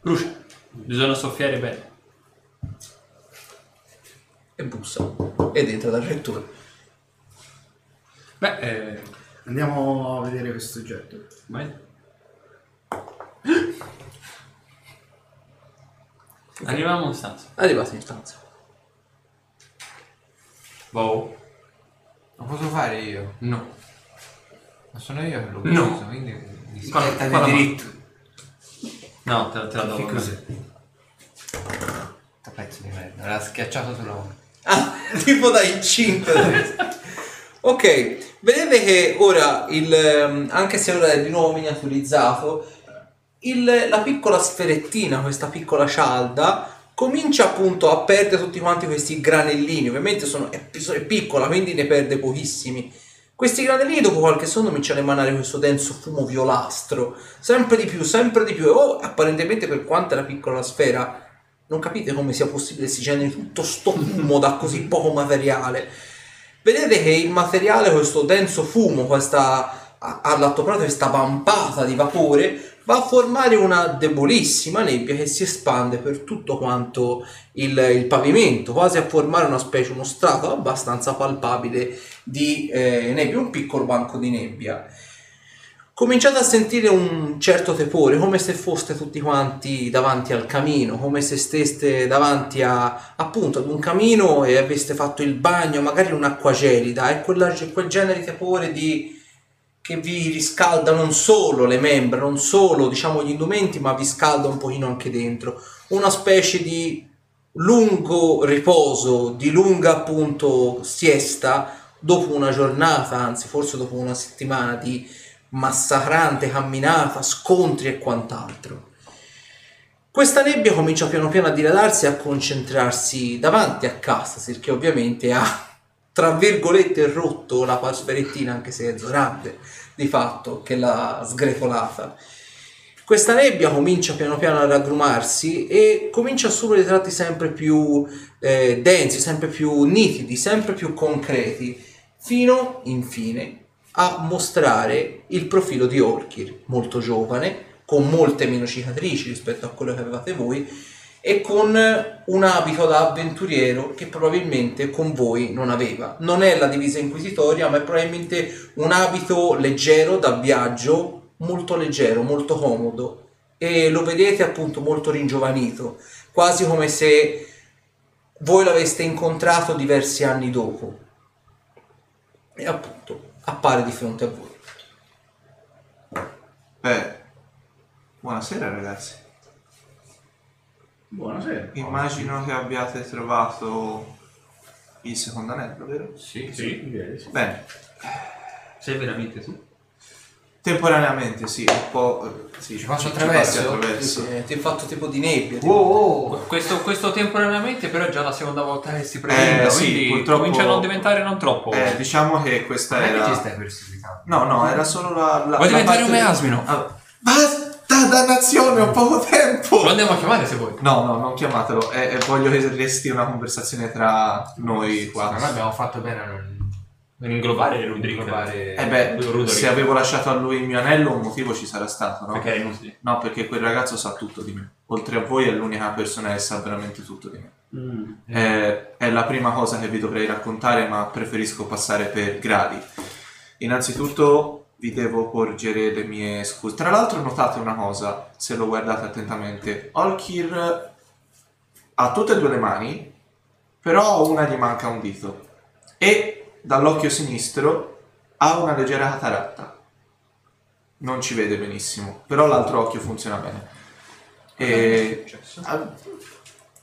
Speaker 4: Brucia. Bisogna soffiare bene.
Speaker 2: E bussa. Ed entra dal rettore.
Speaker 4: Beh, eh,
Speaker 1: Andiamo a vedere questo oggetto.
Speaker 4: vai.
Speaker 5: Arriviamo in stanza.
Speaker 2: Arrivate in stanza.
Speaker 5: Wow.
Speaker 7: Lo posso fare io?
Speaker 5: No.
Speaker 7: Ma sono io che l'ho
Speaker 5: No.
Speaker 7: preso, quindi...
Speaker 5: Aspetta
Speaker 3: qua la
Speaker 5: di
Speaker 3: mano.
Speaker 5: diritto.
Speaker 3: No, te, te la do.
Speaker 5: Che
Speaker 3: vabbè.
Speaker 5: cos'è? Sta pezzo di merda, l'ha schiacciato sulla mano.
Speaker 2: Ah, tipo da incinta. ok, vedete che ora, il, ehm, anche se ora è di nuovo miniaturizzato, il- la piccola sferettina, questa piccola cialda, comincia appunto a perdere tutti quanti questi granellini. Ovviamente sono, è, pi- è piccola, quindi ne perde pochissimi. Questi granellini dopo qualche secondo cominciano a emanare questo denso fumo violastro, sempre di più, sempre di più. E oh, apparentemente per quanto era piccola la sfera, non capite come sia possibile si generi tutto sto fumo da così poco materiale. Vedete che il materiale, questo denso fumo, questa a- all'attoprato, questa vampata di vapore, va a formare una debolissima nebbia che si espande per tutto quanto il, il pavimento, quasi a formare una specie, uno strato abbastanza palpabile di eh, nebbia, un piccolo banco di nebbia. Cominciate a sentire un certo tepore, come se foste tutti quanti davanti al camino, come se steste davanti a, appunto ad un camino e aveste fatto il bagno, magari un'acqua gelida, è quella- quel genere di tepore di- che vi riscalda non solo le membra, non solo diciamo gli indumenti, ma vi scalda un pochino anche dentro. Una specie di lungo riposo, di lunga appunto siesta dopo una giornata, anzi forse dopo una settimana di massacrante camminata, scontri e quant'altro. Questa nebbia comincia piano piano a diradarsi e a concentrarsi davanti a Castasir, che ovviamente ha, tra virgolette, rotto la pasperettina, anche se è Zorante, di fatto, che l'ha sgretolata. Questa nebbia comincia piano piano a raggrumarsi e comincia a assumere tratti sempre più eh, densi, sempre più nitidi, sempre più concreti, fino, infine, a mostrare il profilo di Orkir, molto giovane, con molte meno cicatrici rispetto a quello che avevate voi e con un abito da avventuriero che probabilmente con voi non aveva. Non è la divisa inquisitoria, ma è probabilmente un abito leggero da viaggio, molto leggero, molto comodo e lo vedete appunto molto ringiovanito, quasi come se voi l'aveste incontrato diversi anni dopo e appunto appare di fronte a voi.
Speaker 6: Beh, buonasera ragazzi.
Speaker 8: Buonasera.
Speaker 6: Immagino che abbiate trovato il secondo anello, vero?
Speaker 8: Sì, sì. direi sì.
Speaker 6: Bene,
Speaker 3: Sei veramente tu?
Speaker 6: temporaneamente sì, un po'... eh, Sì, ci
Speaker 7: faccio
Speaker 6: ci
Speaker 7: attraverso?
Speaker 6: passi attraverso.
Speaker 2: Eh, ti è fatto tipo di nebbia. tipo-
Speaker 7: Wow, wow.
Speaker 5: Questo, questo temporaneamente però è già la seconda volta che si presenta,
Speaker 6: Eh, sì,
Speaker 5: quindi
Speaker 6: purtroppo-
Speaker 5: cominciano a diventare non troppo.
Speaker 6: Eh, diciamo che questa
Speaker 7: Non è che ci
Speaker 6: era...
Speaker 7: stai perseguitando.
Speaker 6: No, no, era solo la... la
Speaker 5: Vuoi
Speaker 6: la
Speaker 5: diventare
Speaker 6: parte
Speaker 5: un
Speaker 6: di-
Speaker 5: measmino?
Speaker 6: Ah, Basta, dannazione, ho poco tempo!
Speaker 5: Lo andiamo a chiamare se vuoi.
Speaker 6: No, no, non chiamatelo, eh, eh, voglio che resti una conversazione tra noi qua.
Speaker 7: Noi abbiamo fatto bene a non
Speaker 5: Non inglobare Rudrick.
Speaker 7: provare-
Speaker 6: Eh beh,
Speaker 5: Rudolf.
Speaker 6: se avevo lasciato a lui il mio anello un motivo ci sarà stato, no?
Speaker 5: Perché era inutile.
Speaker 6: No, perché quel ragazzo sa tutto di me. Oltre a voi è l'unica persona che sa veramente tutto di me.
Speaker 1: Mm.
Speaker 6: Eh, è la prima cosa che vi dovrei raccontare, ma preferisco passare per gradi. Innanzitutto vi devo porgere le mie scuse. Tra l'altro notate una cosa, se lo guardate attentamente. Olkir ha tutte e due le mani, però a una gli manca un dito. E dall'occhio sinistro ha una leggera cataratta non ci vede benissimo, però l'altro occhio funziona bene. E a-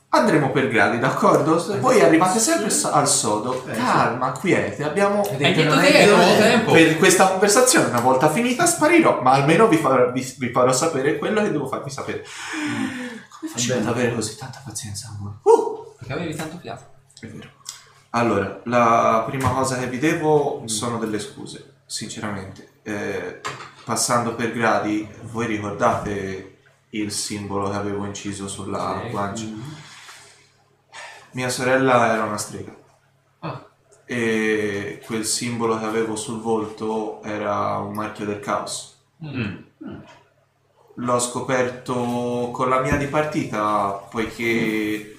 Speaker 6: andremo per gradi, d'accordo? Se Voi arrivate sempre so- al sodo. Calma, quiete, abbiamo
Speaker 5: Hai detto
Speaker 7: non
Speaker 5: te,
Speaker 7: è-
Speaker 5: hai avuto tempo.
Speaker 6: per questa conversazione, una volta finita, sparirò, ma almeno vi, farò- vi- vi farò sapere quello che devo farvi sapere. Come facciamo ad avere Mm. così tanta pazienza? amore? Uh!
Speaker 5: Perché avevi tanto fiato.
Speaker 6: È vero. Allora, la prima cosa che vi devo sono delle scuse, sinceramente. Eh, passando per gradi, voi ricordate il simbolo che avevo inciso sulla guancia? Mia sorella era una strega. E quel simbolo che avevo sul volto era un marchio del caos. L'ho scoperto con la mia dipartita, poiché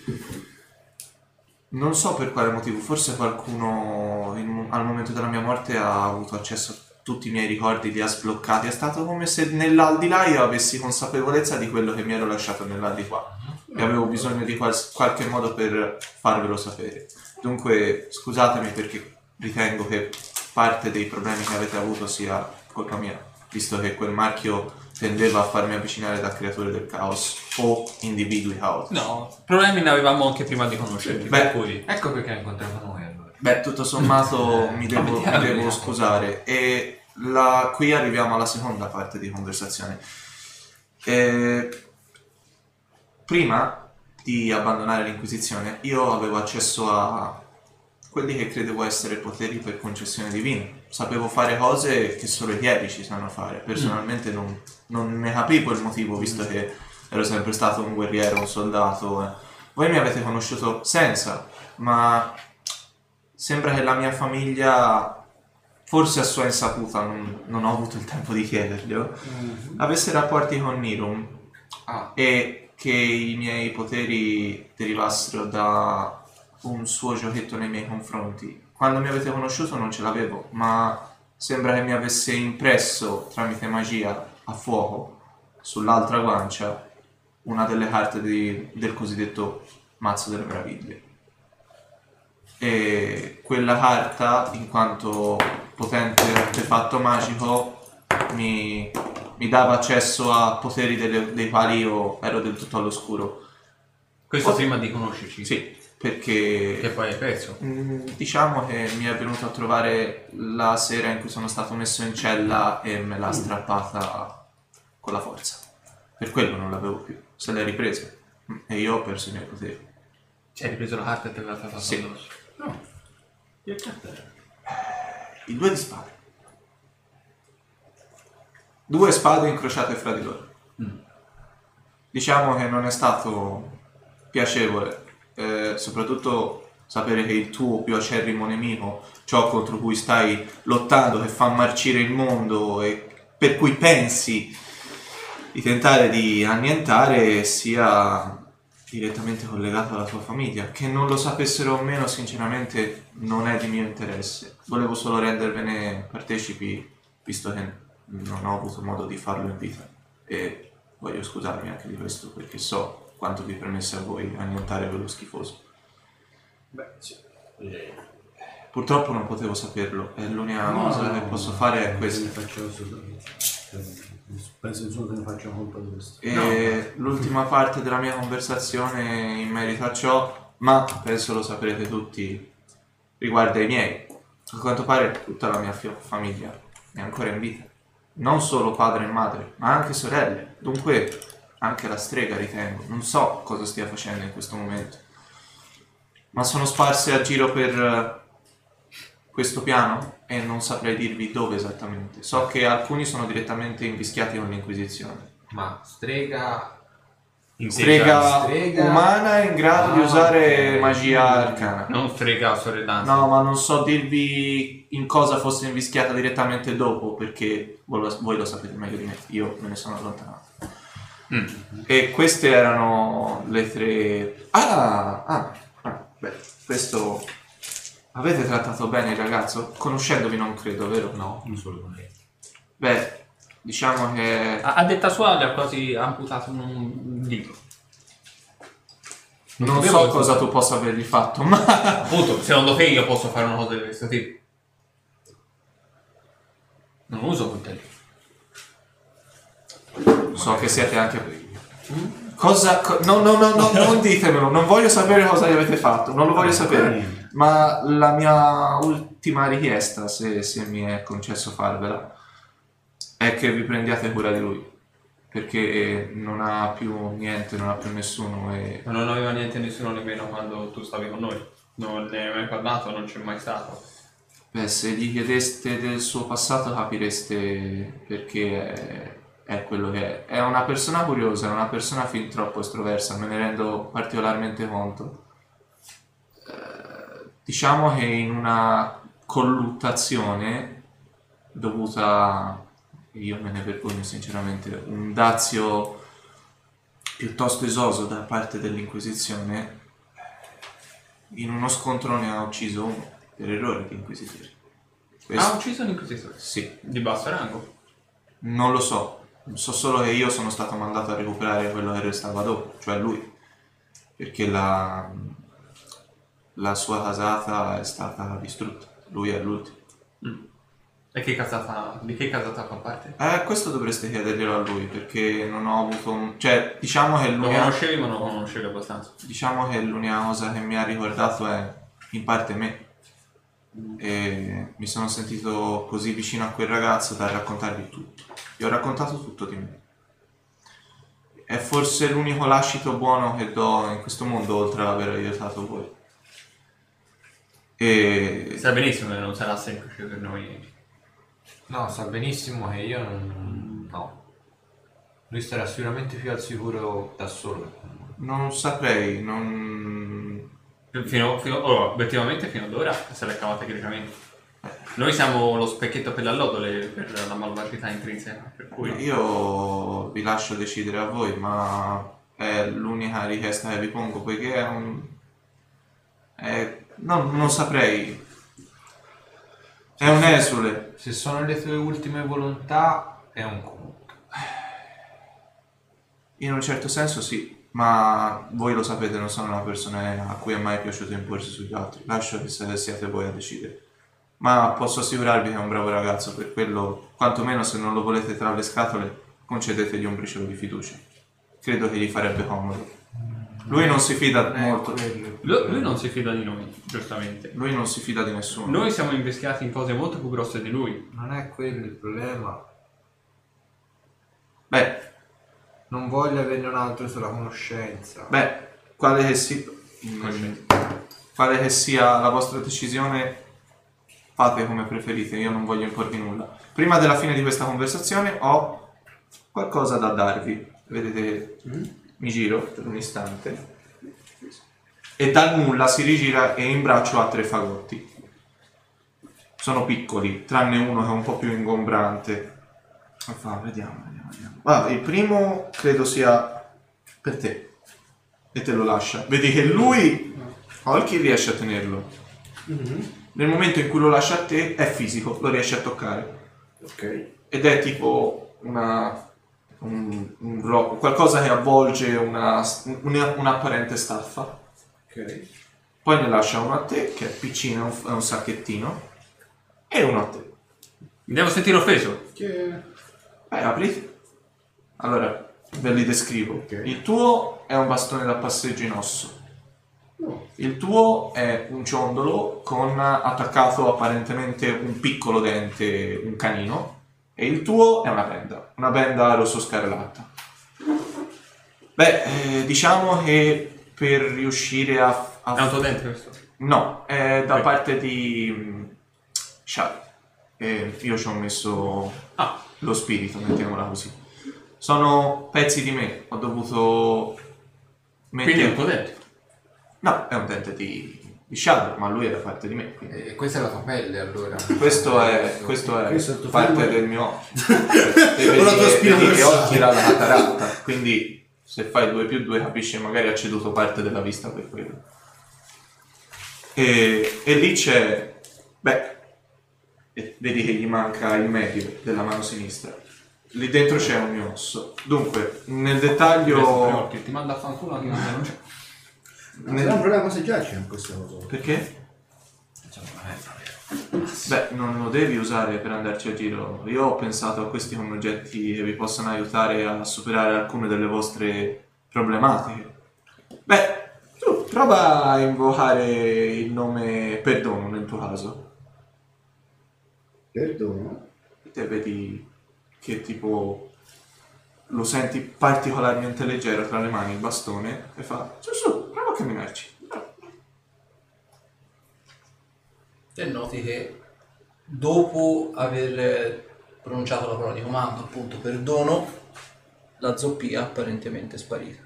Speaker 6: non so per quale motivo, forse qualcuno in- al momento della mia morte ha avuto accesso a tutti i miei ricordi, li ha sbloccati. È stato come se nell'aldilà io avessi consapevolezza di quello che mi ero lasciato nell'aldilà e avevo bisogno di quals- qualche modo per farvelo sapere. Dunque, scusatemi perché ritengo che parte dei problemi che avete avuto sia colpa mia. visto che quel marchio tendeva a farmi avvicinare da creature del caos o individui caotici.
Speaker 4: No, problemi ne avevamo anche prima di conoscerti.
Speaker 6: Beh,
Speaker 4: per cui-
Speaker 7: Ecco perché la incontriamo noi allora.
Speaker 6: Beh, tutto sommato mi devo, mi
Speaker 4: Vediamo,
Speaker 6: devo
Speaker 4: vediamo.
Speaker 6: scusare. E la- qui arriviamo alla seconda parte di conversazione. Eh, prima di abbandonare l'Inquisizione, io avevo accesso a quelli che credevo essere poteri per concessione divina. Sapevo fare cose che solo i chierici sanno fare. Personalmente non, non ne capivo il motivo, visto che ero sempre stato un guerriero, un soldato. eh. Voi mi avete conosciuto senza, ma sembra che la mia famiglia, forse a sua insaputa, non, non ho avuto il tempo di chiederglielo, avesse rapporti con Nirum e che i miei poteri derivassero da un suo giochetto nei miei confronti. Quando mi avete conosciuto non ce l'avevo, ma sembra che mi avesse impresso tramite magia a fuoco sull'altra guancia una delle carte di- del cosiddetto mazzo delle meraviglie e quella carta, in quanto potente artefatto magico, mi, mi dava accesso a poteri delle- dei quali io ero del tutto all'oscuro.
Speaker 4: Questo prima di conoscerci.
Speaker 6: Sì,
Speaker 4: Che
Speaker 6: perché
Speaker 4: poi hai perso.
Speaker 6: mm, diciamo che mi è venuto a trovare la sera in cui sono stato messo in cella e me l'ha strappata con la forza. Per quello non l'avevo più, se l'è ripresa Mm, e io ho perso i miei poteri.
Speaker 4: Ci hai ripreso la carta e te l'ha fatta
Speaker 6: Sì.
Speaker 4: addosso.
Speaker 6: Il due di spade. Due spade incrociate fra di loro. Diciamo che non è stato piacevole, eh, soprattutto sapere che il tuo più acerrimo nemico, ciò contro cui stai lottando, che fa marcire il mondo e per cui pensi di tentare di annientare, sia direttamente collegato alla tua famiglia. Che non lo sapessero o meno, sinceramente, non è di mio interesse. Volevo solo rendervene partecipi, visto che non ho avuto modo di farlo in vita. E voglio scusarmi anche di questo, perché so quanto vi permesse a voi annientare quello schifoso.
Speaker 1: Beh, sì. Eh,
Speaker 6: Purtroppo non potevo saperlo, e l'unica cosa che posso fare è
Speaker 1: Non ne
Speaker 6: questa.
Speaker 1: faccio assolutamente. Eh, Penso nessuno che ne faccia una colpa di questo.
Speaker 6: Eh, E l'ultima parte della mia conversazione in merito a ciò, ma penso lo saprete tutti, riguarda i miei. A quanto pare tutta la mia fio- famiglia è ancora in vita. Non solo padre e madre, ma anche sorelle. Dunque, anche la strega ritengo. Non so cosa stia facendo in questo momento. Ma sono sparse a giro per eh, questo piano e non saprei dirvi dove esattamente. So che alcuni sono direttamente invischiati con l'Inquisizione.
Speaker 7: Ma strega.
Speaker 6: Strega,
Speaker 7: Strega.
Speaker 6: umana in grado di
Speaker 7: Ah,
Speaker 6: usare
Speaker 7: ok.
Speaker 6: magia arcana.
Speaker 4: Non frega
Speaker 3: Ah,
Speaker 4: sorellanza.
Speaker 6: No, ma non so dirvi in cosa fosse invischiata direttamente dopo, perché voi lo, voi lo sapete meglio di me, io me ne sono allontanato. E queste erano le tre... Ah, ah, ah, beh, questo... Avete trattato bene il ragazzo? Conoscendovi non credo, vero? No.
Speaker 1: Non solo con lei.
Speaker 6: Beh, diciamo
Speaker 3: Ah,
Speaker 6: che...
Speaker 4: A, a detta sua le ha quasi amputato un, un dito.
Speaker 6: Non so cosa tu possa avergli fatto, ma...
Speaker 4: Appunto, secondo te io posso fare una cosa di questo tipo? Non uso coltelli.
Speaker 6: So che siete anche. Cosa. co- no, no, no, no, non ditemelo, non voglio sapere cosa gli avete fatto, non lo
Speaker 1: Ah,
Speaker 6: voglio sapere. Ma la mia ultima richiesta, se, se mi è concesso farvela, è che vi prendiate cura di lui. Perché non ha più niente, non ha più nessuno e.
Speaker 4: Ma non aveva niente nessuno nemmeno quando tu stavi con noi. Non ne hai mai parlato, non c'è mai stato.
Speaker 6: Beh, se gli chiedeste del suo passato capireste perché è, è quello che è. È una persona curiosa, è una persona fin troppo estroversa, me ne rendo particolarmente conto. Eh, diciamo che in una colluttazione dovuta, io me ne vergogno sinceramente, un dazio piuttosto esoso da parte dell'Inquisizione, in uno scontro ne ha ucciso uno per errore di
Speaker 4: Ha
Speaker 6: inquisitori.
Speaker 3: Ah.
Speaker 6: Questo
Speaker 4: Ah, ucciso un inquisitore.
Speaker 6: sì,
Speaker 4: Di basso rango.
Speaker 6: non lo so. So solo che io sono stato mandato a recuperare quello che restava dopo, cioè lui. Perché la, la sua casata è stata distrutta. Lui è l'ultimo.
Speaker 4: E che casata, di che casata fa parte?
Speaker 6: Eh, questo dovreste chiederglielo a lui perché non ho avuto... un- Cioè, diciamo che
Speaker 4: Lo
Speaker 6: l'unica,
Speaker 4: conoscevi ma non lo conoscevi abbastanza.
Speaker 6: diciamo che l'unica cosa che mi ha ricordato è in parte me. E mi sono sentito così vicino a quel ragazzo da raccontargli tutto. Gli ho raccontato tutto di me. È forse l'unico lascito buono che do in questo mondo oltre ad aver aiutato voi. E...
Speaker 4: Sai benissimo che non sarà semplice per noi.
Speaker 7: No, sa benissimo che io non... no. Lui starà sicuramente più al sicuro da solo.
Speaker 6: Non saprei, non...
Speaker 4: Fino, fino, allora, obiettivamente fino ad ora se l'è cavata criticamente. Noi siamo lo specchietto per l'allodole per la malvagità intrinseca, per cui...
Speaker 6: Io vi lascio decidere a voi, ma è l'unica richiesta che vi pongo, poiché è un... è- no, non saprei. È un esule.
Speaker 7: Se sono le tue ultime volontà, è un conto.
Speaker 6: In un certo senso sì, ma voi lo sapete, non sono una persona a cui è mai piaciuto imporsi sugli altri. Lascio che se- siate voi a decidere. Ma posso assicurarvi che è un bravo ragazzo, per quello, quantomeno se non lo volete tra le scatole, concedetegli un briciolo di fiducia. Credo che gli farebbe comodo. Lui non si fida molto,
Speaker 7: Ecco.
Speaker 4: Lui, lui non si fida di noi, giustamente.
Speaker 6: lui non si fida di nessuno.
Speaker 4: Noi siamo investigati in cose molto più grosse di lui.
Speaker 7: Non è quello il problema.
Speaker 6: Beh,
Speaker 7: Non voglio averne un altro sulla conoscenza.
Speaker 6: beh, quale che, si- mm, quale che sia la vostra decisione, fate come preferite, io non voglio imporvi nulla. Prima della fine di questa conversazione ho qualcosa da darvi. Vedete, mi giro per un istante. E dal nulla si rigira e in braccio ha tre fagotti. Sono piccoli, tranne uno che è un po' più ingombrante. Ma fa, vediamo, vediamo, vediamo. Guarda, il primo credo sia per te. E te lo lascia. Vedi che lui, Holky, riesce a tenerlo. Nel momento in cui lo lascia a te, è fisico, lo riesce a toccare
Speaker 1: Ok.
Speaker 6: ed è tipo una un, un ro- qualcosa che avvolge una, un- un'apparente staffa
Speaker 1: Ok.
Speaker 6: poi ne lascia uno a te che è piccino è un, è un sacchettino e uno a te
Speaker 4: Mi devo sentire offeso.
Speaker 1: Che...
Speaker 6: Beh, apri allora ve li descrivo
Speaker 1: Ok.
Speaker 6: il tuo è un bastone da passeggio in osso
Speaker 1: No.
Speaker 6: il tuo è un ciondolo con attaccato apparentemente un piccolo dente, un canino, e il tuo è una benda, una benda rosso scarlatta. Beh, eh, diciamo che per riuscire a... a-
Speaker 4: È un tuo dente questo.
Speaker 6: No, è da
Speaker 4: Ok.
Speaker 6: parte di... mm, Shad. Eh, io ci ho messo
Speaker 4: Ah.
Speaker 6: lo spirito, mettiamola così. Sono pezzi di me, ho dovuto...
Speaker 4: Quindi è
Speaker 6: mettere
Speaker 4: un tuo dente.
Speaker 6: No, è un dente di, di Shadow, ma lui era fatto di me. quindi.
Speaker 7: E questa è la tua pelle allora.
Speaker 6: Questo è, questo è
Speaker 1: Questo è il tuo
Speaker 6: parte
Speaker 1: film?
Speaker 6: del mio occhio.
Speaker 1: Con la tua spina
Speaker 6: vedi che
Speaker 1: dorsale.
Speaker 6: occhi era la cataratta, quindi se fai 2 più 2 capisci che magari ha ceduto parte della vista per quello. E, e lì c'è... Beh, e vedi che gli manca il medio della mano sinistra. Lì dentro c'è un mio osso. Dunque, nel dettaglio...
Speaker 5: Che ti manda a fanculo anche quando non c'è.
Speaker 1: Non è un problema se giace in questa cosa.
Speaker 6: Perché? Beh, non lo devi usare per andarci a giro. Io ho pensato a questi come oggetti che vi possono aiutare a superare alcune delle vostre problematiche. Beh, tu prova a invocare il nome Perdono nel tuo caso.
Speaker 1: Perdono.
Speaker 6: Te vedi che tipo lo senti particolarmente leggero tra le mani il bastone e fa su su, prova a camminarci.
Speaker 8: Te noti che dopo aver pronunciato la parola di comando, appunto perdono, la zoppia apparentemente è sparita.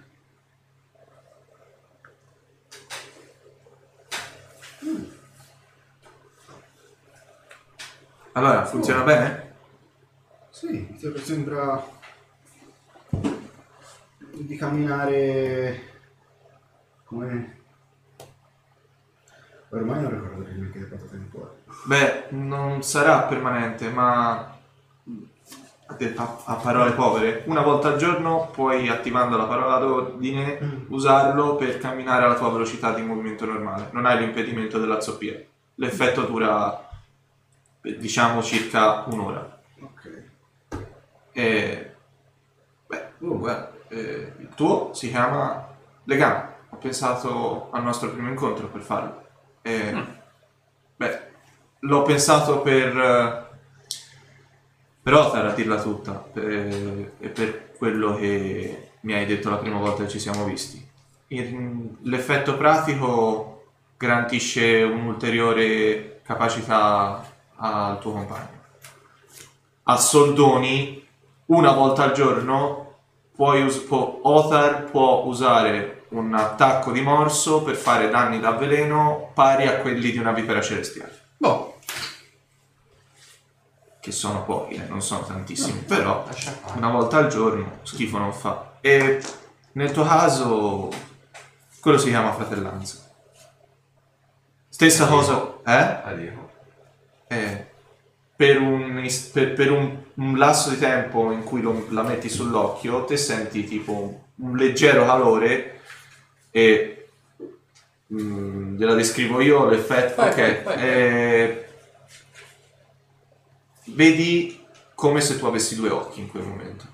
Speaker 1: Mm,
Speaker 6: Allora, funziona bene?
Speaker 1: Sì, se- sembra di camminare come... Ormai non ricordo più neanche da quanto tempo è.
Speaker 6: Beh, non sarà permanente, ma a, de- a- a parole povere, una volta al giorno puoi, attivando la parola d'ordine, usarlo per camminare alla tua velocità di movimento normale. Non hai l'impedimento della zoppia. L'effetto dura per, diciamo circa un'ora.
Speaker 7: Ok.
Speaker 6: E, beh, oh, guarda, eh, il tuo si chiama Legame. Ho pensato al nostro primo incontro per farlo. E, Beh, l'ho pensato per... eh, Per Otar a dirla tutta per- e per quello che mi hai detto la prima volta che ci siamo visti. Il- l'effetto pratico garantisce un'ulteriore capacità al tuo compagno. A soldoni, una volta al giorno, puoi us- può- Othar può usare un attacco di morso per fare danni da veleno pari a quelli di una vipera celestiale.
Speaker 2: Boh,
Speaker 6: Che sono pochi, eh, non sono tantissimi, però
Speaker 2: lascia fare.
Speaker 6: una volta al giorno schifo non fa. E nel tuo caso, quello si chiama fratellanza. Stessa cosa, eh?
Speaker 7: Addio.
Speaker 6: Eh, per, un, is- per- per un- un lasso di tempo in cui lo- la metti sull'occhio, te senti tipo un leggero calore e mm, gliela descrivo io l'effetto.
Speaker 2: Vai, vai,
Speaker 6: ok,
Speaker 2: vai.
Speaker 6: eh, vedi come se tu avessi due occhi in quel momento.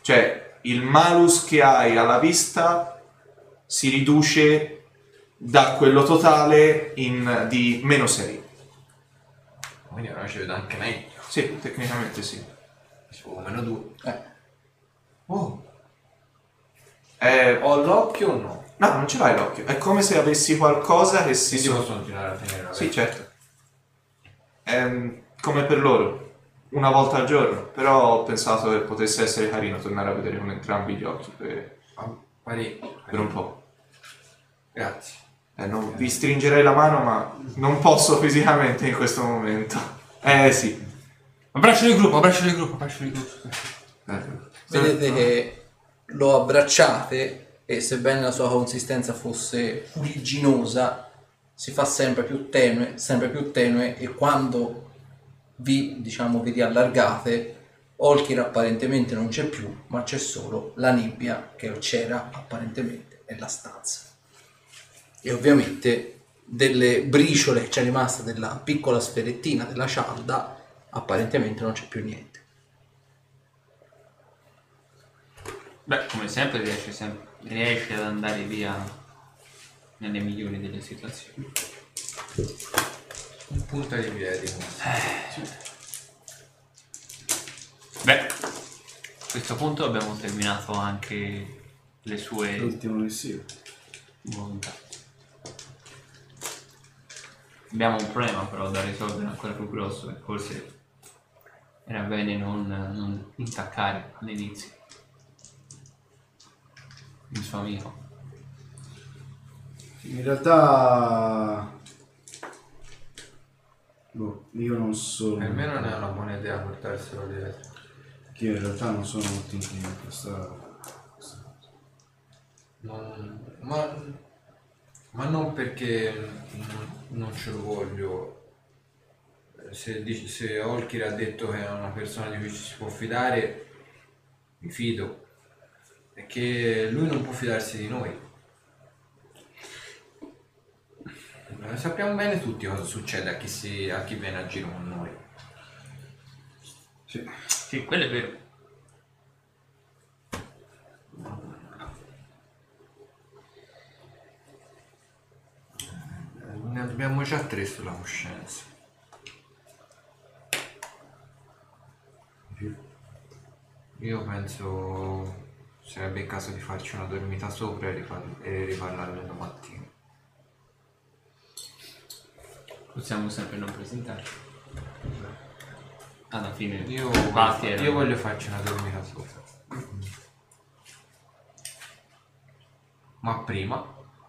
Speaker 6: Cioè, il malus che hai alla vista si riduce da quello totale in- di meno 6.
Speaker 7: Quindi ora ci vedo anche meglio.
Speaker 6: Sì, tecnicamente sì.
Speaker 7: Sono meno due. Oh.
Speaker 6: Eh,
Speaker 7: Ho l'occhio o no?
Speaker 6: no, non ce l'hai l'occhio. È come se avessi qualcosa che si...
Speaker 7: Quindi
Speaker 6: so-
Speaker 7: posso continuare a tenere la
Speaker 6: Sì,
Speaker 7: vecchia.
Speaker 6: certo. Ehm, come per loro, una volta al giorno. Però ho pensato che potesse essere carino tornare a vedere con entrambi gli occhi per,
Speaker 7: Ah, pari-
Speaker 6: per un po'.
Speaker 7: Grazie.
Speaker 6: Eh, non- vi stringerei la mano, ma non posso fisicamente in questo momento. Eh sì.
Speaker 12: Abbraccio di gruppo, abbraccio di gruppo, abbraccio di gruppo.
Speaker 6: Eh.
Speaker 2: Vedete che lo abbracciate e sebbene la sua consistenza fosse fuligginosa, si fa sempre più tenue, sempre più tenue e quando vi, diciamo, vi riallargate, Olkir apparentemente non c'è più, ma c'è solo la nebbia che c'era apparentemente nella stanza. E ovviamente delle briciole che c'è rimasta della piccola sferettina della cialda, apparentemente non c'è più niente.
Speaker 3: Beh, come sempre riesce, sempre riesce ad andare via nelle migliori delle situazioni.
Speaker 7: Un punta di piedi.
Speaker 3: Beh, a questo punto abbiamo terminato anche le sue
Speaker 1: L'ultimo messaggio.
Speaker 3: volontà. Abbiamo un problema però da risolvere ancora più grosso e forse era bene non, non intaccare all'inizio il suo amico.
Speaker 1: In realtà... boh, io non sono...
Speaker 7: Per Eh, me non è una buona idea portarselo dietro.
Speaker 1: Che io in realtà non sono molto inclinato a questa... questa-
Speaker 7: Non- ma, ma non perché non, non ce lo voglio. Se, dici- se Olkir ha detto che è una persona di cui ci si può fidare, mi fido. È che lui non può fidarsi di noi. Eh, Sappiamo bene tutti cosa succede a chi, si- a chi viene a giro con noi.
Speaker 1: Sì.
Speaker 3: Sì, quello è vero.
Speaker 7: Eh, Ne abbiamo già tre sulla coscienza. Io penso sarebbe il caso di farci una dormita sopra e, ripar- e riparlarne domattina.
Speaker 3: Possiamo sempre non presentarci. Alla fine
Speaker 7: Io,
Speaker 3: Infatti, era-
Speaker 7: io voglio farci una dormita sopra. Ma prima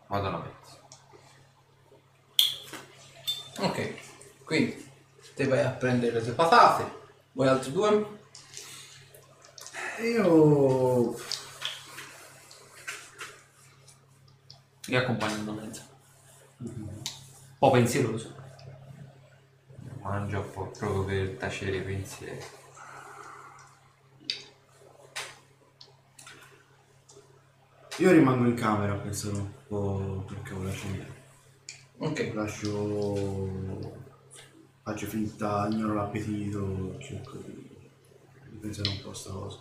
Speaker 7: vado alla mensa.
Speaker 2: Ok, quindi te vai a prendere le tue patate, voi altri due?
Speaker 1: Io...
Speaker 3: vi accompagno in mezzo. Mm-hmm. Un po' pensieroso.
Speaker 7: Mangio un po' proprio per tacere i pensieri.
Speaker 1: Io rimango in camera a pensare un po' perché volevo lasciare
Speaker 2: Ok,
Speaker 1: Lascio faccio finta, ignoro l'appetito, cerco di, di pensare un po' a sta cosa.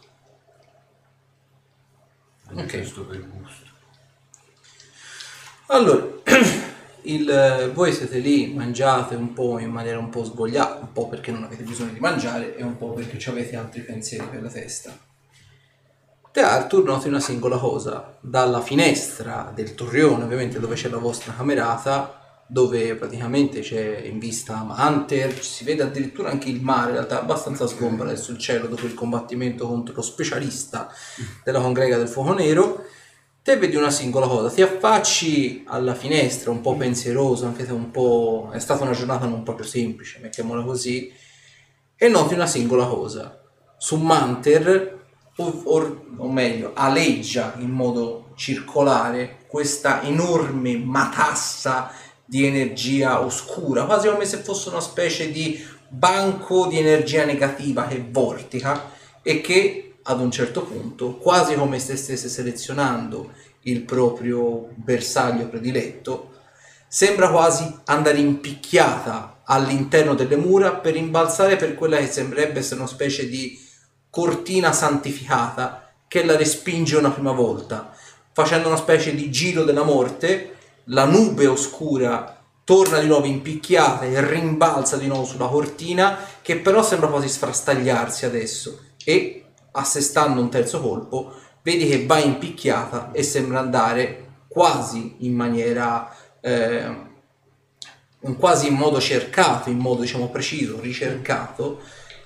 Speaker 2: Ok.
Speaker 13: Giusto per gusto.
Speaker 2: Allora, il, eh, voi siete lì, mangiate un po' in maniera un po' svogliata, un po' perché non avete bisogno di mangiare e un po' perché ci avete altri pensieri per la testa. Te Arthur noti una singola cosa, dalla finestra del torrione, ovviamente dove c'è la vostra camerata, dove praticamente c'è in vista Hunter, si vede addirittura anche il mare, in realtà abbastanza sgombra adesso il cielo dopo il combattimento contro lo specialista della congrega del fuoco nero. Te vedi una singola cosa, ti affacci alla finestra un po' pensieroso, anche se un po'... è stata una giornata non proprio semplice, mettiamola così, e noti una singola cosa. Su Manter, o, or- o meglio, aleggia in modo circolare questa enorme matassa di energia oscura, quasi come se fosse una specie di banco di energia negativa che vortica e che ad un certo punto, quasi come se stesse selezionando il proprio bersaglio prediletto, sembra quasi andare impicchiata all'interno delle mura per imbalzare per quella che sembrerebbe essere una specie di cortina santificata che la respinge una prima volta, facendo una specie di giro della morte, la nube oscura torna di nuovo impicchiata e rimbalza di nuovo sulla cortina che però sembra quasi sfrastagliarsi adesso e assestando un terzo colpo vedi che va impicchiata e sembra andare quasi in maniera eh, in- quasi in modo cercato in modo diciamo preciso ricercato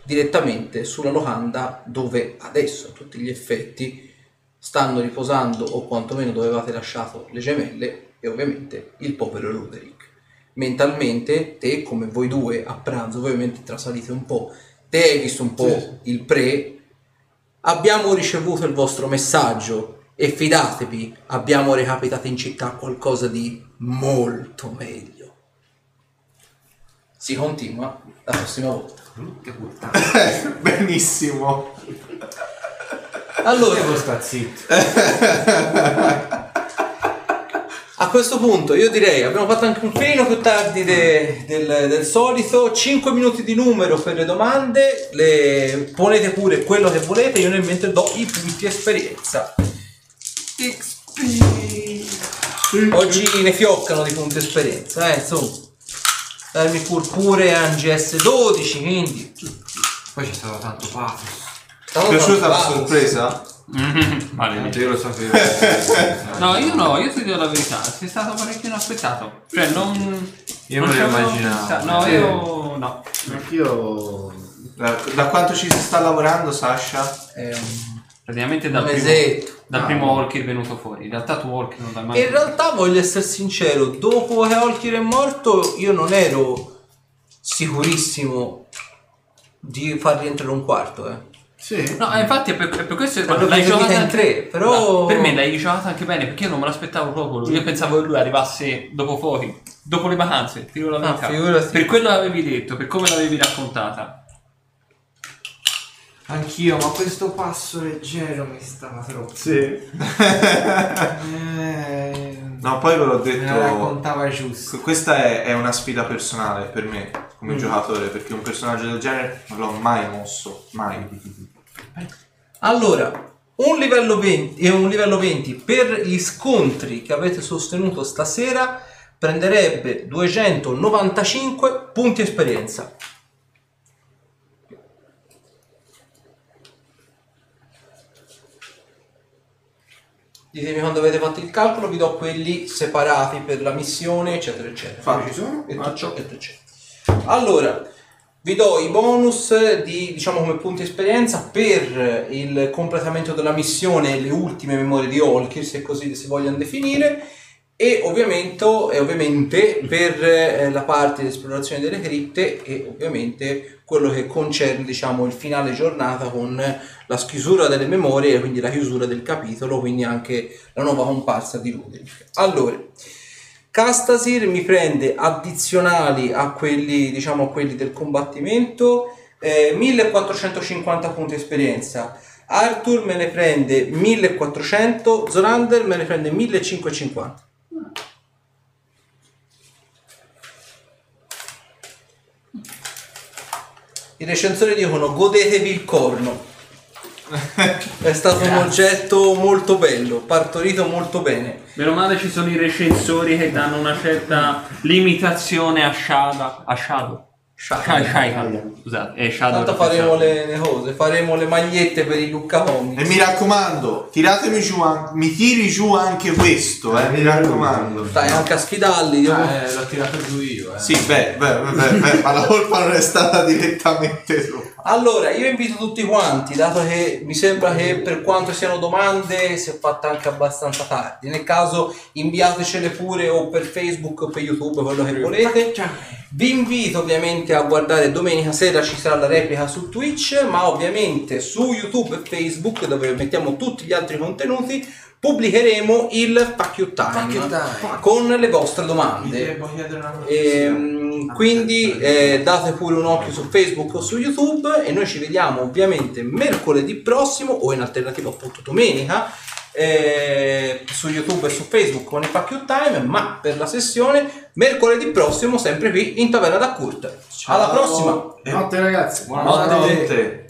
Speaker 2: direttamente sulla locanda dove adesso a tutti gli effetti stanno riposando o quantomeno dove avevate lasciato le gemelle e ovviamente il povero Roderick mentalmente te come voi due a pranzo voi ovviamente trasalite un po' te hai visto un po' il pre abbiamo ricevuto il vostro messaggio e fidatevi abbiamo recapitato in città qualcosa di molto meglio si continua la prossima volta
Speaker 6: Benissimo.
Speaker 2: allora A questo punto io direi abbiamo fatto anche un pelino più tardi de- del, del solito, 5 minuti di numero per le domande, le ponete pure quello che volete, io nel mentre do i punti esperienza. XP. Oggi ne fioccano di punti esperienza, eh, insomma. Darmi pur pure ANGS 12, quindi...
Speaker 13: Poi c'è stato tanto pathos.
Speaker 6: Ti è
Speaker 2: Stavo
Speaker 6: piaciuta la
Speaker 2: tanto bravo.
Speaker 6: sorpresa?
Speaker 13: Tanto Ah, io lo sapevo.
Speaker 3: Mm-hmm. Ah, No, io no, io ti dico la verità, sei stato parecchio inaspettato. Cioè, non.
Speaker 6: Io
Speaker 3: non
Speaker 6: me
Speaker 3: ci
Speaker 6: lo
Speaker 3: avevo
Speaker 6: immaginavo.
Speaker 3: pensato. No,
Speaker 6: Sì.
Speaker 3: io no.
Speaker 1: Anch'io
Speaker 6: Da, da quanto ci si sta lavorando, Sasha?
Speaker 2: È un
Speaker 3: Praticamente dal primo,
Speaker 2: mesetto.
Speaker 3: dal primo Walker venuto fuori. In realtà tu Walker non l'hai mai.
Speaker 2: In realtà voglio essere sincero, dopo che Holkir è morto io non ero sicurissimo di far rientrare un quarto. Eh.
Speaker 1: sì.
Speaker 3: No, eh, infatti è per, è per questo
Speaker 2: L'ho
Speaker 3: l'hai
Speaker 2: dividita
Speaker 3: giocata
Speaker 2: in tre, però-
Speaker 3: Ah, Per me l'hai giocata anche bene, perché io non me l'aspettavo proprio. lui. Io pensavo che lui arrivasse dopo fuori, dopo le vacanze, ti dico la
Speaker 2: Ah,
Speaker 3: verità.
Speaker 2: figurati.
Speaker 3: Per quello l'avevi detto, per come l'avevi raccontata.
Speaker 7: Anch'io, ma questo passo leggero mi stava troppo.
Speaker 6: Sì.
Speaker 7: Eh,
Speaker 6: No, poi ve l'ho
Speaker 7: me la
Speaker 6: detto.
Speaker 7: raccontava giusto.
Speaker 6: Questa è, è una sfida personale per me,
Speaker 7: Mm.
Speaker 6: come giocatore, perché un personaggio del genere non l'ho mai mosso,
Speaker 7: Mm.
Speaker 6: mai.
Speaker 2: Allora, un livello 20 e un livello 20 per gli scontri che avete sostenuto stasera prenderebbe 295 punti esperienza. Ditemi quando avete fatto il calcolo, vi do quelli separati per la missione, eccetera, eccetera.
Speaker 1: Ci sono?
Speaker 2: E tutto ciò che te c'è. Allora, vi do i bonus di, diciamo come punti esperienza per il completamento della missione e le ultime memorie di Holkir, se così si vogliono definire, e ovviamente, e ovviamente per eh, la parte di esplorazione delle cripte e ovviamente quello che concerne diciamo, il finale giornata con la chiusura delle memorie, quindi la chiusura del capitolo, quindi anche la nuova comparsa di Ruderick. Allora, Castasir mi prende addizionali a quelli, diciamo, a quelli del combattimento, eh, 1450 punti esperienza. Arthur me ne prende 1400, Zorander me ne prende 1550. I recensori dicono godetevi il corno. È stato un oggetto molto bello, partorito molto bene.
Speaker 3: Meno male ci sono i recensori che danno una certa limitazione a Shada. A Shadow. Shai- Shai- Scusate, è Shadow.
Speaker 2: Tanto faremo le, le cose, faremo le magliette per i Lucca Comics.
Speaker 6: E mi raccomando, tiratemi giù, an- mi tiri giù anche questo, eh, mi raccomando.
Speaker 2: Stai anche a sfidarli,
Speaker 6: Ah,
Speaker 2: io-
Speaker 7: Eh, l'ho tirato giù io, eh.
Speaker 6: Sì, beh, beh, beh, beh, beh, ma la colpa non è stata direttamente tua.
Speaker 2: Allora, io invito tutti quanti, dato che mi sembra che per quanto siano domande si è fatta anche abbastanza tardi. Nel caso inviatecele pure o per Facebook o per YouTube, quello che volete. Vi invito ovviamente a guardare domenica sera ci sarà la replica su Twitch, ma ovviamente su YouTube e Facebook, dove mettiamo tutti gli altri contenuti, pubblicheremo il Fuck You Time,
Speaker 7: Fuck You Time.
Speaker 2: con le vostre domande.
Speaker 6: chiedere una cosa.
Speaker 7: Ah,
Speaker 2: Ehm, quindi eh, date pure un occhio su Facebook o su YouTube e noi ci vediamo ovviamente mercoledì prossimo o in alternativa appunto domenica eh, su YouTube e su Facebook con il Pack Your Time, ma per la sessione mercoledì prossimo sempre qui in Taverna da Kurt. Alla prossima!
Speaker 1: Notte ragazzi.
Speaker 6: Buonanotte.